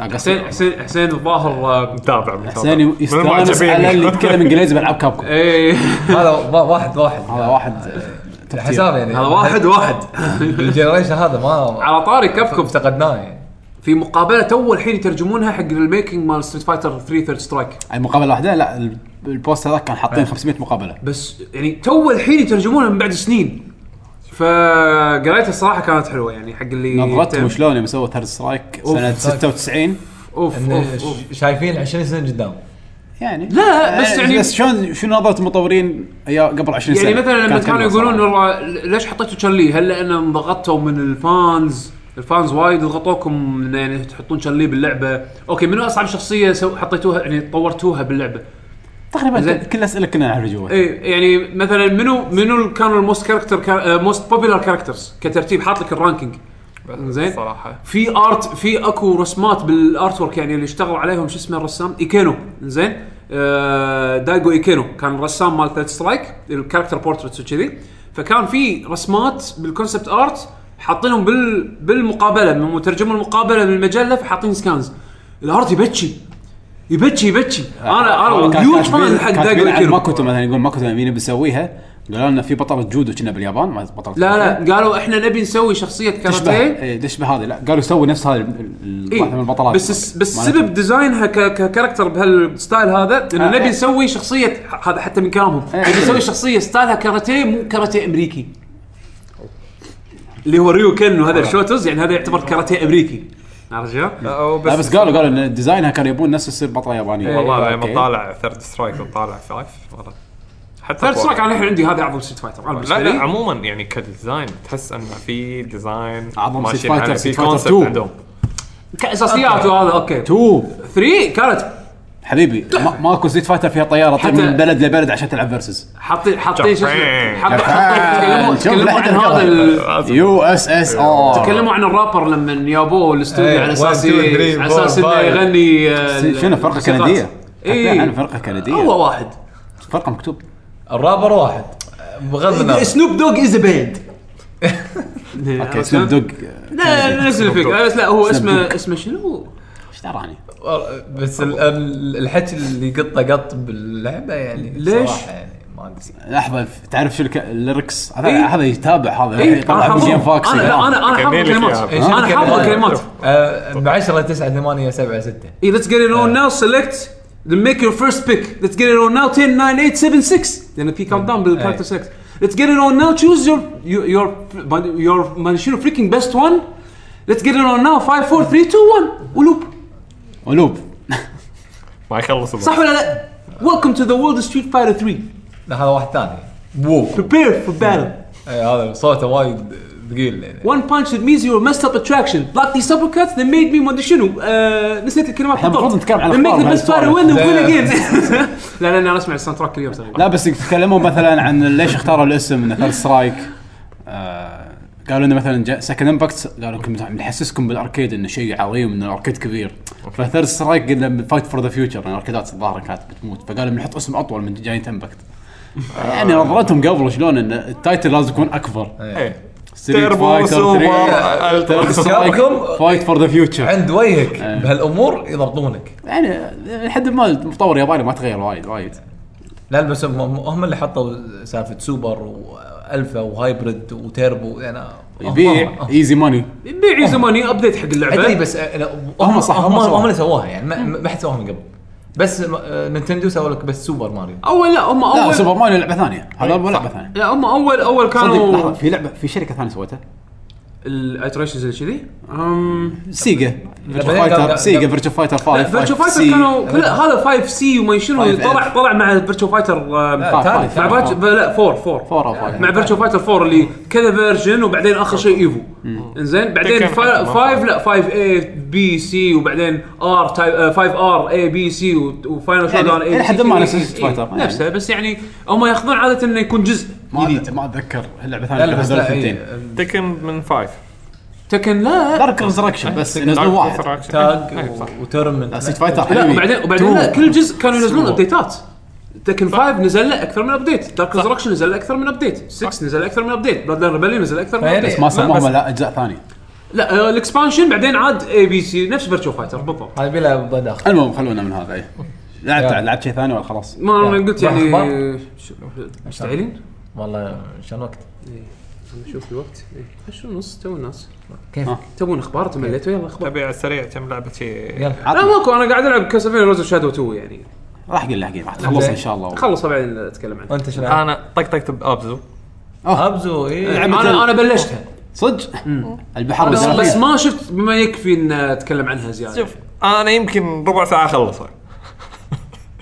[SPEAKER 1] لا قصدي
[SPEAKER 2] حسين حسين حسين الظاهر آه،
[SPEAKER 5] متابع متابع.
[SPEAKER 1] حسين
[SPEAKER 5] من
[SPEAKER 1] يستانس
[SPEAKER 5] المعجبين.
[SPEAKER 1] على اللي يتكلم انجليزي بالعاب كابكم
[SPEAKER 2] ايه
[SPEAKER 3] هذا وا- واحد واحد
[SPEAKER 1] هذا واحد top tier.
[SPEAKER 3] حساب يعني
[SPEAKER 2] هذا واحد واحد
[SPEAKER 3] الجنريشن هذا ما
[SPEAKER 2] على طاري كابكوم
[SPEAKER 3] افتقدناه يعني
[SPEAKER 2] في مقابله تو الحين يترجمونها حق الميكنج مال ستريت فايتر 3 ثيرد سترايك
[SPEAKER 1] اي مقابله واحده لا ال- البوست هذاك كان
[SPEAKER 2] إيه.
[SPEAKER 1] حاطين 500 مقابله
[SPEAKER 2] بس يعني تو الحين يترجمونها من بعد سنين فقريتها الصراحه كانت حلوه يعني حق اللي
[SPEAKER 1] نظرتهم شلون يوم سووا ثيرد سترايك سنه
[SPEAKER 3] أوف.
[SPEAKER 1] 96
[SPEAKER 2] اوف
[SPEAKER 3] إن
[SPEAKER 2] اوف اوف
[SPEAKER 3] ش- شايفين 20 سنه قدام
[SPEAKER 1] يعني
[SPEAKER 2] لا، بس يعني-
[SPEAKER 1] بس شلون شنو نظره المطورين أيام- قبل 20 سنه
[SPEAKER 2] يعني مثلا لما
[SPEAKER 1] كانت
[SPEAKER 2] كانوا
[SPEAKER 1] حلوة
[SPEAKER 2] يقولون
[SPEAKER 1] صراحة.
[SPEAKER 2] والله ليش حطيتوا تشارلي؟ هل لان انضغطتوا من الفانز؟ الفانز وايد ضغطوكم إن يعني تحطون تشارلي باللعبه، اوكي منو اصعب شخصيه سو حطيتوها يعني طورتوها باللعبه؟
[SPEAKER 1] تقريبا
[SPEAKER 2] زين.
[SPEAKER 1] كل- كل الاسئله كنا نعرف جوا
[SPEAKER 2] اي يعني مثلا منو منو ال- كانوا الموست كاركتر موست بوبيلر كاركترز كترتيب حاط لك الرانكينج زين
[SPEAKER 5] صراحه
[SPEAKER 2] في ارت في اكو رسمات بالارت ورك يعني اللي اشتغلوا عليهم شو اسمه الرسام ايكينو زين آه دايجو ايكينو كان الرسام مال ثيرد سترايك الكاركتر بورتريتس وكذي فكان في رسمات بالكونسبت ارت حاطينهم بال بالمقابله من مترجم المقابله من المجله فحاطين سكانز الارت يبكي يبكي يبكي انا انا
[SPEAKER 1] آه، كان-
[SPEAKER 2] هيوج
[SPEAKER 1] كاتبين-
[SPEAKER 2] فان حق
[SPEAKER 1] كاتبين
[SPEAKER 2] دايجو
[SPEAKER 1] عن
[SPEAKER 2] ايكينو
[SPEAKER 1] ماكوتو مثلا يقول ماكوتو مين بيسويها قالوا لنا في بطله جودو كنا باليابان ما بطله
[SPEAKER 2] لا لا قالوا احنا نبي نسوي شخصيه
[SPEAKER 1] تشبه
[SPEAKER 2] كاراتيه
[SPEAKER 1] إيه، تشبه هذه لا قالوا سووا نفس هذه ال- ال-
[SPEAKER 2] إيه.
[SPEAKER 1] واحده من البطلات
[SPEAKER 2] بس الس- بس
[SPEAKER 1] مالتهم.
[SPEAKER 2] سبب ديزاينها ك- ككاركتر بهالستايل هذا انه
[SPEAKER 1] آه.
[SPEAKER 2] نبي نسوي شخصيه ح- هذا حتى من كلامهم
[SPEAKER 1] إيه.
[SPEAKER 2] نبي نسوي شخصيه ستايلها كاراتيه مو كاراتيه امريكي اللي هو ريو كن وهذا الشوتوز يعني هذا يعتبر كاراتيه امريكي عرفت شلون؟
[SPEAKER 1] لا بس قالوا قالوا ان ديزاينها كانوا يبون نفس يصير بطله
[SPEAKER 2] إيه.
[SPEAKER 1] يابانيه
[SPEAKER 5] والله يعني
[SPEAKER 1] أوكي.
[SPEAKER 5] لما طالع ثيرد سترايك وطالع فايف والله حتى
[SPEAKER 2] ثيرد
[SPEAKER 5] أقوى.
[SPEAKER 2] سترايك انا الحين عندي هذا اعظم ستريت فايتر أنا بالنسبة
[SPEAKER 5] لا
[SPEAKER 2] لي.
[SPEAKER 5] لا عموما يعني كديزاين تحس انه في ديزاين
[SPEAKER 1] أعظم
[SPEAKER 5] ماشيين
[SPEAKER 1] Street Fighter،
[SPEAKER 5] عليه، في
[SPEAKER 1] Street Fighter
[SPEAKER 5] concept
[SPEAKER 1] 2.
[SPEAKER 5] عندهم
[SPEAKER 2] كاساسيات وهذا اوكي
[SPEAKER 1] تو
[SPEAKER 2] 3 كانت
[SPEAKER 1] حبيبي ما- ماكو ستيت فايتر فيها طياره تطير
[SPEAKER 2] حتى-
[SPEAKER 1] من بلد لبلد عشان تلعب فيرسز
[SPEAKER 2] حاطين حاطين شو اسمه
[SPEAKER 5] جبان.
[SPEAKER 2] حاط-
[SPEAKER 1] جبان.
[SPEAKER 2] حاطين يتكلمون-
[SPEAKER 1] شوف
[SPEAKER 2] يتكلمون
[SPEAKER 1] لحد
[SPEAKER 2] عن هذا ال-
[SPEAKER 1] يو اس اس ار
[SPEAKER 2] تكلموا عن الرابر لما يابوه الاستوديو
[SPEAKER 5] إيه،
[SPEAKER 2] على اساس
[SPEAKER 5] 1, 2, 3,
[SPEAKER 2] على اساس
[SPEAKER 5] 4,
[SPEAKER 2] انه
[SPEAKER 5] 5.
[SPEAKER 2] يغني آه،
[SPEAKER 1] شنو فرقه
[SPEAKER 2] الموسيقات.
[SPEAKER 1] كنديه؟
[SPEAKER 2] إيه.
[SPEAKER 1] انا فرقه كنديه
[SPEAKER 4] هو واحد
[SPEAKER 1] فرقه مكتوب
[SPEAKER 3] الرابر واحد
[SPEAKER 1] إيه،
[SPEAKER 3] بغض النظر
[SPEAKER 4] سنوب دوغ از بيد
[SPEAKER 1] اوكي سنوب دوج
[SPEAKER 2] لا نفس الفكره بس لا هو
[SPEAKER 1] Snoop
[SPEAKER 2] اسمه اسمه شنو؟
[SPEAKER 1] ايش دراني؟
[SPEAKER 3] بس ال- ال- الحكي اللي قطه قط باللعبه يعني
[SPEAKER 2] ليش؟
[SPEAKER 3] صراحة يعني ما ادري
[SPEAKER 1] لحظه تعرف شو الك- الليركس هذا
[SPEAKER 2] إيه.
[SPEAKER 1] هذا يتابع هذا يعني
[SPEAKER 2] اي
[SPEAKER 1] يطلع
[SPEAKER 2] انا
[SPEAKER 1] موزيم
[SPEAKER 2] حافظهم.
[SPEAKER 1] فاكسي
[SPEAKER 2] انا لا انا انا حافظ
[SPEAKER 5] كمل لك
[SPEAKER 2] الكلمات
[SPEAKER 5] إياها.
[SPEAKER 3] إيه، شنو
[SPEAKER 2] انا حافظ
[SPEAKER 3] الكلمات؟
[SPEAKER 2] الكلمات
[SPEAKER 3] آه، ب 10 9 8 7 6
[SPEAKER 2] اي إيه، let's get it on now select then make your first pick let's get it on now 10 9 8 7 6 then في count down بالكاركتر 6 let's get it on now choose your your your your ما أدري شنو freaking best one let's get it on now 5 4 3 2 1 ولوب
[SPEAKER 1] قلوب
[SPEAKER 5] ما يخلص
[SPEAKER 2] صح ولا لا؟ Welcome to the world of Street Fighter 3
[SPEAKER 3] لا هذا واحد ثاني
[SPEAKER 2] prepare for battle
[SPEAKER 3] إيه، هذا صوته وايد ثقيل يعني
[SPEAKER 2] One punch that means you're a messed up attraction. Block these uppercuts that made me ما ادري شنو آه، نسيت الكلمات
[SPEAKER 1] إحنا المفروض نتكلم عن
[SPEAKER 2] Then make
[SPEAKER 1] الأخبار
[SPEAKER 2] the best fighter
[SPEAKER 1] بهالسوالف.
[SPEAKER 2] win and win
[SPEAKER 3] لا.
[SPEAKER 2] again. لا لا انا اسمع الساوند تراك كل يوم ترى.
[SPEAKER 1] لا بس يتكلموا مثلا عن ليش اختاروا الاسم انه ثيرد سترايك آه، قالوا انه مثلا سكند امباكت قالوا لكم مثلاً نحسسكم بالاركيد انه شيء عظيم انه الاركيد كبير فثيرد سترايك قلنا فايت فور ذا فيوتشر الاركيدات الظاهر كانت بتموت فقالوا بنحط اسم اطول من جاينت امباكت
[SPEAKER 2] آه.
[SPEAKER 1] يعني نظرتهم قبل شلون ان التايتل لازم يكون اكبر
[SPEAKER 5] إيه. تيربو سوبر
[SPEAKER 3] كابكوم-
[SPEAKER 1] فايت فور ذا فيوتشر
[SPEAKER 3] عند وجهك
[SPEAKER 1] إيه.
[SPEAKER 3] بهالامور يضبطونك
[SPEAKER 1] يعني لحد ما المطور الياباني ما تغير وايد وايد
[SPEAKER 3] لا بس هم هم- هم اللي حطوا سالفه سوبر والفا وهايبرد وتيربو يعني
[SPEAKER 1] يبيع ايزي ماني
[SPEAKER 2] بيع زماني ابديت حق اللعبه
[SPEAKER 3] ادري بس أنا-
[SPEAKER 1] هم صح، هم
[SPEAKER 3] هم
[SPEAKER 1] صح.
[SPEAKER 3] هم اللي سووها يعني ما- ما ما حد سواها من قبل بس آه، نينتندو سووا لك بس سوبر ماريو
[SPEAKER 1] إيه،
[SPEAKER 2] اول لا هم
[SPEAKER 1] لا سوبر
[SPEAKER 2] اول
[SPEAKER 1] ماريو لعبه ثانيه هذا مو لعبه ثانيه
[SPEAKER 2] لا هم اول اول
[SPEAKER 1] صدق لحظه
[SPEAKER 2] كانوا
[SPEAKER 1] في لعبه في شركه ثانيه سوتها
[SPEAKER 2] الايتريشنز اللي كذي أم،
[SPEAKER 1] سيجا فيرتشو
[SPEAKER 3] بعدين قام-
[SPEAKER 1] فايتر
[SPEAKER 3] قام-
[SPEAKER 1] سيجا فيرتشو فايتر 5 5
[SPEAKER 2] فيرتشو فايتر
[SPEAKER 1] سي.
[SPEAKER 2] كانوا لا هذا 5 سي وما شنو
[SPEAKER 1] 5F.
[SPEAKER 2] طلع طلع مع فيرتشو فايتر
[SPEAKER 3] لا،
[SPEAKER 2] مع
[SPEAKER 1] فايف،
[SPEAKER 3] ثاني،
[SPEAKER 1] فايف،
[SPEAKER 3] ثاني.
[SPEAKER 1] فايف.
[SPEAKER 2] فيرتشو- لا 4 4
[SPEAKER 1] فور أو فايف.
[SPEAKER 2] مع فيرتشو فايتر 4 اللي كذا فيرجن وبعدين اخر شيء ايفو انزين بعدين
[SPEAKER 5] تكن حتى ما
[SPEAKER 2] 5 لا 5 اي بي سي وبعدين آه، ار 5 ار اي بي سي وفاينل شوت
[SPEAKER 1] يعني
[SPEAKER 2] داون اي
[SPEAKER 1] إلى حد ما نفس Street Fighter.
[SPEAKER 2] نفسه بس يعني هم ياخذون عاده انه يكون جزء
[SPEAKER 1] ما ما اتذكر اللعبه ثانيه
[SPEAKER 3] لا لا بس
[SPEAKER 1] هذول
[SPEAKER 3] لا
[SPEAKER 1] الثنتين
[SPEAKER 3] إيه،
[SPEAKER 5] تكن من فايف
[SPEAKER 2] تكن لا
[SPEAKER 1] دارك ريزركشن بس ينزلون واحد
[SPEAKER 3] تاج
[SPEAKER 5] إيه،
[SPEAKER 3] وتورمنت
[SPEAKER 1] لا، ستيت فايتر
[SPEAKER 2] لا
[SPEAKER 1] حبيبي
[SPEAKER 2] وبعدين وبعدين لا
[SPEAKER 1] Two.
[SPEAKER 2] كل جزء كانوا ينزلون ابديتات تكن 5 نزل له اكثر من ابديت دارك ريزركشن نزل له اكثر من ابديت 6 نزل له اكثر من ابديت بلاد ريبليون نزل له اكثر من
[SPEAKER 3] يعني-
[SPEAKER 2] ابديت
[SPEAKER 1] ما
[SPEAKER 3] بس-
[SPEAKER 1] سموهم لا اجزاء ثانيه
[SPEAKER 2] لا آه، الاكسبانشن بعدين عاد اي بي سي نفس فيرتشو فايتر بالضبط
[SPEAKER 3] هذا بلا ضد اخر
[SPEAKER 1] المهم خلونا من هذا إيه. لعبت
[SPEAKER 3] يلا.
[SPEAKER 1] لعبت شيء ثاني ولا خلاص
[SPEAKER 2] ما انا قلت
[SPEAKER 3] راح
[SPEAKER 2] يعني
[SPEAKER 3] أخبار؟
[SPEAKER 2] شو- مشتعلين؟
[SPEAKER 3] والله شلون وقت
[SPEAKER 2] نشوف الوقت
[SPEAKER 3] إيه.
[SPEAKER 2] خش النص تو الناس
[SPEAKER 3] كيف
[SPEAKER 1] ها.
[SPEAKER 2] تبون اخبار
[SPEAKER 3] إيه.
[SPEAKER 2] تمليتوا يلا اخبار
[SPEAKER 5] تبيع السريع كم لعبه شي
[SPEAKER 3] يلا
[SPEAKER 2] لا
[SPEAKER 1] عطنا.
[SPEAKER 2] ماكو انا قاعد العب كاسلفينيا روز شادو 2 يعني
[SPEAKER 1] راح اقول لها جيم راح تخلص ان شاء الله
[SPEAKER 2] خلص بعدين اتكلم عنها
[SPEAKER 3] وانت شنو
[SPEAKER 5] انا طقطقت بابزو
[SPEAKER 3] ابزو اي
[SPEAKER 1] لعبة ال-
[SPEAKER 2] انا انا بلشتها
[SPEAKER 1] صدق البحر
[SPEAKER 2] بس,
[SPEAKER 1] والجراثيم.
[SPEAKER 2] بس ما شفت بما يكفي ان اتكلم عنها زياده
[SPEAKER 5] شوف انا يمكن ربع ساعه اخلصها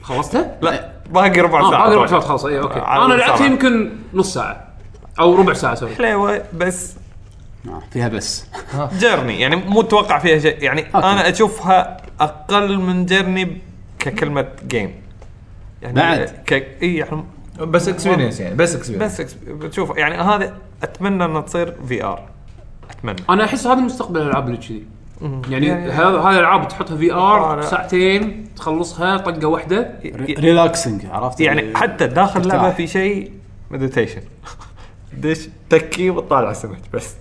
[SPEAKER 2] خلصتها؟
[SPEAKER 5] لا باقي ربع
[SPEAKER 1] آه،
[SPEAKER 2] اه
[SPEAKER 5] ساعه
[SPEAKER 2] باقي ربع ساعه خلاص اي
[SPEAKER 3] آه،
[SPEAKER 2] اوكي
[SPEAKER 5] على
[SPEAKER 2] انا لعبت
[SPEAKER 5] المساحة.
[SPEAKER 2] يمكن نص ساعه او ربع ساعه سوري
[SPEAKER 5] حليوه بس
[SPEAKER 1] آه، فيها بس
[SPEAKER 5] جيرني يعني مو اتوقع فيها شيء يعني
[SPEAKER 1] أوكي.
[SPEAKER 5] انا اشوفها اقل من جيرني ككلمه جيم يعني
[SPEAKER 1] بعد.
[SPEAKER 5] ك... اي يعني
[SPEAKER 3] بس اكسبيرينس يعني بس اكسبيرينس
[SPEAKER 5] بس إكس- بتشوف يعني هذا اتمنى انها تصير في ار اتمنى
[SPEAKER 2] انا احس هذا مستقبل الالعاب اللي كذي يعني
[SPEAKER 5] يعني-
[SPEAKER 2] هذا هذا الالعاب تحطها في ار
[SPEAKER 3] آه،
[SPEAKER 5] أنا-
[SPEAKER 2] ساعتين تخلصها طقه واحده
[SPEAKER 1] ري- ريلاكسنج عرفت
[SPEAKER 5] يعني حتى داخل
[SPEAKER 1] ارتاح.
[SPEAKER 5] اللعبه في شيء مديتيشن دش تكي وتطالع السمك بس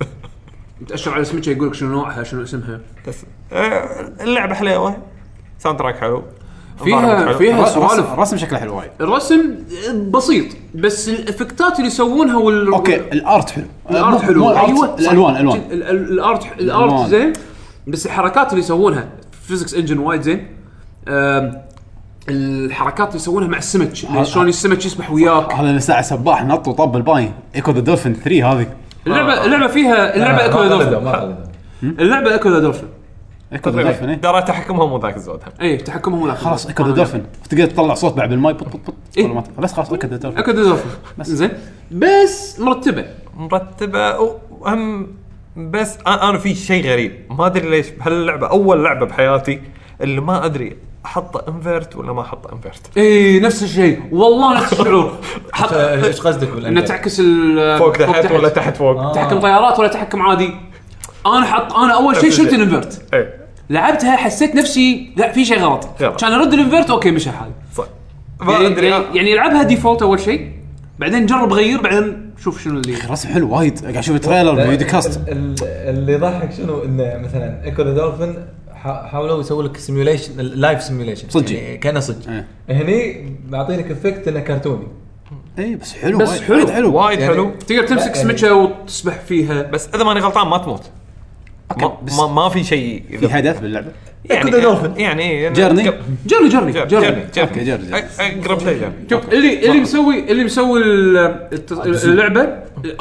[SPEAKER 2] تاشر على سمكه يقول لك شنو نوعها شنو اسمها
[SPEAKER 5] بس آه، اللعبه حلوه ساوند تراك حلو environment
[SPEAKER 2] فيها
[SPEAKER 5] حلو.
[SPEAKER 2] فيها سوالف
[SPEAKER 1] رسم, رسم شكله حلو وايد
[SPEAKER 2] الرسم بسيط بس الافكتات اللي يسوونها وال
[SPEAKER 1] اوكي الارت حلو
[SPEAKER 2] الارت
[SPEAKER 1] مو-
[SPEAKER 2] حلو
[SPEAKER 1] مو الارت،
[SPEAKER 2] ايوه
[SPEAKER 5] أيوة،
[SPEAKER 2] صح.
[SPEAKER 1] الالوان الالوان
[SPEAKER 2] ال- ال- الارت الارت
[SPEAKER 1] الألوان.
[SPEAKER 2] زين بس الحركات اللي يسوونها فيزكس انجن وايد زين أم، الحركات اللي يسوونها مع السمك اللي
[SPEAKER 1] ه-
[SPEAKER 2] شلون السمك يسبح وياك
[SPEAKER 1] هذا اللي ساعه سباح نط وطب الباين ايكو ذا دولفين 3 هذه
[SPEAKER 2] اللعبه اللعبه فيها اللعبه اكو ذا دولفين اللعبه اكو ذا دولفين
[SPEAKER 1] ايكو
[SPEAKER 5] طيب،
[SPEAKER 1] ذا دولفين إيه.
[SPEAKER 5] ترى تحكمها مو ذاك الزود هم.
[SPEAKER 2] اي تحكمهم هناك
[SPEAKER 1] خلاص ايكو ذا دولفين تقدر تطلع صوت بعد بالماي بط بط بط
[SPEAKER 2] إيه.
[SPEAKER 1] ولا ما ت- بس خلاص ايكو ذا دولفين
[SPEAKER 2] اكو ذا دولفين زين بس مرتبه
[SPEAKER 5] مرتبه وهم بس أ- انا في شيء غريب ما ادري ليش بهاللعبه اول لعبه بحياتي اللي ما ادري احط انفرت ولا ما احط انفرت
[SPEAKER 2] اي نفس الشيء والله نفس الشعور حط
[SPEAKER 3] ايش قصدك
[SPEAKER 2] انه
[SPEAKER 3] بالأنجل؟
[SPEAKER 2] تعكس ال
[SPEAKER 5] فوق تحت ولا تحت فوق
[SPEAKER 2] تحكم طيارات ولا تحكم عادي انا حط انا اول شيء شلت الانفرت
[SPEAKER 5] اي
[SPEAKER 2] لعبتها حسيت نفسي لا في شيء غلط
[SPEAKER 5] غلط.
[SPEAKER 2] كان ارد الانفرت اوكي مشى الحال
[SPEAKER 5] صح ما
[SPEAKER 2] يعني,
[SPEAKER 5] ادري
[SPEAKER 2] يعني, يعني العبها ديفولت اول شيء بعدين جرب غير بعدين شوف شنو اللي
[SPEAKER 1] رسم حلو وايد قاعد اشوف التريلر
[SPEAKER 5] إيه.
[SPEAKER 1] فيديو كاست
[SPEAKER 3] ال- ال- اللي يضحك شنو انه مثلا ايكو ذا دولفين حا- حاولوا يسووا لك سيميوليشن لايف سيميوليشن
[SPEAKER 1] صجي.
[SPEAKER 3] كانه يعني صدق
[SPEAKER 1] إيه.
[SPEAKER 3] هني معطينك افكت انه كرتوني
[SPEAKER 1] اي إيه، بس حلو
[SPEAKER 2] بس
[SPEAKER 1] وايد-
[SPEAKER 2] حلو.
[SPEAKER 1] وايد حلو
[SPEAKER 5] وايد
[SPEAKER 3] يعني-
[SPEAKER 5] حلو
[SPEAKER 2] تقدر تمسك
[SPEAKER 3] يعني-
[SPEAKER 2] سمكه وتسبح فيها
[SPEAKER 5] بس اذا ماني غلطان ما تموت ما,
[SPEAKER 1] بس-
[SPEAKER 5] ما, ما في شيء
[SPEAKER 1] في هدف باللعبه
[SPEAKER 5] يعني
[SPEAKER 3] كنا دولفين.
[SPEAKER 5] يعني
[SPEAKER 1] جيرني؟
[SPEAKER 2] جرني جرني
[SPEAKER 5] جرب
[SPEAKER 2] جرني
[SPEAKER 5] جرب
[SPEAKER 1] أوكي، جرب، جرب.
[SPEAKER 5] اقرب شيء جرب
[SPEAKER 2] شوف اللي اللي مسوي اللي مسوي ال- الت- اللعبه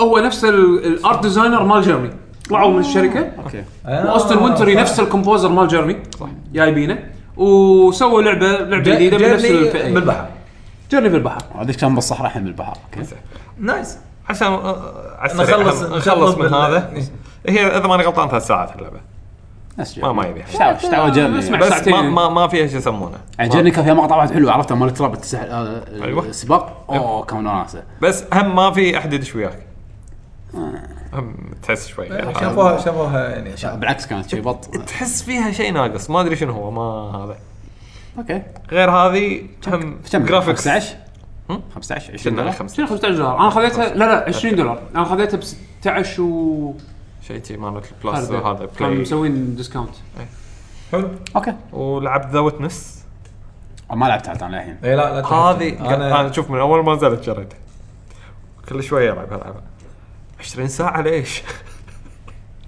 [SPEAKER 2] هو نفس ال- الارت ديزاينر مال جيرني طلعوا من الشركه
[SPEAKER 1] اوكي
[SPEAKER 3] آه.
[SPEAKER 2] واوستن وينتري نفس الكومبوزر مال جيرني صح جايبينه وسووا لعبه لعبه جديده بنفس الفئه
[SPEAKER 3] بالبحر
[SPEAKER 2] جيرني بالبحر
[SPEAKER 1] هذيك كان بالصحراء الحين بالبحر اوكي
[SPEAKER 3] نايس
[SPEAKER 5] عشان آه، على السريع
[SPEAKER 3] نخلص
[SPEAKER 5] هم- نخلص من
[SPEAKER 3] بال-
[SPEAKER 5] هذا
[SPEAKER 3] إيه.
[SPEAKER 5] هي اذا ماني غلطان ثلاث ساعات اللعبه
[SPEAKER 1] نفس
[SPEAKER 5] ما- ما يبي.
[SPEAKER 1] ايش دعوه ايش دعوه جيرني
[SPEAKER 2] اسمع.
[SPEAKER 1] يعني.
[SPEAKER 5] بس
[SPEAKER 2] ساعتين.
[SPEAKER 5] ما ما, ما في ايش يسمونه
[SPEAKER 1] يعني جيرني كان فيها مقطع واحد حلو عرفته مال التراب التسع- آه،
[SPEAKER 5] أيوة.
[SPEAKER 1] السباق اوه كان وناسه
[SPEAKER 5] بس هم ما في احد يدش وياك
[SPEAKER 1] آه.
[SPEAKER 5] هم تحس شوي يعني
[SPEAKER 3] شافوها شافوها يعني
[SPEAKER 1] شا- بالعكس كانت شيء بط
[SPEAKER 5] تحس فيها شيء ناقص ما ادري شنو هو ما هذا
[SPEAKER 1] اوكي
[SPEAKER 5] غير هذه هم
[SPEAKER 1] كم
[SPEAKER 5] جرافيكس
[SPEAKER 1] 15
[SPEAKER 5] هم؟
[SPEAKER 1] 15 20
[SPEAKER 5] كنا
[SPEAKER 1] دولار
[SPEAKER 5] خمسة
[SPEAKER 2] شنو 15 دولار انا خذيتها لا لا 20 دولار انا خذيتها ب 16 و
[SPEAKER 5] شيء شي مالت البلس
[SPEAKER 2] هذا
[SPEAKER 5] هذا
[SPEAKER 2] كانوا
[SPEAKER 5] بلاي
[SPEAKER 2] مسوين ديسكاونت
[SPEAKER 3] حلو
[SPEAKER 1] اوكي
[SPEAKER 5] ولعبت ذا ويتنس
[SPEAKER 1] ما لعبت عاد انا للحين
[SPEAKER 3] اي إيه، لا لا
[SPEAKER 5] هذه
[SPEAKER 3] تحكي.
[SPEAKER 5] انا
[SPEAKER 3] انا
[SPEAKER 5] شوف من اول ما نزلت شريتها كل شوي العب العبها 20 ساعه ليش؟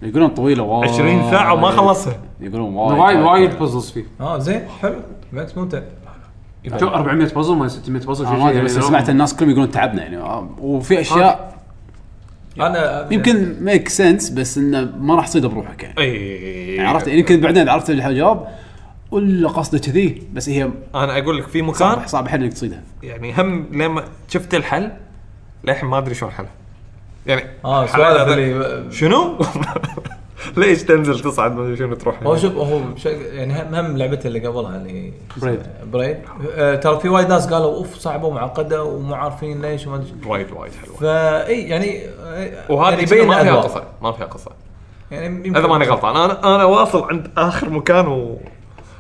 [SPEAKER 1] يقولون طويله وايد
[SPEAKER 5] 20 ساعه وما خلصها
[SPEAKER 1] يقولون
[SPEAKER 2] وايد وايد بازلز فيه
[SPEAKER 3] اه زين حلو بالعكس ممتع
[SPEAKER 2] شو 400 بازل إيه. آه، ما 600 بازل
[SPEAKER 1] أنا ما ادري بس
[SPEAKER 2] يعني.
[SPEAKER 1] سمعت الناس كلهم يقولون تعبنا يعني آه، وفي اشياء
[SPEAKER 3] انا
[SPEAKER 1] يمكن ميك سنس بس انه ما راح تصيد بروحك يعني
[SPEAKER 5] اي
[SPEAKER 1] يعني عرفت يعني يمكن بعدين عرفت الجواب ولا قصده كذي بس هي
[SPEAKER 5] انا اقول لك في مكان
[SPEAKER 1] صعب صعب حيل انك تصيدها
[SPEAKER 5] يعني هم لما شفت الحل للحين ما ادري شلون حله يعني
[SPEAKER 3] اه
[SPEAKER 5] الحل هذا-
[SPEAKER 3] سؤال اللي
[SPEAKER 5] شنو؟ ليش تنزل تصعد ما ادري شنو تروح
[SPEAKER 3] هو شوف هو شيء- يعني هم هم لعبته اللي قبلها اللي
[SPEAKER 1] بريد.
[SPEAKER 3] بريد آه، ترى في وايد ناس قالوا اوف صعبه ومعقده ومو عارفين ليش وما ادري شو.
[SPEAKER 5] وايد وايد حلوه
[SPEAKER 3] فاي يعني آه،
[SPEAKER 5] وهذه
[SPEAKER 3] يعني
[SPEAKER 5] يعني ما فيها
[SPEAKER 3] الأذواق.
[SPEAKER 5] قصه ما فيها قصه
[SPEAKER 3] يعني
[SPEAKER 5] اذا ماني غلطان انا انا واصل عند اخر مكان وما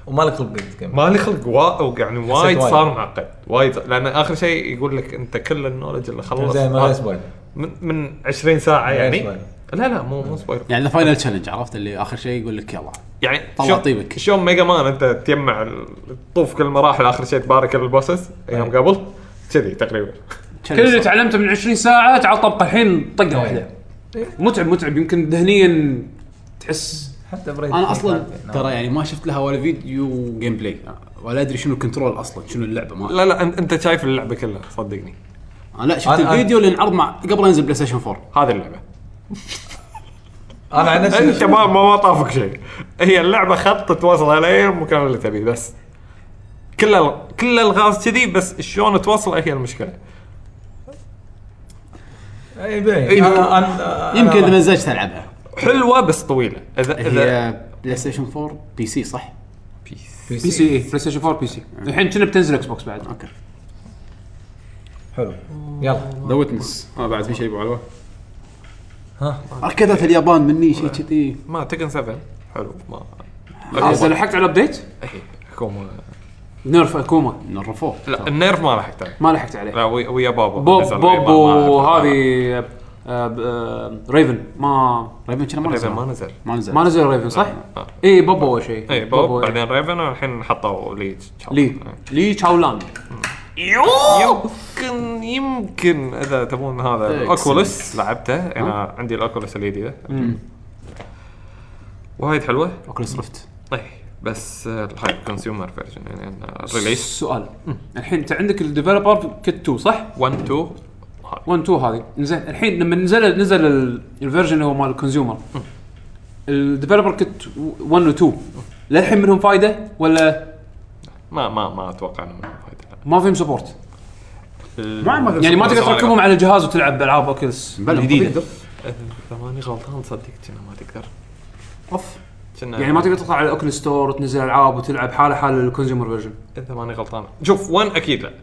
[SPEAKER 3] وما لك خلق تكمل
[SPEAKER 5] لي خلق وا... و- يعني وايد
[SPEAKER 3] وايد.
[SPEAKER 5] صار معقد وايد لان اخر شيء يقول لك انت كل النولج اللي خلص
[SPEAKER 3] زين ما
[SPEAKER 5] آه،
[SPEAKER 3] له سبويل
[SPEAKER 5] من من 20 ساعه يعني
[SPEAKER 3] سبويلر.
[SPEAKER 5] لا لا مو مو سبويلر
[SPEAKER 1] يعني ذا فاينل تشالنج عرفت اللي اخر شيء يقول لك يلا
[SPEAKER 5] يعني
[SPEAKER 1] طلع
[SPEAKER 5] شلون-
[SPEAKER 1] طيبك.
[SPEAKER 5] شلون ميجا مان انت تجمع ال- تطوف كل المراحل اخر شيء تبارك البوسس ايام
[SPEAKER 1] أيوه.
[SPEAKER 5] قبل كذي تقريبا
[SPEAKER 2] كل اللي تعلمته من 20 ساعه تعال طبقه الحين طقه واحده متعب متعب يمكن ذهنيا تحس
[SPEAKER 3] حتى بريد
[SPEAKER 1] انا اصلا ترى يعني ما شفت لها ولا فيديو جيم بلاي ولا ادري شنو الكنترول اصلا شنو اللعبه ما
[SPEAKER 5] لا لا أن- انت شايف اللعبه كلها صدقني
[SPEAKER 1] انا لا شفت
[SPEAKER 3] أنا- أنا-
[SPEAKER 1] الفيديو اللي انعرض مع قبل ينزل بلاي ستيشن 4
[SPEAKER 5] هذه اللعبه
[SPEAKER 3] انا عن
[SPEAKER 5] انت
[SPEAKER 3] نفسي
[SPEAKER 5] ما ما ما طافك شيء هي اللعبه خط توصل لين المكان اللي تبيه بس كل ال- كل الغاز كذي بس شلون توصل هي المشكله
[SPEAKER 3] اي باين
[SPEAKER 5] إيه.
[SPEAKER 3] انا انا أنا-
[SPEAKER 1] يمكن اذا مزجت العبها
[SPEAKER 5] حلوه بس طويله اذا اذا
[SPEAKER 1] هي بلاي ستيشن 4 بي سي صح؟
[SPEAKER 2] بي سي اي بلاي ستيشن 4 إيه، بي سي الحين كنا بتنزل اكس بوكس بعد
[SPEAKER 1] اوكي
[SPEAKER 3] حلو يلا
[SPEAKER 1] ذا ويتنس اه بعد في شيء ابو علوه
[SPEAKER 3] ها.
[SPEAKER 1] اركدت اليابان مني شيء كذي
[SPEAKER 5] ما تكن 7 حلو ما
[SPEAKER 2] اذا لحقت على الابديت
[SPEAKER 5] إيه، كوما
[SPEAKER 2] نيرف اكوما
[SPEAKER 1] نرفوه
[SPEAKER 5] لا النيرف ما لحقت عليه.
[SPEAKER 2] ما لحقت عليه
[SPEAKER 5] لا ويا ويا بابا
[SPEAKER 2] بوب
[SPEAKER 5] نزل ويا
[SPEAKER 2] بوب
[SPEAKER 5] بابا، ما-
[SPEAKER 2] وهذه آه، ب- آه، ريفن ما
[SPEAKER 1] ريفن كنا ما
[SPEAKER 5] ريفن
[SPEAKER 1] نزل
[SPEAKER 5] ما نزل
[SPEAKER 1] ما نزل
[SPEAKER 2] ما نزل ريفن صح؟
[SPEAKER 5] آه.
[SPEAKER 2] اي بوب اول شيء
[SPEAKER 5] اي
[SPEAKER 2] بوب
[SPEAKER 5] بوب
[SPEAKER 2] أول-
[SPEAKER 5] طيب، بعدين آه. ريفن والحين حطوا لي
[SPEAKER 2] لي لي تشاولان
[SPEAKER 5] يمكن يمكن اذا تبون هذا الاوكولس لعبته انا عندي الاوكولس الجديده وايد حلوه
[SPEAKER 1] اوكلس ريفت
[SPEAKER 5] اي بس آه، الهاي كونسيومر فيرجن يعني ريليس
[SPEAKER 2] سؤال الحين انت عندك الديفلوبر كيت 2 صح؟
[SPEAKER 5] 1 2
[SPEAKER 2] 1 2 هذه زين الحين لما نزل نزل ال- الفيرجن اللي هو مال الكونسيومر الديفلوبر كيت 1 و 2 للحين منهم فايده ولا
[SPEAKER 5] ما ما ما اتوقع انه من فايدة.
[SPEAKER 2] ما فيهم سبورت؟
[SPEAKER 1] ما ما
[SPEAKER 2] يعني ما تقدر تركبهم على الجهاز وتلعب بالعاب اوكيلس
[SPEAKER 1] بلا
[SPEAKER 2] الجديده
[SPEAKER 1] جديده
[SPEAKER 5] اذا ماني غلطان صدق كنا ما تقدر
[SPEAKER 1] اوف
[SPEAKER 5] كنا-
[SPEAKER 2] يعني ما تقدر تطلع على اوكل ستور وتنزل العاب وتلعب حاله حال الكونسيومر فيرجن
[SPEAKER 5] اذا ماني غلطان شوف 1 اكيد لا آه.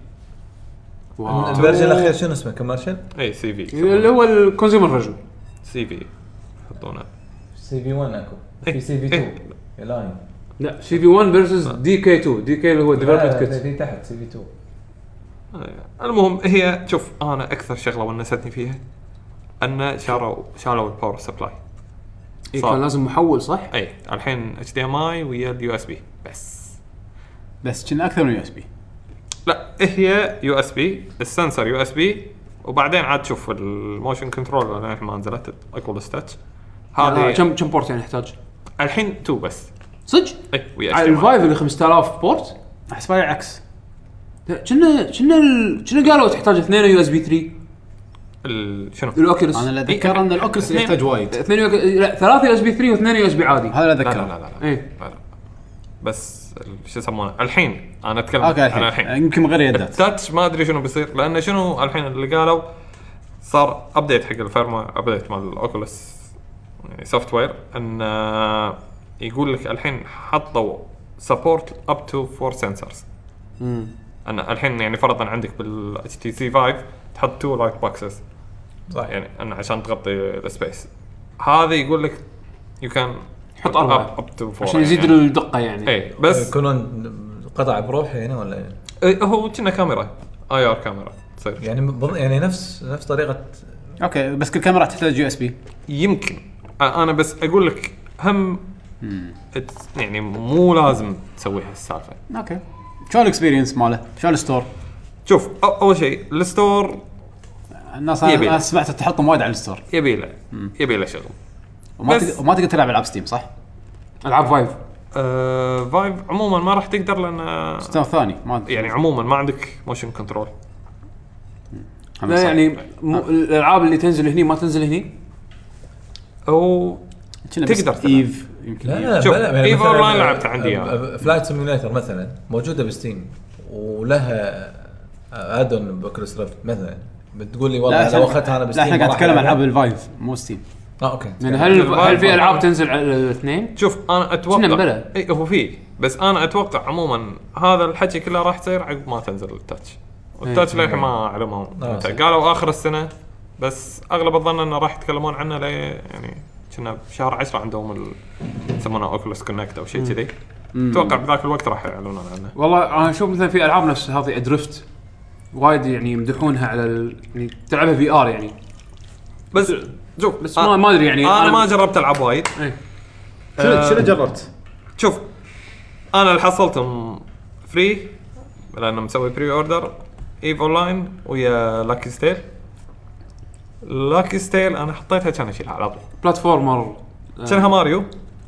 [SPEAKER 2] واو
[SPEAKER 3] الفيرجن الاخير شنو اسمه كوميرشال؟
[SPEAKER 5] اي سي في
[SPEAKER 2] اللي هو الكونسيومر فيرجن
[SPEAKER 5] سي في يحطونه
[SPEAKER 3] سي في 1 اكو
[SPEAKER 5] إيه.
[SPEAKER 3] في سي في
[SPEAKER 5] إيه.
[SPEAKER 3] 2 يا لاين
[SPEAKER 2] لا سي في 1 فيرسز دي كي 2 دي كي اللي هو ديفلوبمنت
[SPEAKER 3] لا،
[SPEAKER 2] كيت
[SPEAKER 3] آه، في تحت سي في 2
[SPEAKER 5] آه، المهم هي شوف انا اكثر شغله ونستني فيها ان شالوا شالوا الباور سبلاي
[SPEAKER 2] إيه
[SPEAKER 5] صار.
[SPEAKER 2] كان لازم محول صح؟
[SPEAKER 5] اي الحين اتش دي ام اي ويا اليو اس بي بس
[SPEAKER 1] بس كنا اكثر من يو اس بي
[SPEAKER 5] لا هي يو اس بي السنسر يو اس بي وبعدين عاد تشوف الموشن كنترول للحين ما نزلت اكو الستاتش
[SPEAKER 2] آه،
[SPEAKER 5] هذه
[SPEAKER 2] كم كم بورت يعني يحتاج؟
[SPEAKER 5] الحين تو بس
[SPEAKER 2] صدق؟
[SPEAKER 5] اي ويا
[SPEAKER 2] على
[SPEAKER 5] HDMI.
[SPEAKER 2] الفايف اللي 5000 بورت؟
[SPEAKER 1] احسب على العكس
[SPEAKER 2] لا، كنا كنا ال- كنا قالوا تحتاج اثنين يو اس بي 3
[SPEAKER 5] ال- شنو؟
[SPEAKER 2] الاوكيولس
[SPEAKER 1] انا اللي اتذكر ان الاوكلس
[SPEAKER 5] اثنين.
[SPEAKER 1] يحتاج وايد
[SPEAKER 2] إيه، اثنين يو... لا ثلاثه يو اس بي 3 واثنين يو اس بي عادي
[SPEAKER 1] هذا اللي
[SPEAKER 5] لا لا
[SPEAKER 1] اتذكره
[SPEAKER 5] لا لا, لا.
[SPEAKER 2] ايه
[SPEAKER 5] لا، لا. بس ال- شو يسمونه الحين انا اتكلم
[SPEAKER 1] اوكي
[SPEAKER 5] عن
[SPEAKER 1] الحين يمكن من غير يدات
[SPEAKER 5] التاتش ما ادري شنو بيصير لان شنو الحين اللي قالوا صار ابديت حق الفيرما ابديت مال الاوكولس يعني سوفت وير ان آه، يقول لك الحين حطوا سبورت اب تو فور سنسرز ان الحين يعني فرضا عندك بالاتش تي سي 5 تحط تو لايت بوكسز
[SPEAKER 3] صح
[SPEAKER 5] يعني ان عشان تغطي السبيس هذا يقول لك يو كان
[SPEAKER 2] حط أربعة.
[SPEAKER 5] اب تو فور
[SPEAKER 2] عشان يزيد الدقه يعني
[SPEAKER 5] اي إيه، بس
[SPEAKER 3] يكونون آه، قطع بروحه هنا ولا
[SPEAKER 5] إيه، هو كنا كاميرا اي ار كاميرا تصير
[SPEAKER 3] يعني بض- يعني نفس نفس طريقه
[SPEAKER 1] اوكي بس كل كاميرا تحتاج يو اس بي
[SPEAKER 5] يمكن أ- انا بس اقول لك هم it's- يعني مو لازم تسوي هالسالفه
[SPEAKER 1] اوكي شلون الاكسبيرينس ماله؟ شلون الستور؟
[SPEAKER 5] شوف أو- اول شيء الستور
[SPEAKER 1] الناس
[SPEAKER 5] يبي.
[SPEAKER 1] انا أنا سمعت تحطهم وايد على الستور
[SPEAKER 5] يبي له يبي له شغل
[SPEAKER 1] وما
[SPEAKER 5] بس-
[SPEAKER 1] تقدر وما تقدر تلعب العاب ستيم صح؟
[SPEAKER 2] العاب فايف
[SPEAKER 5] آه فايف عموما ما راح تقدر لان
[SPEAKER 1] ستور ثاني ما
[SPEAKER 5] يعني عموما ما عندك موشن كنترول
[SPEAKER 1] هم
[SPEAKER 2] لا
[SPEAKER 1] صح.
[SPEAKER 2] يعني مو الالعاب اللي تنزل هني ما تنزل هني يعني
[SPEAKER 5] او
[SPEAKER 1] كنا بس
[SPEAKER 5] تقدر تلعب.
[SPEAKER 1] ايف يمكن
[SPEAKER 3] لا
[SPEAKER 1] إيف.
[SPEAKER 3] لا
[SPEAKER 5] شوف،
[SPEAKER 3] بلا يعني
[SPEAKER 5] إيف
[SPEAKER 3] مثلاً
[SPEAKER 5] أونلاين لعبت عندي
[SPEAKER 3] أب-
[SPEAKER 5] إياها.
[SPEAKER 3] أب- فلايت سيميوليتر مثلا موجوده بستيم ولها ادون باوكلس ريفت مثلا بتقول لي والله
[SPEAKER 1] إحنا-
[SPEAKER 3] لو اخذتها انا
[SPEAKER 1] لا
[SPEAKER 3] بستيم
[SPEAKER 1] احنا قاعد
[SPEAKER 3] ما راح
[SPEAKER 1] نتكلم عن
[SPEAKER 3] ألعبها.
[SPEAKER 1] العاب الفايف مو ستيم
[SPEAKER 3] اه اوكي
[SPEAKER 2] يعني هل هل في
[SPEAKER 5] الفايف-
[SPEAKER 2] العاب تنزل على الاثنين؟
[SPEAKER 5] شوف انا
[SPEAKER 2] كنا
[SPEAKER 5] اتوقع
[SPEAKER 2] مبلى.
[SPEAKER 5] اي هو فيه بس انا اتوقع عموما هذا الحكي كله راح تصير عقب ما تنزل التاتش والتاتش للحين ما اعلموا
[SPEAKER 3] آه،
[SPEAKER 5] متى.
[SPEAKER 3] صح.
[SPEAKER 5] قالوا اخر السنه بس اغلب الظن انه راح يتكلمون عنه لي يعني كنا بشهر 10 عندهم ال- يسمونه اوكلس كونكت او شيء كذي اتوقع بذاك الوقت راح يعلنون عنه
[SPEAKER 2] والله انا اشوف مثلا في العاب نفس هذه ادرفت وايد يعني يمدحونها على ال... يعني تلعبها في ار يعني
[SPEAKER 5] بس شوف
[SPEAKER 2] بس ما- ما أدري يعني،
[SPEAKER 5] انا
[SPEAKER 2] أنا-
[SPEAKER 5] ما جربت العب وايد
[SPEAKER 2] ايه
[SPEAKER 5] آه،
[SPEAKER 1] جربت؟
[SPEAKER 5] شوف انا اللي حصلتهم فري لان مسوي بري اوردر ايف لاين ويا لاكي ستيل لاكي ستيل انا حطيتها كان اشيلها على طول
[SPEAKER 2] بلاتفورمر
[SPEAKER 5] شنها ماريو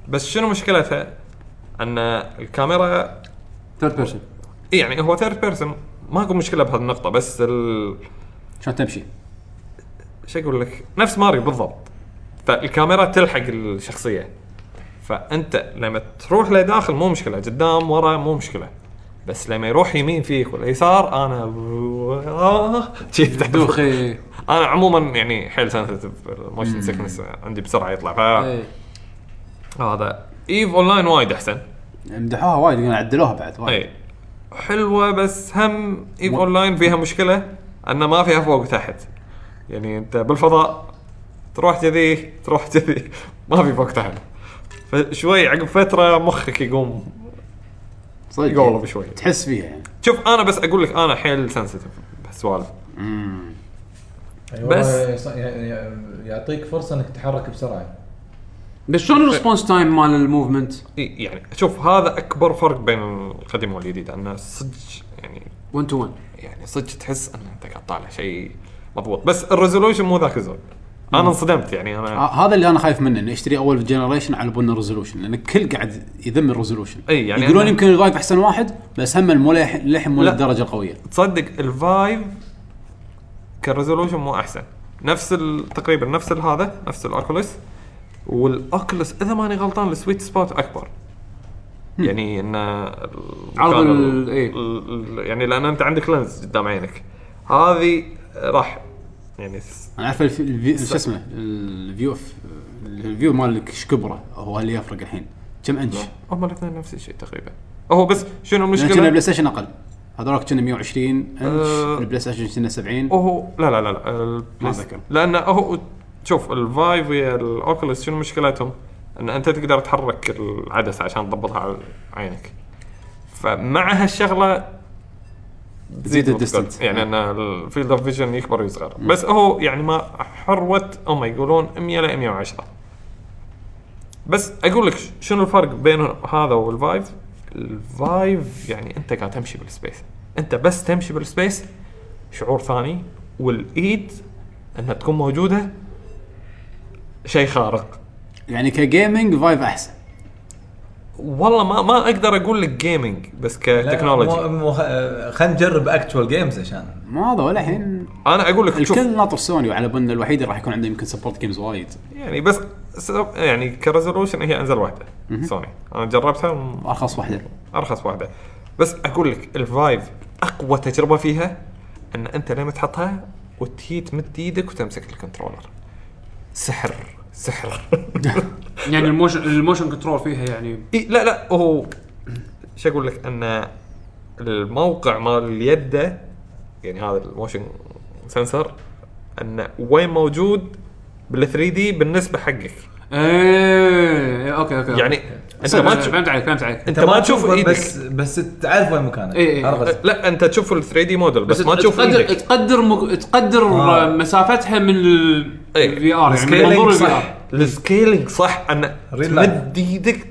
[SPEAKER 5] بس شنو مشكلتها؟ ان الكاميرا
[SPEAKER 2] ثيرد بيرسون
[SPEAKER 5] إيه يعني هو ثيرد بيرسون ماكو مشكله بهالنقطه بس ال...
[SPEAKER 1] شلون تمشي؟
[SPEAKER 5] شو اقول لك؟ نفس ماريو بالضبط فالكاميرا تلحق الشخصيه فانت لما تروح لداخل مو مشكله قدام ورا مو مشكله بس لما يروح يمين فيك ولا يسار انا آه، شي تحت-
[SPEAKER 2] دوخي
[SPEAKER 5] انا عموما يعني حيل سنسيتيف الموشن سيكنس عندي بسرعه يطلع فهذا
[SPEAKER 2] إيه.
[SPEAKER 5] ايف اونلاين وايد احسن
[SPEAKER 1] مدحوها وايد يقولون عدلوها بعد وايد
[SPEAKER 5] اي حلوه طيب. بس هم ايف اونلاين فيها مشكله ان ما فيها فوق وتحت يعني انت بالفضاء تروح كذي تروح كذي ما في فوق تحت فشوي عقب فتره مخك يقوم
[SPEAKER 1] صدق
[SPEAKER 5] يقولب شوي
[SPEAKER 1] تحس فيها يعني
[SPEAKER 5] شوف انا بس اقول لك انا حيل سنسيتيف بهالسوالف
[SPEAKER 3] أيوة،
[SPEAKER 5] بس-
[SPEAKER 3] يعني- يعني يعطيك فرصه انك تتحرك بسرعه
[SPEAKER 2] بس شلون الريسبونس تايم مال الموفمنت؟
[SPEAKER 5] إي، يعني شوف هذا اكبر فرق بين القديم والجديد انه صدق يعني
[SPEAKER 2] 1 تو 1
[SPEAKER 5] يعني صدق تحس ان انت قاعد طالع شيء مضبوط بس الريزولوشن مو ذاك الزود انا انصدمت يعني انا
[SPEAKER 1] آه، هذا اللي انا خايف منه اني اشتري اول جنريشن على بنا ريزولوشن لان الكل قاعد يذم الريزولوشن
[SPEAKER 5] إي، يعني
[SPEAKER 1] يقولون
[SPEAKER 5] أنا-
[SPEAKER 1] يمكن الفايف احسن واحد بس هم مو للحين- للحين مو
[SPEAKER 5] لا.
[SPEAKER 1] للدرجه القويه
[SPEAKER 5] تصدق الفايف كريزولوشن مو احسن نفس ال- تقريبا نفس ال- هذا نفس الاوكولس والاوكولس اذا ماني غلطان السويت سبوت اكبر يعني ان ال-
[SPEAKER 2] عرض
[SPEAKER 5] كان
[SPEAKER 2] ال- إيه.
[SPEAKER 5] ال- يعني لان انت عندك لينز قدام عينك هذه راح يعني س-
[SPEAKER 1] انا اعرف الفي... الفي... شو اسمه الفيو ف- الفيو مالك ايش كبره هو اللي يفرق الحين كم انش؟
[SPEAKER 5] هم الاثنين نفس الشيء تقريبا هو بس شنو
[SPEAKER 1] لأن يعني كنا بلاي
[SPEAKER 5] المشكله؟
[SPEAKER 1] ستيشن اقل هذول كنا 120 انش
[SPEAKER 5] أه.
[SPEAKER 1] البلاي ستيشن كنا 70
[SPEAKER 5] هو لا لا لا لا البلاي ست-
[SPEAKER 1] أذكر.
[SPEAKER 5] لانه هو شوف الفايف ويا الاوكلس شنو مشكلتهم؟ ان انت تقدر تحرك العدسه عشان تضبطها على عينك فمع هالشغله
[SPEAKER 1] تزيد
[SPEAKER 5] مفقود.
[SPEAKER 1] الديستنس
[SPEAKER 5] يعني ان الفيلد اوف فيجن يكبر ويصغر بس هو يعني ما حروه هم يقولون 100 ل 110 بس اقول لك ش- شنو الفرق بين هذا والفايف الفايف يعني انت قاعد تمشي بالسبيس انت بس تمشي بالسبيس شعور ثاني والايد انها تكون موجوده شيء خارق
[SPEAKER 1] يعني كجيمنج فايف احسن
[SPEAKER 5] والله ما ما اقدر اقول لك جيمنج بس كتكنولوجي
[SPEAKER 3] آه، خلينا نجرب اكتوال جيمز عشان
[SPEAKER 1] ما هذا ولا الحين
[SPEAKER 5] انا اقول لك شوف
[SPEAKER 1] الكل ناطر سوني وعلى بالنا الوحيد اللي راح يكون عنده يمكن سبورت جيمز وايد
[SPEAKER 5] يعني بس سب- يعني كريزولوشن هي انزل واحده سوني انا جربتها م-
[SPEAKER 1] ارخص واحده
[SPEAKER 5] ارخص واحده بس اقول لك الفايف اقوى تجربه فيها ان انت لما تحطها وتهي تمد ايدك وتمسك الكنترولر سحر سحر
[SPEAKER 2] يعني الموشن الموشن كنترول فيها يعني
[SPEAKER 5] إي لا لا هو شو اقول لك ان الموقع مال اليد يعني هذا الموشن سنسر انه وين موجود بال 3 دي بالنسبه حقك
[SPEAKER 2] ايه اوكي اوكي
[SPEAKER 5] يعني انت
[SPEAKER 2] انت
[SPEAKER 5] ما
[SPEAKER 2] ما
[SPEAKER 5] تشوف
[SPEAKER 2] فهمت عليك فهمت عليك
[SPEAKER 5] انت ما تشوف ايدك
[SPEAKER 3] بس بس تعرف وين مكانك
[SPEAKER 2] إي إي.
[SPEAKER 3] عرفت؟
[SPEAKER 5] أه، لا انت تشوف ال 3 دي موديل بس, ما تشوف
[SPEAKER 2] تقدر
[SPEAKER 5] ايدك
[SPEAKER 2] تقدر مك... تقدر
[SPEAKER 3] آه.
[SPEAKER 2] مسافتها من
[SPEAKER 5] إيه.
[SPEAKER 2] الفي ار يعني
[SPEAKER 5] السكيلينج
[SPEAKER 2] منظور الفي
[SPEAKER 5] صح
[SPEAKER 2] ار
[SPEAKER 5] السكيلينج صح ان
[SPEAKER 3] Real life.
[SPEAKER 5] تمد ايدك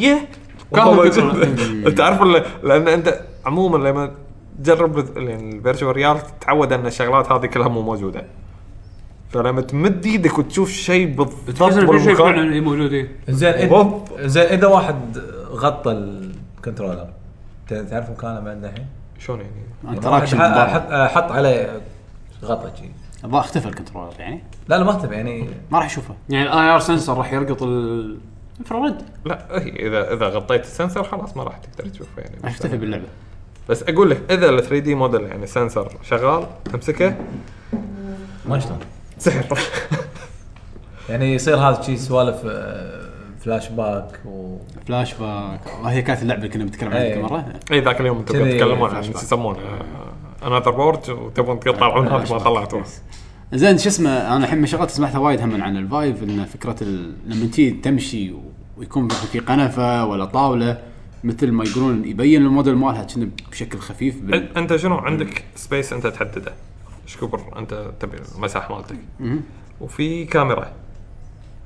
[SPEAKER 5] يه
[SPEAKER 2] كان
[SPEAKER 5] والله
[SPEAKER 2] كنترول. إيه.
[SPEAKER 5] جد. انت عارف ولا- لان انت عموما لما تجرب ال- يعني الفيرتشوال ريالتي تتعود ان الشغلات هذه كلها مو موجوده فلما تمد ايدك وتشوف شيء بالضبط
[SPEAKER 2] تحس إن في شيء
[SPEAKER 5] بالمكان
[SPEAKER 2] فعلا موجود إيه.
[SPEAKER 3] زين
[SPEAKER 5] وب-
[SPEAKER 3] إذا- زين اذا واحد غطى الكنترولر ت- تعرف مكانه بعد الحين؟
[SPEAKER 5] شلون يعني؟
[SPEAKER 1] انتراكشن
[SPEAKER 3] ح- حط حط عليه غطى شي
[SPEAKER 1] الظاهر اختفى الكنترولر يعني
[SPEAKER 3] لا لا ما اختفى يعني
[SPEAKER 1] ما راح اشوفه
[SPEAKER 2] يعني الاي ار سنسر راح يرقط ال انفراريد
[SPEAKER 5] لا هي اذا اذا غطيت السنسر خلاص ما راح تقدر تشوفه يعني
[SPEAKER 1] راح يختفي باللعبه
[SPEAKER 5] بس اقول لك اذا ال 3 دي موديل يعني سنسر شغال تمسكه
[SPEAKER 3] ما شلون
[SPEAKER 5] سحر
[SPEAKER 3] يعني يصير هذا شي سوالف آه، فلاش باك و
[SPEAKER 1] فلاش باك هي كانت اللعبه اللي كنا بنتكلم عنها
[SPEAKER 3] إيه.
[SPEAKER 1] ذيك المره
[SPEAKER 5] اي ذاك اليوم انتم
[SPEAKER 3] كذي
[SPEAKER 5] قاعد تتكلمون عن
[SPEAKER 1] فلاش
[SPEAKER 5] شو
[SPEAKER 1] باك.
[SPEAKER 5] يسمونه انذر بورد وتبون تطلعون
[SPEAKER 1] آه،
[SPEAKER 5] هذا ما طلعتوه
[SPEAKER 1] زين شو اسمه انا الحين من شغلات سمعتها وايد هم عن الفايف ان فكره ال... لما تي تمشي و... ويكون مثل في قنفه ولا طاوله مثل ما يقولون يبين الموديل مالها كنا بشكل خفيف بال...
[SPEAKER 5] أن- انت شنو عندك سبيس انت تحدده ايش كبر انت تبي المساحه مالتك
[SPEAKER 1] مهم.
[SPEAKER 5] وفي كاميرا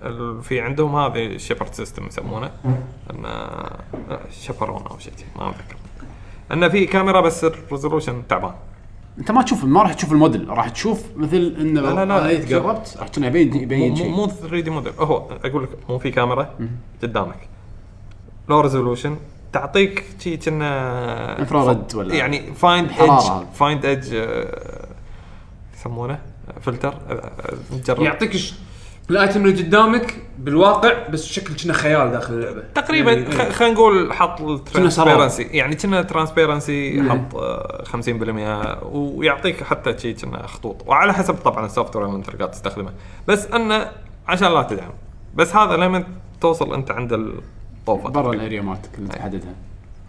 [SPEAKER 5] ال- في عندهم هذه شيبرد سيستم يسمونه آه، ان شبرون او شيء ما اتذكر انه في كاميرا بس الريزولوشن تعبان
[SPEAKER 1] انت ما تشوف ما راح تشوف الموديل راح تشوف مثل انه
[SPEAKER 5] لا، لا، لا.
[SPEAKER 1] إذا تقربت راح تكون يبين
[SPEAKER 5] مو
[SPEAKER 1] يبين
[SPEAKER 5] مو-
[SPEAKER 1] إيه، شيء
[SPEAKER 5] مو 3 دي موديل هو اقول لك مو في كاميرا قدامك لو ريزولوشن تعطيك شي كنا
[SPEAKER 1] انفراريد ولا-
[SPEAKER 5] يعني فايند
[SPEAKER 1] حرارة.
[SPEAKER 5] ايدج فايند ايدج آه، يسمونه آه، فلتر جرب
[SPEAKER 2] يعطيك ش... الايتم اللي قدامك بالواقع بس شكل كنا خيال داخل اللعبه
[SPEAKER 5] تقريبا
[SPEAKER 2] يعني إيه.
[SPEAKER 5] خ- خلينا نقول حط
[SPEAKER 2] سراب.
[SPEAKER 5] الترانسبيرنسي يعني كنا ترانسبيرنسي حط آه، 50% ويعطيك حتى شي كنا خطوط وعلى حسب طبعا السوفت وير اللي انت قاعد تستخدمه بس انه عشان لا تدعم بس هذا لما توصل انت عند الطوفه
[SPEAKER 1] برا الاريا مالتك اللي تحددها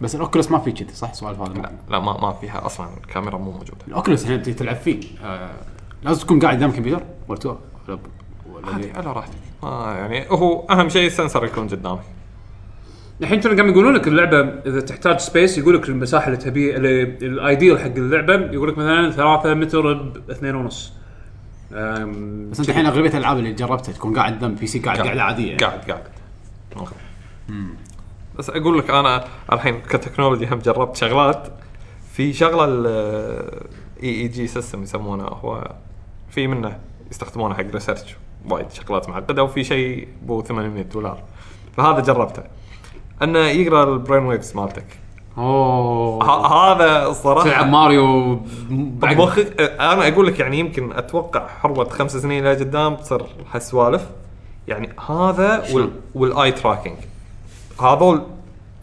[SPEAKER 1] بس الاوكلس ما في كذي صح سؤال هذا
[SPEAKER 5] لا لا ما ما فيها اصلا الكاميرا مو موجوده
[SPEAKER 1] الاوكلس الحين تبي تلعب فيه آه لازم تكون قاعد قدام كمبيوتر ولا تو- ولا ولا
[SPEAKER 5] عادي على راحتك ما يعني هو اهم شيء السنسر يكون قدامك
[SPEAKER 2] الحين كانوا قام يقولون لك اللعبه اذا تحتاج سبيس يقول لك المساحه اللي تبيه اللي- الايديال حق اللعبه يقول لك مثلا 3 متر ب 2 ونص أم،
[SPEAKER 1] بس انت الحين اغلبيه الالعاب اللي جربتها تكون قاعد قدام بي سي قاعد قاعد عاديه يعني.
[SPEAKER 5] قاعد قاعد أوكي. بس اقول لك انا الحين كتكنولوجي هم جربت شغلات في E شغله الاي اي جي سيستم يسمونه هو في منه يستخدمونه حق ريسيرش وايد شغلات معقده وفي شيء بو 800 دولار فهذا جربته انه يقرا البرين ويفز مالتك
[SPEAKER 2] اوه
[SPEAKER 5] ه- هذا الصراحه
[SPEAKER 2] تلعب ماريو بعد-
[SPEAKER 5] مخك انا اقول لك يعني يمكن اتوقع حروه خمس سنين الى قدام تصير هالسوالف يعني هذا وال والاي تراكنج هذول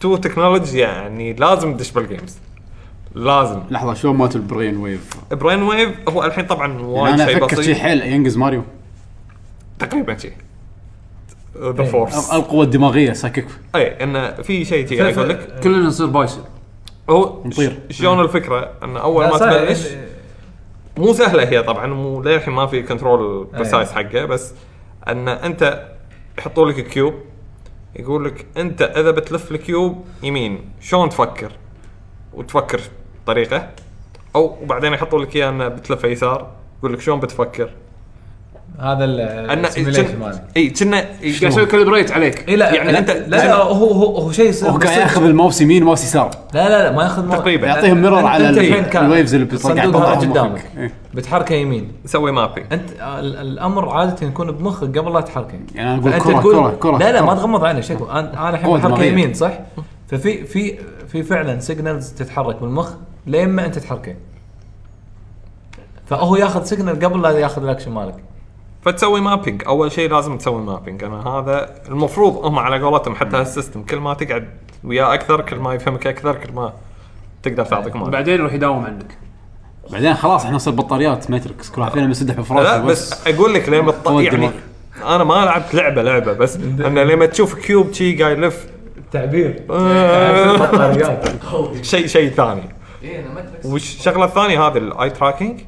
[SPEAKER 5] تو تكنولوجي يعني لازم تدش بالجيمز لازم
[SPEAKER 1] لحظه شلون مات البرين ويف
[SPEAKER 5] برين ويف هو الحين طبعا
[SPEAKER 1] يعني
[SPEAKER 5] وايد
[SPEAKER 1] انا
[SPEAKER 5] شيء
[SPEAKER 1] افكر شيء
[SPEAKER 5] بسيط
[SPEAKER 1] حيل ينقز ماريو
[SPEAKER 5] تقريبا شيء ذا فورس
[SPEAKER 1] القوه الدماغيه ساكك
[SPEAKER 5] اي انه إيه، في شيء تي اقول لك
[SPEAKER 2] كلنا نصير بايسن
[SPEAKER 5] هو
[SPEAKER 1] نطير.
[SPEAKER 5] ش- شلون الفكره ان اول ما
[SPEAKER 3] صحيح.
[SPEAKER 5] تبلش مو سهله هي طبعا مو للحين ما في كنترول برسايز حقه بس ان انت يحطوا لك كيوب يقول لك انت اذا بتلف الكيوب يمين شلون تفكر وتفكر طريقه او وبعدين يحطوا لك اياه انه بتلفه يسار يقول لك شلون بتفكر
[SPEAKER 3] هذا
[SPEAKER 5] انه
[SPEAKER 3] السيميليشن ماله
[SPEAKER 5] اي كنا
[SPEAKER 2] قاعد يسوي كالبريت عليك
[SPEAKER 3] اي لا
[SPEAKER 5] يعني
[SPEAKER 3] لا
[SPEAKER 5] أنت-
[SPEAKER 3] لا, لا هو هو هو شيء يصير
[SPEAKER 1] هو
[SPEAKER 3] بالصدق.
[SPEAKER 1] قاعد ياخذ الماوس يمين ماوس يسار
[SPEAKER 3] لا لا لا ما ياخذ مرة.
[SPEAKER 5] تقريبا.
[SPEAKER 1] يعطيهم
[SPEAKER 3] أنت-
[SPEAKER 1] مرر على
[SPEAKER 3] أنت
[SPEAKER 1] ال-
[SPEAKER 3] فين كان؟
[SPEAKER 1] الويفز اللي بتطلع
[SPEAKER 3] الصندوق
[SPEAKER 1] تطلع
[SPEAKER 3] هذا
[SPEAKER 1] بمخك.
[SPEAKER 3] قدامك.
[SPEAKER 1] إيه.
[SPEAKER 3] بتحركه يمين
[SPEAKER 5] نسوي مابي
[SPEAKER 3] انت ال- الامر عاده يكون بمخك قبل لا تحركه
[SPEAKER 1] يعني أنا أقول
[SPEAKER 3] فأنت
[SPEAKER 1] كرة-
[SPEAKER 3] تقول-
[SPEAKER 1] كرة- كرة-
[SPEAKER 3] لا لا
[SPEAKER 1] كرة.
[SPEAKER 3] ما تغمض عينك شكو انا انا الحين
[SPEAKER 1] قوة
[SPEAKER 3] بحركه
[SPEAKER 1] دماغية.
[SPEAKER 3] يمين صح؟ ففي في في فعلا سيجنالز تتحرك بالمخ لما انت تحركه فهو ياخذ سيجنال قبل لا ياخذ الاكشن مالك
[SPEAKER 5] فتسوي مابينج اول شيء لازم تسوي مابينج انا هذا المفروض هم على قولتهم حتى هالسيستم كل ما تقعد وياه اكثر كل ما يفهمك اكثر كل ما تقدر تعطيك مال
[SPEAKER 2] بعدين يروح يداوم عندك
[SPEAKER 1] بعدين خلاص احنا نصير بطاريات ماتريكس كل واحد فينا مسدح بفراشه
[SPEAKER 5] لا بس اقول لك لما الط-
[SPEAKER 1] قوة
[SPEAKER 5] يعني
[SPEAKER 1] دماغ.
[SPEAKER 5] انا ما لعبت لعبه لعبه بس انه لما تشوف كيوب شي قاعد يلف
[SPEAKER 3] تعبير
[SPEAKER 5] شيء شيء ثاني
[SPEAKER 4] اي انا ماتريكس
[SPEAKER 5] والشغله الثانيه هذه الاي تراكنج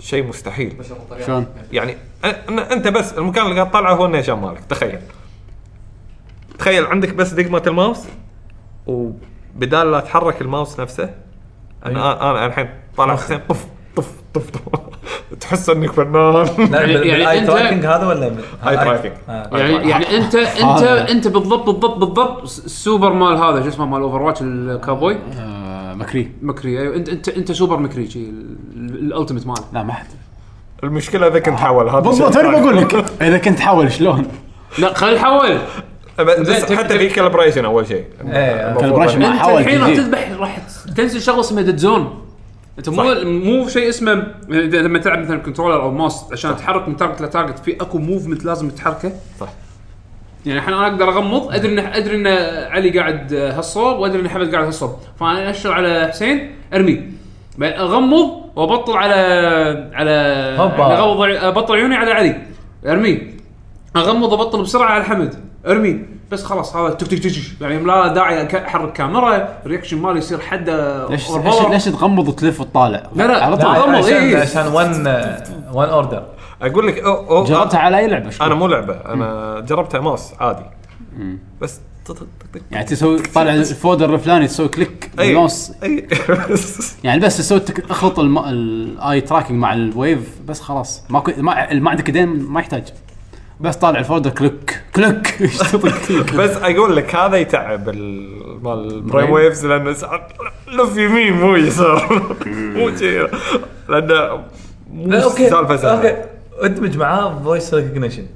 [SPEAKER 5] شيء مستحيل
[SPEAKER 1] شلون؟
[SPEAKER 5] يعني أ- أن- انت بس المكان اللي قاعد تطلعه هو النيشان مالك تخيل تخيل عندك بس دقمه الماوس وبدال لا تحرك الماوس نفسه انا انا الحين طالع حسين طف طف طف طف تحس انك فنان
[SPEAKER 3] لا
[SPEAKER 2] يعني-
[SPEAKER 3] بال-
[SPEAKER 2] يعني
[SPEAKER 3] بالاي
[SPEAKER 2] أنت-
[SPEAKER 3] تراكنج هذا ولا بال-
[SPEAKER 5] اي
[SPEAKER 3] آه،
[SPEAKER 5] تراكنج
[SPEAKER 3] آه.
[SPEAKER 2] يعني يعني انت انت
[SPEAKER 1] هذا.
[SPEAKER 2] انت بالضبط بالضبط بالضبط س- السوبر مال هذا شو اسمه مال اوفر واتش الكابوي
[SPEAKER 1] آه، مكري
[SPEAKER 2] مكري ايوه انت انت انت سوبر مكري شي الالتيميت ماله
[SPEAKER 1] لا ما حد
[SPEAKER 5] المشكله اذا كنت حاول هذا
[SPEAKER 1] بالضبط انا بقول لك اذا كنت حاول شلون؟
[SPEAKER 2] لا خلينا نحول زين،
[SPEAKER 5] بس
[SPEAKER 2] تك-
[SPEAKER 5] حتى
[SPEAKER 2] تك-
[SPEAKER 5] في كالبريشن اول شيء
[SPEAKER 3] إيه،
[SPEAKER 1] calibration.
[SPEAKER 5] المفروض
[SPEAKER 1] ما
[SPEAKER 2] انت
[SPEAKER 1] حاول
[SPEAKER 2] الحين راح
[SPEAKER 1] تجيب.
[SPEAKER 2] تذبح راح تنزل شغله اسمها ديد زون انت مو
[SPEAKER 5] صح.
[SPEAKER 2] مو شيء اسمه إذا لما تلعب مثلا كنترولر او ماوس عشان تحرك من تارجت لتارجت في اكو موفمنت لازم تحركه
[SPEAKER 5] صح.
[SPEAKER 2] يعني الحين انا اقدر اغمض ادري ان ادري ان علي قاعد هالصوب وادري ان حمد قاعد هالصوب فانا اشر على حسين ارمي بعدين اغمض وابطل على على يعني
[SPEAKER 3] هوبا.
[SPEAKER 2] على غمض- ابطل عيوني على علي ارمي اغمض وابطل بسرعه على حمد ارمي بس خلاص هذا تك تك تك تك. يعني لا داعي أك- احرك كاميرا الرياكشن مالي يصير حده
[SPEAKER 1] ليش
[SPEAKER 2] over
[SPEAKER 1] ليش
[SPEAKER 2] power.
[SPEAKER 1] ليش تغمض وتلف وتطالع؟
[SPEAKER 2] لا، لا.
[SPEAKER 1] على
[SPEAKER 3] لا،
[SPEAKER 1] طول
[SPEAKER 2] تغمض،
[SPEAKER 3] عشان
[SPEAKER 2] إيه.
[SPEAKER 3] عشان آه، ون ون اوردر
[SPEAKER 5] اقول لك أو أو
[SPEAKER 1] جربتها على اي لعبه
[SPEAKER 5] انا
[SPEAKER 1] شلون؟
[SPEAKER 5] مو لعبه انا جربتها ماوس عادي بس
[SPEAKER 1] يعني تسوي طالع الفولدر الفلاني تسوي كليك
[SPEAKER 5] اي
[SPEAKER 1] بالماوس
[SPEAKER 5] اي
[SPEAKER 1] يعني بس تسوي تك- تخلط الم- الاي تراكنج مع الويف بس خلاص ماكو ما ما عندك ايدين ما يحتاج بس طالع الفولدر كليك كليك يشتغل كليك.
[SPEAKER 5] بس اقول لك هذا يتعب ال- مال البرين ويفز لانه ساعات لف يمين مو يسار مو شي لانه مو
[SPEAKER 3] لا اوكي
[SPEAKER 5] سالفه سهله
[SPEAKER 3] اوكي ادمج معاه فويس ريكوجنيشن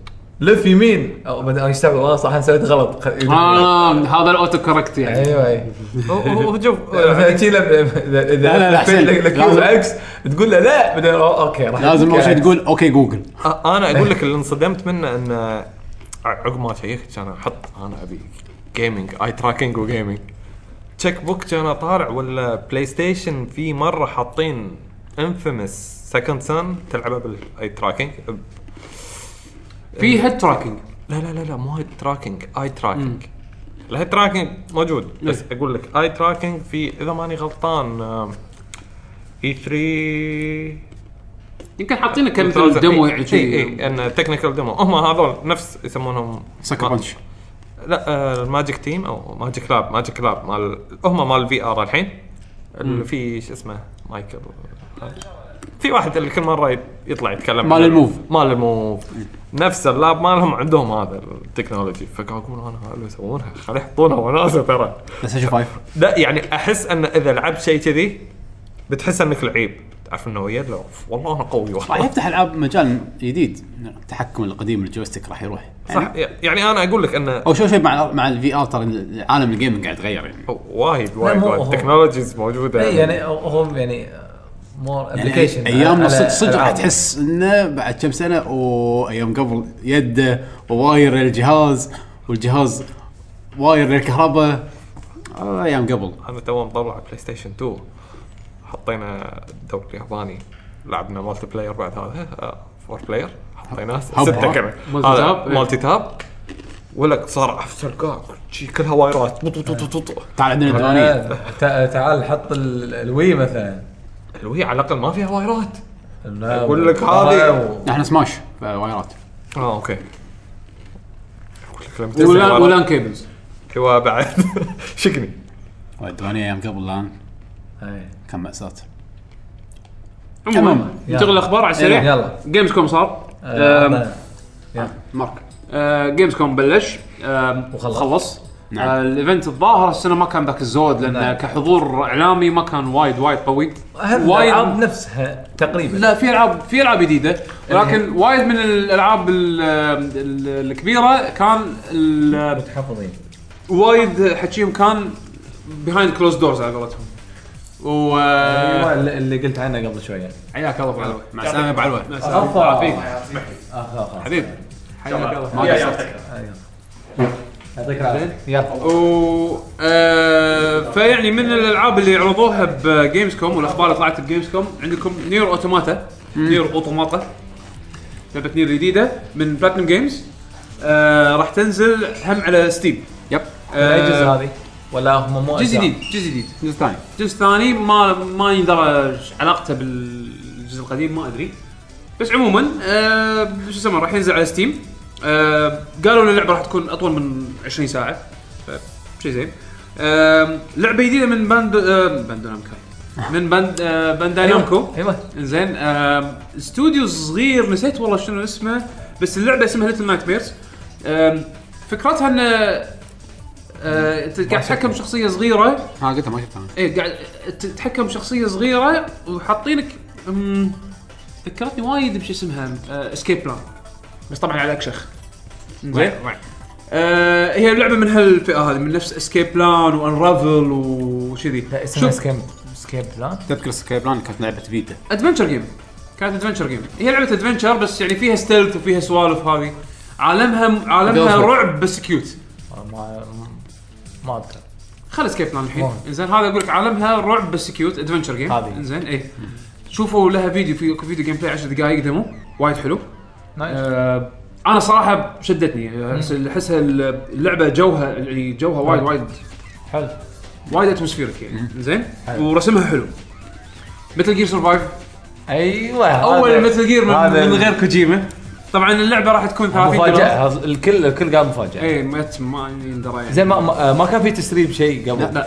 [SPEAKER 3] لف يمين او بعدين يستوعب والله صح انا سويت غلط خ-
[SPEAKER 2] آه هذا الاوتو كوركت يعني
[SPEAKER 3] ايوه ايوه
[SPEAKER 5] هو- هو شوف يعني
[SPEAKER 3] مثلا شي لب- اذا اذا
[SPEAKER 1] لا، لا، لا،
[SPEAKER 3] لفيت
[SPEAKER 1] حسين،
[SPEAKER 3] لك- لك
[SPEAKER 1] لازم-
[SPEAKER 3] العكس تقول له لا بعدين أو- اوكي راح
[SPEAKER 1] لازم اول شيء
[SPEAKER 3] أعكس.
[SPEAKER 1] تقول اوكي جوجل
[SPEAKER 5] انا اقول آه،
[SPEAKER 2] إيه.
[SPEAKER 5] لك اللي انصدمت منه انه عقب ما شيكت كان احط انا ابي جيمنج اي تراكنج وجيمنج تشيك بوك كان طالع ولا بلاي ستيشن في مره حاطين انفيمس سكند سان تلعبه بالاي تراكنج
[SPEAKER 2] في هيد تراكنج
[SPEAKER 5] لا لا لا لا مو هيد تراكنج اي تراكنج الهيد تراكنج
[SPEAKER 2] إيه.
[SPEAKER 5] موجود بس اقول لك اي تراكنج في اذا ماني غلطان E اي 3
[SPEAKER 2] يمكن حاطينه
[SPEAKER 5] E
[SPEAKER 2] كمثل
[SPEAKER 5] إيه،
[SPEAKER 2] ديمو يعني شي.
[SPEAKER 5] اي ان تكنيكال ديمو هم هذول نفس يسمونهم
[SPEAKER 1] سكر
[SPEAKER 5] ما-
[SPEAKER 1] بانش
[SPEAKER 5] لا آه، الماجيك تيم او ماجيك لاب ماجيك لاب مال هم مال الفي ار الحين اللي في شو اسمه مايكل في واحد اللي كل مره يت- يطلع يتكلم
[SPEAKER 1] مال
[SPEAKER 5] عن-
[SPEAKER 1] الموف.
[SPEAKER 5] مال الموف نفس اللاب مالهم عندهم هذا التكنولوجي فقاعد اقول انا اللي يسوونها خلي يحطونها وناسه ترى
[SPEAKER 1] بس اشوف فايف
[SPEAKER 5] لا يعني احس ان اذا لعبت شيء كذي بتحس انك لعيب تعرف انه ويا لا والله انا قوي والله
[SPEAKER 1] راح يفتح العاب مجال جديد التحكم القديم الجويستيك راح يروح
[SPEAKER 5] صح
[SPEAKER 1] يعني
[SPEAKER 5] يعني انا اقول لك انه
[SPEAKER 1] او شوي شوي مع مع الفي ار ترى عالم الجيمنج قاعد يتغير يعني
[SPEAKER 5] وايد وايد
[SPEAKER 3] مو
[SPEAKER 5] وايد
[SPEAKER 3] هو.
[SPEAKER 5] تكنولوجيز موجوده
[SPEAKER 3] إيه، يعني هو يعني مور
[SPEAKER 1] يعني
[SPEAKER 3] ابلكيشن
[SPEAKER 1] ايام صدق صدق راح تحس انه بعد كم سنه وايام قبل يده وواير الجهاز والجهاز واير للكهرباء آه، ايام قبل
[SPEAKER 5] انا تو مطلع بلاي ستيشن 2 حطينا دوري ياباني لعبنا مالتي بلاير بعد هذا آه، فور بلاير حطيناه
[SPEAKER 1] هب
[SPEAKER 5] سته
[SPEAKER 1] هب.
[SPEAKER 5] كمان
[SPEAKER 2] مالتي
[SPEAKER 5] هذا
[SPEAKER 2] تاب؟ إيه.
[SPEAKER 5] مالتي تاب ولك صار افسر كاك شي كلها وايرات بط- بط- بط- بط- بط.
[SPEAKER 1] تعال عندنا الديوانيه
[SPEAKER 3] آه، تع- تعال حط ال- الوي مثلا
[SPEAKER 5] الوي على الاقل ما فيها وايرات أقول لك هذه-
[SPEAKER 3] و-
[SPEAKER 1] احنا سماش وايرات
[SPEAKER 5] اه اوكي أقول لك لما تنزل
[SPEAKER 2] ولا
[SPEAKER 5] وايرات.
[SPEAKER 2] ولا كيبلز
[SPEAKER 5] هو بعد شقني
[SPEAKER 1] الديوانيه ايام قبل الان
[SPEAKER 3] إيه.
[SPEAKER 1] كان ماساه
[SPEAKER 2] عموما ننتقل للاخبار على السريع
[SPEAKER 3] يلا، يلا.
[SPEAKER 2] جيمز كوم صار
[SPEAKER 3] آه،
[SPEAKER 2] آم،
[SPEAKER 3] هذا-
[SPEAKER 1] مارك
[SPEAKER 2] آه، جيمز كوم بلش آه،
[SPEAKER 3] وخلص.
[SPEAKER 2] خلص
[SPEAKER 1] نعم.
[SPEAKER 2] آه، الايفنت الظاهر السنه ما كان ذاك الزود لان
[SPEAKER 3] نعم.
[SPEAKER 2] كحضور اعلامي ما كان وايد وايد قوي
[SPEAKER 3] هذا الالعاب نفسها تقريبا
[SPEAKER 2] لا في العاب في العاب جديده ولكن وايد من الالعاب ال- ال- الكبيره كان ال-
[SPEAKER 3] متحفظين
[SPEAKER 2] وايد حكيهم كان بيهايند كلوز دورز على قولتهم و
[SPEAKER 3] ايوه
[SPEAKER 2] آه.
[SPEAKER 3] اللي اللي قلت عنه قبل شويه
[SPEAKER 2] حياك الله ابو علوي
[SPEAKER 1] مع السلامه ابو علوه
[SPEAKER 2] الله فيك
[SPEAKER 3] آه، آه،
[SPEAKER 2] حبيبي حياك الله
[SPEAKER 1] ما قصرت
[SPEAKER 3] يعطيك العافيه يلا
[SPEAKER 2] و آه فيعني من الالعاب اللي عرضوها بجيمز كوم والاخبار اللي طلعت بجيمز كوم عندكم نير اوتوماتا نير اوتوماتا لعبه نير جديده من بلاتنم جيمز آه راح تنزل هم على آه، ستيم
[SPEAKER 1] يب
[SPEAKER 3] اي جزء هذه ولا هم مو
[SPEAKER 2] جزء
[SPEAKER 3] أجزاء؟
[SPEAKER 2] جديد جزء جديد
[SPEAKER 1] جزء ثاني
[SPEAKER 2] الجزء الثاني ما ما يندرى إيش علاقته بالجزء القديم ما ادري بس عموما آه شو يسمونه راح ينزل على ستيم آه قالوا ان اللعبه راح تكون اطول من 20 ساعه شيء زين آه لعبه جديده من باند آه باندو نامكاي من باند آه باندا نامكو
[SPEAKER 3] ايوه
[SPEAKER 2] زين آم، استوديو صغير نسيت والله شنو اسمه بس اللعبه اسمها ليتل نايت ميرز فكرتها ان آه، انت قاعد تتحكم بشخصيه صغيره
[SPEAKER 1] ها آه، قلتها ما شفتها
[SPEAKER 2] ايه قاعد تتحكم بشخصيه صغيره وحاطينك أمم، ذكرتني وايد بش اسمها اسكيب بلان بس طبعا على اكشخ زين آه هي لعبه من هالفئه هذه من نفس اسكيب بلان وانرافل وشذي
[SPEAKER 3] لا اسمها
[SPEAKER 2] شوف
[SPEAKER 3] سكيب سكيب بلان
[SPEAKER 1] تذكر سكاي بلان كانت لعبه فيتا
[SPEAKER 2] ادفنشر جيم كانت ادفنشر جيم هي لعبه ادفنشر بس يعني فيها ستيلث وفيها سوالف هذه عالمها عالمها
[SPEAKER 1] Girlfriend.
[SPEAKER 2] رعب بس كيوت
[SPEAKER 3] آه، ما ما اذكر
[SPEAKER 2] خلي سكيب بلان الحين
[SPEAKER 3] واو.
[SPEAKER 2] زين هذا اقول لك عالمها رعب بس كيوت ادفنشر جيم
[SPEAKER 3] هذه.
[SPEAKER 2] زين اي إيه. شوفوا لها فيديو في اكو فيديو جيم بلاي 10 دقائق ديمو وايد حلو
[SPEAKER 3] نايس
[SPEAKER 2] آه انا صراحه شدتني أحس- احسها اللعبه جوها يعني جوها وايد وايد
[SPEAKER 3] حلو
[SPEAKER 2] وايد اتموسفيرك يعني زين ورسمها حلو مثل جير سرفايف
[SPEAKER 3] ايوه هذا-
[SPEAKER 2] اول أيوة، مثل جير من,
[SPEAKER 3] هذا
[SPEAKER 2] من غير كوجيما طبعا اللعبه راح تكون 30 دولار
[SPEAKER 3] مفاجاه هذا- الكل الكل قال مفاجاه
[SPEAKER 2] اي ما ما يندرى يعني
[SPEAKER 3] زين ما- ما آه، ما كان في تسريب شيء قبل
[SPEAKER 2] لا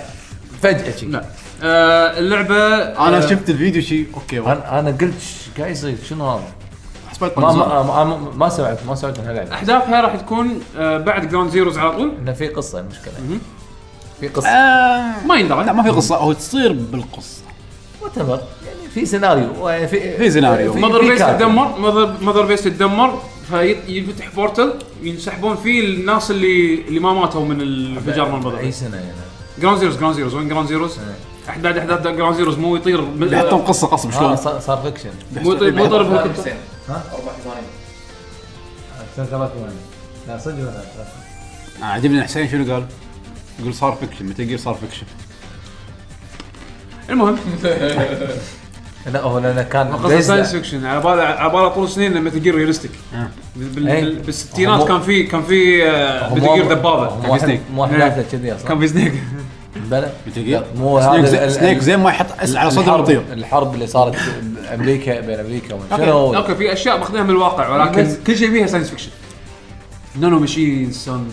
[SPEAKER 3] فجاه شيء
[SPEAKER 2] لا آه اللعبه
[SPEAKER 1] انا شفت الفيديو شيء اوكي والله.
[SPEAKER 3] انا انا قلت "إيش قاعد يصير شنو هذا؟
[SPEAKER 1] حسبت
[SPEAKER 3] ما
[SPEAKER 1] ما
[SPEAKER 3] ما آه، ما- ما- ما سمعت ما سمعت عن هاللعبه
[SPEAKER 2] احداثها راح تكون آه بعد جراوند زيروز على طول
[SPEAKER 3] انه في قصه المشكله في قصه
[SPEAKER 1] آه،
[SPEAKER 2] ما يندرى
[SPEAKER 1] لا ما في قصه هو تصير بالقصه
[SPEAKER 3] وات يعني في سيناريو وفي-
[SPEAKER 1] في سيناريو.
[SPEAKER 3] في-
[SPEAKER 2] ماذر
[SPEAKER 3] في
[SPEAKER 2] بيس
[SPEAKER 3] كاتب.
[SPEAKER 2] تدمر ماذر ماذر بيس تدمر فيفتح بورتل ينسحبون فيه الناس اللي اللي ما ماتوا من الانفجار مال ماذر
[SPEAKER 3] اي
[SPEAKER 2] بيس
[SPEAKER 3] سنه يعني
[SPEAKER 2] جراوند زيروز جراوند زيروز وين جراوند زيروز؟ أحد- بعد احداث جراوند زيروز مو يطير
[SPEAKER 1] بيحطون قصه قصب
[SPEAKER 3] آه،
[SPEAKER 1] شلون
[SPEAKER 3] صار صار فيكشن
[SPEAKER 2] مو يطير مو يطير
[SPEAKER 4] لا،
[SPEAKER 2] بالهليكوبتر.
[SPEAKER 4] حسين.
[SPEAKER 3] ها؟
[SPEAKER 4] اربع ثواني
[SPEAKER 3] سنه 83 لا صدق مثلا
[SPEAKER 1] آه، عجبني حسين شنو قال؟ يقول صار فيكشن متى يقول صار فيكشن
[SPEAKER 2] المهم
[SPEAKER 3] لا هو لانه كان
[SPEAKER 2] قصه ساينس فيكشن على بالي على بالي طول سنين لما تجير ريالستيك
[SPEAKER 1] آه.
[SPEAKER 2] بال- بال-
[SPEAKER 3] إيه.
[SPEAKER 2] بال- بالستينات
[SPEAKER 3] هم-
[SPEAKER 2] كان في كان في آه، بتجير دبابه
[SPEAKER 1] هم- سنيك.
[SPEAKER 3] مو واحد
[SPEAKER 2] إيه.
[SPEAKER 3] داخل كذي اصلا
[SPEAKER 2] كان في سنيك
[SPEAKER 3] بلى
[SPEAKER 1] متى يقول؟
[SPEAKER 3] مو
[SPEAKER 1] سنيك
[SPEAKER 3] هذا
[SPEAKER 1] إيه؟ زي-
[SPEAKER 3] ال-
[SPEAKER 1] سنيك
[SPEAKER 3] ال-
[SPEAKER 1] زين ما يحط اس على صدره
[SPEAKER 3] الحرب-
[SPEAKER 1] ويطير
[SPEAKER 3] الحرب اللي صارت بامريكا بين امريكا وما- شنو هو؟
[SPEAKER 2] اوكي في اشياء ماخذينها من الواقع ولكن كل شيء فيها ساينس فيكشن نانو ماشين سن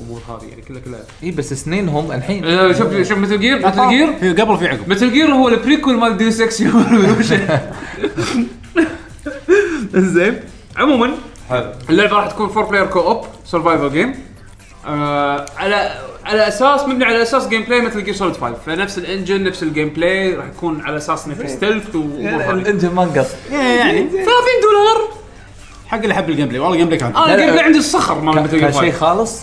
[SPEAKER 2] وامور هذه يعني كلها كلها
[SPEAKER 3] اي إيه، بس سنينهم الحين
[SPEAKER 2] آه، شوف شوف مثل جير مثل جير
[SPEAKER 1] في قبل في عقب
[SPEAKER 2] مثل جير هو البريكول مال ديوس اكس زين عموما
[SPEAKER 5] حلو
[SPEAKER 2] اللعبه راح تكون فور بلاير كو اوب سرفايفل جيم آه، على على اساس مبني على اساس جيم بلاي مثل جير سوليد 5 فنفس الانجن نفس الجيم بلاي راح يكون على اساس انه في ستيلث وامور هذه 30
[SPEAKER 3] الانجن ما انقط
[SPEAKER 1] إيه، يعني
[SPEAKER 2] دولار
[SPEAKER 1] حق اللي حب الجيم بلاي والله الجيم بلاي كان
[SPEAKER 2] انا
[SPEAKER 3] لا، لا.
[SPEAKER 2] الجيم بلاي عندي الصخر مال مثل جير
[SPEAKER 3] كان
[SPEAKER 2] 5
[SPEAKER 3] شيء خالص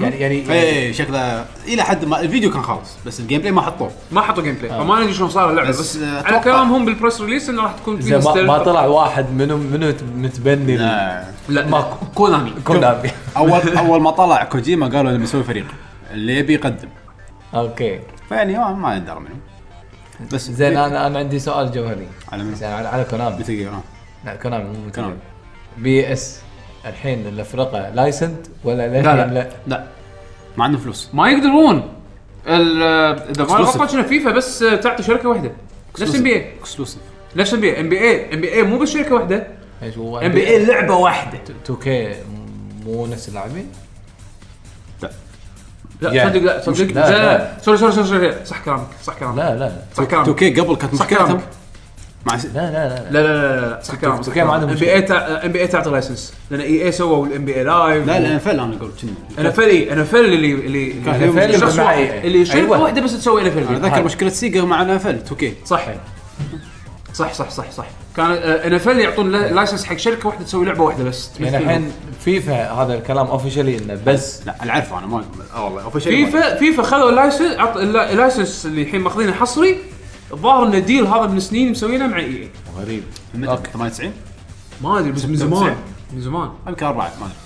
[SPEAKER 3] يعني يعني يعني
[SPEAKER 1] ايه شكله الى حد ما الفيديو كان خالص بس الجيم بلاي ما حطوه
[SPEAKER 2] ما حطوا جيم بلاي فما ندري شلون صار اللعبه
[SPEAKER 1] بس،
[SPEAKER 2] بس,
[SPEAKER 1] آه،
[SPEAKER 2] على
[SPEAKER 1] أتوقع-
[SPEAKER 2] كلامهم بالبريس ريليس انه راح تكون
[SPEAKER 3] زين
[SPEAKER 2] في
[SPEAKER 3] ما,
[SPEAKER 2] ستيلث
[SPEAKER 3] ما طلع واحد منو منو يت- متبني ال-
[SPEAKER 1] آه.
[SPEAKER 2] لا ماكو كونامي
[SPEAKER 3] كونامي
[SPEAKER 1] اول اول ما طلع كوجيما قالوا انه بيسوي فريق اللي يبي يقدم
[SPEAKER 3] اوكي
[SPEAKER 1] فيعني ما, ما يندر منه بس إيه،
[SPEAKER 3] زين انا انا عندي سؤال جوهري
[SPEAKER 1] على من
[SPEAKER 3] زين على, على كونامي
[SPEAKER 1] بتقي- آه.
[SPEAKER 3] لا كونامي مو
[SPEAKER 1] كونامي.
[SPEAKER 3] كونامي بي اس الحين الافرقه لايسند ولا للحين
[SPEAKER 1] لا لا لا ما عندهم فلوس
[SPEAKER 2] ما يقدرون ال- اذا ما
[SPEAKER 1] Exclusive.
[SPEAKER 2] غلطت شنو فيفا بس تعطي شركه واحده نفس ام بي إيه. اي
[SPEAKER 1] اكسلوسيف
[SPEAKER 2] نفس ام بي اي ام بي اي ام بي اي مو بس شركه واحده
[SPEAKER 3] ايش
[SPEAKER 2] ام بي اي لعبه واحده
[SPEAKER 3] 2 كي مو نفس اللاعبين
[SPEAKER 2] لا
[SPEAKER 1] يعني.
[SPEAKER 2] صدق لا صدق
[SPEAKER 3] لا،
[SPEAKER 2] لا
[SPEAKER 3] لا.
[SPEAKER 2] لا سوري سوري سوري سوري صح كلامك صح كلامك
[SPEAKER 3] لا لا لا
[SPEAKER 2] صح
[SPEAKER 1] 2
[SPEAKER 2] كلامك
[SPEAKER 1] كي قبل كانت
[SPEAKER 2] آه. صح
[SPEAKER 1] مشكلتهم
[SPEAKER 2] كلامك.
[SPEAKER 1] مع س-
[SPEAKER 3] لا لا لا, لا.
[SPEAKER 2] لا لا لا لا صح كلامك
[SPEAKER 3] توكي ما عندهم
[SPEAKER 2] ام
[SPEAKER 3] مشكلة.
[SPEAKER 2] بي اي ام بي اي تعطي لايسنس لان اي اي E سووا الام بي اي لايف
[SPEAKER 1] لا لا NFL انا قلت شنو
[SPEAKER 2] انا فلي انا فل اللي اللي
[SPEAKER 1] كان
[SPEAKER 2] اللي-
[SPEAKER 1] فيلم
[SPEAKER 2] شخص
[SPEAKER 3] مع
[SPEAKER 2] واحد-
[SPEAKER 3] EA.
[SPEAKER 2] اللي شركه
[SPEAKER 3] أيوة.
[SPEAKER 2] واحده بس تسوي NFL
[SPEAKER 1] انا
[SPEAKER 2] فيلم.
[SPEAKER 1] ذاكر مشكله سيجا مع ان اف ال 2 كي
[SPEAKER 2] صح صح صح صح صح كان آه، ان اف يعطون لا- لايسنس حق شركه واحده تسوي لعبه واحده بس
[SPEAKER 3] يعني الحين فيفا هذا الكلام اوفشلي انه بس
[SPEAKER 1] لا انا عارفه انا ما
[SPEAKER 2] آه
[SPEAKER 1] اه والله اول شيء ما-
[SPEAKER 2] فيفا فيفا خذوا اللايسنس عط اللا- اللايسنس اللي الحين ماخذينه حصري الظاهر ان الديل هذا من سنين مسوينه مع اي
[SPEAKER 3] غريب
[SPEAKER 1] متى 98
[SPEAKER 2] ما ادري بس من زمان من زمان
[SPEAKER 1] يمكن اربعه ما ادري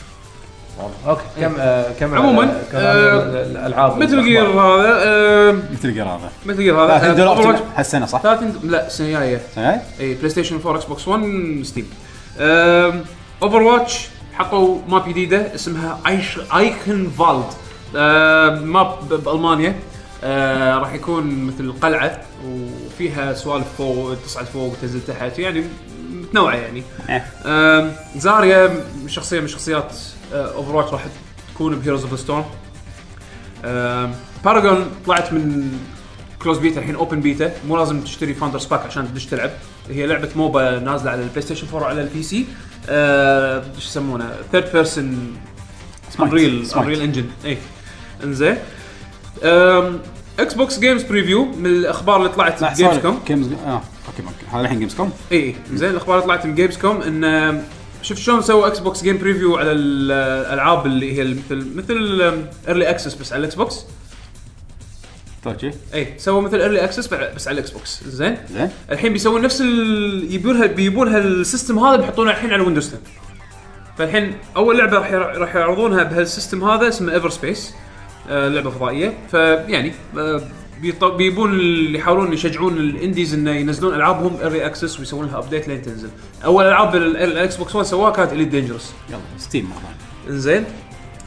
[SPEAKER 3] اوكي كم آه كم
[SPEAKER 2] عموماً،
[SPEAKER 3] آه، كم
[SPEAKER 2] آه،
[SPEAKER 3] ال- ال- الالعاب
[SPEAKER 2] مثل جير هذا آه،
[SPEAKER 1] مثل جير هذا
[SPEAKER 2] مثل جير هذا
[SPEAKER 1] 30
[SPEAKER 2] آه،
[SPEAKER 1] دولار
[SPEAKER 2] Overwatch-
[SPEAKER 1] أبتدأ هالسنه صح؟
[SPEAKER 2] 30 د- لا السنه الجايه
[SPEAKER 1] إيه؟
[SPEAKER 2] اي بلاي ستيشن 4 اكس بوكس 1 ستيم اوفر واتش حطوا ماب جديده اسمها ايش ايكن فالد ماب ب- بالمانيا آه، راح يكون مثل قلعه وفيها سوالف فوق تصعد فوق وتنزل تحت يعني متنوعه يعني
[SPEAKER 1] إيه.
[SPEAKER 2] آم، زاريا شخصيه من شخصيات اوفر واتش راح تكون بهيروز اوف ستون باراجون طلعت من كلوز بيتا الحين اوبن بيتا مو لازم تشتري فاندر سباك عشان تدش تلعب هي لعبه موبا نازله على البلاي ستيشن 4 وعلى البي سي آه، شو يسمونه ثيرد بيرسون انريل
[SPEAKER 1] Smite.
[SPEAKER 2] انريل انجن اي انزين آم، اكس بوكس جيمز بريفيو من الاخبار اللي طلعت
[SPEAKER 1] لا،
[SPEAKER 2] جيمز
[SPEAKER 1] سؤال.
[SPEAKER 2] كوم
[SPEAKER 1] جيمز اه اوكي اوكي هذا الحين جيمز كوم
[SPEAKER 2] اي اي إيه، زين الاخبار اللي طلعت من جيمز كوم ان آم، شفت شلون سووا اكس بوكس جيم بريفيو على ال- الالعاب اللي هي مثل مثل ايرلي اكسس بس على الاكس بوكس
[SPEAKER 1] توجي
[SPEAKER 2] اي سووا مثل ايرلي اكسس بس على الاكس بوكس زين
[SPEAKER 1] زين
[SPEAKER 2] الحين بيسوون نفس ال... يبونها بيبونها السيستم هذا بيحطونه الحين على ويندوز 10 فالحين اول لعبه راح يع- راح يعرضونها بهالسيستم هذا اسمه ايفر سبيس آه لعبه فضائيه فيعني آه بيط- بيبون اللي يحاولون يشجعون الانديز انه ينزلون العابهم ايرلي اكسس ويسوون لها ابديت لين تنزل اول العاب ال- ال- الاكس بوكس 1 سواها كانت اليت دينجرس
[SPEAKER 1] يلا ستيم مره ثانية.
[SPEAKER 2] انزين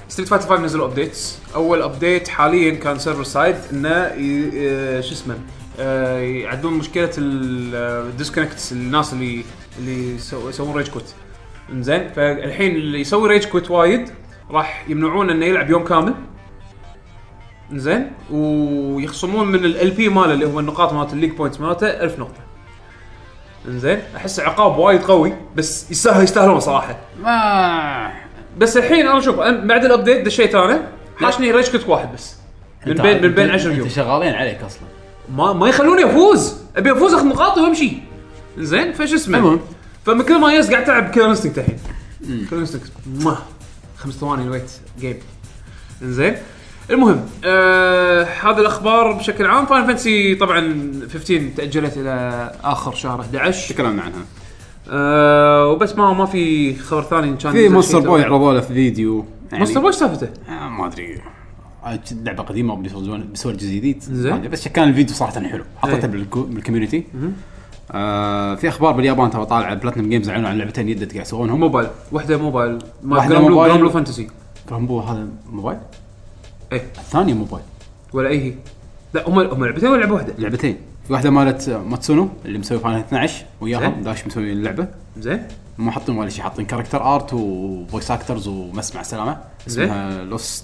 [SPEAKER 2] ستريت فايتر 5 نزلوا ابديتس اول ابديت حاليا كان سيرفر سايد انه ي- آه، شو اسمه آه، يعدون مشكله الديسكونكتس الناس اللي اللي يسو- يسوون ريج كوت انزين فالحين اللي يسوي ريج كوت وايد راح يمنعون انه يلعب يوم كامل انزين ويخصمون من ال بي ماله اللي هو النقاط مالت الليج بوينتس مالته 1000 نقطه انزين احس عقاب وايد قوي بس يستاهل يستاهلون صراحه
[SPEAKER 1] ما
[SPEAKER 2] بس الحين انا شوف أنا بعد الابديت دشيت انا حاشني ريج كوت واحد بس من
[SPEAKER 1] أنت-
[SPEAKER 2] بين من بين
[SPEAKER 1] أنت-
[SPEAKER 2] 10 يوم
[SPEAKER 1] انت شغالين عليك اصلا
[SPEAKER 2] ما ما يخلوني افوز ابي افوز اخذ نقاطي وامشي زين فش اسمه
[SPEAKER 1] المهم.
[SPEAKER 2] فمن كل ما يس قاعد تلعب كيلر انستنكت الحين كيلر انستنكت خمس ثواني الويت جيم زين المهم آه هذا الاخبار بشكل عام فاين فانتسي طبعا 15 تاجلت الى اخر شهر 11
[SPEAKER 1] تكلمنا عنها
[SPEAKER 2] آه وبس ما ما في خبر ثاني كان
[SPEAKER 1] في مونستر بوي عرضوا له في فيديو يعني-
[SPEAKER 2] مونستر بوي سالفته
[SPEAKER 1] آه، ما ادري آه، لعبه قديمه بيسوون بيسوون جزء جديد
[SPEAKER 2] زين.
[SPEAKER 1] ما أدري، بس كان الفيديو صراحه حلو حطيته
[SPEAKER 2] إيه.
[SPEAKER 1] بالكو- بالكوميونتي آه في اخبار باليابان تو طالعه بلاتنم جيمز اعلنوا عن لعبتين جدد قاعد يسوونهم
[SPEAKER 2] موبايل واحده موبايل ما
[SPEAKER 1] واحدة
[SPEAKER 2] جرامبلو
[SPEAKER 1] موبايل.
[SPEAKER 2] جرامبلو فانتسي
[SPEAKER 1] رامبو هذا موبايل
[SPEAKER 2] ايه
[SPEAKER 1] الثانيه موبايل
[SPEAKER 2] ولا اي هي لا هم هم لعبتين ولا لعبه واحده
[SPEAKER 1] لعبتين في واحده مالت آه، ماتسونو اللي مسوي فاينل 12 وياهم
[SPEAKER 2] زين.
[SPEAKER 1] داش مسوي اللعبه
[SPEAKER 2] زين
[SPEAKER 1] ما حاطين ولا شيء حاطين كاركتر ارت وفويس اكترز ومسمع السلامه
[SPEAKER 2] زين.
[SPEAKER 1] اسمها لوست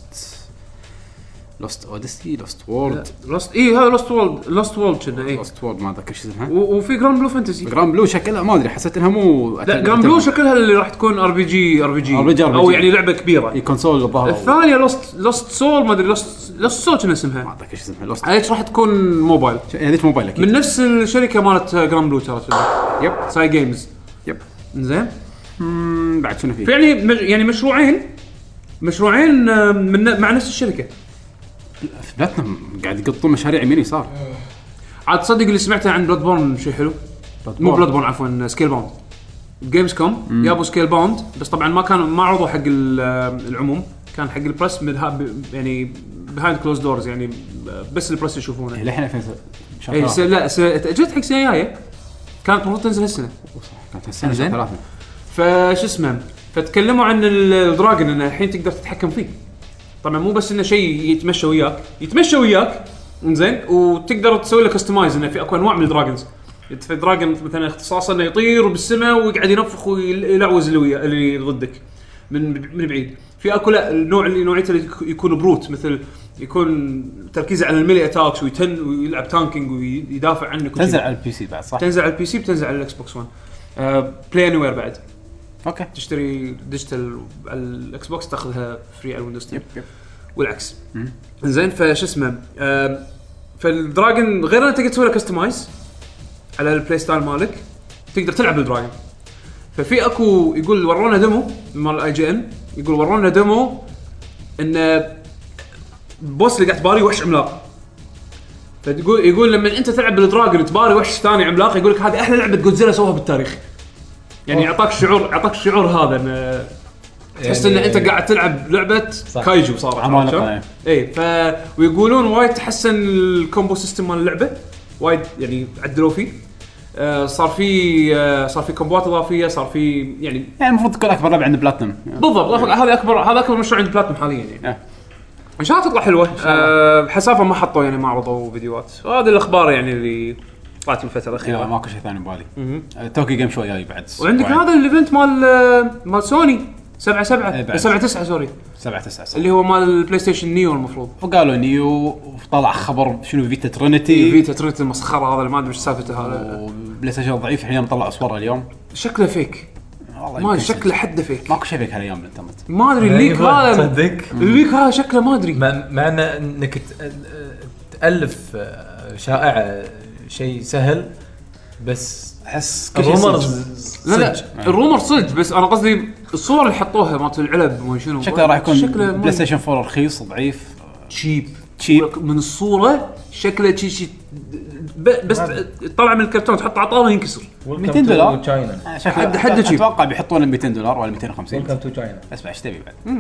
[SPEAKER 1] لوست اوديسي لوست وورد
[SPEAKER 2] لوست اي إيه، هذا لوست وولد لوست وولد كنا إيه. اي
[SPEAKER 1] لوست وورد ما اتذكر شو اسمها
[SPEAKER 2] وفي جراند بلو فانتسي
[SPEAKER 1] جرام بلو شكلها ما ادري حسيت انها مو
[SPEAKER 2] لا جراند بلو شكلها اللي راح تكون ار بي جي ار بي جي
[SPEAKER 1] RPG.
[SPEAKER 2] او يعني لعبه كبيره
[SPEAKER 1] اي كونسول الظاهر
[SPEAKER 2] الثانيه لوست لوست سول ما ادري لوست لوست سول كنا اسمها
[SPEAKER 1] ما اتذكر شو اسمها لوست
[SPEAKER 2] هذيك راح تكون موبايل
[SPEAKER 1] هذيك موبايل اكيد
[SPEAKER 2] من نفس الشركه مالت جراند بلو ترى
[SPEAKER 1] يب
[SPEAKER 2] ساي جيمز
[SPEAKER 1] يب
[SPEAKER 2] زين
[SPEAKER 1] مم، بعد شنو في؟
[SPEAKER 2] يعني مج- يعني مشروعين مشروعين آه، من مع نفس الشركه
[SPEAKER 1] في بلاتنم قاعد يقطون مشاريع يمين يسار
[SPEAKER 2] عاد تصدق اللي سمعته عن بلاد بورن شيء حلو مو بلاد بورن عفوا سكيل باوند جيمز كوم جابوا سكيل باوند بس طبعا ما كانوا ما عرضوا حق ال- العموم كان حق البرس من ها- ب- يعني بيهايند كلوز دورز يعني بس البرس يشوفونه
[SPEAKER 1] للحين 2000 إيه،
[SPEAKER 2] اي س- لا س- تاجلت حق سنه جايه كانت المفروض تنزل هالسنه
[SPEAKER 1] كانت السنه
[SPEAKER 2] إنزين.
[SPEAKER 1] ثلاثه
[SPEAKER 2] فشو اسمه فتكلموا عن ال- الدراجون انه الحين تقدر تتحكم فيه طبعا مو بس انه شيء يتمشى وياك يتمشى وياك زين وتقدر تسوي له كستمايز انه في اكو انواع من الدراجونز في دراجون مثلا اختصاصه انه يطير بالسماء ويقعد ينفخ ويلعوز اللي ويا اللي ضدك من من بعيد في اكو لا النوع اللي نوعيته اللي يك- يكون بروت مثل يكون تركيزه على الميلي اتاكس ويتن ويلعب تانكينج ويدافع عنك وكذي.
[SPEAKER 1] تنزل على البي سي بعد صح؟
[SPEAKER 2] تنزل على البي سي بتنزل على الاكس بوكس 1 بلاي اني وير بعد
[SPEAKER 1] اوكي
[SPEAKER 2] تشتري ديجيتال على الاكس بوكس تاخذها فري على الويندوز 10
[SPEAKER 1] يب.
[SPEAKER 2] والعكس زين فش اسمه آم، فالدراجون غير انه تقدر تسوي له كستمايز على البلاي ستايل مالك تقدر تلعب بالدراجون ففي اكو يقول ورونا ديمو مال اي جي ان يقول ورونا ديمو انه البوس اللي قاعد تباري وحش عملاق فتقول يقول لما انت تلعب بالدراجون تباري وحش ثاني عملاق يقول لك هذه احلى لعبه جودزيلا سووها بالتاريخ يعني اعطاك شعور اعطاك شعور هذا انه تحس ان انت قاعد تلعب لعبه كايجو صار
[SPEAKER 1] عمالقة، إيه.
[SPEAKER 2] اي ف ويقولون وايد تحسن الكومبو سيستم مال اللعبه وايد يعني عدلوا فيه آه صار في آه صار في كومبوات اضافيه صار في يعني
[SPEAKER 1] يعني المفروض تكون اكبر لعبه عند بلاتنم
[SPEAKER 2] بالضبط هذا- هذا اكبر هذا اكبر مشروع عند بلاتنم حاليا يعني
[SPEAKER 1] آه.
[SPEAKER 2] ان شاء الله تطلع حلوه أه حسافه ما حطوا يعني ما عرضوا فيديوهات هذه الاخبار يعني اللي طلعت من الفتره
[SPEAKER 1] يلا
[SPEAKER 2] الاخيره
[SPEAKER 1] ماكو شيء ثاني ببالي آه، توكي جيم شو جاي بعد
[SPEAKER 2] وعندك هذا الايفنت مال آه، مال سوني 7
[SPEAKER 1] إيه
[SPEAKER 2] 7
[SPEAKER 1] بعد.
[SPEAKER 2] 7 9 سوري
[SPEAKER 1] 7 9 صح
[SPEAKER 2] اللي هو مال البلاي ستيشن نيو المفروض
[SPEAKER 1] وقالوا نيو وطلع خبر شنو فيتا ترينيتي
[SPEAKER 2] فيتا تريت المسخره هذا اللي ما ادري ايش سالفته هذا
[SPEAKER 1] وبلاي ستيشن ضعيف الحين مطلع صوره اليوم
[SPEAKER 2] شكله فيك
[SPEAKER 1] والله
[SPEAKER 2] ما
[SPEAKER 1] يمكن
[SPEAKER 2] شكله حده فيك
[SPEAKER 1] ماكو شيء فيك هالايام بالانترنت
[SPEAKER 2] ما ادري الليك هذا
[SPEAKER 3] إيه، تصدق
[SPEAKER 2] الليك هذا شكله ما ادري
[SPEAKER 3] مع مع إن- انك ت- آه، تالف آه، شائعه شيء سهل بس
[SPEAKER 1] احس كل شيء صدق.
[SPEAKER 3] الرمرز
[SPEAKER 2] لا
[SPEAKER 3] صدق
[SPEAKER 2] لا الرومر صدق بس انا قصدي الصور اللي حطوها مالت العلب وما شنو
[SPEAKER 1] شكله راح يكون
[SPEAKER 2] شكله
[SPEAKER 1] بلاي
[SPEAKER 2] ما-
[SPEAKER 1] ستيشن 4 رخيص ضعيف
[SPEAKER 2] شيب
[SPEAKER 1] شيب
[SPEAKER 2] من الصوره شكله شي شي ب- بس تطلع من الكرتون تحط على طاوله ينكسر
[SPEAKER 1] 200 دولار.
[SPEAKER 3] تشاينا
[SPEAKER 1] آه، شكله
[SPEAKER 2] حد- حد شيب.
[SPEAKER 1] اتوقع بيحطونه 200 دولار ولا 250
[SPEAKER 3] ويلكم تو تشاينا
[SPEAKER 1] اسمع ايش تبي بعد؟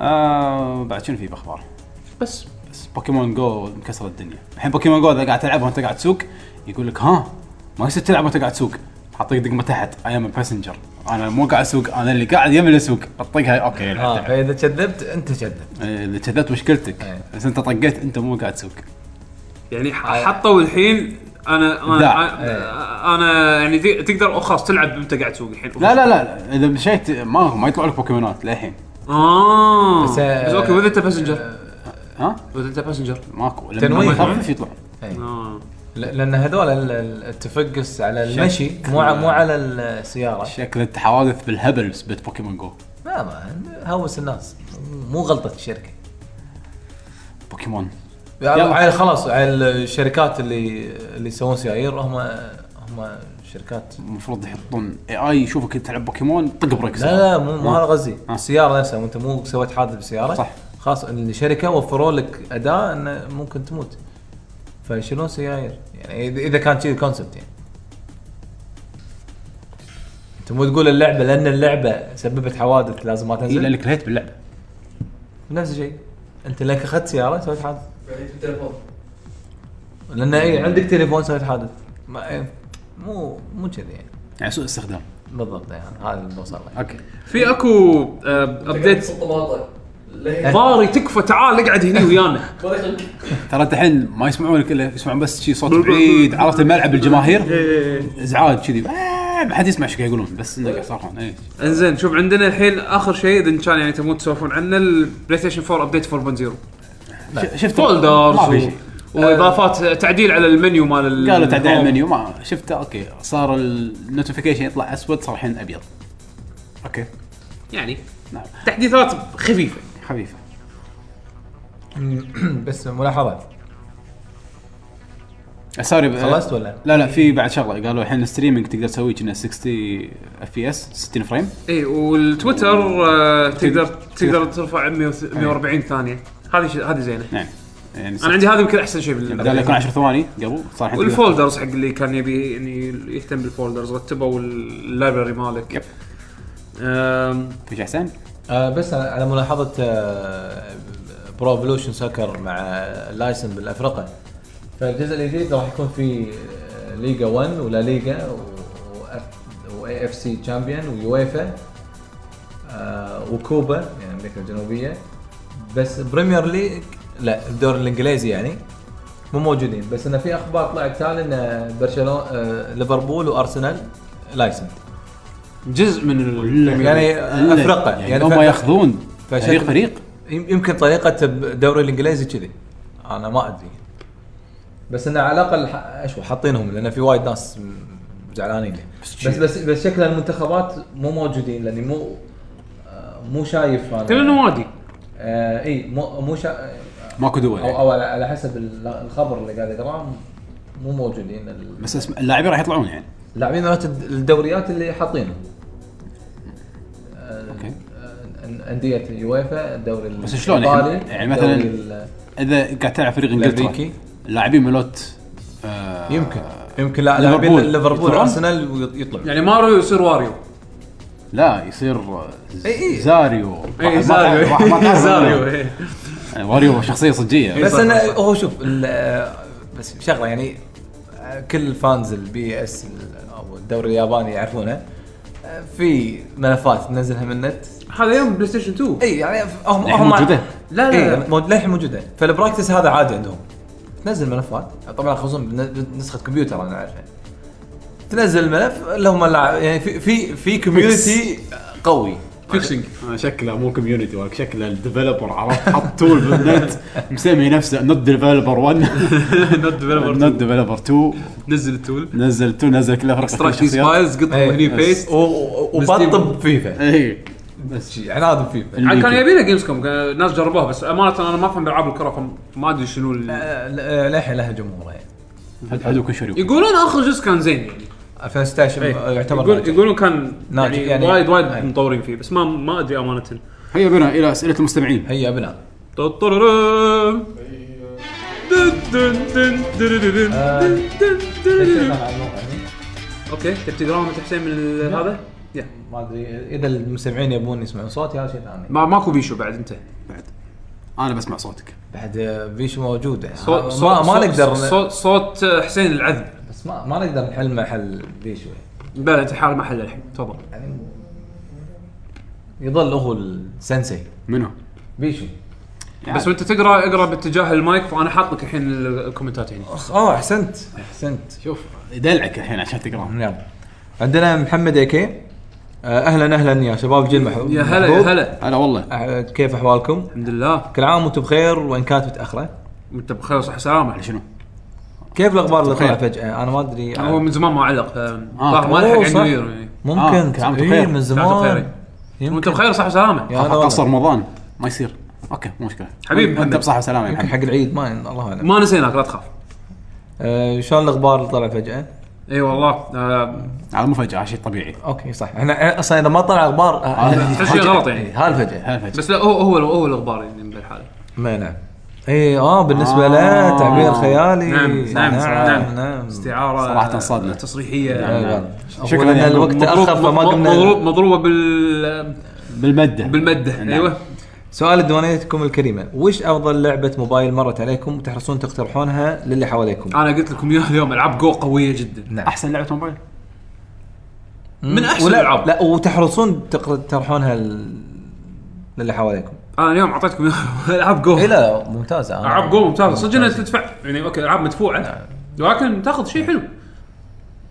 [SPEAKER 1] آه بعد شنو في باخبار؟
[SPEAKER 2] بس
[SPEAKER 1] بس بوكيمون جو مكسر الدنيا الحين بوكيمون جو اذا قاعد تلعبها وانت قاعد تسوق يقول لك ها ما يصير تلعب وانت قاعد تسوق حطيك دقمه تحت اي ام باسنجر انا مو قاعد اسوق انا اللي قاعد يم اللي اسوق اطقها اوكي
[SPEAKER 2] آه.
[SPEAKER 3] اه
[SPEAKER 1] العب.
[SPEAKER 3] فاذا كذبت انت كذب
[SPEAKER 1] إيه، اذا كذبت مشكلتك
[SPEAKER 3] إيه.
[SPEAKER 1] بس انت طقيت انت مو قاعد تسوق
[SPEAKER 2] يعني
[SPEAKER 1] آه.
[SPEAKER 2] ح- حطوا الحين انا
[SPEAKER 1] إبداع.
[SPEAKER 2] انا
[SPEAKER 1] إيه.
[SPEAKER 2] انا يعني دي- تقدر أو خلاص تلعب وانت قاعد تسوق الحين
[SPEAKER 1] لا لا لا لا، اذا مشيت ما ما يطلع لك بوكيمونات للحين
[SPEAKER 2] اه
[SPEAKER 3] بس-
[SPEAKER 2] بس
[SPEAKER 1] آه،
[SPEAKER 2] اوكي واذا انت باسنجر
[SPEAKER 1] ها
[SPEAKER 2] واذا انت باسنجر
[SPEAKER 1] ماكو
[SPEAKER 3] تنويه.
[SPEAKER 1] لما يخفف يطلع
[SPEAKER 2] اه
[SPEAKER 3] ل- لان هذول ال- ال- التفقس على المشي مو ع- مو على السياره
[SPEAKER 1] شكل الحوادث بالهبل بسبب بوكيمون جو
[SPEAKER 3] ما ما هوس الناس مو غلطه الشركه
[SPEAKER 1] بوكيمون يلا.
[SPEAKER 3] على خلاص على الشركات اللي اللي يسوون سيايير هم هم شركات
[SPEAKER 1] المفروض يحطون اي اي يشوفك تلعب بوكيمون طق بريك
[SPEAKER 3] لا لا مو مو هذا قصدي
[SPEAKER 1] آه.
[SPEAKER 3] السياره نفسها وانت مو سويت حادث بالسياره
[SPEAKER 1] صح.
[SPEAKER 3] خلاص الشركه وفروا لك اداه انه ممكن تموت فيشيلون سيايير يعني إذا- اذا كان كذي الكونسبت يعني انت مو تقول اللعبه لان اللعبه سببت حوادث لازم ما
[SPEAKER 1] الا
[SPEAKER 3] تنزل
[SPEAKER 1] لك لهيت باللعبه
[SPEAKER 3] نفس الشيء انت لك اخذت سياره سويت حادث
[SPEAKER 4] بعيد في التليفون
[SPEAKER 3] لان اي عندك تليفون سويت حادث ما إيه، مو مو كذي يعني
[SPEAKER 1] يعني سوء استخدام
[SPEAKER 3] بالضبط يعني هذا اللي بوصل له
[SPEAKER 1] اوكي
[SPEAKER 2] في اكو آه، ابديت
[SPEAKER 4] طماطه ليه؟
[SPEAKER 2] ضاري تكفى تعال اقعد هني ويانا
[SPEAKER 4] ما يخليك.
[SPEAKER 1] ترى انت الحين ما يسمعونك الا يسمعون بس شي صوت بعيد عرفت الملعب الجماهير ازعاج كذي آه، ما حد يسمع ايش قاعد يقولون بس إيه. انك قاعد يصرخون اي
[SPEAKER 2] انزين شوف عندنا الحين اخر شيء اذا إن كان يعني تبون تسولفون عنه البلاي ستيشن 4 ابديت 4.0
[SPEAKER 1] شفت ما في
[SPEAKER 2] فولدرز و...
[SPEAKER 1] شيء
[SPEAKER 2] واضافات آه، تعديل على المنيو مال ال-
[SPEAKER 1] قالوا تعديل
[SPEAKER 2] الهوم.
[SPEAKER 1] المنيو ما شفته اوكي صار النوتيفيكيشن يطلع اسود صار الحين ابيض اوكي
[SPEAKER 2] يعني
[SPEAKER 1] نعم
[SPEAKER 2] تحديثات خفيفه
[SPEAKER 1] خفيفه
[SPEAKER 3] بس ملاحظات
[SPEAKER 1] آه، سوري
[SPEAKER 3] خلصت ولا؟
[SPEAKER 1] لا لا في بعد شغله قالوا الحين الستريمنج تقدر تسوي كنا 60 اف بي اس 60 فريم
[SPEAKER 2] اي والتويتر آه، تقدر تقدر
[SPEAKER 1] تقدر- أيوة.
[SPEAKER 2] ترفع 140 ثانيه هذه شي- هذه زينه
[SPEAKER 1] نعم يعني
[SPEAKER 2] انا عندي هذا يمكن احسن شيء
[SPEAKER 1] بدل يكون
[SPEAKER 2] بال
[SPEAKER 1] 10 ثواني قبل صار الحين تقدر-
[SPEAKER 2] والفولدرز حق اللي كان يبي يعني يهتم بالفولدرز رتبوا اللايبرري مالك
[SPEAKER 1] يب.
[SPEAKER 2] أم،
[SPEAKER 1] في شيء حسين
[SPEAKER 3] آه بس على- على ملاحظه آه برو ايفولوشن سكر مع لايسن بالافرقه فالجزء الجديد راح يكون في آه، ليجا 1 ولا ليجا واي اف سي تشامبيون ويويفا آه وكوبا يعني امريكا الجنوبيه بس بريمير ليج لا الدوري الانجليزي يعني مو موجودين بس انه في اخبار طلعت تالي ان برشلونه آه ليفربول وارسنال لايسند
[SPEAKER 2] جزء من ال...
[SPEAKER 3] يعني
[SPEAKER 1] إلا-
[SPEAKER 3] افرقه
[SPEAKER 1] يعني هم
[SPEAKER 3] ف-
[SPEAKER 1] ياخذون
[SPEAKER 3] فشكل-
[SPEAKER 1] فريق فريق
[SPEAKER 3] يم- يمكن طريقه الدوري الانجليزي كذي انا ما ادري بس انه على الاقل ح- اشو حاطينهم لان في وايد ناس م- زعلانين بس بس بس شكل المنتخبات مو موجودين لاني مو آه، مو شايف انا
[SPEAKER 2] كل النوادي
[SPEAKER 3] آه اي مو مو شا...
[SPEAKER 1] ماكو دول
[SPEAKER 3] او,
[SPEAKER 1] يعني.
[SPEAKER 3] أو على- على حسب ال- الخبر اللي قاعد اقراه مو موجودين ال-
[SPEAKER 1] بس اسم- اللاعبين راح يطلعون يعني
[SPEAKER 3] اللاعبين مالت الد- الدوريات اللي حاطينهم
[SPEAKER 1] اوكي
[SPEAKER 3] آه، انديه اليويفا الدوري
[SPEAKER 1] بس شلون يعني-
[SPEAKER 3] الإيطالي،
[SPEAKER 1] يعني مثلاً
[SPEAKER 3] الدوري ال-
[SPEAKER 1] اذا قاعد تلعب فريق انجلترا
[SPEAKER 3] الأمريكي.
[SPEAKER 1] اللاعبين ملوت آه،
[SPEAKER 3] يمكن يمكن لا
[SPEAKER 1] ليفربول.
[SPEAKER 3] لاعبين ليفربول
[SPEAKER 1] يطلعون؟
[SPEAKER 3] ارسنال ويطلعون
[SPEAKER 2] يعني ماريو يصير واريو إيه،
[SPEAKER 1] لا يصير آه، ز-
[SPEAKER 3] إي إي.
[SPEAKER 1] زاريو
[SPEAKER 2] اي
[SPEAKER 1] واحد ما
[SPEAKER 2] زاريو
[SPEAKER 1] تعرف- واحد ما تعرف
[SPEAKER 2] زاريو
[SPEAKER 1] منه.
[SPEAKER 2] إي.
[SPEAKER 1] يعني واريو شخصيه صجيه
[SPEAKER 3] بس انا هو شوف ال- بس شغله يعني كل فانز البي اس او الدوري الياباني يعرفونه آه، في ملفات ننزلها من النت
[SPEAKER 2] هذا يوم بلاي ستيشن 2
[SPEAKER 3] اي يعني هم
[SPEAKER 1] للحين
[SPEAKER 3] هم
[SPEAKER 1] موجودة؟
[SPEAKER 2] لا، لا، لا.
[SPEAKER 3] إيه مو- للحين موجوده فالبراكتس هذا عادي عندهم تنزل ملفات طبعا خصوصا بنسخه كمبيوتر انا عارفها تنزل الملف اللي هم اللاع- يعني في في في كوميونتي قوي
[SPEAKER 2] فيكسنج
[SPEAKER 1] شكله مو كوميونتي ولك شكله الديفلوبر عرفت حط تول بالنت مسمي نفسه نوت ديفلوبر 1
[SPEAKER 2] نوت ديفلوبر
[SPEAKER 1] نوت ديفلوبر 2
[SPEAKER 2] نزل التول
[SPEAKER 1] نزل 2 نزل كله فرق
[SPEAKER 2] ستراكشرز فايلز قطهم
[SPEAKER 3] إيه.
[SPEAKER 2] هني بيست
[SPEAKER 3] و- و- وبطب فيفا
[SPEAKER 1] اي
[SPEAKER 3] شي يعني عناد فيفا
[SPEAKER 2] عاد كان يبينا جيمز كوم كان ناس جربوها بس امانه انا ما افهم بالعاب الكره فما ادري شنو ال-
[SPEAKER 3] للحين لها جمهوره يعني
[SPEAKER 1] حدو كل شريو
[SPEAKER 2] يقولون اخر جزء كان زين يعني
[SPEAKER 3] 2016
[SPEAKER 2] إيه.
[SPEAKER 3] يعتبر
[SPEAKER 2] يقول
[SPEAKER 3] ناجح.
[SPEAKER 2] يقولون كان
[SPEAKER 3] ناجح
[SPEAKER 2] يعني,
[SPEAKER 3] يعني.
[SPEAKER 2] وايد وايد
[SPEAKER 3] إيه.
[SPEAKER 2] مطورين فيه بس ما ما ادري امانه
[SPEAKER 1] هيا بنا الى اسئله المستمعين
[SPEAKER 3] هيا بنا
[SPEAKER 2] طررم. دن دن دن دن دن دن دن دن. اوكي تبي تقراهم انت حسين من ال- هذا؟ يا
[SPEAKER 3] ما ادري اذا المستمعين يبون يسمعون صوتي هذا شيء ثاني
[SPEAKER 2] ما ماكو بيشو بعد انت
[SPEAKER 1] بعد انا بسمع صوتك
[SPEAKER 3] بعد آه، فيش موجود يعني
[SPEAKER 2] صوت-
[SPEAKER 3] ما-
[SPEAKER 2] صوت-
[SPEAKER 3] ما
[SPEAKER 2] صوت-
[SPEAKER 3] نقدر
[SPEAKER 2] صوت صوت حسين العذب
[SPEAKER 3] بس ما ما نقدر نحل محل فيش شوي
[SPEAKER 2] بلى انت حال محل الحين تفضل
[SPEAKER 3] يعني يظل هو السنسي
[SPEAKER 1] منو؟
[SPEAKER 3] بيشو
[SPEAKER 2] بس وانت تقرا اقرا باتجاه المايك فانا حاط لك الحين ال- الكومنتات هنا
[SPEAKER 3] اه احسنت احسنت
[SPEAKER 1] شوف يدلعك الحين عشان تقرا
[SPEAKER 3] يلا عندنا محمد ايكي اهلا اهلا يا شباب جيل محبوب
[SPEAKER 2] يا هلا يا هلا
[SPEAKER 1] هلا والله
[SPEAKER 3] أه، كيف احوالكم؟
[SPEAKER 2] الحمد لله
[SPEAKER 3] كل عام وانتم بخير وان كانت متاخره
[SPEAKER 2] انت بخير وصحه وسلامه
[SPEAKER 1] شنو؟
[SPEAKER 3] كيف الاخبار اللي طلع
[SPEAKER 1] بخير.
[SPEAKER 3] فجاه انا ما ادري
[SPEAKER 2] هو من زمان ما علق ف- طاح ما
[SPEAKER 3] أوه،
[SPEAKER 2] لحق عن
[SPEAKER 3] صح.
[SPEAKER 2] نيو يير يعني.
[SPEAKER 1] آه،
[SPEAKER 3] ممكن
[SPEAKER 1] كل عام وأنتم
[SPEAKER 3] إيه،
[SPEAKER 1] بخير.
[SPEAKER 3] من
[SPEAKER 2] كل عام وأنتم
[SPEAKER 3] زمان
[SPEAKER 2] بخير.
[SPEAKER 3] يمكن.
[SPEAKER 2] وانت بخير وصحه وسلامه
[SPEAKER 3] يا هلا والله.
[SPEAKER 1] قصر رمضان ما يصير اوكي مو مشكله
[SPEAKER 2] حبيبي
[SPEAKER 1] انت
[SPEAKER 2] محمد.
[SPEAKER 1] بصحه وسلامه يا
[SPEAKER 3] يمكن
[SPEAKER 1] محمد
[SPEAKER 3] حق العيد ما الله اعلم
[SPEAKER 2] ما نسيناك لا تخاف
[SPEAKER 3] أه، شلون الاخبار اللي طلع فجاه؟
[SPEAKER 2] اي والله آه،
[SPEAKER 1] على مفاجاه شيء طبيعي
[SPEAKER 3] اوكي صح احنا اصلا اذا ما طلع اخبار
[SPEAKER 1] هذا-
[SPEAKER 2] تحس شيء غلط يعني
[SPEAKER 3] ها الفجاه
[SPEAKER 1] هلا فجأة.
[SPEAKER 2] بس لا هو هو هو الاخبار يعني بالحاله
[SPEAKER 3] ما نعم اي اه بالنسبه له
[SPEAKER 1] آه.
[SPEAKER 3] تعبير خيالي
[SPEAKER 2] نعم نعم نعم نعم استعاره
[SPEAKER 1] صراحة صادمة.
[SPEAKER 2] تصريحيه
[SPEAKER 3] نعم.
[SPEAKER 2] نعم.
[SPEAKER 1] شكراً
[SPEAKER 3] شكرا
[SPEAKER 1] يا
[SPEAKER 3] ان
[SPEAKER 1] عقوب.
[SPEAKER 3] الوقت اخر فما
[SPEAKER 2] مضروب- مضروب-
[SPEAKER 3] قمنا
[SPEAKER 2] مضروبه بال
[SPEAKER 1] بالمده
[SPEAKER 2] بالمده
[SPEAKER 1] نعم.
[SPEAKER 2] ايوه
[SPEAKER 3] سؤال ديوانيتكم الكريمه وش افضل لعبه موبايل مرت عليكم وتحرصون تقترحونها للي حواليكم؟
[SPEAKER 2] انا قلت لكم اياها اليوم العاب جو قويه جدا
[SPEAKER 3] نعم
[SPEAKER 1] احسن لعبه موبايل
[SPEAKER 2] من أحسن
[SPEAKER 3] ولا-
[SPEAKER 2] الألعاب.
[SPEAKER 3] لا وتحرصون تقترحونها ال- للي حواليكم
[SPEAKER 2] انا اليوم اعطيتكم إياها العاب جو
[SPEAKER 3] اي إيه، لا ممتازه أنا-
[SPEAKER 2] العاب جو ممتازه صدق انها تدفع يعني اوكي العاب مدفوعه ولكن تاخذ شيء حلو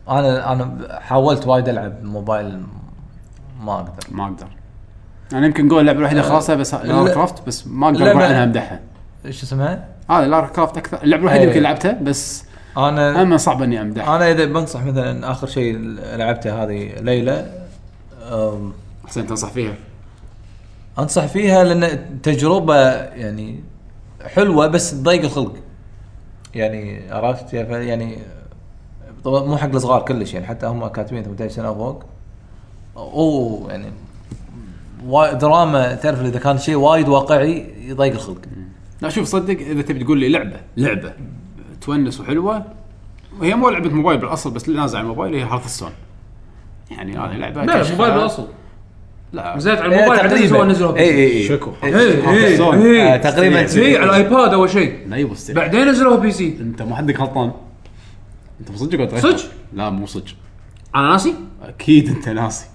[SPEAKER 3] انا انا حاولت وايد العب موبايل ما اقدر
[SPEAKER 1] ما اقدر انا يمكن جول اللعبه الوحيده خاصه بس لارا كرافت بس ما اقدر
[SPEAKER 3] اللعبة-
[SPEAKER 1] اقول عنها امدحها
[SPEAKER 3] ايش اسمها؟
[SPEAKER 1] هذا لارا كرافت اكثر اللعبه الوحيده
[SPEAKER 3] إيه.
[SPEAKER 1] يمكن لعبتها بس
[SPEAKER 3] انا
[SPEAKER 1] اما صعب اني امدحها
[SPEAKER 3] انا اذا بنصح مثلا اخر شيء لعبته هذه ليلى أم،
[SPEAKER 1] حسين تنصح فيها
[SPEAKER 3] انصح فيها لان تجربه يعني حلوه بس تضيق الخلق يعني عرفت يا ف- يعني طبعا مو حق الصغار كلش يعني حتى هم كاتبين 18 سنه وفوق اوه يعني وا- دراما تعرف اذا كان شيء وايد واقعي يضيق الخلق
[SPEAKER 1] لا شوف صدق اذا تبي تقول لي لعبه لعبه تونس وحلوه وهي مو لعبه موبايل بالاصل بس اللي نازل على الموبايل هي هارث السون يعني هذه لعبه
[SPEAKER 2] لا
[SPEAKER 1] كشخة-
[SPEAKER 2] الموبايل بالاصل
[SPEAKER 1] لا
[SPEAKER 2] نزلت
[SPEAKER 3] إيه،
[SPEAKER 2] على الموبايل بعدين سووا نزلوها
[SPEAKER 3] اي اي
[SPEAKER 1] شكو.
[SPEAKER 2] إيه.
[SPEAKER 1] إيه،
[SPEAKER 2] اي
[SPEAKER 1] Hearthstone.
[SPEAKER 2] اي
[SPEAKER 3] آه، إيه، تقريباً.
[SPEAKER 2] اي إيه. على الايباد اول شيء
[SPEAKER 1] لا يبو السعر.
[SPEAKER 2] بعدين نزلوها بي سي
[SPEAKER 1] انت ما حدك غلطان انت مصدق ولا تغير؟
[SPEAKER 2] صدق؟
[SPEAKER 1] لا مو صدق
[SPEAKER 2] انا ناسي
[SPEAKER 1] اكيد انت ناسي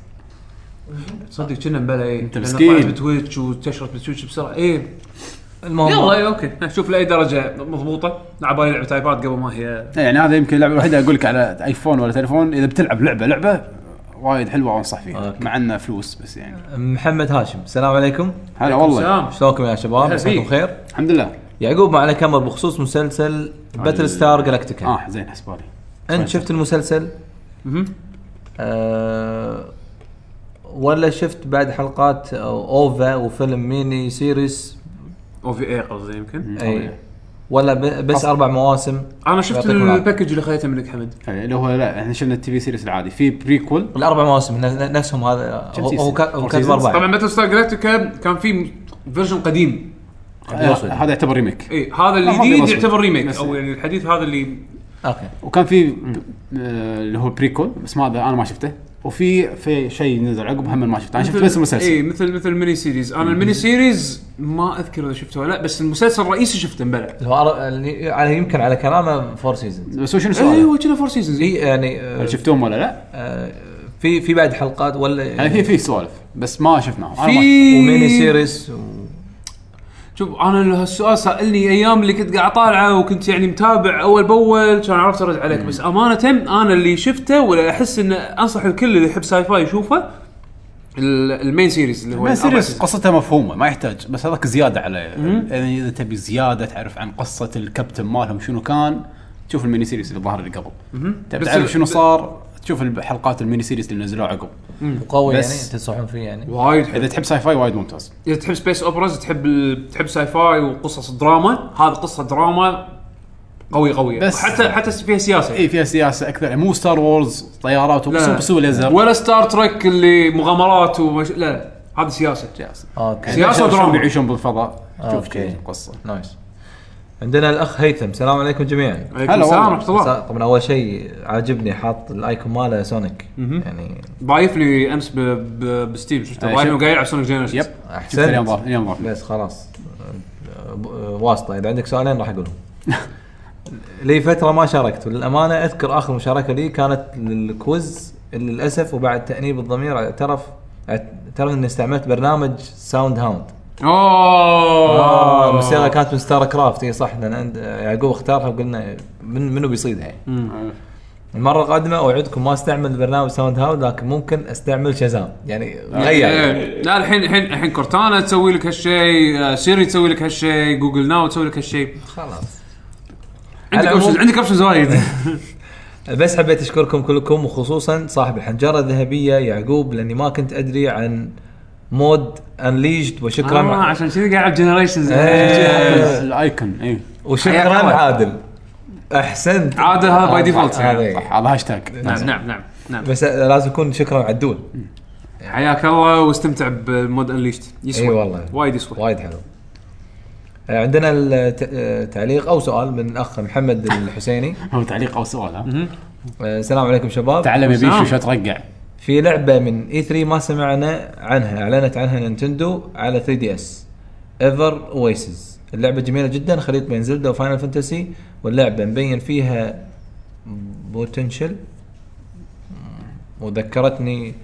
[SPEAKER 2] صدق كنا مبلا اي انت
[SPEAKER 1] مسكين.
[SPEAKER 2] بتويتش وانتشرت بتويتش بسرعه اي يلا
[SPEAKER 3] الموضوع
[SPEAKER 2] اي اوكي شوف لاي درجه مضبوطه على بالي لعبه ايباد قبل ما هي
[SPEAKER 1] يعني هذا يمكن اللعبه الوحيده اقول لك على ايفون ولا تليفون اذا بتلعب لعبه لعبه وايد حلوه وانصح فيها
[SPEAKER 3] أوكي.
[SPEAKER 1] مع انها فلوس بس يعني
[SPEAKER 3] محمد هاشم السلام عليكم
[SPEAKER 1] هلا والله
[SPEAKER 2] سلام
[SPEAKER 3] شلونكم يا شباب
[SPEAKER 2] هلا
[SPEAKER 3] مساكم
[SPEAKER 2] فيك.
[SPEAKER 3] خير
[SPEAKER 1] الحمد لله
[SPEAKER 3] يعقوب معنا كمر بخصوص مسلسل باتل ستار جلاكتيكا
[SPEAKER 1] اه زين حسبالي
[SPEAKER 3] انت شفت المسلسل؟
[SPEAKER 2] مهم.
[SPEAKER 3] أه ولا شفت بعد حلقات أو اوفا وفيلم ميني سيريس
[SPEAKER 2] او في
[SPEAKER 1] إيه
[SPEAKER 2] اي قصدي يمكن
[SPEAKER 3] اي ولا ب- بس اربع مواسم
[SPEAKER 2] انا شفت
[SPEAKER 3] يعطيكم العافية.
[SPEAKER 2] الباكج اللي خذيته منك حمد
[SPEAKER 1] إيه، اللي هو لا احنا شفنا التي في سيريس العادي في بريكول
[SPEAKER 3] الاربع مواسم ن- نفسهم هذا
[SPEAKER 1] كم
[SPEAKER 3] هو
[SPEAKER 1] سيزون؟
[SPEAKER 3] هو كا- هو
[SPEAKER 1] فور
[SPEAKER 3] كاتب
[SPEAKER 1] سيزونز؟
[SPEAKER 3] اربعه
[SPEAKER 2] طبعا متل ستار جلاكتيكا كان في فيرجن قديم
[SPEAKER 3] يوصل.
[SPEAKER 1] آه، هذا يعتبر ريميك
[SPEAKER 2] اي هذا
[SPEAKER 1] لا، ما في
[SPEAKER 2] الجديد
[SPEAKER 1] مصر.
[SPEAKER 2] يعتبر ريميك
[SPEAKER 1] بس-
[SPEAKER 2] او يعني الحديث هذا اللي
[SPEAKER 3] اوكي
[SPEAKER 1] وكان في آه، اللي هو بريكول بس ما هذا انا ما شفته وفي في شيء نزل عقب هم ما شفته انا شفت
[SPEAKER 2] مثل- إيه.
[SPEAKER 1] بس المسلسل
[SPEAKER 2] اي مثل مثل ميني سيريز انا الميني سيريز ما اذكر اذا شفته ولا لا بس المسلسل الرئيسي شفته مبلع
[SPEAKER 3] اللي هو أر- اللي- على يمكن على كلامه فور سيزونز
[SPEAKER 1] بس شنو
[SPEAKER 2] اي
[SPEAKER 1] سؤالك؟
[SPEAKER 2] هو أيوة، كنا فور سيزونز
[SPEAKER 1] إيه.
[SPEAKER 3] هي يعني آه،
[SPEAKER 1] هل شفتهم ولا لا؟
[SPEAKER 3] آه، في في بعد حلقات ولا
[SPEAKER 1] يعني في في سوالف بس ما شفناهم أنا ما شفت.
[SPEAKER 2] في
[SPEAKER 3] وميني سيريس و...
[SPEAKER 2] شوف انا هالسؤال سالني ايام اللي كنت قاعد طالعه وكنت يعني متابع اول باول كان عرفت ارد عليك بس امانه انا اللي شفته ولا احس ان انصح الكل اللي يحب ساي فاي يشوفه ال- المين سيريز اللي هو
[SPEAKER 1] بس
[SPEAKER 2] الأربع
[SPEAKER 1] سيريس
[SPEAKER 2] سيزون.
[SPEAKER 1] قصتها مفهومه ما يحتاج بس هذاك زياده على يعني اذا تبي زياده تعرف عن قصه الكابتن مالهم شنو كان تشوف الميني سيريس اللي ظهر اللي قبل تبي
[SPEAKER 2] بس ال-
[SPEAKER 1] تعرف شنو صار تشوف الحلقات الميني سيريس اللي نزلوها عقب
[SPEAKER 3] وقوي يعني
[SPEAKER 1] بس-
[SPEAKER 3] تنصحون فيه يعني
[SPEAKER 2] وايد حلو.
[SPEAKER 1] اذا تحب ساي فاي وايد ممتاز
[SPEAKER 2] اذا تحب سبيس اوبرز تحب ال... تحب ساي فاي وقصص دراما هذا قصه دراما قوي قوي
[SPEAKER 1] بس- إيه،
[SPEAKER 2] حتى حتى فيها سياسه
[SPEAKER 1] اي فيها سياسه اكثر يعني مو ستار وورز طيارات
[SPEAKER 2] لا.
[SPEAKER 1] وقصه وقصه ليزر
[SPEAKER 2] ولا ستار تريك اللي مغامرات ومش... لا لا هذا سياسه
[SPEAKER 1] سياسه
[SPEAKER 3] اوكي
[SPEAKER 2] سي- سياسة
[SPEAKER 1] شلون
[SPEAKER 2] ودراما.
[SPEAKER 1] بيعيشون يعني بالفضاء شوف
[SPEAKER 3] أوكي.
[SPEAKER 1] شنو القصه
[SPEAKER 3] نايس عندنا الاخ هيثم السلام عليكم جميعا
[SPEAKER 2] عليكم
[SPEAKER 1] هلا
[SPEAKER 2] السلام
[SPEAKER 1] والله.
[SPEAKER 2] ورحمه الله
[SPEAKER 3] طبعا اول شيء عاجبني حاط الايكون ماله سونيك يعني
[SPEAKER 2] بايف لي امس ب... ب... بستيم شفته
[SPEAKER 3] آه،
[SPEAKER 1] أي
[SPEAKER 2] بايف
[SPEAKER 1] شيء.
[SPEAKER 2] وقاعد يلعب سونيك جينيريشنز
[SPEAKER 1] يب شفت اليوم ضاف اليوم ضاف
[SPEAKER 3] بس خلاص أه، ب- أه، واسطه اذا عندك سؤالين راح اقولهم لي فتره ما شاركت وللامانه اذكر اخر مشاركه لي كانت للكوز اللي للاسف وبعد تانيب الضمير اعترف اعترف اني استعملت برنامج ساوند هاوند
[SPEAKER 2] اوه
[SPEAKER 3] آه، الموسيقى كانت من ستار كرافت اي صح لان عند- يعقوب اختارها وقلنا من منو بيصيدها يعني المره القادمه اوعدكم ما استعمل برنامج ساوند هاوند لكن ممكن استعمل شازام يعني غير يعني.
[SPEAKER 2] إيه. لا الحين الحين الحين كورتانا تسوي لك هالشيء آه، سيري تسوي لك هالشيء جوجل ناو تسوي لك هالشيء
[SPEAKER 3] خلاص
[SPEAKER 2] عندك
[SPEAKER 3] العموم-
[SPEAKER 2] اوبشنز عندك اوبشنز وايد
[SPEAKER 3] بس حبيت اشكركم كلكم وخصوصا صاحب الحنجره الذهبيه يعقوب لاني ما كنت ادري عن مود انليجد وشكرا
[SPEAKER 2] آه،
[SPEAKER 3] مع-
[SPEAKER 2] عشان كذي قاعد جنريشنز
[SPEAKER 1] آه.
[SPEAKER 3] إيه.
[SPEAKER 1] الايكون اي
[SPEAKER 3] وشكرا
[SPEAKER 2] حياك الله.
[SPEAKER 3] عادل احسنت
[SPEAKER 2] عادة آه، هذا by default.
[SPEAKER 3] هذا.
[SPEAKER 1] صح هذا هاشتاج
[SPEAKER 2] نعم نعم نعم نعم
[SPEAKER 3] بس لازم يكون شكرا عدول
[SPEAKER 2] حياك الله واستمتع بمود انليشت يسوى
[SPEAKER 3] إي والله.
[SPEAKER 2] وايد يسوى
[SPEAKER 3] وايد حلو آه، عندنا الت- آه، تعليق او سؤال من الاخ محمد الحسيني
[SPEAKER 1] هو تعليق او سؤال ها
[SPEAKER 3] آه، السلام عليكم شباب
[SPEAKER 1] تعلم يا
[SPEAKER 3] نعم.
[SPEAKER 2] سلام.
[SPEAKER 1] بيشو شو ترقع
[SPEAKER 3] في لعبه من اي 3 ما سمعنا عنها اعلنت عنها نينتندو على 3 دي اس ايفر اويسز اللعبه جميله جدا خليط بين زلدا وفاينل فانتسي واللعبه مبين فيها بوتنشل وذكرتني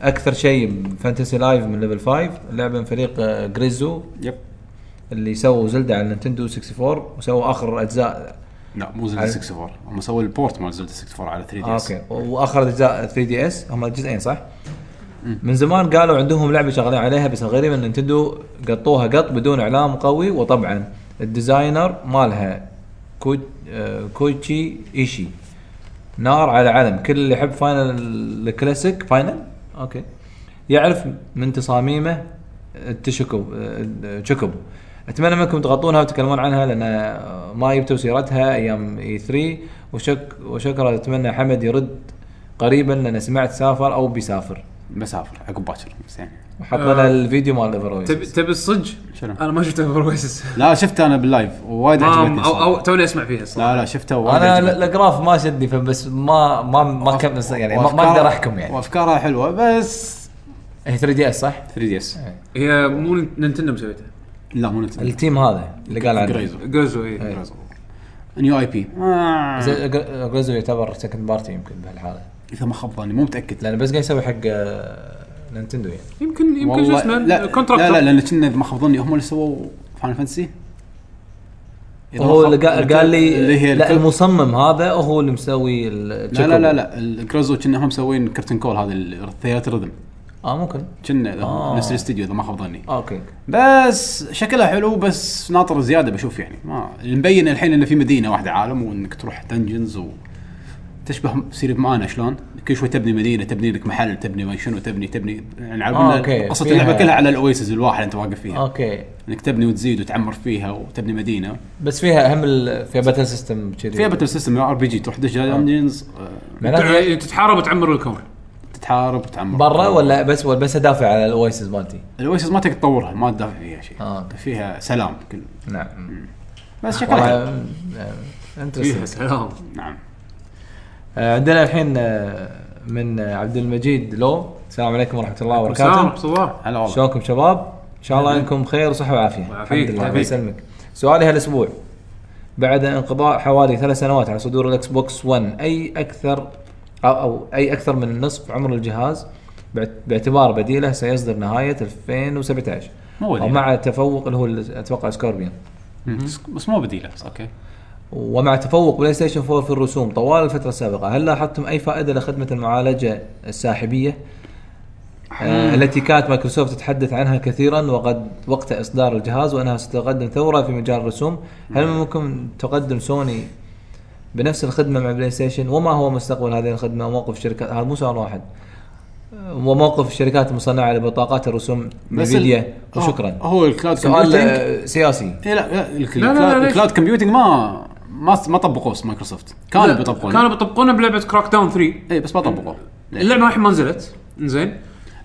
[SPEAKER 3] اكثر شيء فانتسي لايف من ليفل 5 اللعبه من فريق آه، جريزو
[SPEAKER 1] يب
[SPEAKER 3] اللي سووا زلدا على نينتندو 64 وسووا اخر اجزاء
[SPEAKER 1] لا مو زلدا
[SPEAKER 3] على-
[SPEAKER 1] 64 هم سووا البورت مال زلدا 64 على 3 دي
[SPEAKER 3] آه
[SPEAKER 1] اس
[SPEAKER 3] اوكي واخر اجزاء 3 دي اس هم جزئين صح؟ من زمان قالوا عندهم لعبه شغالين عليها بس الغريب ان نتندو قطوها قط بدون اعلام قوي وطبعا الديزاينر مالها كو آه، كويتشي ايشي نار على علم كل اللي يحب فاينل كلاسيك فاينل اوكي يعرف من تصاميمه التشكب آه، تشكبو اتمنى منكم تغطونها وتتكلمون عنها لان آه، ما جبتوا سيرتها ايام اي 3 وشك وشكرا اتمنى حمد يرد قريبا لان سمعت سافر او بيسافر
[SPEAKER 1] بسافر عقب باكر بس يعني
[SPEAKER 3] وحط لنا الفيديو مال ايفرويس
[SPEAKER 2] تبي تبي الصج؟
[SPEAKER 1] شنو؟
[SPEAKER 2] انا ما شفته اوفر ويسز
[SPEAKER 1] لا شفته انا باللايف ووايد
[SPEAKER 3] نعم،
[SPEAKER 1] عجبتني
[SPEAKER 2] او او
[SPEAKER 1] صراحة.
[SPEAKER 2] توني اسمع فيها صراحه
[SPEAKER 1] لا لا شفته وايد
[SPEAKER 3] انا ال-
[SPEAKER 1] عجبتني.
[SPEAKER 3] الاجراف ما شدني فبس ما ما ما كم يعني ما- ما
[SPEAKER 1] وأفكارها-
[SPEAKER 3] اقدر احكم يعني
[SPEAKER 1] وافكارها حلوه بس
[SPEAKER 3] هي 3 دي اس صح؟
[SPEAKER 1] 3 دي اس
[SPEAKER 2] هي مو نين- نينتندو مسويتها
[SPEAKER 1] لا مو نتندو
[SPEAKER 3] التيم هذا اللي قال عنه
[SPEAKER 1] جريزو
[SPEAKER 2] جوزو اي
[SPEAKER 1] جريزو. نيو اي بي آه.
[SPEAKER 3] زي- جر- جريزو يعتبر سكند بارتي يمكن بهالحاله
[SPEAKER 1] اذا ما خاب ظني مو متاكد
[SPEAKER 3] لانه بس قاعد يسوي حق آه، نينتندو يعني
[SPEAKER 2] يمكن يمكن شو
[SPEAKER 1] والله-
[SPEAKER 2] اسمه
[SPEAKER 1] لا
[SPEAKER 2] كونتراكتر
[SPEAKER 1] لا لا لان كنا اذا ما خاب ظني هم اللي سووا فاينل فانتسي إذا
[SPEAKER 3] هو
[SPEAKER 1] ما خاب-
[SPEAKER 3] اللي قا- قال لي
[SPEAKER 1] اللي هي
[SPEAKER 3] لا
[SPEAKER 1] الكل-
[SPEAKER 3] المصمم هذا هو اللي مسوي ال-
[SPEAKER 1] لا لا لا
[SPEAKER 3] Chocobo.
[SPEAKER 1] لا الكروزو كنا هم مسوين كرتن كول هذه الثيات رذم
[SPEAKER 3] اه ممكن
[SPEAKER 1] كنا إذا-
[SPEAKER 3] آه.
[SPEAKER 1] نفس الاستديو اذا ما خاب ظني
[SPEAKER 3] آه، اوكي
[SPEAKER 1] بس شكلها حلو بس ناطر زياده بشوف يعني ما مبين الحين انه في مدينه واحده عالم وانك تروح دنجنز و تشبه سيريف مانا شلون؟ كل شوي تبني مدينه تبني لك محل تبني ما شنو تبني تبني يعني على
[SPEAKER 3] آه،
[SPEAKER 1] قولنا
[SPEAKER 3] أوكي.
[SPEAKER 1] قصه
[SPEAKER 3] فيها- آه.
[SPEAKER 1] اللعبه كلها على الاويسز الواحد انت واقف فيها
[SPEAKER 3] اوكي
[SPEAKER 1] انك تبني وتزيد وتعمر فيها وتبني مدينه
[SPEAKER 3] بس فيها اهم ال- فيها باتل سيستم كذي يعني
[SPEAKER 1] فيها باتل سيستم ار بي جي تروح دش دنجنز آه،
[SPEAKER 3] معناته
[SPEAKER 2] تتحارب وتعمر الكون
[SPEAKER 1] تتحارب وتعمر
[SPEAKER 3] برا ولا بس ولا بس ادافع على الاويسز مالتي
[SPEAKER 1] الاويسز ما تقدر تطورها ما تدافع فيها شيء
[SPEAKER 3] آه، أوكي.
[SPEAKER 1] فيها سلام كل
[SPEAKER 3] نعم
[SPEAKER 1] بس شكلها حلو.
[SPEAKER 3] والله آه،
[SPEAKER 2] فيها
[SPEAKER 3] انترستنج
[SPEAKER 2] سلام
[SPEAKER 1] نعم
[SPEAKER 3] عندنا الحين آه، من آه، عبد المجيد لو السلام عليكم ورحمه الله
[SPEAKER 2] سلام
[SPEAKER 3] وبركاته
[SPEAKER 2] صباح
[SPEAKER 1] هلا والله
[SPEAKER 3] شلونكم شباب؟ ان شاء الله انكم بخير وصحه وعافيه
[SPEAKER 2] وعافيك،
[SPEAKER 3] الحمد لله الله
[SPEAKER 2] وعافيك.
[SPEAKER 3] يسلمك سؤالي هالاسبوع بعد انقضاء حوالي ثلاث سنوات على صدور الاكس بوكس 1 اي اكثر او, أو اي اكثر من نصف عمر الجهاز باعت- باعتبار بديله سيصدر نهايه 2017
[SPEAKER 1] مو بديلة.
[SPEAKER 3] ومع تفوق اللي هو ال- اتوقع سكوربيون
[SPEAKER 1] بس مو بديله بس اوكي
[SPEAKER 3] ومع تفوق بلاي ستيشن 4 في الرسوم طوال الفتره السابقه هل لاحظتم اي فائده لخدمه المعالجه الساحبيه آه، التي كانت مايكروسوفت تتحدث عنها كثيرا وقد وقت اصدار الجهاز وانها ستقدم ثوره في مجال الرسوم هل ممكن تقدم سوني بنفس الخدمه مع بلاي ستيشن وما هو مستقبل هذه الخدمه وموقف الشركات هذا مو سؤال واحد آه، وموقف الشركات المصنعه لبطاقات الرسوم
[SPEAKER 1] بس ال- آه،
[SPEAKER 3] نفيديا وشكرا
[SPEAKER 1] هو- هو الكلاود
[SPEAKER 3] سؤال
[SPEAKER 1] كمبيوتنج
[SPEAKER 3] آه، سياسي
[SPEAKER 1] إيه لا لا الك-
[SPEAKER 2] لا، لا،
[SPEAKER 1] الكلاود-
[SPEAKER 2] ليش؟
[SPEAKER 1] الكلاود كمبيوتنج ما ما ما طبقوه بس مايكروسوفت كانوا
[SPEAKER 2] لا،
[SPEAKER 1] بيطبقونه
[SPEAKER 2] كانوا بيطبقونه بلعبه كراك داون 3
[SPEAKER 1] اي بس ما طبقوه لا
[SPEAKER 2] اللعبه الحين ما نزلت زين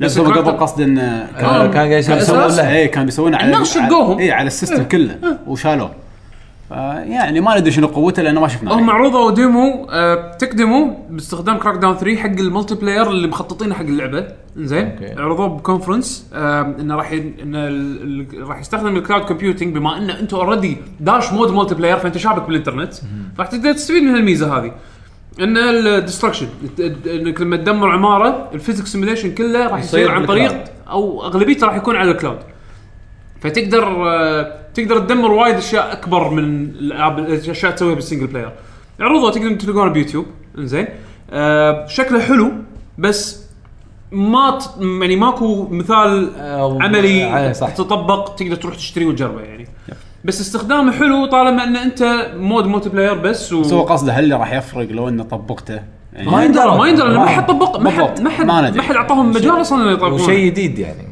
[SPEAKER 1] بس هو
[SPEAKER 2] الكراك
[SPEAKER 1] قبل
[SPEAKER 2] داون-
[SPEAKER 1] قصد انه
[SPEAKER 3] آه، كان قاعد يسوي-
[SPEAKER 2] كأساس؟
[SPEAKER 3] له.
[SPEAKER 1] اي كان بيسوونه إيه، على
[SPEAKER 2] الناس
[SPEAKER 1] على-
[SPEAKER 2] شقوهم. إيه.
[SPEAKER 1] اي على السيستم كله وشالوه فا يعني ما ندري شنو قوته لانه ما شفنا
[SPEAKER 3] يعني.
[SPEAKER 2] هم عروضوا ديمو آه، تقدموا باستخدام كراك داون 3 حق الملتي بلاير اللي مخططينه حق اللعبه زين
[SPEAKER 3] أوكي.
[SPEAKER 2] عرضوه بكونفرنس آه، انه راح ي- انه ال- ال- راح يستخدم الكلاود كومبيوتنج بما انه انتم اوريدي داش مود ملتي بلاير فانت شابك بالانترنت فراح تقدر تستفيد من هالميزه هذه ان الدستركشن انك لما تدمر عماره الفيزكس سيميليشن كله راح
[SPEAKER 3] يصير
[SPEAKER 2] يصير عن طريق
[SPEAKER 3] بالكلاود.
[SPEAKER 2] او اغلبيته راح يكون على الكلاود فتقدر آه، تقدر تدمر وايد اشياء اكبر من الالعاب الاشياء تسويها بالسنجل بلاير عروضه تقدر تلقونه بيوتيوب انزين آه، شكله حلو بس ما ت... يعني ماكو مثال
[SPEAKER 3] أو-
[SPEAKER 2] عملي
[SPEAKER 3] آه، صح.
[SPEAKER 2] تطبق تقدر تروح تشتري وتجربه يعني بس استخدامه حلو طالما ان انت مود ملتي بلاير بس و...
[SPEAKER 1] بس هو قصده هل راح يفرق لو انه طبقته يعني
[SPEAKER 3] ما يندرى
[SPEAKER 2] ما يندرى لأن ما حد طبق ما
[SPEAKER 1] بالضبط.
[SPEAKER 2] حد ما حد
[SPEAKER 1] ما ندري.
[SPEAKER 2] ما حد اعطاهم مجال اصلا انه يطبقونه
[SPEAKER 3] وشيء جديد يعني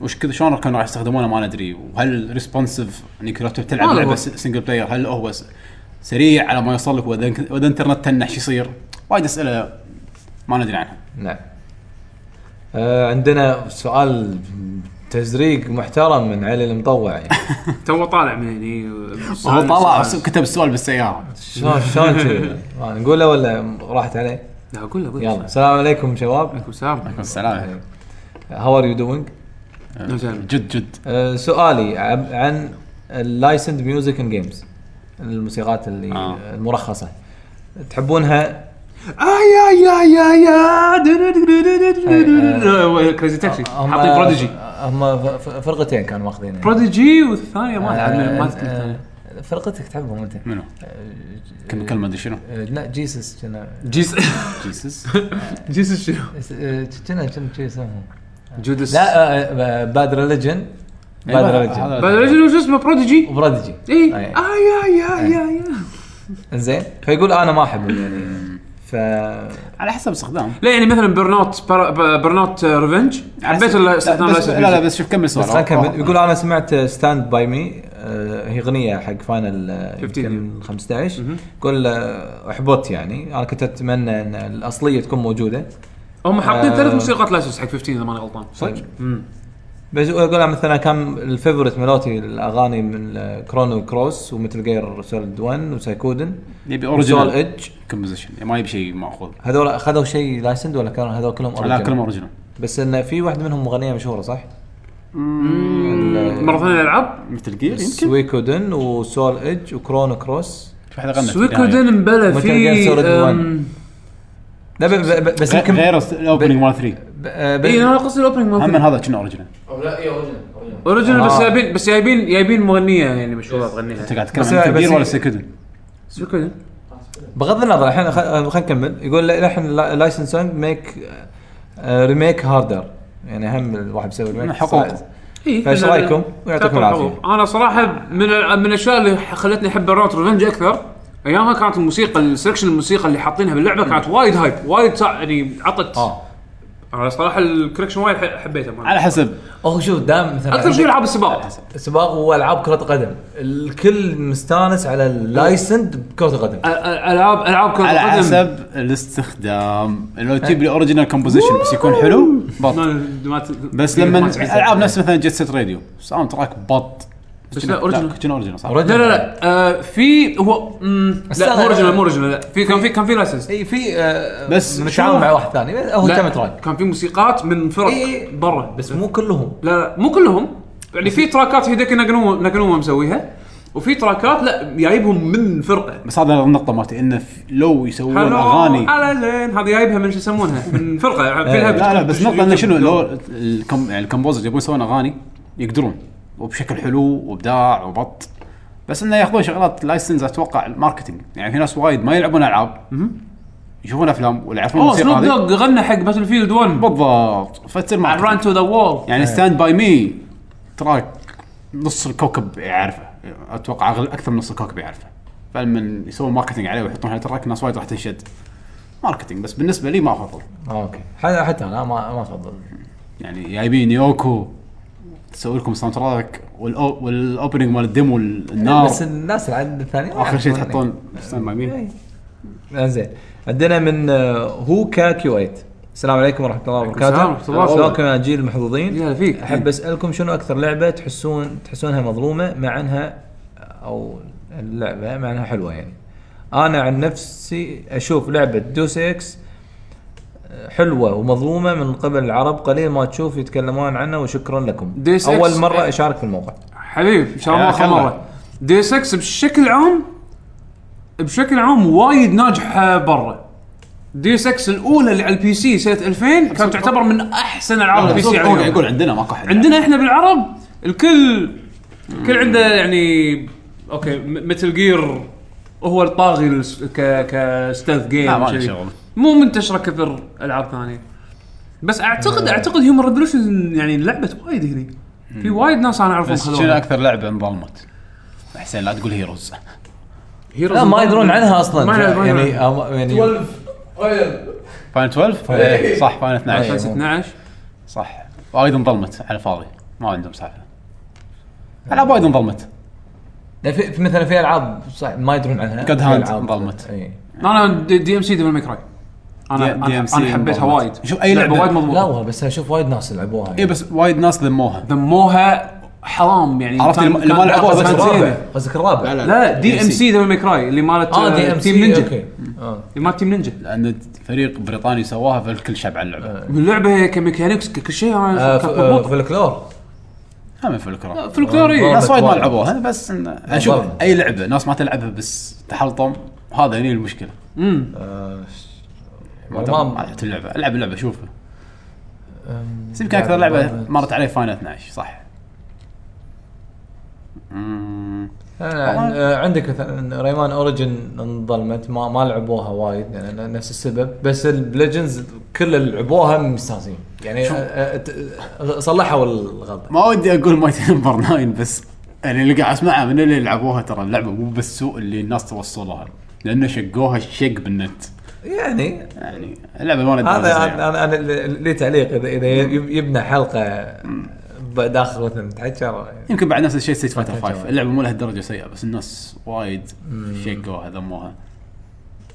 [SPEAKER 1] وش كذا شلون كانوا راح يستخدمونه ما ندري وهل ريسبونسيف انك لو تلعب
[SPEAKER 2] ما
[SPEAKER 1] لعبه
[SPEAKER 2] هو.
[SPEAKER 1] سنجل بلاير هل هو س- سريع على ما يوصل لك واذا واذا انترنت تنح شو يصير؟ وايد اسئله ما ندري عنها
[SPEAKER 3] نعم آه عندنا سؤال تزريق محترم من علي المطوع يعني.
[SPEAKER 2] تو طالع من هني آه،
[SPEAKER 1] هو طلع س- كتب السؤال بالسياره
[SPEAKER 3] شلون شلون كذي؟ آه، نقوله ولا راحت عليه؟
[SPEAKER 2] لا اقول له اقول له
[SPEAKER 3] يلا السلام عليكم شباب
[SPEAKER 2] عليكم السلام
[SPEAKER 1] السلام
[SPEAKER 3] هاو ار يو دوينج؟
[SPEAKER 2] أهلاً وسهلاً.
[SPEAKER 1] جد جد
[SPEAKER 3] آه، سؤالي عب- عن اللايسند ميوزك اند جيمز الموسيقات اللي
[SPEAKER 1] آه.
[SPEAKER 3] المرخصه تحبونها
[SPEAKER 2] يا يا يا يا كريزي تاكسي
[SPEAKER 1] Oh,
[SPEAKER 3] هم-
[SPEAKER 2] حاطين بروديجي
[SPEAKER 3] هم ف- ف- فرقتين كانوا ماخذينها
[SPEAKER 2] بروديجي والثانيه
[SPEAKER 1] Uh,
[SPEAKER 2] ما أدري،
[SPEAKER 3] آه،
[SPEAKER 2] ما اذكر
[SPEAKER 3] آه،
[SPEAKER 2] الثانية.
[SPEAKER 3] فرقتك تحبهم انت
[SPEAKER 1] منو؟ كم كلمه ادري شنو؟
[SPEAKER 3] آه، لا جيسس كنا
[SPEAKER 2] إيه. جيس
[SPEAKER 1] جيسس
[SPEAKER 2] جيس شنو؟
[SPEAKER 3] آه، كنا كنا شو اسمهم
[SPEAKER 2] جودس لا
[SPEAKER 3] لا آه، باد ريليجن
[SPEAKER 1] أيوة،
[SPEAKER 3] باد ريليجن
[SPEAKER 2] بعد رجل شو اسمه بروديجي
[SPEAKER 3] وبروديجي
[SPEAKER 2] اي
[SPEAKER 1] Oh,
[SPEAKER 3] أي.
[SPEAKER 2] اه يا يا يا يا
[SPEAKER 3] انزين فيقول انا ما احبهم يعني ف
[SPEAKER 1] على حسب استخدام
[SPEAKER 2] لا يعني مثلا برن اوت برن اوت ريفنج uh, حبيت
[SPEAKER 1] لا
[SPEAKER 2] الاستخدام
[SPEAKER 1] بس- لا لا بس شوف كمل
[SPEAKER 3] بس خلنا
[SPEAKER 1] السؤال
[SPEAKER 3] نكمل يقول انا سمعت ستاند باي مي آه، هي اغنيه حق فاينل
[SPEAKER 2] 15
[SPEAKER 3] يمكن 15 يقول آه، احبطت يعني انا كنت اتمنى ان الاصليه تكون موجوده
[SPEAKER 2] هم حاطين
[SPEAKER 3] آه.
[SPEAKER 2] ثلاث موسيقات لاسس حق 15 اذا ماني غلطان
[SPEAKER 3] صدق؟ بس اقول مثلا كان الفيفورت ملوتي الاغاني من كرونو كروس ومثل جير سوليد 1 وسايكودن
[SPEAKER 1] يبي
[SPEAKER 3] سول
[SPEAKER 1] اوريجنال
[SPEAKER 3] ايدج
[SPEAKER 1] كومبوزيشن ما يبي شيء ماخوذ
[SPEAKER 3] هذول اخذوا شيء لايسند ولا كانوا هذول كلهم
[SPEAKER 1] على
[SPEAKER 3] original؟
[SPEAKER 1] كلام اوريجنال
[SPEAKER 3] بس انه في واحد منهم مغنيه مشهوره صح؟
[SPEAKER 2] مره ثانيه العاب
[SPEAKER 1] مثل جير يمكن
[SPEAKER 3] سويكودن وسول ايدج وكرونو كروس
[SPEAKER 1] في واحده غنت يعني
[SPEAKER 2] سويكودن مبلى
[SPEAKER 3] Metal Gear
[SPEAKER 2] في um,
[SPEAKER 3] Solid
[SPEAKER 2] أم،
[SPEAKER 3] لا ب- ب- ب- بس
[SPEAKER 1] غير
[SPEAKER 3] يمكن
[SPEAKER 1] غير الاوبننج مال 3
[SPEAKER 3] آه، بل-
[SPEAKER 2] اي انا إيه، قصدي الاوبننج
[SPEAKER 1] هم من
[SPEAKER 2] مال
[SPEAKER 1] هذا كنا اوريجنال
[SPEAKER 4] او لا اي اوريجنال اوريجنال
[SPEAKER 2] اوريجنال بس
[SPEAKER 1] آه.
[SPEAKER 2] جايبين بس جايبين جايبين مغنيه يعني مشهوره تغنيها
[SPEAKER 1] انت قاعد تتكلم
[SPEAKER 3] بس-
[SPEAKER 1] عن
[SPEAKER 3] بس-
[SPEAKER 1] كبير ولا سكدن
[SPEAKER 2] سكر.
[SPEAKER 3] بغض النظر الحين خلينا نكمل يقول لا- لحن لايسنسنج ميك ريميك هاردر آه، يعني هم الواحد بيسوي remake.
[SPEAKER 1] حقوق.
[SPEAKER 3] صح.
[SPEAKER 2] إيه،
[SPEAKER 3] فايش
[SPEAKER 2] لأن-
[SPEAKER 3] رأيكم؟ ويعطيكم
[SPEAKER 2] تعطوا
[SPEAKER 3] العافية.
[SPEAKER 2] الحقوق. انا صراحه من ال- من الاشياء اللي خلتني احب الروت ريفنج اكثر ايامها كانت الموسيقى السكشن الموسيقى اللي حاطينها باللعبه كانت وايد هايب وايد سا- يعني عطت
[SPEAKER 3] اه
[SPEAKER 2] انا صراحه الكولكشن وايد ح- حبيته مال.
[SPEAKER 1] على حسب
[SPEAKER 3] اوه شوف دام مثلا
[SPEAKER 2] اكثر شيء العاب السباق
[SPEAKER 1] حسب.
[SPEAKER 3] سباق والعاب كره قدم الكل مستانس على اللايسند بكره قدم
[SPEAKER 2] أ- أ- العاب العاب كره
[SPEAKER 1] على
[SPEAKER 2] القدم.
[SPEAKER 1] حسب الاستخدام لو تجيب لي اوريجنال كومبوزيشن بس يكون حلو بط
[SPEAKER 2] ما- ما ت-
[SPEAKER 1] بس لما
[SPEAKER 2] إيه، ما تعيد.
[SPEAKER 1] العاب نفس مثلا جيت سيت راديو ساوند تراك بط
[SPEAKER 2] بس لا، أوريجينال.
[SPEAKER 1] كنا اوريجنال صح؟
[SPEAKER 2] لا لا لا آه، في هو مم، لا مو
[SPEAKER 3] استنى.
[SPEAKER 2] اوريجنال مو اوريجنال لا في كان في كان في لايسنس
[SPEAKER 3] اي في آه
[SPEAKER 1] بس
[SPEAKER 3] نتعاون
[SPEAKER 1] شوف.
[SPEAKER 3] مع واحد ثاني هو
[SPEAKER 2] لا،
[SPEAKER 3] تم تراك
[SPEAKER 2] كان في موسيقات من فرق
[SPEAKER 3] إي
[SPEAKER 1] إيه.
[SPEAKER 3] إي.
[SPEAKER 2] برا
[SPEAKER 3] بس مو كلهم
[SPEAKER 2] لا لا مو كلهم يعني في تراكات هيديك ناجنوما ناجنوما مسويها وفي تراكات لا جايبهم من فرقه
[SPEAKER 1] بس هذا النقطة مالتي انه في- لو يسوون
[SPEAKER 2] حلو
[SPEAKER 1] اغاني
[SPEAKER 2] على زين هذه جايبها من شو يسمونها من فرقه يعني في لها
[SPEAKER 1] لا لا بس نقطة انه شنو لو
[SPEAKER 2] لو
[SPEAKER 1] الكم يعني الكمبوزر يبون يسوون اغاني يقدرون وبشكل حلو وابداع وبط بس انه ياخذون شغلات لايسنس اتوقع الماركتينج يعني في ناس وايد ما يلعبون العاب يشوفون افلام ولا يعرفون
[SPEAKER 2] اوه
[SPEAKER 1] الموسيقى
[SPEAKER 2] سنوب
[SPEAKER 1] هذه
[SPEAKER 2] دوغ غنى حق باتل فيلد 1
[SPEAKER 1] بالضبط فتصير ماركتينج
[SPEAKER 2] ران تو ذا وول
[SPEAKER 1] يعني ستاند باي مي تراك نص الكوكب يعرفه اتوقع أغل- اكثر من نص الكوكب يعرفه فلما يسوون ماركتينج عليه ويحطون على تراك الناس وايد راح تنشد ماركتينج بس بالنسبه لي ما افضل
[SPEAKER 3] آه، اوكي حتى حتى انا ما ما افضل
[SPEAKER 1] يعني جايبين يوكو تسوي لكم ساوند تراك والأو- والاوبننج مال الديمو النار
[SPEAKER 3] بس يعني الناس العدد الثاني ما
[SPEAKER 1] اخر نعم. شيء
[SPEAKER 3] يعرفون.
[SPEAKER 1] تحطون ستاند باي مي
[SPEAKER 3] إي. آه، زين عندنا من آه، هو كا كيو 8 السلام عليكم ورحمه الله وبركاته
[SPEAKER 2] السلام ورحمة الله.
[SPEAKER 3] شلونكم يا جيل المحظوظين
[SPEAKER 2] يا هلا فيك.
[SPEAKER 3] احب اسالكم شنو اكثر لعبه تحسون تحسونها مظلومه مع انها او اللعبه مع انها حلوه يعني انا عن نفسي اشوف لعبه دوس اكس حلوه ومظلومه آه، من قبل العرب قليل ما تشوف يتكلمون عنها وشكرا لكم
[SPEAKER 2] Deus Ex- إيه.
[SPEAKER 3] اول مره اشارك في الموقع
[SPEAKER 2] حبيبي ان شاء الله
[SPEAKER 1] حياك
[SPEAKER 2] اخر
[SPEAKER 1] الله.
[SPEAKER 2] مره دي 6 بشكل عام بشكل عام وايد ناجحه برا دي 6 الاولى اللي على البي سي سنه 2000 كانت تعتبر من احسن العاب البي سي على اليوم.
[SPEAKER 1] يقول عندنا ماكو احد
[SPEAKER 2] عندنا احنا بالعرب الكل الكل عنده يعني اوكي مثل جير هو الطاغي الس- ك كستيلث جيم
[SPEAKER 1] لا، ما
[SPEAKER 2] وشذي.
[SPEAKER 1] له شغل.
[SPEAKER 2] مو منتشره كثر العاب ثانيه بس
[SPEAKER 1] آه.
[SPEAKER 2] اعتقد اعتقد هيومن ريفولوشن يعني لعبت وايد هني في وايد ناس انا اعرفهم
[SPEAKER 1] بس شنو
[SPEAKER 2] خذوها
[SPEAKER 1] اكثر لعبه انظلمت؟ حسين لا تقول هيروز
[SPEAKER 2] Heroes
[SPEAKER 3] لا ما
[SPEAKER 2] of-
[SPEAKER 3] يدرون عنها اصلا
[SPEAKER 2] ما يدرون
[SPEAKER 3] يعني
[SPEAKER 2] عنها.
[SPEAKER 3] آه، يعني
[SPEAKER 4] 12 فاينل
[SPEAKER 1] فاين 12 إيه، صح فاين 12
[SPEAKER 3] أيوة.
[SPEAKER 2] 12
[SPEAKER 1] صح وايد انظلمت على الفاضي ما عندهم سالفه العاب وايد انظلمت
[SPEAKER 3] لا، في في مثلا في العاب صح ما يدرون عنها
[SPEAKER 1] God
[SPEAKER 3] في
[SPEAKER 1] Hand
[SPEAKER 3] ألعاب- إيه.
[SPEAKER 1] انظلمت.
[SPEAKER 3] اي
[SPEAKER 2] انا دي ام سي ديفل ميك راي انا
[SPEAKER 1] دي-
[SPEAKER 2] انا
[SPEAKER 1] DMC
[SPEAKER 2] أنا حبيتها
[SPEAKER 1] مضبوط.
[SPEAKER 2] وايد
[SPEAKER 1] شوف أي لعبة.
[SPEAKER 2] وايد
[SPEAKER 3] لا
[SPEAKER 2] مضبوطه
[SPEAKER 3] والله بس اشوف وايد ناس لعبوها
[SPEAKER 1] اي
[SPEAKER 2] إيه،
[SPEAKER 3] يعني.
[SPEAKER 1] إيه، بس وايد ناس ذموها
[SPEAKER 2] ذموها حرام يعني
[SPEAKER 1] عرفت
[SPEAKER 2] كان-
[SPEAKER 1] اللي ما- اللي ما
[SPEAKER 2] كان-
[SPEAKER 1] لعبوها
[SPEAKER 2] كانت
[SPEAKER 1] بس
[SPEAKER 2] زينة.
[SPEAKER 1] الرابع.
[SPEAKER 3] قصدك الرابع
[SPEAKER 2] لا لا دي ام سي دبل ميك راي اللي مالت
[SPEAKER 3] اه دي ام سي
[SPEAKER 2] تيم نينجا
[SPEAKER 3] اوكي آه.
[SPEAKER 2] اللي مالت تيم نينجا
[SPEAKER 1] لان فريق بريطاني سواها فالكل شاب على اللعبه
[SPEAKER 2] اللعبه كميكانيكس ككل شيء
[SPEAKER 3] آه،
[SPEAKER 2] انا
[SPEAKER 3] ف-
[SPEAKER 2] كانت
[SPEAKER 3] آه،
[SPEAKER 2] مضبوطه
[SPEAKER 3] فلكلور
[SPEAKER 1] هم الفكره
[SPEAKER 2] فلكلوري
[SPEAKER 3] آه،
[SPEAKER 1] ناس وايد ما
[SPEAKER 3] وايد.
[SPEAKER 1] لعبوها بس إن- اشوف اي لعبه ناس ما تلعبها بس تحلطم هذا هني المشكله
[SPEAKER 2] امم
[SPEAKER 3] آه، ش-
[SPEAKER 1] ما
[SPEAKER 3] والله
[SPEAKER 1] تم-
[SPEAKER 3] ما-
[SPEAKER 1] ما لعبت اللعبه العب اللعبه شوفها بس يمكن
[SPEAKER 3] يعني
[SPEAKER 1] اكثر لعبه مرت علي فاينل 12 صح أمم،
[SPEAKER 3] أنا- آه، عندك مثلا ريمان اوريجن انظلمت ما ما لعبوها وايد يعني نفس السبب بس الليجندز كل اللي لعبوها مستانسين يعني آه، آه، ت- صلحوا الغلطه
[SPEAKER 1] ما ودي اقول مايت نمبر 9 بس يعني اللي قاعد اسمعه من اللي لعبوها ترى اللعبه مو بالسوء اللي الناس توصلها لانه شقوها شق بالنت
[SPEAKER 3] يعني
[SPEAKER 1] يعني اللعبه ما ندري يعني.
[SPEAKER 3] هذا
[SPEAKER 1] زيها.
[SPEAKER 3] انا انا لي تعليق اذا اذا يب- يبنى حلقه داخل مثلا تحكر
[SPEAKER 1] يمكن بعد نفس الشيء ستيت فايتر
[SPEAKER 3] Fighter
[SPEAKER 1] 5 اللعبه مو لهالدرجه سيئه بس الناس وايد شقوها ذموها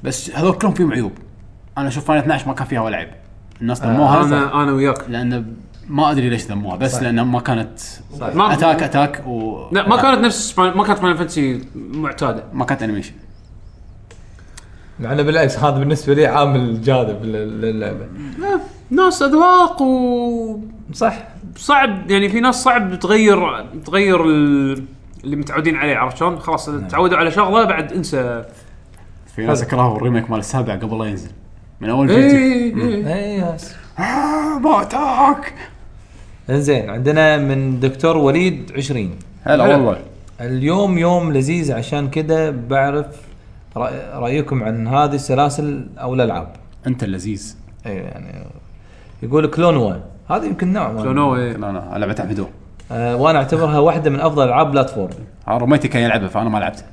[SPEAKER 1] بس هذول كلهم فيهم عيوب انا اشوف فاينل 12 ما كان فيها ولا عيب الناس
[SPEAKER 2] آه،
[SPEAKER 3] آه،
[SPEAKER 1] ذموها
[SPEAKER 2] انا انا وياك
[SPEAKER 1] لان ما ادري ليش ذموها بس لان ما كانت
[SPEAKER 2] ما-
[SPEAKER 1] اتاك اتاك و
[SPEAKER 2] لا
[SPEAKER 3] آه.
[SPEAKER 2] ما كانت نفس Final- ما كانت فاينل فانتسي معتاده
[SPEAKER 1] ما كانت انيميشن
[SPEAKER 3] مع انه بالعكس هذا بالنسبه لي عامل جاذب لل- للعبه
[SPEAKER 2] ناس اذواق وصعب
[SPEAKER 3] صح
[SPEAKER 2] يعني في ناس صعب تغير تغير ال- اللي متعودين عليه عرفت شلون؟ خلاص
[SPEAKER 3] نعم.
[SPEAKER 2] تعودوا على شغله بعد انسى
[SPEAKER 3] إيه،
[SPEAKER 1] في ناس كرهوا الريميك مال السابع قبل لا ينزل من اول
[SPEAKER 2] اي
[SPEAKER 1] فيديو
[SPEAKER 2] إي، إي.
[SPEAKER 3] اي بس
[SPEAKER 1] آه، باتاك
[SPEAKER 3] انزين عندنا من دكتور وليد 20
[SPEAKER 1] هلا والله
[SPEAKER 3] اليوم يوم لذيذ عشان كذا بعرف رأي- رايكم عن هذه السلاسل او الالعاب
[SPEAKER 1] انت اللذيذ
[SPEAKER 3] اي يعني يقول كلونوا هذه يمكن نوع من-
[SPEAKER 2] شنو إيه.
[SPEAKER 1] لا لا لعبه عبدو
[SPEAKER 3] آه وانا اعتبرها واحده من افضل العاب بلاتفورم
[SPEAKER 1] رميتي كان يلعبها فانا ما لعبت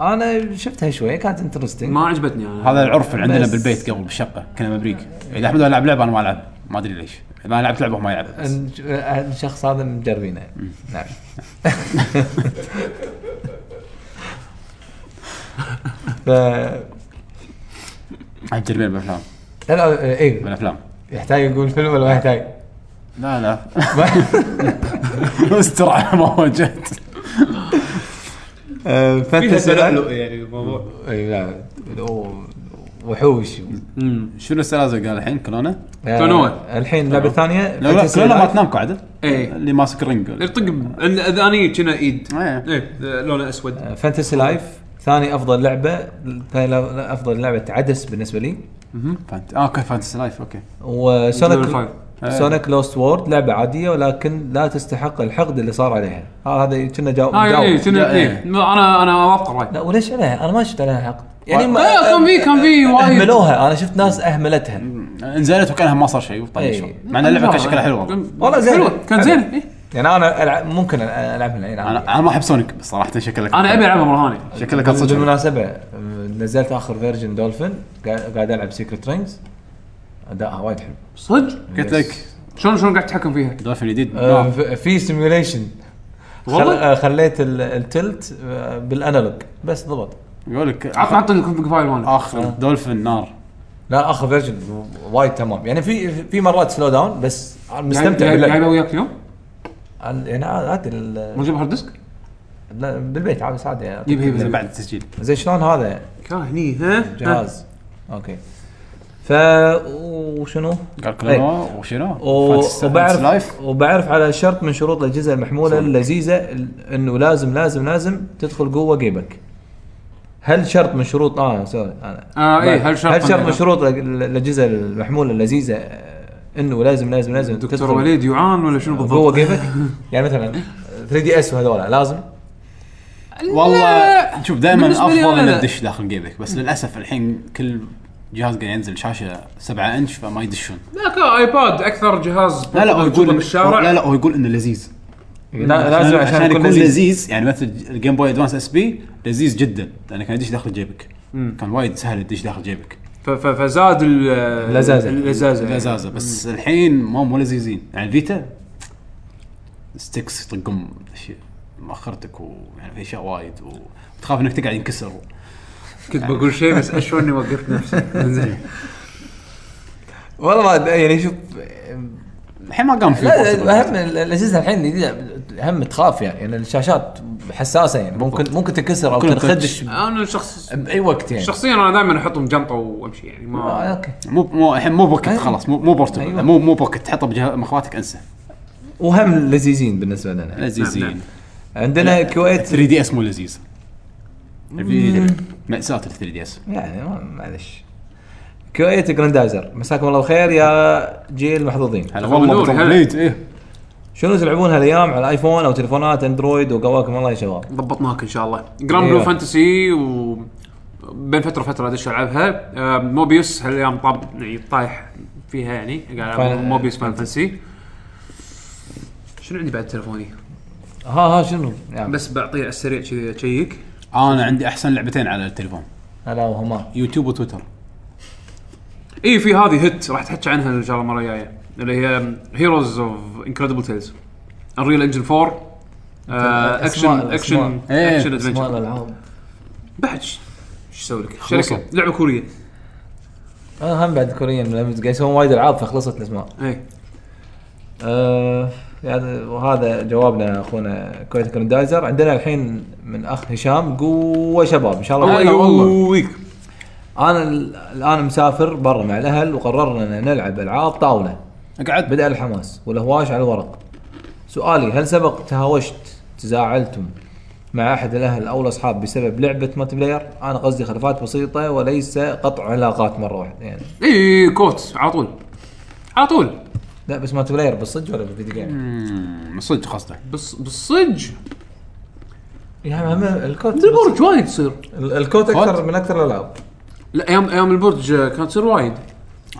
[SPEAKER 3] انا شفتها شوي كانت انترستنج
[SPEAKER 2] ما عجبتني انا
[SPEAKER 1] هذا العرف اللي عندنا
[SPEAKER 3] بس.
[SPEAKER 1] بالبيت قبل بالشقه كنا بامريكا اذا احمد يلعب لعبه انا ما العب ما ادري ليش اذا لعبت لعبه هو ما يلعب بس.
[SPEAKER 3] آه، الشخص هذا مجربينه نعم ف
[SPEAKER 1] احب تربيه بالافلام
[SPEAKER 3] لا اي
[SPEAKER 1] بالافلام
[SPEAKER 3] يحتاج يقول فيلم ولا ما يحتاج؟
[SPEAKER 1] لا لا استر على ما وجهت
[SPEAKER 3] فانت
[SPEAKER 6] فيها تلؤلؤ يعني الموضوع
[SPEAKER 3] اي لا و- وحوش
[SPEAKER 1] شنو السلاسل قال الحين كلونه؟
[SPEAKER 3] آه،
[SPEAKER 2] كونوا.
[SPEAKER 3] الحين لعبه ثانيه
[SPEAKER 1] لا لا كلونه ما تنام قاعده
[SPEAKER 2] ايه
[SPEAKER 1] اللي ماسك رينج
[SPEAKER 2] يطق ب- عند اذاني كنا ايد
[SPEAKER 1] إيه.
[SPEAKER 3] نعم.
[SPEAKER 2] ايه لونه اسود
[SPEAKER 3] فانتسي لايف آه، ثاني افضل لعبه ثاني لا- افضل لعبه عدس بالنسبه لي
[SPEAKER 1] فانت اه اوكي فانتسي لايف اوكي
[SPEAKER 2] Level
[SPEAKER 3] وسونيك آه،
[SPEAKER 2] five. إيه.
[SPEAKER 3] سونيك لوست وورد لعبه عاديه ولكن لا تستحق الحقد اللي صار عليها آه، هذا كنا جاوب
[SPEAKER 2] اه اي كنا
[SPEAKER 1] لا،
[SPEAKER 2] ايه انا انا اوافق الراي
[SPEAKER 3] لا وليش عليها انا ما شفت عليها حقد يعني
[SPEAKER 2] لا، آه، كان في- كان في وايد.
[SPEAKER 3] اهملوها انا شفت ناس اهملتها
[SPEAKER 1] انزلت وكانها ما صار شيء وطنشوا
[SPEAKER 3] إيه.
[SPEAKER 1] مع ان اللعبه كان شكلها حلو والله
[SPEAKER 3] والله زين.
[SPEAKER 2] حلوه كانت زينه إيه.
[SPEAKER 3] يعني انا ألعب ممكن يعني العبها الحين
[SPEAKER 1] انا انا ما احب سونيك بس صراحه شكلها
[SPEAKER 2] انا ابي العبها مره ثانيه
[SPEAKER 1] شكلها كان صدق حلو.
[SPEAKER 3] بالمناسبه آه، نزلت اخر فيرجن دولفين قاعد قاعد العب سيكرت رينجز ادائها وايد حلو
[SPEAKER 2] صدق
[SPEAKER 1] قلت لك نعم.
[SPEAKER 2] شلون شلون قاعد تتحكم فيها؟
[SPEAKER 1] دولفين جديد
[SPEAKER 3] آه،
[SPEAKER 1] لا.
[SPEAKER 3] ف- في سيميوليشن
[SPEAKER 2] والله؟
[SPEAKER 3] خليت ال- التلت آه، بالانالوج بس ضبط
[SPEAKER 1] يقول لك
[SPEAKER 2] عط عط الكونفج فايل مالك
[SPEAKER 1] اخر دولفين نار
[SPEAKER 3] لا اخر فيرجن وايد تمام يعني في في مرات سلو داون بس أنا
[SPEAKER 1] يعني-
[SPEAKER 3] مستمتع
[SPEAKER 2] جايب- جايبها
[SPEAKER 3] باللعب
[SPEAKER 2] وياك اليوم؟
[SPEAKER 3] أنا- يعني عادي ال-
[SPEAKER 2] موجود هارد ديسك؟
[SPEAKER 3] لا، بالبيت عادي عادي يعني.
[SPEAKER 2] جيب
[SPEAKER 1] زين
[SPEAKER 2] هيبه
[SPEAKER 1] بعد التسجيل
[SPEAKER 3] زين شلون
[SPEAKER 1] أه.
[SPEAKER 3] هذا
[SPEAKER 2] كان هني ها؟
[SPEAKER 3] جهاز اوكي ف وشنو؟
[SPEAKER 1] قال
[SPEAKER 3] إيه.
[SPEAKER 1] كلونوا وشنو؟
[SPEAKER 3] و-
[SPEAKER 1] فانتسي- فانتسي
[SPEAKER 3] وبعرف
[SPEAKER 1] لايف
[SPEAKER 3] وبعرف على شرط من شروط الاجهزه المحموله اللذيذه ال- انه لازم لازم لازم تدخل جوا جيبك. هل شرط من شروط اه سوري انا
[SPEAKER 2] آه، إيه، هل شرط
[SPEAKER 3] هل شرط
[SPEAKER 2] من-
[SPEAKER 3] من شروط ال- ال- الاجهزه المحموله اللذيذه آه، انه لازم لازم لازم
[SPEAKER 2] دكتور وليد يعان ولا شنو بالضبط؟
[SPEAKER 3] جوا جيبك يعني مثلا 3 دي اس وهذول لازم
[SPEAKER 1] والله شوف دائما
[SPEAKER 2] بالنسبة لي
[SPEAKER 1] افضل
[SPEAKER 2] أنا لا.
[SPEAKER 1] ان تدش داخل جيبك بس للاسف الحين كل جهاز قاعد ينزل شاشه 7 انش فما يدشون
[SPEAKER 2] لا كان ايباد اكثر جهاز
[SPEAKER 1] لا لا هو يقول
[SPEAKER 2] يقول بالشارع
[SPEAKER 1] لا لا هو يقول انه لذيذ
[SPEAKER 3] لا- لازم عشان,
[SPEAKER 1] عشان يكون
[SPEAKER 3] لذيذ.
[SPEAKER 1] لذيذ يعني مثل الجيم بوي ادفانس اس بي لذيذ جدا لانه كان يدش داخل جيبك كان وايد سهل يدش داخل جيبك
[SPEAKER 2] ف- ف- فزاد ال-
[SPEAKER 3] اللزازة.
[SPEAKER 2] اللزازه
[SPEAKER 1] لزازه بس الحين ما مو لذيذين يعني الفيتا ستكس يطقون اشياء مؤخرتك ويعني في اشياء وايد وتخاف انك تقعد ينكسر
[SPEAKER 2] كنت بقول شيء بس اشعر اني وقفت نفسي زين
[SPEAKER 3] والله ما
[SPEAKER 2] إيه،
[SPEAKER 3] أدري، يعني شوف
[SPEAKER 1] الحين ما قام في
[SPEAKER 3] لا
[SPEAKER 1] portable.
[SPEAKER 3] اهم الاجهزه الحين الجديده هم تخاف يعني يعني الشاشات حساسه يعني ممكن ممكن تنكسر او
[SPEAKER 1] ممكن
[SPEAKER 3] تنخدش
[SPEAKER 2] انا شخص
[SPEAKER 3] باي وقت يعني
[SPEAKER 2] شخصيا انا دائما احطهم جنطه وامشي يعني
[SPEAKER 3] آه،
[SPEAKER 2] ما
[SPEAKER 3] اوكي
[SPEAKER 1] مو مو الحين مو بوكت
[SPEAKER 3] أيوة.
[SPEAKER 1] خلاص مو مو بورتبل
[SPEAKER 3] أيوة.
[SPEAKER 1] مو مو بوكت تحطه بجه- مخواتك انسى
[SPEAKER 3] وهم لذيذين بالنسبه لنا
[SPEAKER 2] نعم، نعم.
[SPEAKER 1] لذيذين
[SPEAKER 3] عندنا كويت
[SPEAKER 1] 3 دي اس مو لذيذ الفيديو- مأساة ال 3 دي اس
[SPEAKER 3] يعني ما- معلش كويت جراندايزر مساكم الله بالخير يا جيل محظوظين
[SPEAKER 1] هلا
[SPEAKER 2] بالنور،
[SPEAKER 1] والله بطل
[SPEAKER 2] هلا.
[SPEAKER 1] وليد ايه
[SPEAKER 3] شنو تلعبون هالايام على الايفون او تليفونات اندرويد وقواكم الله يا شباب
[SPEAKER 2] ضبطناك ان شاء الله جراند بلو
[SPEAKER 3] أيوة.
[SPEAKER 2] فانتسي و بين فتره وفتره ادش العبها آه، موبيوس هالايام طاب يعني طايح فيها يعني قاعد العب
[SPEAKER 3] Final-
[SPEAKER 2] موبيوس فاين فانتسي شنو عندي بعد تلفوني؟
[SPEAKER 3] ها ها شنو يعني
[SPEAKER 2] بس بعطيه على السريع كذي اشيك
[SPEAKER 1] انا عندي احسن لعبتين على التليفون
[SPEAKER 3] هلا وهما
[SPEAKER 1] يوتيوب وتويتر
[SPEAKER 2] اي في هذه هيت راح تحكي عنها ان شاء الله المره الجايه اللي هي هيروز اوف انكريدبل تيلز انريل انجن 4 آه، اكشن
[SPEAKER 3] اسماء-
[SPEAKER 2] اكشن
[SPEAKER 1] إيه،
[SPEAKER 2] اكشن
[SPEAKER 3] اسماء
[SPEAKER 2] ادفنشر
[SPEAKER 3] الالعاب
[SPEAKER 2] بعد شو اسوي لك؟
[SPEAKER 1] خلصوا.
[SPEAKER 2] شركه لعبه كوريه
[SPEAKER 3] انا آه، هم بعد كوريين لأن قاعد يسوون وايد العاب فخلصت الاسماء
[SPEAKER 2] اي
[SPEAKER 3] آه يعني وهذا جوابنا اخونا كويت كرندايزر عندنا الحين من اخ هشام قوه شباب ان شاء الله
[SPEAKER 1] أيوة،
[SPEAKER 2] هلا والله.
[SPEAKER 3] أيوة. انا ال- الان مسافر برا مع الاهل وقررنا ان نلعب العاب طاوله
[SPEAKER 1] اقعد
[SPEAKER 3] بدا الحماس والهواش على الورق سؤالي هل سبق تهاوشت تزاعلتم مع احد الاهل او الاصحاب بسبب لعبه مالتي بلاير انا قصدي
[SPEAKER 2] إيه،
[SPEAKER 3] خلافات بسيطه وليس قطع علاقات مره واحده يعني
[SPEAKER 2] اي كوت على طول على طول
[SPEAKER 3] لا بس مالتي بلاير بالصدق ولا بالفيديو جيم؟
[SPEAKER 1] مم، صدق قصده
[SPEAKER 2] بس بالصج
[SPEAKER 3] يا عم هم الكوت
[SPEAKER 2] البرج وايد تصير
[SPEAKER 3] ال- الكوت اكثر من اكثر الالعاب
[SPEAKER 2] لا ايام ايام البرج كانت تصير وايد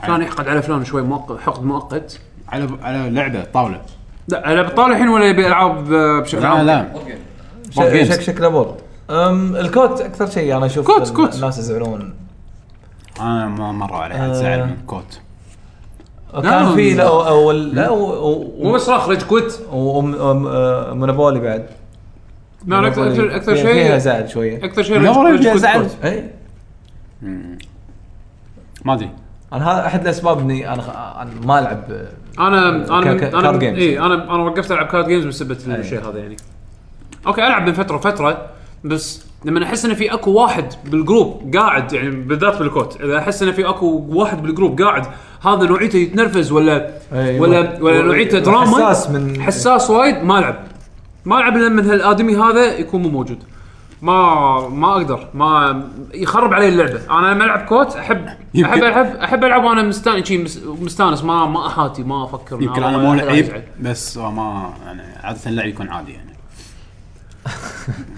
[SPEAKER 2] كان يحقد على فلان شوي مؤقت حقد مؤقت
[SPEAKER 1] على على لعبه طاوله
[SPEAKER 2] لا انا بطالع الحين ولا يبي العاب آه، بشكل
[SPEAKER 1] لا
[SPEAKER 2] عام
[SPEAKER 1] لا
[SPEAKER 4] اوكي
[SPEAKER 3] ش-
[SPEAKER 1] Board games.
[SPEAKER 3] شك شكله بورد أم، الكوت اكثر شيء انا اشوف
[SPEAKER 2] كوت-
[SPEAKER 3] ال-
[SPEAKER 2] كوت.
[SPEAKER 3] الناس يزعلون
[SPEAKER 1] انا ما مر
[SPEAKER 3] آه.
[SPEAKER 1] عليها تزعل من كوت
[SPEAKER 3] كان في لا أو- اول لا و- و-
[SPEAKER 8] مو بس راخ ريج كويت
[SPEAKER 3] ومونوبولي آه، بعد
[SPEAKER 2] لا لا، اكثر أكثر- اكثر
[SPEAKER 3] فيها- فيها
[SPEAKER 2] شيء
[SPEAKER 3] زعل شويه
[SPEAKER 2] اكثر شيء
[SPEAKER 1] لا، ولا
[SPEAKER 2] رج-
[SPEAKER 1] يبي
[SPEAKER 2] رج-
[SPEAKER 1] أزعل.
[SPEAKER 2] كوت.
[SPEAKER 3] اي
[SPEAKER 1] ما ادري
[SPEAKER 3] نعم، انا هذا احد الاسباب اني انا خ- أنا ما العب
[SPEAKER 2] انا انا
[SPEAKER 3] ك- ك-
[SPEAKER 2] انا
[SPEAKER 3] card games.
[SPEAKER 2] اي انا انا إيه، وقفت العب كارد جيمز بسبب الشيء هذا يعني اوكي العب من فتره فتره بس لما احس ان في اكو واحد بالجروب قاعد يعني بالذات بالكوت اذا احس ان في اكو واحد بالجروب قاعد هذا نوعيته يتنرفز ولا
[SPEAKER 3] أي،
[SPEAKER 2] ولا
[SPEAKER 3] و-
[SPEAKER 2] ولا
[SPEAKER 3] و-
[SPEAKER 2] نوعيته دراما
[SPEAKER 3] حساس من-
[SPEAKER 2] حساس وايد ما العب ما العب الا من هالادمي هذا يكون مو موجود ما ما اقدر ما يخرب علي اللعبه انا لما العب كوت احب احب
[SPEAKER 1] يمكن-
[SPEAKER 2] العب احب العب وانا مستانس شي مس- مستانس ما ما احاتي ما افكر إن
[SPEAKER 1] يمكن
[SPEAKER 2] هذا
[SPEAKER 1] انا مو
[SPEAKER 2] واحد
[SPEAKER 1] لعيب
[SPEAKER 2] يزعل.
[SPEAKER 1] بس ما يعني عاده اللعب يكون عادي يعني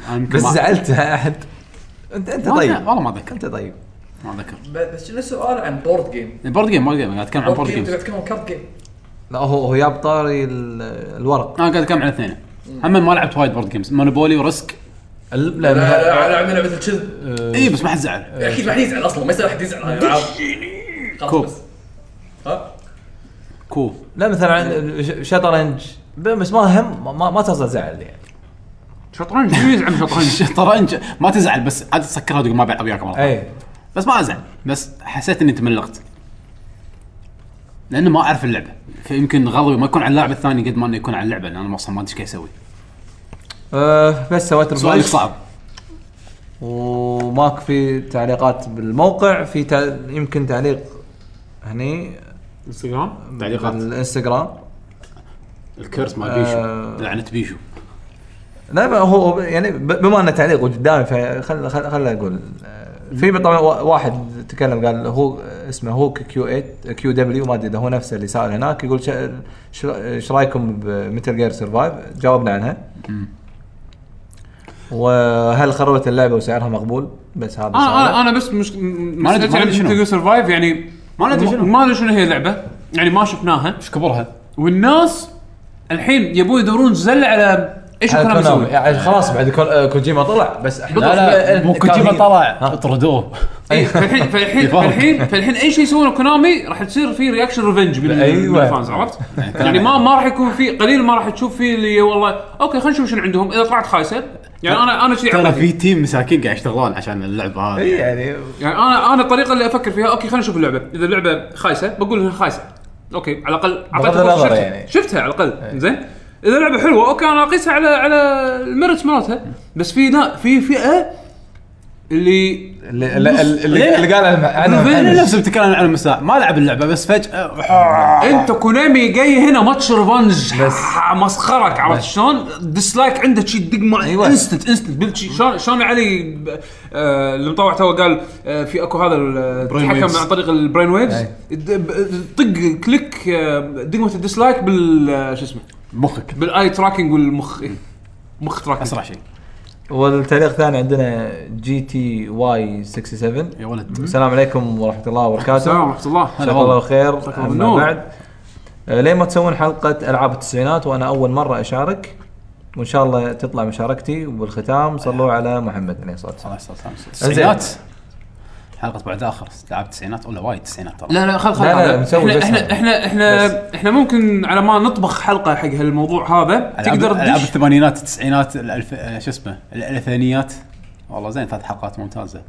[SPEAKER 1] أنا يمكن
[SPEAKER 3] بس
[SPEAKER 1] ما-
[SPEAKER 3] زعلت احد انت انت
[SPEAKER 1] ما-
[SPEAKER 3] طيب
[SPEAKER 1] والله ما اتذكر
[SPEAKER 3] انت طيب
[SPEAKER 1] ما إيه، اتذكر
[SPEAKER 4] بس شنو السؤال عن بورد جيم؟
[SPEAKER 1] بورد جيم ما قاعد اتكلم عن بورد
[SPEAKER 4] جيم
[SPEAKER 1] جيم
[SPEAKER 4] تبي تتكلم عن كارد جيم
[SPEAKER 3] لا هو هو جاب طاري ال- الورق
[SPEAKER 1] انا آه، قاعد اتكلم عن الاثنين هم ما لعبت وايد بورد جيمز مونوبولي وريسك
[SPEAKER 3] ال-
[SPEAKER 4] لا لا
[SPEAKER 3] لا
[SPEAKER 4] لا لعبنا لعبه الكذب
[SPEAKER 1] اي إيه، بس ما حد زعل
[SPEAKER 4] اكيد ما حد يزعل اصلا ما يصير احد يزعل على الالعاب
[SPEAKER 1] كوب.
[SPEAKER 4] خلاص بس. ها
[SPEAKER 1] كو
[SPEAKER 3] لا مثلا عن ش- شطرنج ب- بس ما هم ما, ما تصل زعل يعني
[SPEAKER 2] شطرنج شو يزعم شطرنج
[SPEAKER 1] شطرنج ما تزعل بس عاد تسكرها وتقول ما بلعب وياك مرة ثانية.
[SPEAKER 3] اي
[SPEAKER 1] بس ما ازعل بس حسيت اني تملقت لانه ما اعرف اللعبه فيمكن غضبي ما يكون على اللاعب الثاني قد ما انه يكون على اللعبه لان انا اصلا ما ادري ايش قاعد اسوي
[SPEAKER 3] أه بس سويت
[SPEAKER 1] سؤالك
[SPEAKER 3] ريفرش
[SPEAKER 1] صعب
[SPEAKER 3] وماك في تعليقات بالموقع في تع... يمكن تعليق هني
[SPEAKER 2] انستغرام
[SPEAKER 1] تعليقات.
[SPEAKER 3] الانستغرام
[SPEAKER 1] الكيرس مال
[SPEAKER 3] آه.
[SPEAKER 1] بيشو لعنه بيشو
[SPEAKER 3] لا ما هو هو يعني ب- بما انه تعليق قدامي فخل خل خل اقول آه، في طبعا وا- واحد تكلم قال هو اسمه هو كيو 8 كيو دبليو ما ادري اذا هو نفسه اللي سال هناك يقول شا- شو- ايش رايكم بمتل جير سرفايف؟ جاوبنا عنها. وهل خربت اللعبه وسعرها مقبول؟ بس
[SPEAKER 1] آه،
[SPEAKER 3] هذا
[SPEAKER 2] انا
[SPEAKER 3] سؤاله.
[SPEAKER 2] انا انا بس مش ما
[SPEAKER 1] ندري- ما ندري شنو.
[SPEAKER 2] سرفايف يعني
[SPEAKER 1] ما ندري شنو.
[SPEAKER 2] ما ادري شنو هي اللعبه يعني ما شفناها
[SPEAKER 1] ايش كبرها؟
[SPEAKER 2] والناس الحين يبون يدورون زلة على ايش
[SPEAKER 3] على
[SPEAKER 2] كنا
[SPEAKER 3] كونامي.
[SPEAKER 2] مسوي
[SPEAKER 3] يعني خلاص بعد كون- آه، كوجيما طلع بس احنا أه،
[SPEAKER 1] مو كوجيما طلع اطردوه
[SPEAKER 2] إيه، فالحين فالحين فالحين فالحين اي شيء يسوونه كونامي راح تصير في رياكشن ريفنج من
[SPEAKER 3] أيوة.
[SPEAKER 2] من الفانز عرفت؟ يعني ما ما راح يكون في قليل ما راح تشوف في اللي والله اوكي خلينا نشوف شنو عندهم اذا طلعت خايسه يعني انا انا شيء
[SPEAKER 1] ترى في تيم مساكين قاعد يشتغلون عشان اللعبه
[SPEAKER 3] اي
[SPEAKER 1] هذه
[SPEAKER 3] يعني
[SPEAKER 2] يعني انا انا الطريقه اللي افكر فيها اوكي خلينا نشوف اللعبه اذا اللعبه خايسه بقول انها خايسه اوكي على الاقل أعطيتها فرصة،
[SPEAKER 3] النظر
[SPEAKER 2] شفتها.
[SPEAKER 3] يعني.
[SPEAKER 2] شفتها على الاقل زين اذا اللعبه حلوه اوكي انا اقيسها على على الميرت مالتها بس في لا في فئه اللي
[SPEAKER 3] اللي اللي- اللي اللي قال عنها- عنها محمد.
[SPEAKER 1] انا نفسي بتكلم عن المساء ما لعب اللعبه بس فجاه
[SPEAKER 2] انت كونامي جاي هنا ماتش ريفنج بس مسخرك عرفت شلون؟ ديسلايك عندك شيء تدق مع
[SPEAKER 3] أيوة.
[SPEAKER 2] انستنت انستنت شلون شلون علي ب- آه، اللي مطوع تو قال آه، في اكو هذا ال-
[SPEAKER 1] waves.
[SPEAKER 2] تتحكم عن طريق البرين ويفز
[SPEAKER 3] أي.
[SPEAKER 2] طق كليك آه، دقمه الديسلايك بال آه، شو اسمه
[SPEAKER 1] مخك
[SPEAKER 2] بالاي تراكنج والمخ إيه. مخ تراكنج
[SPEAKER 1] اسرع شيء
[SPEAKER 3] والتعليق الثاني عندنا جي تي واي 67
[SPEAKER 1] يا ولد
[SPEAKER 3] السلام عليكم ورحمه الله وبركاته
[SPEAKER 2] السلام ورحمه الله
[SPEAKER 3] ان شاء الله خير اما
[SPEAKER 2] بالنور.
[SPEAKER 3] بعد آه، ليه ما تسوون حلقه العاب التسعينات وانا اول مره اشارك وان شاء الله تطلع مشاركتي وبالختام صلوا على محمد عليه الصلاه والسلام
[SPEAKER 1] الله يستر سامس. التسعينات حلقه بعد اخر لعب تسعينات ولا وايد تسعينات ترى
[SPEAKER 2] لا لا خل خل
[SPEAKER 3] لا، لا،
[SPEAKER 2] خل-
[SPEAKER 3] مسوي بس
[SPEAKER 2] احنا
[SPEAKER 3] هذا.
[SPEAKER 2] احنا احنا احنا, احنا ممكن على ما نطبخ حلقه حق هالموضوع هذا
[SPEAKER 1] ألعاب-
[SPEAKER 2] تقدر
[SPEAKER 1] العاب
[SPEAKER 2] تدش
[SPEAKER 1] الثمانينات التسعينات الألف... آه، شو اسمه ال- الالفينيات والله زين ثلاث حلقات ممتازه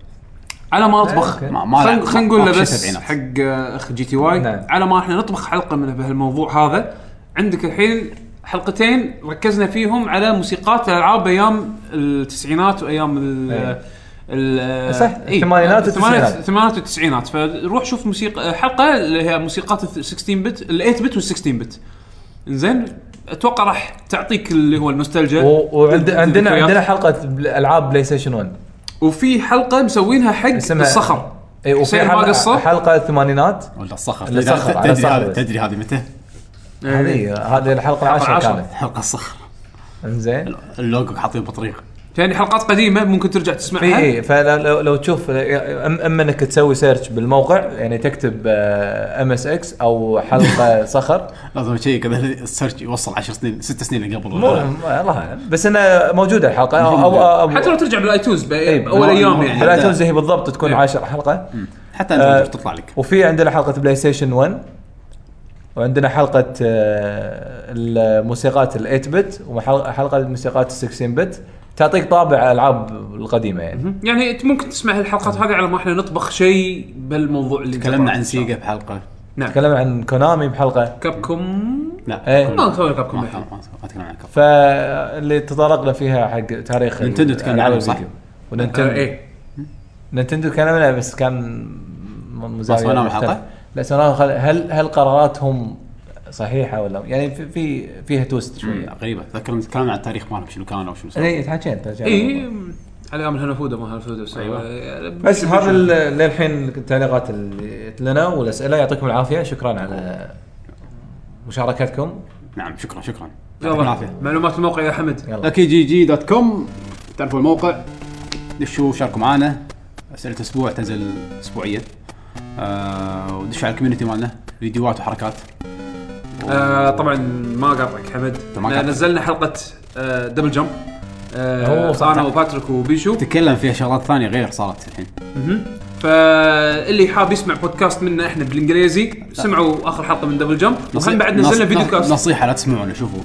[SPEAKER 2] على ما نطبخ
[SPEAKER 3] أوكي.
[SPEAKER 1] ما- ما
[SPEAKER 2] خل
[SPEAKER 1] لعب-
[SPEAKER 2] خل نقول
[SPEAKER 1] ما
[SPEAKER 2] له
[SPEAKER 1] في
[SPEAKER 2] بس
[SPEAKER 1] سبعينات.
[SPEAKER 2] حق آه، اخ جي تي واي
[SPEAKER 3] نعم.
[SPEAKER 2] على ما احنا نطبخ حلقه من بهالموضوع هذا عندك الحين حلقتين ركزنا فيهم على موسيقات الالعاب ايام التسعينات وايام ال
[SPEAKER 3] إيه.
[SPEAKER 2] ال-
[SPEAKER 3] صح،
[SPEAKER 2] إيه،
[SPEAKER 3] الثمانينات والتسعينات.
[SPEAKER 2] الثمانينات والتسعينات فروح شوف موسيقى حلقه اللي هي موسيقات ال 16 بت ال 8 بت وال 16 بت زين اتوقع راح تعطيك اللي هو النوستالجيا
[SPEAKER 3] وعندنا
[SPEAKER 2] الذكريات.
[SPEAKER 3] عندنا حلقه بل- العاب بلاي ستيشن 1
[SPEAKER 2] وفي حلقه مسوينها حق
[SPEAKER 3] اسمها-
[SPEAKER 2] الصخر
[SPEAKER 3] اي إيه، وفي
[SPEAKER 2] حسين ما
[SPEAKER 3] حلقة-
[SPEAKER 2] قصر؟
[SPEAKER 3] حلقه الثمانينات
[SPEAKER 1] ولا الصخر
[SPEAKER 3] اللي
[SPEAKER 1] تدري
[SPEAKER 3] صخر، على
[SPEAKER 1] تدري
[SPEAKER 3] صخر
[SPEAKER 1] هذه
[SPEAKER 3] بس.
[SPEAKER 1] تدري هذه متى؟
[SPEAKER 3] هذه هذه الحلقه العاشره
[SPEAKER 2] إيه. العاشرة.
[SPEAKER 3] كانت
[SPEAKER 1] حلقه الصخر
[SPEAKER 3] انزين
[SPEAKER 1] اللوجو حاطين بطريق
[SPEAKER 2] يعني حلقات قديمه ممكن ترجع
[SPEAKER 3] في
[SPEAKER 2] تسمعها
[SPEAKER 3] اي فلو إيه، لو- لو تشوف أم- اما انك تسوي سيرش بالموقع يعني تكتب آه، ام اس اكس او حلقه صخر
[SPEAKER 1] لازم شيء كذا السيرش يوصل 10 سنين 6 سنين اللي قبل
[SPEAKER 3] مو الله اعلم بس انها موجوده الحلقه او او
[SPEAKER 2] حتى لو ترجع بالايتونز ب-
[SPEAKER 3] إيه،
[SPEAKER 2] باول
[SPEAKER 1] ما-
[SPEAKER 2] ايام
[SPEAKER 1] ما-
[SPEAKER 2] يعني
[SPEAKER 3] حلقات تنزل هي بالضبط تكون
[SPEAKER 2] إيه.
[SPEAKER 3] 10 حلقه
[SPEAKER 1] حتى انت
[SPEAKER 3] آه.
[SPEAKER 1] تطلع لك
[SPEAKER 3] وفي عندنا حلقه بلاي ستيشن 1 وعندنا حلقه آه، الموسيقات ال 8 بت وحلقه الموسيقات ال 16 بت تعطيك طابع العاب القديمه يعني
[SPEAKER 2] يعني أنت ممكن تسمع الحلقات هذه على ما احنا نطبخ شيء بالموضوع اللي
[SPEAKER 1] تكلمنا عن سيجا بحلقه
[SPEAKER 2] نعم.
[SPEAKER 3] تكلمنا عن كونامي بحلقه
[SPEAKER 2] كابكوم
[SPEAKER 1] لا
[SPEAKER 3] إيه.
[SPEAKER 2] ما نسوي كابكوم
[SPEAKER 1] ما
[SPEAKER 2] الحين
[SPEAKER 1] ما- ما تكلمنا عن كفر
[SPEAKER 3] فاللي تطرقنا فيها حق تاريخ
[SPEAKER 1] نينتندو تكلمنا
[SPEAKER 3] الألعاب
[SPEAKER 1] عنه، صح؟
[SPEAKER 3] الفيديو.
[SPEAKER 2] آه،
[SPEAKER 3] ونينتندو
[SPEAKER 2] ايه
[SPEAKER 3] نينتندو تكلمنا بس كان م- مزاوية
[SPEAKER 1] ما سويناها
[SPEAKER 3] مختلفة.
[SPEAKER 1] بالحلقة؟
[SPEAKER 3] لا سويناها خل- هل هل قراراتهم صحيحه ولا يعني في, في فيها توست إيه، شويه
[SPEAKER 1] غريبه اتذكر تكلمنا عن التاريخ مالهم شنو كان او شنو
[SPEAKER 2] إيه.
[SPEAKER 1] سوى
[SPEAKER 3] اي تحكينا تحكينا
[SPEAKER 2] اي إيه. على ايام الهنفوده ما هنفوده ايوه
[SPEAKER 3] أيوة. بس هذا ال- للحين التعليقات اللي لنا والاسئله يعطيكم العافيه شكرا على مشاركتكم
[SPEAKER 1] نعم شكرا شكرا يعطيكم
[SPEAKER 2] يلا
[SPEAKER 1] العافيه
[SPEAKER 2] معلومات الموقع يا حمد
[SPEAKER 1] لكي جي جي دوت كوم تعرفوا الموقع دشوا شاركوا معنا اسئله اسبوع تنزل اسبوعيا آه ودشوا على الكوميونتي مالنا فيديوهات وحركات
[SPEAKER 2] آه طبعا ما قاطعك حمد
[SPEAKER 1] ما قاطعك.
[SPEAKER 2] نزلنا حلقه آه دبل جمب
[SPEAKER 3] أوه، صح.
[SPEAKER 2] آه انا وباتريك وبيشو
[SPEAKER 1] تكلم فيها شغلات ثانيه غير صارت الحين
[SPEAKER 2] فاللي حاب يسمع بودكاست منا احنا بالانجليزي سمعوا اخر حلقه من دبل جمب وهم بعد نزلنا
[SPEAKER 1] نص-
[SPEAKER 2] فيديو
[SPEAKER 1] نص-
[SPEAKER 2] كاست
[SPEAKER 1] نصيحه لا تسمعونا شوفوا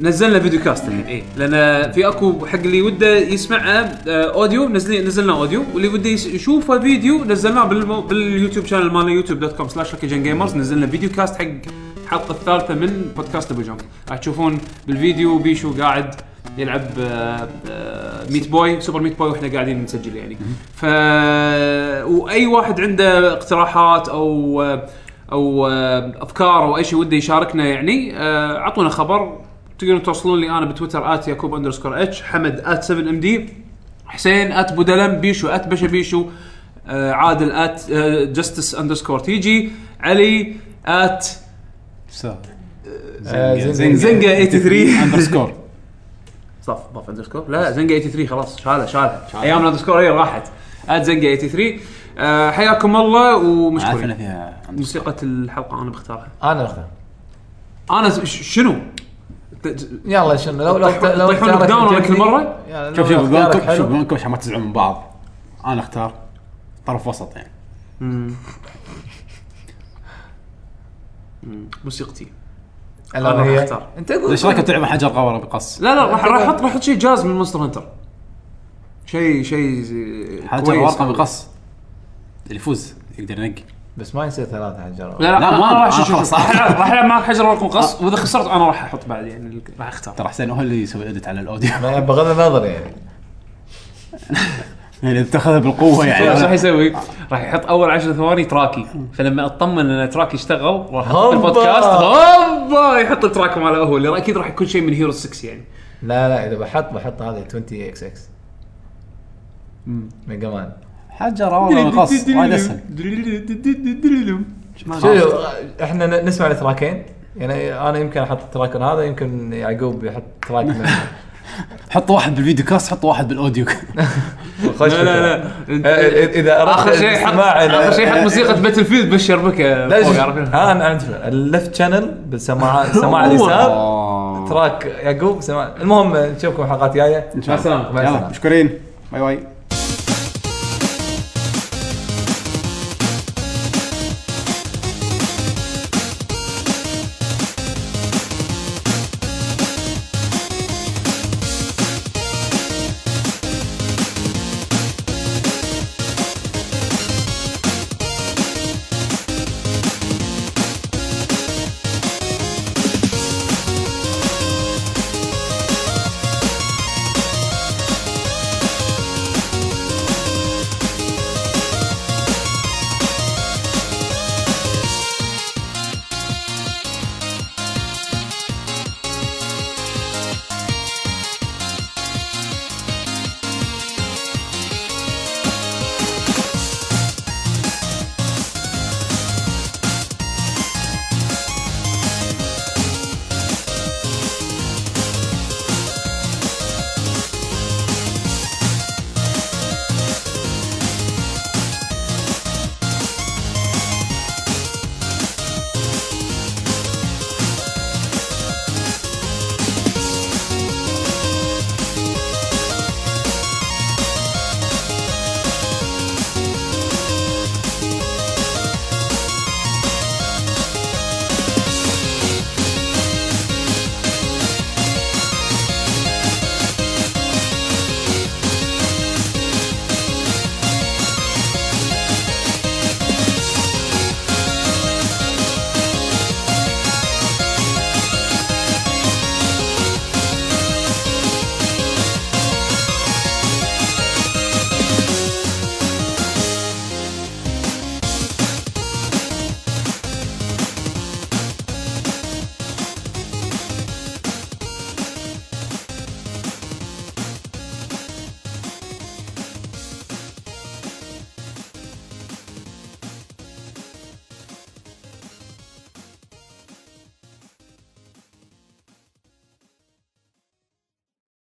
[SPEAKER 2] نزلنا فيديو كاست الحين اي لان في اكو حق اللي وده يسمعه آه، اوديو نزل نزلنا اوديو واللي وده يس- يشوفه فيديو نزلناه بالمو... باليوتيوب شانل مالنا يوتيوب دوت كوم سلاش جيمرز نزلنا فيديو كاست حق الحلقه الثالثه من بودكاست ابو جمب راح تشوفون بالفيديو بيشو قاعد يلعب آه، آه، ميت بوي سوبر ميت بوي واحنا قاعدين نسجل يعني ف واي واحد عنده اقتراحات او آه، او آه، افكار او اي شيء وده يشاركنا يعني آه، اعطونا خبر تقدرون توصلون لي انا بتويتر ات يعقوب اندرسكور اتش حمد ات 7 ام دي حسين ات بودلم بيشو ات بشا بيشو آه عادل ات آه جستس اندرسكور تي جي علي ات
[SPEAKER 3] آه، زنقة.
[SPEAKER 2] زنقة 83.
[SPEAKER 1] اندرسكور
[SPEAKER 2] صف ضاف اندرسكور لا زنقه 83 خلاص شالها شالها ايام الاندرسكور هي راحت ات زنقه 83 آه حياكم الله
[SPEAKER 1] عارف انا
[SPEAKER 2] ومشكورين
[SPEAKER 1] فيها
[SPEAKER 2] موسيقى الحلقه انا بختارها
[SPEAKER 3] انا اخذها
[SPEAKER 2] انا ش- شنو؟ ت-
[SPEAKER 3] يلا شنو لو لو
[SPEAKER 2] تطيحون- تطيحون
[SPEAKER 3] اختيارك
[SPEAKER 2] lockdown ولا
[SPEAKER 3] عجبني-
[SPEAKER 2] كل مرة؟
[SPEAKER 3] يلا، لو
[SPEAKER 1] شوف شوف
[SPEAKER 3] اختيارك
[SPEAKER 1] بقولكم
[SPEAKER 3] حلو.
[SPEAKER 1] شوف بقولكم عشان ما تزعلون من بعض انا اختار طرف وسط يعني
[SPEAKER 2] موسيقتي
[SPEAKER 3] يلا،
[SPEAKER 2] أنا راح
[SPEAKER 3] هي.
[SPEAKER 2] أختار.
[SPEAKER 3] انت قول
[SPEAKER 1] ايش رايك تلعب حجر قورة بقص؟
[SPEAKER 2] لا لا راح راح احط راح احط شيء جاز من مونستر هانتر شيء شيء زي-
[SPEAKER 1] حجر
[SPEAKER 2] كويس.
[SPEAKER 1] ورقة بقص اللي يفوز يقدر ينقي
[SPEAKER 3] بس ما يصير ثلاثه حجر
[SPEAKER 2] لا لا,
[SPEAKER 1] لا،
[SPEAKER 2] انا
[SPEAKER 1] ما
[SPEAKER 2] أنا
[SPEAKER 1] أنا
[SPEAKER 2] راح شوف- شوف
[SPEAKER 1] خلاص.
[SPEAKER 2] راح العب راح العب معك حجر ورقم قص واذا خسرت انا راح احط بعد يعني ال- راح اختار
[SPEAKER 1] ترى حسين هو اللي يسوي ادت على الاوديو
[SPEAKER 3] ما- بغض النظر يعني
[SPEAKER 1] يعني اذا اتخذها بالقوه
[SPEAKER 2] شو راح
[SPEAKER 1] يعني
[SPEAKER 2] يسوي؟ راح يحط اول 10 ثواني تراكي فلما اطمن ان تراكي اشتغل راح احط
[SPEAKER 3] هوبا.
[SPEAKER 2] البودكاست هوبا يحط التراك ماله هو اللي اكيد راح يكون شيء من هيرو 6 يعني
[SPEAKER 3] لا لا اذا بحط بحط هذه 20 اكس اكس ميجا مان
[SPEAKER 1] حجر ورقة بقص وايد اسهل
[SPEAKER 3] شوف احنا ن- نسمع التراكين يعني انا يمكن احط التراك هذا يمكن يعقوب يحط تراك من-
[SPEAKER 1] حط واحد بالفيديو كاست حط واحد بالاوديو
[SPEAKER 3] خوش
[SPEAKER 2] لا لا لا
[SPEAKER 3] آه، آه، اذا أردت
[SPEAKER 2] اخر شيء حط
[SPEAKER 3] الاستماع إلى-
[SPEAKER 2] اخر شيء حط موسيقى باتل فيلد بالشربكه
[SPEAKER 3] لا
[SPEAKER 2] فوق،
[SPEAKER 3] شوف،
[SPEAKER 2] عرفت؟
[SPEAKER 3] ها انا عندي فكرة. اللفت شانل بالسماعه السماعه اليسار
[SPEAKER 1] آه.
[SPEAKER 3] تراك يعقوب سماعة المهم نشوفكم حلقات جايه
[SPEAKER 1] إن شاء الله.
[SPEAKER 2] مع السلامة.
[SPEAKER 3] مع
[SPEAKER 1] يلا
[SPEAKER 3] السلامة.
[SPEAKER 1] مشكورين باي باي